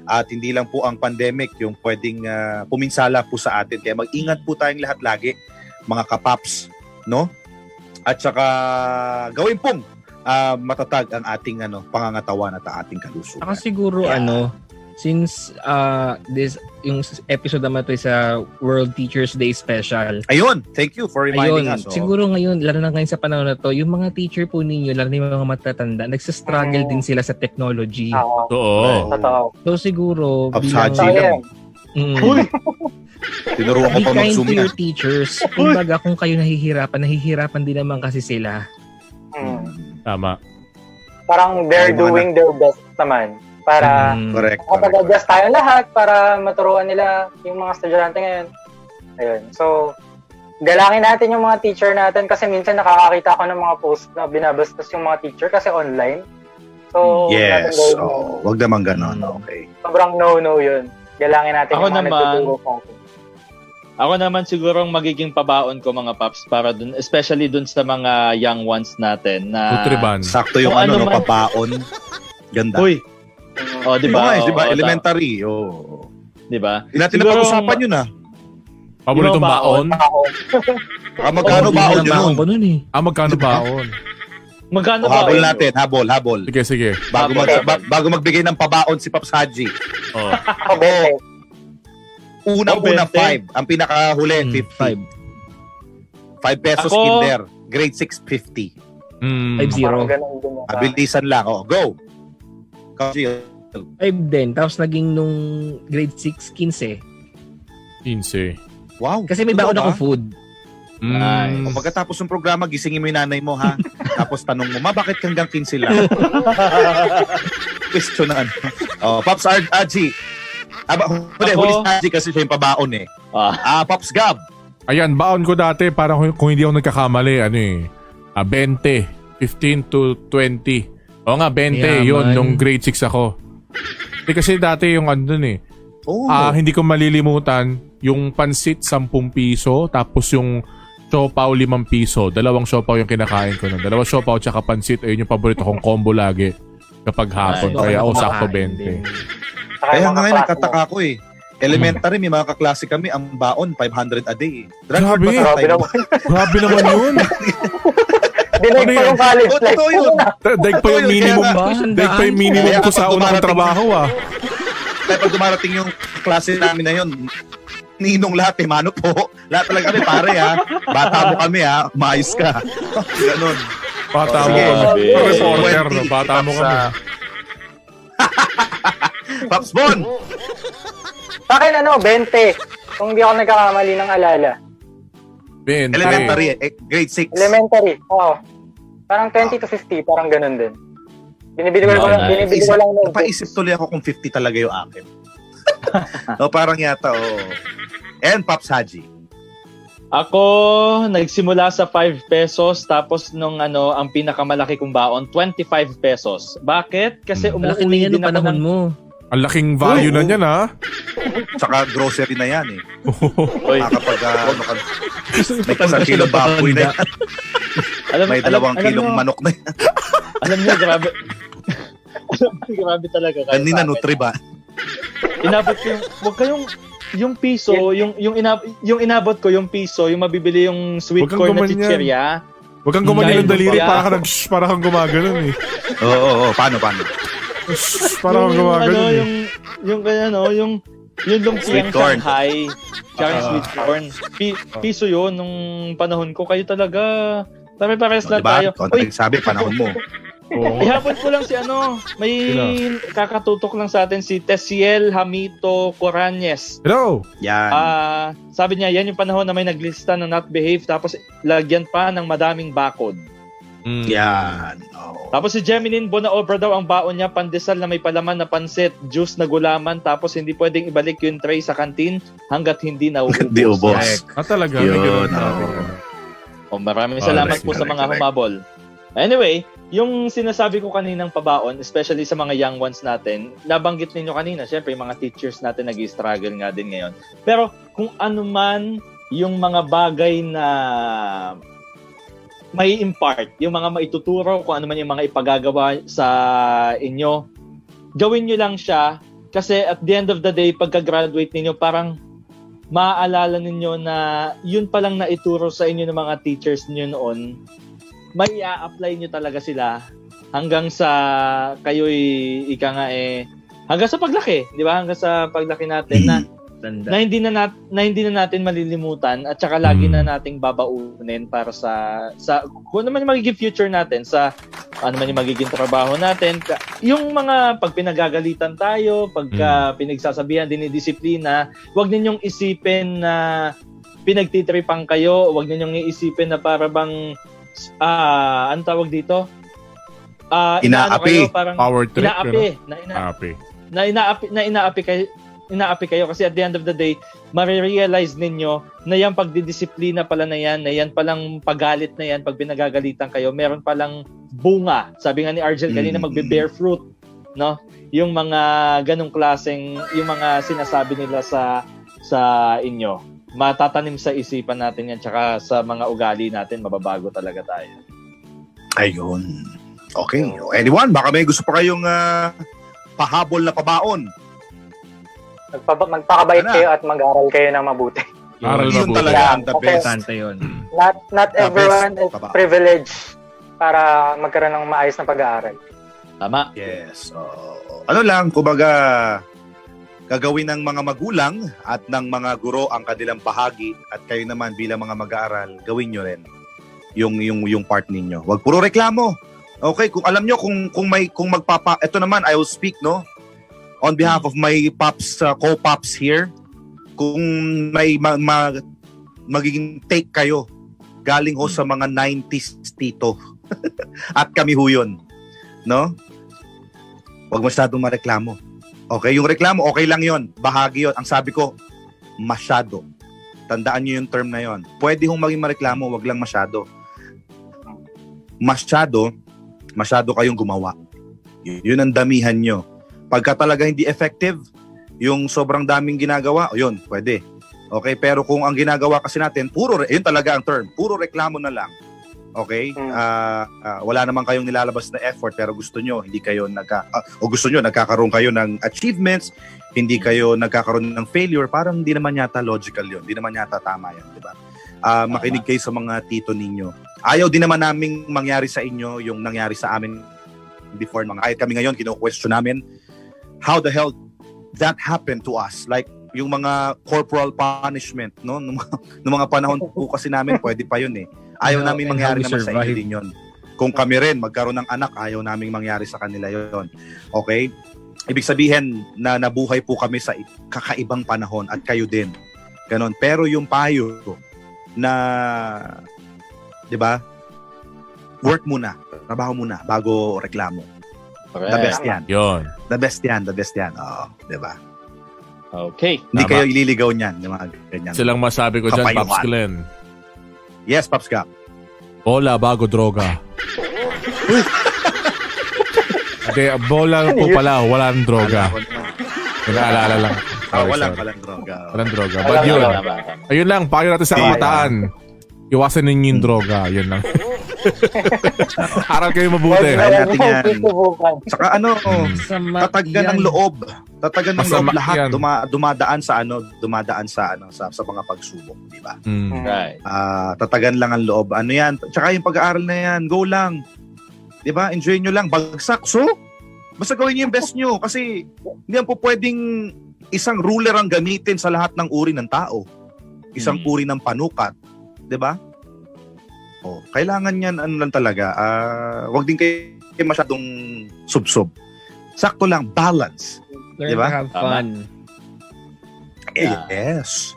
Speaker 2: At hindi lang po ang pandemic yung pwedeng ah, puminsala po sa atin. Kaya mag-ingat po tayong lahat lagi, mga kapaps, no? At saka gawin pong ah, matatag ang ating ano, pangangatawan at ang ating kalusugan.
Speaker 5: Saka siguro
Speaker 2: Yeah.
Speaker 5: ano, since uh, this yung episode naman to is a World Teachers Day special.
Speaker 2: Ayun, thank you for reminding
Speaker 5: Ayun,
Speaker 2: us. oh.
Speaker 5: siguro ngayon, lalo na ngayon sa panahon na to, yung mga teacher po ninyo, lalo na yung mga matatanda, nagsastruggle
Speaker 3: Oo.
Speaker 5: din sila sa technology.
Speaker 2: Ah.
Speaker 3: Oo,
Speaker 1: Oo.
Speaker 3: totoo.
Speaker 5: So siguro, bilang,
Speaker 2: Absagi
Speaker 3: So,
Speaker 2: ka.
Speaker 3: yun.
Speaker 5: Mm.
Speaker 2: Tinuruan ko
Speaker 5: be
Speaker 2: pa
Speaker 5: kind
Speaker 2: mag-zoom
Speaker 5: to
Speaker 2: yan.
Speaker 5: your teachers. Kumbaga, kung kayo nahihirapan, nahihirapan din naman kasi sila.
Speaker 3: Mm.
Speaker 1: Tama.
Speaker 3: Parang they're
Speaker 2: Oo,
Speaker 3: doing their best naman para
Speaker 5: Mm.
Speaker 2: Correct. correct.
Speaker 3: makapag-adjust tayo lahat para maturuan nila yung mga estudyante ngayon. Ayun. So, galangin natin yung mga teacher natin kasi minsan nakakakita ako ng mga post na binabastos yung mga teacher kasi online. So,
Speaker 2: Yes.
Speaker 3: natin gawin yun.
Speaker 2: Oh, wag naman ganon. Okay.
Speaker 3: sobrang no-no yun. Galangin natin yung
Speaker 4: Ako
Speaker 3: mga
Speaker 4: naman.
Speaker 3: nagtuturo sa atin.
Speaker 4: Ako naman siguro ang magiging pabaon ko mga paps para dun, especially dun sa mga young ones natin na...
Speaker 1: Putriban.
Speaker 2: Sakto yung
Speaker 4: Kung
Speaker 2: ano,
Speaker 4: ano
Speaker 2: no,
Speaker 4: man-
Speaker 2: papaon. Ganda.
Speaker 4: Uy! O, Oh, di
Speaker 2: Diba,
Speaker 4: ba?
Speaker 2: diba?
Speaker 4: Oo,
Speaker 2: Elementary. Oh.
Speaker 4: ta- Di ba?
Speaker 2: Hindi natin
Speaker 4: Siguro-
Speaker 2: napag-usapan yun ah.
Speaker 1: Paboritong
Speaker 4: Yung baon.
Speaker 1: baon?
Speaker 3: Ako,
Speaker 2: Baka magkano
Speaker 5: Hindi
Speaker 2: baon
Speaker 5: nila
Speaker 2: yun?
Speaker 5: baon ko nun eh.
Speaker 1: Ah, magkano baon?
Speaker 4: Magkano
Speaker 2: O,
Speaker 4: Ano ba?
Speaker 2: habol Oh, natin. Habol, habol.
Speaker 1: Sige, sige.
Speaker 2: Bago, mag,
Speaker 3: Habol.
Speaker 2: ba- bago magbigay ng pabaon si Pops Haji.
Speaker 1: Oo.
Speaker 3: ako bete.
Speaker 2: Una-una,
Speaker 4: Oh, 20.
Speaker 2: 5. Ang pinakahuli,
Speaker 5: Mm,
Speaker 2: 50. 5 pesos
Speaker 4: Ako-
Speaker 2: kinder. Grade 6, 50.
Speaker 1: Mm.
Speaker 5: Five zero.
Speaker 3: Parang ganun din yung
Speaker 2: Abilisan lang. Oh, go. Kasi,
Speaker 5: 5 din. Tapos naging nung grade 6, 15.
Speaker 1: 15.
Speaker 2: wow.
Speaker 5: Kasi may
Speaker 2: Totoo
Speaker 5: baon
Speaker 2: ba?
Speaker 5: akong food.
Speaker 1: Mm.
Speaker 4: Nice.
Speaker 2: Kung pagkatapos ng programa, gisingin mo yung nanay mo,
Speaker 5: <laughs>
Speaker 2: ha? Tapos tanong mo, ma, bakit hanggang 15 lang? Question na ano. Oh, Pops Ar- Aji. Aba, huli,
Speaker 4: Ako?
Speaker 2: huli si Aji kasi siya yung pabaon eh.
Speaker 4: Ah,
Speaker 2: Ah, Pops Gab.
Speaker 1: Ayan, baon ko dati, parang kung- kung hindi ako nagkakamali, ano eh, ah, 20. 15 to 20. Oo nga, 20,
Speaker 5: Yaman.
Speaker 1: yun, nung grade 6 ako. Hindi kasi dati yung ano dun eh,
Speaker 2: Oh.
Speaker 1: Ah, hindi ko malilimutan yung pansit 10 piso tapos yung siopaw 5 piso. Dalawang siopaw yung kinakain ko nun. Dalawang siopaw tsaka pansit ayun yung paborito kong combo lagi kapag hapon.
Speaker 5: Doon ako
Speaker 1: Kaya oh, sakto
Speaker 5: kumakain
Speaker 1: 20.
Speaker 5: din.
Speaker 2: Kaya
Speaker 3: Saka yung mga
Speaker 2: nga ngayon,
Speaker 3: classmates.
Speaker 2: nagtataka ako eh. Elementary, may mga kaklase kami, ang baon, 500 a day. eh. Drug
Speaker 1: Grabe.
Speaker 2: lord ba
Speaker 3: Grabe
Speaker 2: tatay mo? <laughs>
Speaker 3: naman.
Speaker 1: Grabe naman yun. <laughs>
Speaker 3: Dinig pa
Speaker 1: yun?
Speaker 3: yung college
Speaker 2: Oh,
Speaker 3: life.
Speaker 2: totoo yun.
Speaker 1: Daig pa yung minimum.
Speaker 5: Ba?
Speaker 1: Daig pa yung minimum ko sa unang trabaho ah.
Speaker 2: Kaya pag dumarating yung klase namin na yun, ninong lahat eh, mano po. Lahat talaga kami, pare ha. Bata mo kami ha, maayos ka. <laughs> Ganun.
Speaker 1: Bata mo
Speaker 2: Oh, sige.
Speaker 1: kami.
Speaker 2: Oh,
Speaker 1: Reporter, no?
Speaker 2: 20.
Speaker 1: bata mo
Speaker 2: Paps,
Speaker 1: kami.
Speaker 2: ah. Paps Bon!
Speaker 3: Sa akin ano, 20. Kung di ako nagkakamali ng alala.
Speaker 1: Ben,
Speaker 2: Elementary, eh, grade 6.
Speaker 3: Elementary, oo. Parang 20 to 50, parang ganun din. Binibili ko
Speaker 7: Oh,
Speaker 3: lang,
Speaker 7: nice.
Speaker 3: binibili ko lang ng
Speaker 2: Napaisip tuloy ako kung 50 talaga yung akin. <laughs> o parang yata, o. And Paps Haji.
Speaker 4: Ako, nagsimula sa 5 pesos tapos nung ano, ang pinakamalaki kong baon, 25 pesos. Bakit? Kasi
Speaker 5: Malaki na
Speaker 4: umuwi
Speaker 5: yan
Speaker 4: din ako
Speaker 5: ang ano panahon
Speaker 4: ng...
Speaker 5: mo.
Speaker 1: Ang laking value na niyan, ah. ha?
Speaker 2: Tsaka grocery na yan eh.
Speaker 4: Oy,
Speaker 2: Makakapag ah, ano ka, may isang kilong baboy na yan.
Speaker 4: alam,
Speaker 2: May dalawang kilong
Speaker 4: alam,
Speaker 2: manok na yan.
Speaker 4: Alam niyo, grabe. <laughs> alam niyo, grabe talaga. kayo
Speaker 2: Ganina
Speaker 4: sa akin.
Speaker 2: nutri ba?
Speaker 4: inabot ko yung wag kayong yung piso, yung yung inab yung inabot ko yung piso, yung mabibili yung sweet
Speaker 1: Huwag kang
Speaker 4: corn na
Speaker 1: gumanyan.
Speaker 4: chichirya.
Speaker 1: Huwag kang gumanin ng daliri
Speaker 4: Dahil-
Speaker 1: para ka nag para kang gumaganon eh.
Speaker 2: Oo, oo, oo. Paano, paano?
Speaker 1: Shhh, Para kang
Speaker 4: yung, yung, ano,
Speaker 1: gumaganon eh.
Speaker 4: yung yung ano, yung yung lumpiang
Speaker 2: Sweet corn.
Speaker 4: Shanghai. Shanghai
Speaker 2: Ah.
Speaker 4: sweet corn. Pi- piso yun nung panahon ko. Kayo talaga Pare-pares
Speaker 2: No,
Speaker 4: lang
Speaker 2: diba?
Speaker 4: tayo. Uy,
Speaker 2: Konti sabi, panahon mo.
Speaker 1: Oo.
Speaker 4: ihapon ko lang si ano, may kakatutok lang sa atin si Tessiel Hamito Coranyes.
Speaker 1: Hello!
Speaker 2: Yan.
Speaker 4: Ah, sabi niya, yan yung panahon na may naglista ng not behave tapos lagyan pa ng madaming bakod.
Speaker 2: Mm. Yan. Oh, Oo.
Speaker 4: Tapos si Geminin Bonaobra daw ang baon niya pandesal na may palaman na pansit, juice na gulaman tapos hindi pwedeng ibalik yung tray sa kantin hanggat hindi nauubos.
Speaker 2: Hindi ubos.
Speaker 1: Ah, talaga? May
Speaker 2: Yun.
Speaker 1: ganun.
Speaker 2: oo.
Speaker 4: O, maraming
Speaker 2: Correct,
Speaker 4: salamat po sa
Speaker 2: correct,
Speaker 4: mga
Speaker 2: correct.
Speaker 4: humabol. Anyway, yung sinasabi ko kaninang pabaon, especially sa mga young ones natin, nabanggit ninyo kanina, syempre yung mga teachers natin nag struggle nga din ngayon. Pero kung ano man yung mga bagay na may impart, yung mga maituturo, kung ano man yung mga ipagagawa sa inyo, gawin nyo lang siya kasi at the end of the day, pagka-graduate ninyo, parang maaalala ninyo na yun palang naituro sa inyo ng mga teachers ninyo noon, may apply nyo talaga sila hanggang sa kayo'y ika nga eh, hanggang sa paglaki, di ba? Hanggang sa paglaki natin na
Speaker 5: Tanda.
Speaker 4: na hindi na, nat- na hindi na natin malilimutan at saka lagi
Speaker 1: Mm.
Speaker 4: na nating babaunin para sa sa kung ano man yung magiging future natin sa ano man yung magiging trabaho natin Ka- yung mga pag pinagagalitan tayo pagka pinagsasabihan dinidisiplina wag ninyong isipin na pinagtitripang kayo wag ninyong iisipin na para bang ah ano tawag dito Ah, inaano
Speaker 2: Inaapi.
Speaker 4: kayo, parang
Speaker 1: Power trip.
Speaker 4: inaapi
Speaker 1: Inaapi.
Speaker 4: na ina-
Speaker 1: Inaapi.
Speaker 4: na inaapi na inaapi kayo inaapi kayo kasi at the end of the day marirealize ninyo na yung pagdidisiplina pala na yan na yan palang pagalit na yan pag binagagalitan kayo meron palang bunga sabi nga ni Argel kanina
Speaker 2: Mm.
Speaker 4: magbe-bear fruit no yung mga ganong klaseng yung mga sinasabi nila sa sa inyo matatanim sa isipan natin yan tsaka sa mga ugali natin mababago talaga tayo
Speaker 2: Ayun. Okay. Anyone, baka may gusto pa kayong ah, pahabol na pabaon.
Speaker 3: Magpaba- magpakabait
Speaker 2: Ano?
Speaker 3: kayo at mag-aral kayo ng mabuti. <laughs>
Speaker 1: Aral
Speaker 2: Yun
Speaker 1: mabuti.
Speaker 2: talaga ang the
Speaker 3: Okay.
Speaker 2: best.
Speaker 5: Kanta yun.
Speaker 3: Not not
Speaker 2: The
Speaker 3: everyone
Speaker 2: best.
Speaker 3: is
Speaker 2: Taba.
Speaker 3: privileged para magkaroon ng maayos na pag-aaral.
Speaker 4: tama
Speaker 2: Yes. oo. ano lang, kumbaga, gagawin ng mga magulang at ng mga guro ang kanilang bahagi at kayo naman bilang mga mag-aaral, gawin nyo rin yung, yung, yung part ninyo. Huwag puro reklamo. Okay, kung alam nyo, kung, kung, may, kung magpapa... Ito naman, I will speak, no? On behalf of my pops, uh, co-pops here, kung may ma- ma- magiging take kayo, galing ho sa mga 90s tito. <laughs> at kami ho yun. No? Huwag masyadong mareklamo. Okay, yung reklamo, okay lang yon Bahagi yon Ang sabi ko, masyado. Tandaan nyo yung term na yon Pwede hong maging mareklamo, wag lang masyado. Masyado, masyado kayong gumawa. Y- Yun ang damihan nyo. Pagka talaga hindi effective, yung sobrang daming ginagawa, o yun, pwede. Okay, pero kung ang ginagawa kasi natin, puro, re- yun talaga ang term, puro reklamo na lang. Okay?
Speaker 3: Mm.
Speaker 2: Ah, ah, wala namang kayong nilalabas na effort pero gusto nyo, hindi kayo nagka, ah, o gusto nyo, nagkakaroon kayo ng achievements, hindi kayo nagkakaroon ng failure, parang hindi naman yata logical yun, hindi naman yata tama yun, di ba? Ah, makinig kayo sa mga tito ninyo. Ayaw din naman naming mangyari sa inyo yung nangyari sa amin before mga kahit kami ngayon kino-question namin how the hell that happened to us. Like, yung mga corporal punishment, no? <laughs> Nung, nung mga panahon po kasi namin, pwede pa yun eh. Ayaw
Speaker 5: Yeah,
Speaker 2: namin
Speaker 5: and
Speaker 2: mangyari
Speaker 5: how we
Speaker 2: naman sa inyo
Speaker 5: survive.
Speaker 2: din yun. Kung kami rin, magkaroon ng anak, ayaw namin mangyari sa kanila yon Okay? Ibig sabihin na nabuhay po kami sa i- kakaibang panahon at kayo din. Ganon. Pero yung payo na, di ba, work muna, trabaho muna bago reklamo. The best yan.
Speaker 1: Yun.
Speaker 2: The best yan, the best yan. Oo, di ba?
Speaker 4: Okay.
Speaker 2: Hindi
Speaker 1: Tama.
Speaker 2: kayo ililigaw niyan, yung mga ganyan.
Speaker 1: Silang masabi ko dyan,
Speaker 2: Kapayuhan.
Speaker 1: Pops Glenn.
Speaker 2: Yes, Pops Gap.
Speaker 1: Bola bago
Speaker 2: <laughs>
Speaker 1: droga. Uy! Hindi, bola po pala, walang
Speaker 2: Ano
Speaker 1: droga. Nag-aalala lang.
Speaker 2: Ah,
Speaker 1: Sorry, Ah,
Speaker 2: walang
Speaker 1: sorry.
Speaker 2: walang droga.
Speaker 1: Walang droga. But yun, ayun lang, payo natin sa
Speaker 2: Ayun.
Speaker 1: kabataan. Iwasan ninyo yung droga. Yun
Speaker 2: <laughs>
Speaker 1: lang. Aral kayo mabuti.
Speaker 2: Try natin yan.
Speaker 3: Subukan.
Speaker 2: Saka ano,
Speaker 5: Masama yan.
Speaker 2: tatagan ng loob. Tatagan ng
Speaker 1: Masama
Speaker 2: loob lahat
Speaker 1: yan.
Speaker 2: duma- dumadaan sa ano, dumadaan sa ano sa, sa mga pagsubok, di ba?
Speaker 1: Mm.
Speaker 4: Right.
Speaker 2: Ah, tatagan lang ang loob. Ano 'yan? Tsaka yung pag-aaral na 'yan, go lang. 'Di ba? Enjoy nyo lang bagsak. So, basta gawin niyo yung best niyo kasi hindi yan po pwedeng isang ruler ang gamitin sa lahat ng uri ng tao. Isang
Speaker 4: Hmm.
Speaker 2: uri ng panukat, 'di ba? Oh, kailangan 'yan ano lang talaga. Ah, wag din kayo masyadong subsob. Sakto lang, balance.
Speaker 5: Learn
Speaker 2: Diba?
Speaker 5: to have
Speaker 4: Tama.
Speaker 5: fun.
Speaker 2: Eh,
Speaker 4: Yeah.
Speaker 2: Yes.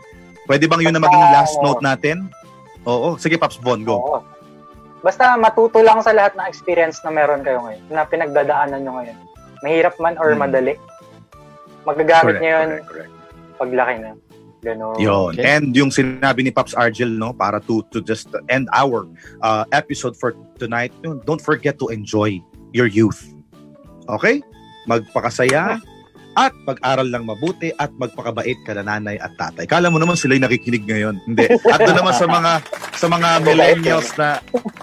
Speaker 2: Pwede bang yun na maging last note natin? Oo. Sige, Paps Von, go.
Speaker 3: Oo. Basta matuto lang sa lahat ng experience na meron kayo ngayon, na pinagdadaanan nyo ngayon. Mahirap man or
Speaker 2: Hmm.
Speaker 3: madali. Magagamit nyo yun
Speaker 2: correct, correct.
Speaker 3: paglaki na. Ganun.
Speaker 2: Yun.
Speaker 4: Okay.
Speaker 2: And yung sinabi ni Pops Argel, no, para to, to just end our uh, episode for tonight, yun, don't forget to enjoy your youth. Okay? Magpakasaya at pag-aral lang mabuti at magpakabait ka na nanay at tatay. Kala mo naman sila'y nakikinig ngayon. Hindi. At doon naman sa mga sa <laughs> mga millennials na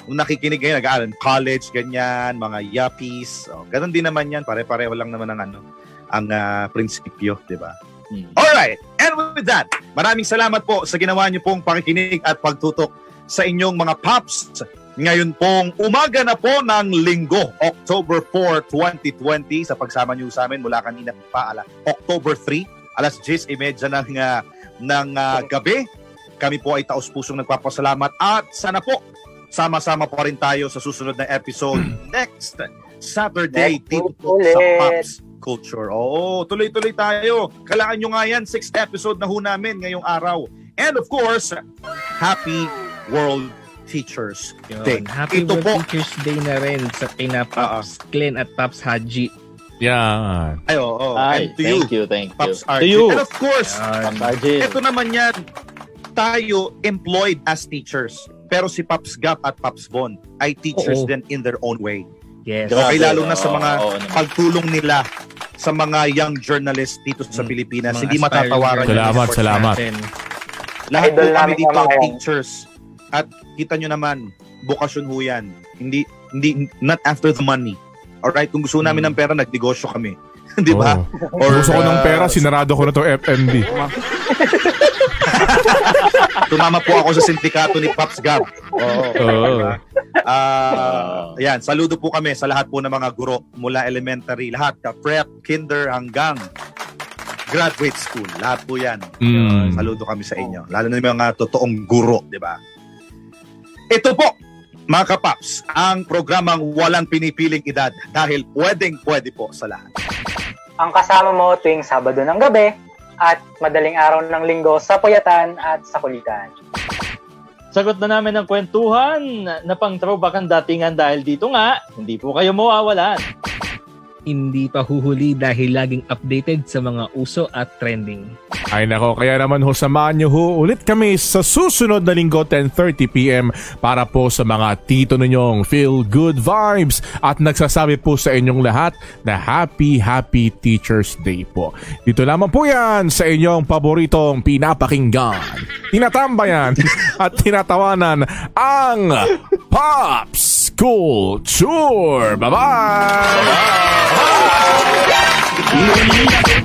Speaker 2: nakikinig ngayon, nag-aaral college, ganyan, mga yuppies. Oh, ganun din naman yan. Pare-pareho lang naman ang ano, ang ah, prinsipyo, di ba?
Speaker 4: Hmm.
Speaker 2: Alright, and with that, maraming salamat po sa ginawa niyo pong pakikinig at pagtutok sa inyong mga Pops. Ngayon pong umaga na po ng linggo, October 4, 2020, sa pagsama niyo sa amin mula kanina pa ala, October 3, alas 10.30 ng, ah, ng ah, gabi. Kami po ay taos-pusong nagpapasalamat at sana po sama-sama pa rin tayo sa susunod na
Speaker 4: <clears throat>
Speaker 2: episode next Saturday
Speaker 3: Next
Speaker 2: dito
Speaker 3: week
Speaker 2: po sa
Speaker 3: ulit.
Speaker 2: Pops Culture. Oo, tuloy-tuloy tayo. Kailangan nyo nga yan. Sixth episode na ho namin ngayong araw. And of course, Happy World Teachers
Speaker 5: Yun.
Speaker 2: Day.
Speaker 5: Happy
Speaker 2: Ito
Speaker 5: World
Speaker 2: po.
Speaker 5: Teachers Day na rin sa kina Pops Glenn at Pops Haji.
Speaker 1: Yan.
Speaker 2: Ay, oo. oo.
Speaker 4: Ay,
Speaker 2: And to you,
Speaker 4: thank you, thank you.
Speaker 2: Pops Ano?
Speaker 4: To
Speaker 2: Archie.
Speaker 4: you, Ah.
Speaker 2: And of course,
Speaker 5: Yun.
Speaker 4: Pops Archie.
Speaker 2: ito naman yan. Tayo employed as teachers. Pero si Pops Gap at Pops Bon ay teachers
Speaker 5: Oo.
Speaker 2: din in their own way.
Speaker 5: Yes.
Speaker 2: Okay, lalo na sa
Speaker 4: Oo,
Speaker 2: mga
Speaker 4: oo naman.
Speaker 2: Pagtulong nila sa mga young journalists dito sa
Speaker 5: Mm,
Speaker 2: Pilipinas.
Speaker 5: Mga
Speaker 2: Hindi
Speaker 5: aspiring
Speaker 2: matatawaran yung
Speaker 1: Salamat,
Speaker 2: effort
Speaker 1: salamat.
Speaker 5: natin.
Speaker 2: Lahat po
Speaker 3: Idol
Speaker 2: kami
Speaker 3: namin
Speaker 2: dito
Speaker 3: naman.
Speaker 2: teachers. At kita nyo naman, bukasyon ho yan. Hindi, hindi, not after the money. Alright, kung gusto namin ng pera, nagnegosyo kami. <laughs> Di ba?
Speaker 1: Oo. Gusto ko ng pera, sinarado ko na to FMB.
Speaker 2: uh, tumama po ako sa sindikato ni Pops Gab. Oo.
Speaker 1: Oo.
Speaker 2: Ah, yan, saludo po kami sa lahat po ng mga guro mula elementary, lahat, ka prep, kinder, hanggang graduate school. Lahat po yan.
Speaker 1: Mm.
Speaker 2: Saludo kami sa inyo. Lalo na yung mga totoong guro, di ba? Ito po, mga kapaps, ang programang walang pinipiling edad dahil pwedeng pwede po sa lahat.
Speaker 3: Ang kasama mo tuwing Sabado ng gabi at madaling araw ng linggo sa Puyatan at sa Kulitan.
Speaker 4: Sagot na namin ang kwentuhan na pang throwback ang datingan dahil dito nga, hindi po kayo mawawalan.
Speaker 5: Hindi pa huhuli dahil laging updated sa mga uso at trending.
Speaker 1: Ay nako, kaya naman ho, samahan nyo ho ulit kami sa susunod na linggo 10.30pm para po sa mga tito ninyong feel good vibes at nagsasabi po sa inyong lahat na happy, happy Teacher's Day po. Dito lamang po yan sa inyong paboritong pinapakinggan, tinatambayan <laughs> at tinatawanan ang Pops Culture. Bye-bye!